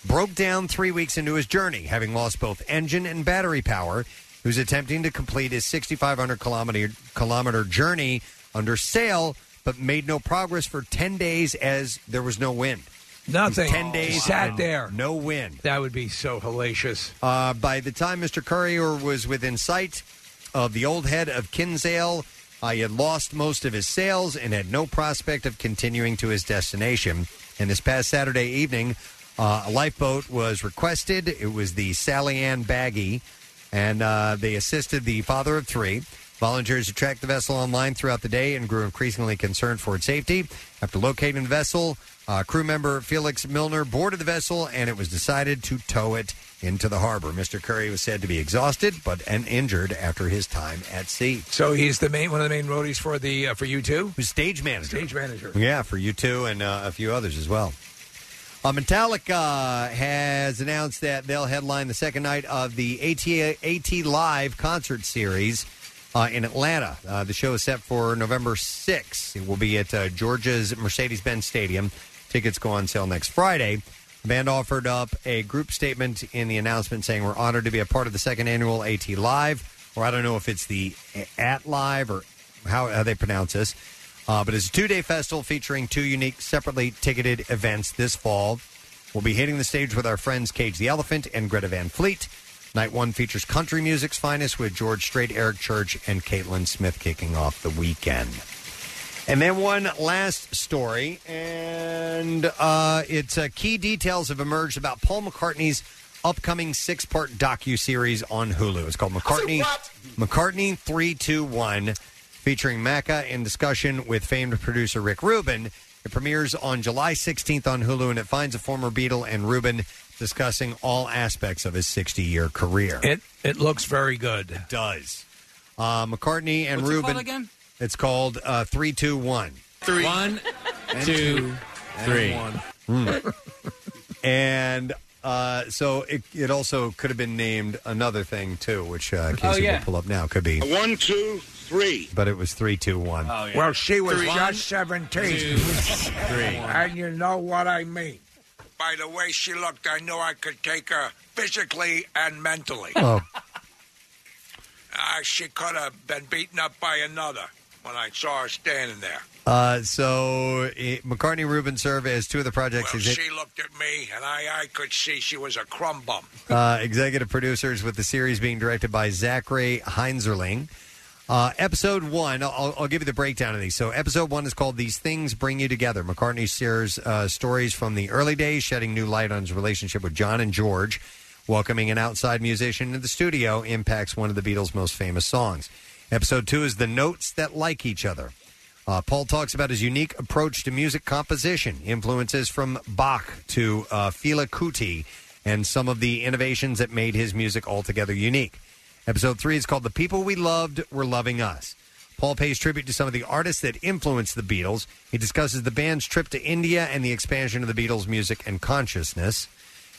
S5: broke down three weeks into his journey, having lost both engine and battery power. He was attempting to complete his 6,500 kilometer, kilometer journey under sail, but made no progress for 10 days as there was no wind.
S17: Nothing.
S5: Ten days
S17: Just sat
S5: and
S17: there.
S5: No wind.
S17: That would be so hellacious.
S5: Uh, by the time Mr. Currier was within sight of the old head of Kinsale, uh, he had lost most of his sails and had no prospect of continuing to his destination. And this past Saturday evening, uh, a lifeboat was requested. It was the Sally Ann Baggy, and uh, they assisted the father of three. Volunteers who tracked the vessel online throughout the day and grew increasingly concerned for its safety. After locating the vessel, uh, crew member Felix Milner boarded the vessel and it was decided to tow it into the harbor. Mr. Curry was said to be exhausted but and injured after his time at sea.
S17: So he's the main one of the main roadies for the uh, for you two.
S5: Who's stage manager?
S17: Stage manager.
S5: Yeah, for you two and uh, a few others as well. Uh, Metallica uh, has announced that they'll headline the second night of the AT, AT Live concert series uh, in Atlanta. Uh, the show is set for November 6th. It will be at uh, Georgia's Mercedes Benz Stadium. Tickets go on sale next Friday. The band offered up a group statement in the announcement saying, We're honored to be a part of the second annual AT Live, or I don't know if it's the At Live or how, how they pronounce this. Uh, but it's a two day festival featuring two unique, separately ticketed events this fall. We'll be hitting the stage with our friends Cage the Elephant and Greta Van Fleet. Night one features country music's finest with George Strait, Eric Church, and Caitlin Smith kicking off the weekend. And then one last story, and uh, it's uh, key details have emerged about Paul McCartney's upcoming six-part docu series on Hulu. It's called McCartney McCartney three two one. featuring Macca in discussion with famed producer Rick Rubin. It premieres on July 16th on Hulu, and it finds a former Beatle and Rubin discussing all aspects of his 60 year career.
S17: It it looks very good. It
S5: does. Uh, McCartney and
S17: What's it
S5: Rubin.
S17: called again?
S5: It's called uh, 321.
S8: Three.
S5: One,
S8: and two, two, and three. one.
S5: Hmm. and uh, so it, it also could have been named another thing, too, which uh, Casey
S17: yeah.
S5: will pull up now. Could be.
S17: One, two, three.
S5: But it was 321.
S4: Oh,
S17: Well, she was
S5: Oh, Three.
S17: just 17.
S5: two, three.
S17: And you know what I mean. By the way she looked, I knew I could take her physically and mentally.
S5: Oh.
S17: Uh, she could have been beaten up by another when I saw her standing there.
S5: Uh, so it, McCartney and Rubin serve as two of the project's exec-
S17: She looked at me, and I, I could see she was a crumb bum.
S5: uh, executive producers, with the series being directed by Zachary Heinzerling. Uh, episode one, I'll, I'll give you the breakdown of these. So, episode one is called These Things Bring You Together. McCartney shares uh, stories from the early days, shedding new light on his relationship with John and George. Welcoming an outside musician into the studio impacts one of the Beatles' most famous songs. Episode two is The Notes That Like Each Other. Uh, Paul talks about his unique approach to music composition, influences from Bach to uh, Fela Kuti, and some of the innovations that made his music altogether unique. Episode three is called "The People We Loved Were Loving Us." Paul pays tribute to some of the artists that influenced the Beatles. He discusses the band's trip to India and the expansion of the Beatles' music and consciousness.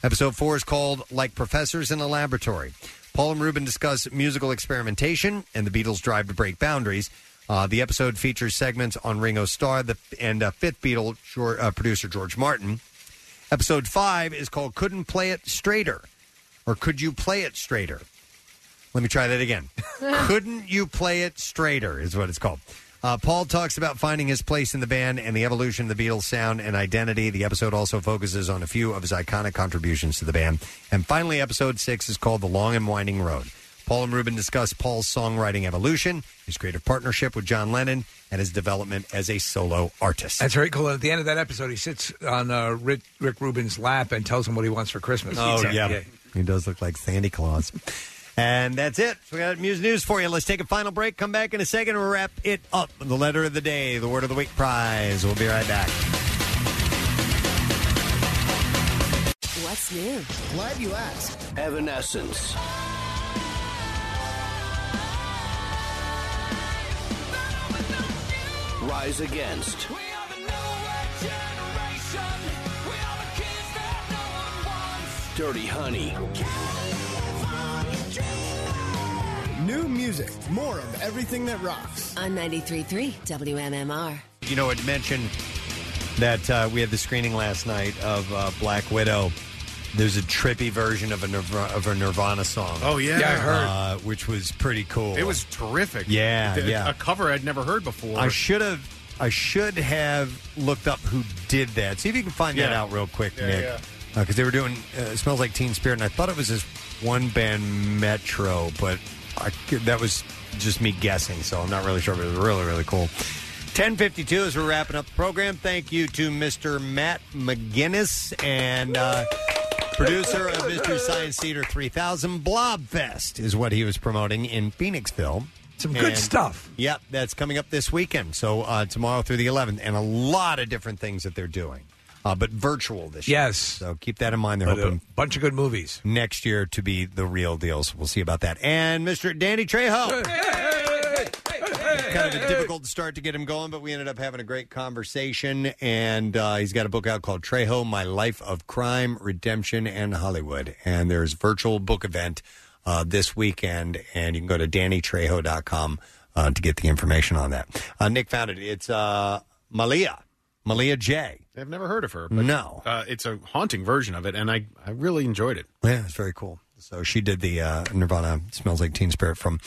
S5: Episode four is called "Like Professors in a Laboratory." Paul and Rubin discuss musical experimentation and the Beatles' drive to break boundaries. Uh, the episode features segments on Ringo Starr the, and uh, fifth Beatle Geor uh, producer George Martin. Episode five is called "Couldn't Play It Straighter," or "Could You Play It Straighter?" Let me try that again. Couldn't you play it straighter? Is what it's called. Uh, Paul talks about finding his place in the band and the evolution of the Beatles' sound and identity. The episode also focuses on a few of his iconic contributions to the band. And finally, episode six is called The Long and Winding Road. Paul and Rubin discuss Paul's songwriting evolution, his creative partnership with John Lennon, and his development as a solo artist.
S17: That's very cool. At the end of that episode, he sits on uh, Rick, Rick Rubin's lap and tells him what he wants for Christmas.
S5: Oh, yeah. He does look like Sandy Claus. and that's it. We got Muse News for you. Let's take a final break, come back in a second, and wrap it up. The letter of the day, the word of the week prize. We'll be right back.
S14: What's new? Glad you asked.
S18: Evanescence. Rise Against. Dirty Honey.
S21: New music, more of everything that rocks.
S14: On 93.3 WMMR.
S5: You know, it mentioned that uh, we had the screening last night of uh, Black Widow. There's a trippy version of a Nirvana, of a Nirvana song.
S8: Oh, yeah. Yeah, I heard.
S5: Uh, which was pretty cool.
S8: It was terrific.
S5: Yeah,
S8: Th-
S5: yeah.
S8: A cover I'd never heard before.
S5: I should have. I should have looked up who did that. See if you can find that
S8: Yeah.
S5: out real quick,
S8: Yeah,
S5: Nick.
S8: yeah.
S5: Because they were doing uh, "Smells Like Teen Spirit," and I thought it was this one band, Metro, but I, could- that was just me guessing. So I'm not really sure, but it was really, really cool. 1052 as we're wrapping up the program. Thank you to Mr. Matt McGinnis and uh, producer of Mr. Science Theater 3000. Blobfest is what he was promoting in Phoenixville.
S17: Some good stuff.
S5: Yep, that's coming up this weekend. So uh, tomorrow through the 11th, and a lot of different things that they're doing, uh, but virtual this year.
S17: Yes.
S5: So keep that in mind. They're
S17: But a
S5: hoping
S17: bunch of good movies
S5: next year to be the real deal. So we'll see about that. And Mr. Danny Trejo. kind of a difficult start to get him going, but we ended up having a great conversation. And uh, he's got a book out called Trejo My Life of Crime, Redemption, and Hollywood. And there's virtual book event uh, this weekend. And you can go to dannytrejo.com uh, to get the information on that. Uh, Nick found it. It's uh, Malia, Malia J.
S8: I've never heard of her.
S5: No.
S8: Uh, it's a haunting version of it, and I, I really enjoyed it.
S5: Yeah, it's very cool. So she did the uh, Nirvana Smells Like Teen Spirit from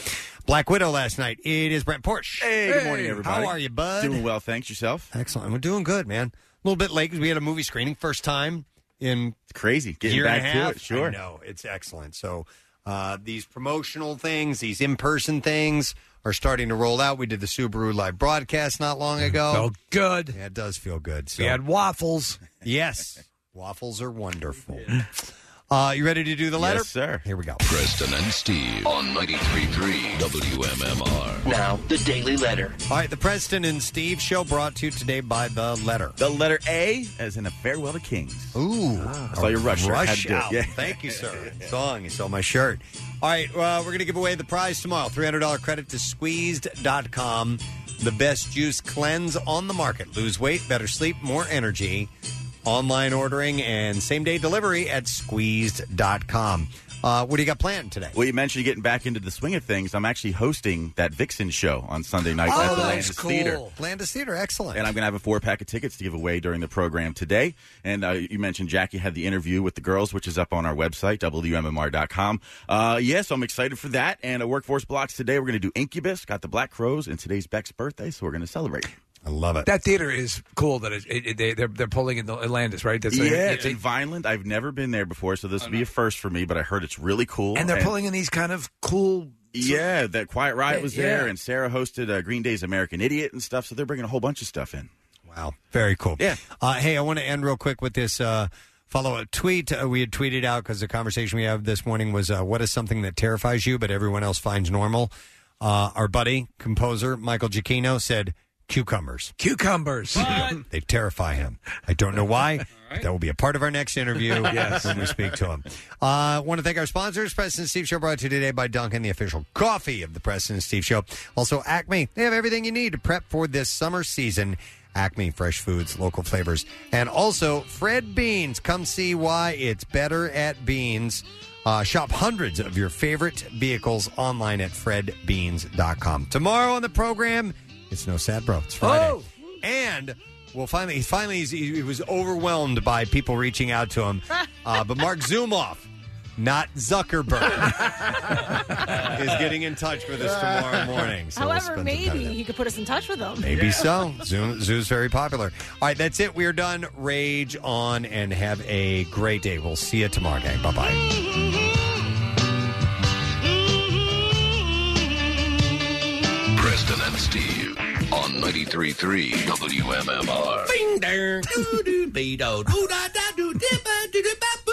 S5: Black Widow last night. It is Brent Porsche.
S33: Hey, good morning, everybody.
S5: How are you, bud?
S33: Doing well, thanks. Yourself?
S5: Excellent. We're doing good, man. A little bit late because we had a movie screening first time in
S33: crazy. Getting
S5: year
S33: back
S5: and a
S33: to
S5: half.
S33: it, sure.
S5: I know it's excellent. So uh, these promotional things, these in person things, are starting to roll out. We did the Subaru live broadcast not long
S33: Mm-hmm.
S5: ago.
S17: Felt good.
S5: Yeah, it does feel good. So [LAUGHS]
S17: We had waffles.
S5: yes, waffles are wonderful. [LAUGHS] Uh, you ready to do the letter?
S1: Yes,
S5: sir. Here we go.
S1: Preston and Steve on 93.3 WMMR.
S5: Now,
S1: the Daily Letter.
S5: All right, the Preston and Steve show brought to you today by the letter.
S33: The letter A, as in a farewell to Kings. Ah,
S5: Ooh,
S33: I saw your rush. shirt. Had
S5: Rush
S33: to do it.
S5: out.
S33: Yeah.
S5: Thank you,
S33: [LAUGHS]
S5: sir. Song. You saw my shirt. All right, uh, we're going to give away the prize tomorrow. $300 credit to squeezed.com. The best juice cleanse on the market. Lose weight, better sleep, more energy. Online ordering and same day delivery at squeezed.com. Uh, what do you got planned today?
S33: Well, you mentioned getting back into the swing of things. I'm actually hosting that Vixen show on Sunday night at the Landis Theater.
S5: Oh, Landis Theater, excellent.
S33: And I'm going to have a four pack of tickets to give away during the program today. And uh, you mentioned Jackie had the interview with the girls, which is up on our website, WMMR.com. Uh, yes, I'm excited for that. And a workforce blocks today. We're going to do Incubus, got the Black Crows, and today's Beck's birthday, so we're going to celebrate.
S5: I love it.
S17: That theater is cool. That it, it, it- they, they're they're pulling in the Atlantis, right? That's
S33: yeah, it's in Vineland. I've never been there before, so this will be a first for me, but I heard it's really cool.
S17: and they're pulling in these kind of cool.
S33: Yeah, that Quiet Riot was there,
S17: Yeah.
S33: and Sarah hosted uh, Green Day's American Idiot and stuff. So they're bringing a whole bunch of stuff in.
S5: Wow, very cool. Yeah. Uh, hey, I want to end real quick with this uh, follow up tweet uh, we had tweeted out because the conversation we had this morning was uh, what is something that terrifies you but everyone else finds normal? Uh, our buddy, composer Michael Giacchino said cucumbers.
S17: Cucumbers.
S5: they terrify him. I don't know why. but That will be a part of our next interview
S32: [LAUGHS]
S1: [LAUGHS]
S17: Yes.
S5: when we speak to him. I uh, want to thank our sponsors, Preston and Steve Show, brought to you today by Dunkin', the official coffee of the Preston and Steve Show. Also, Acme. They have everything you need to prep for this summer season. Acme Fresh Foods, local flavors. And also, Fred Beans. Come see why it's better at Beans. Uh, shop hundreds of your favorite vehicles online at fredbeans.com. Tomorrow on the program, it's no sad bro. It's Friday. And well, finally, finally, he's, he was overwhelmed by people reaching out to him. Uh, but Mark Zumoff, not Zuckerberg, is getting in touch with us tomorrow morning. So we'll
S9: However,
S5: spend some time
S9: maybe he could put us in touch with them.
S3: [LAUGHS]
S5: Maybe so. Zoom, Zoo's very popular. All right, that's it. We are done. Rage on and have a great day. We'll see you tomorrow, gang. Bye bye.
S1: Preston and Steve on 93.3 WMMR.
S12: Finger. Doo doo be do. Doo da da doo dippa doo doo bop.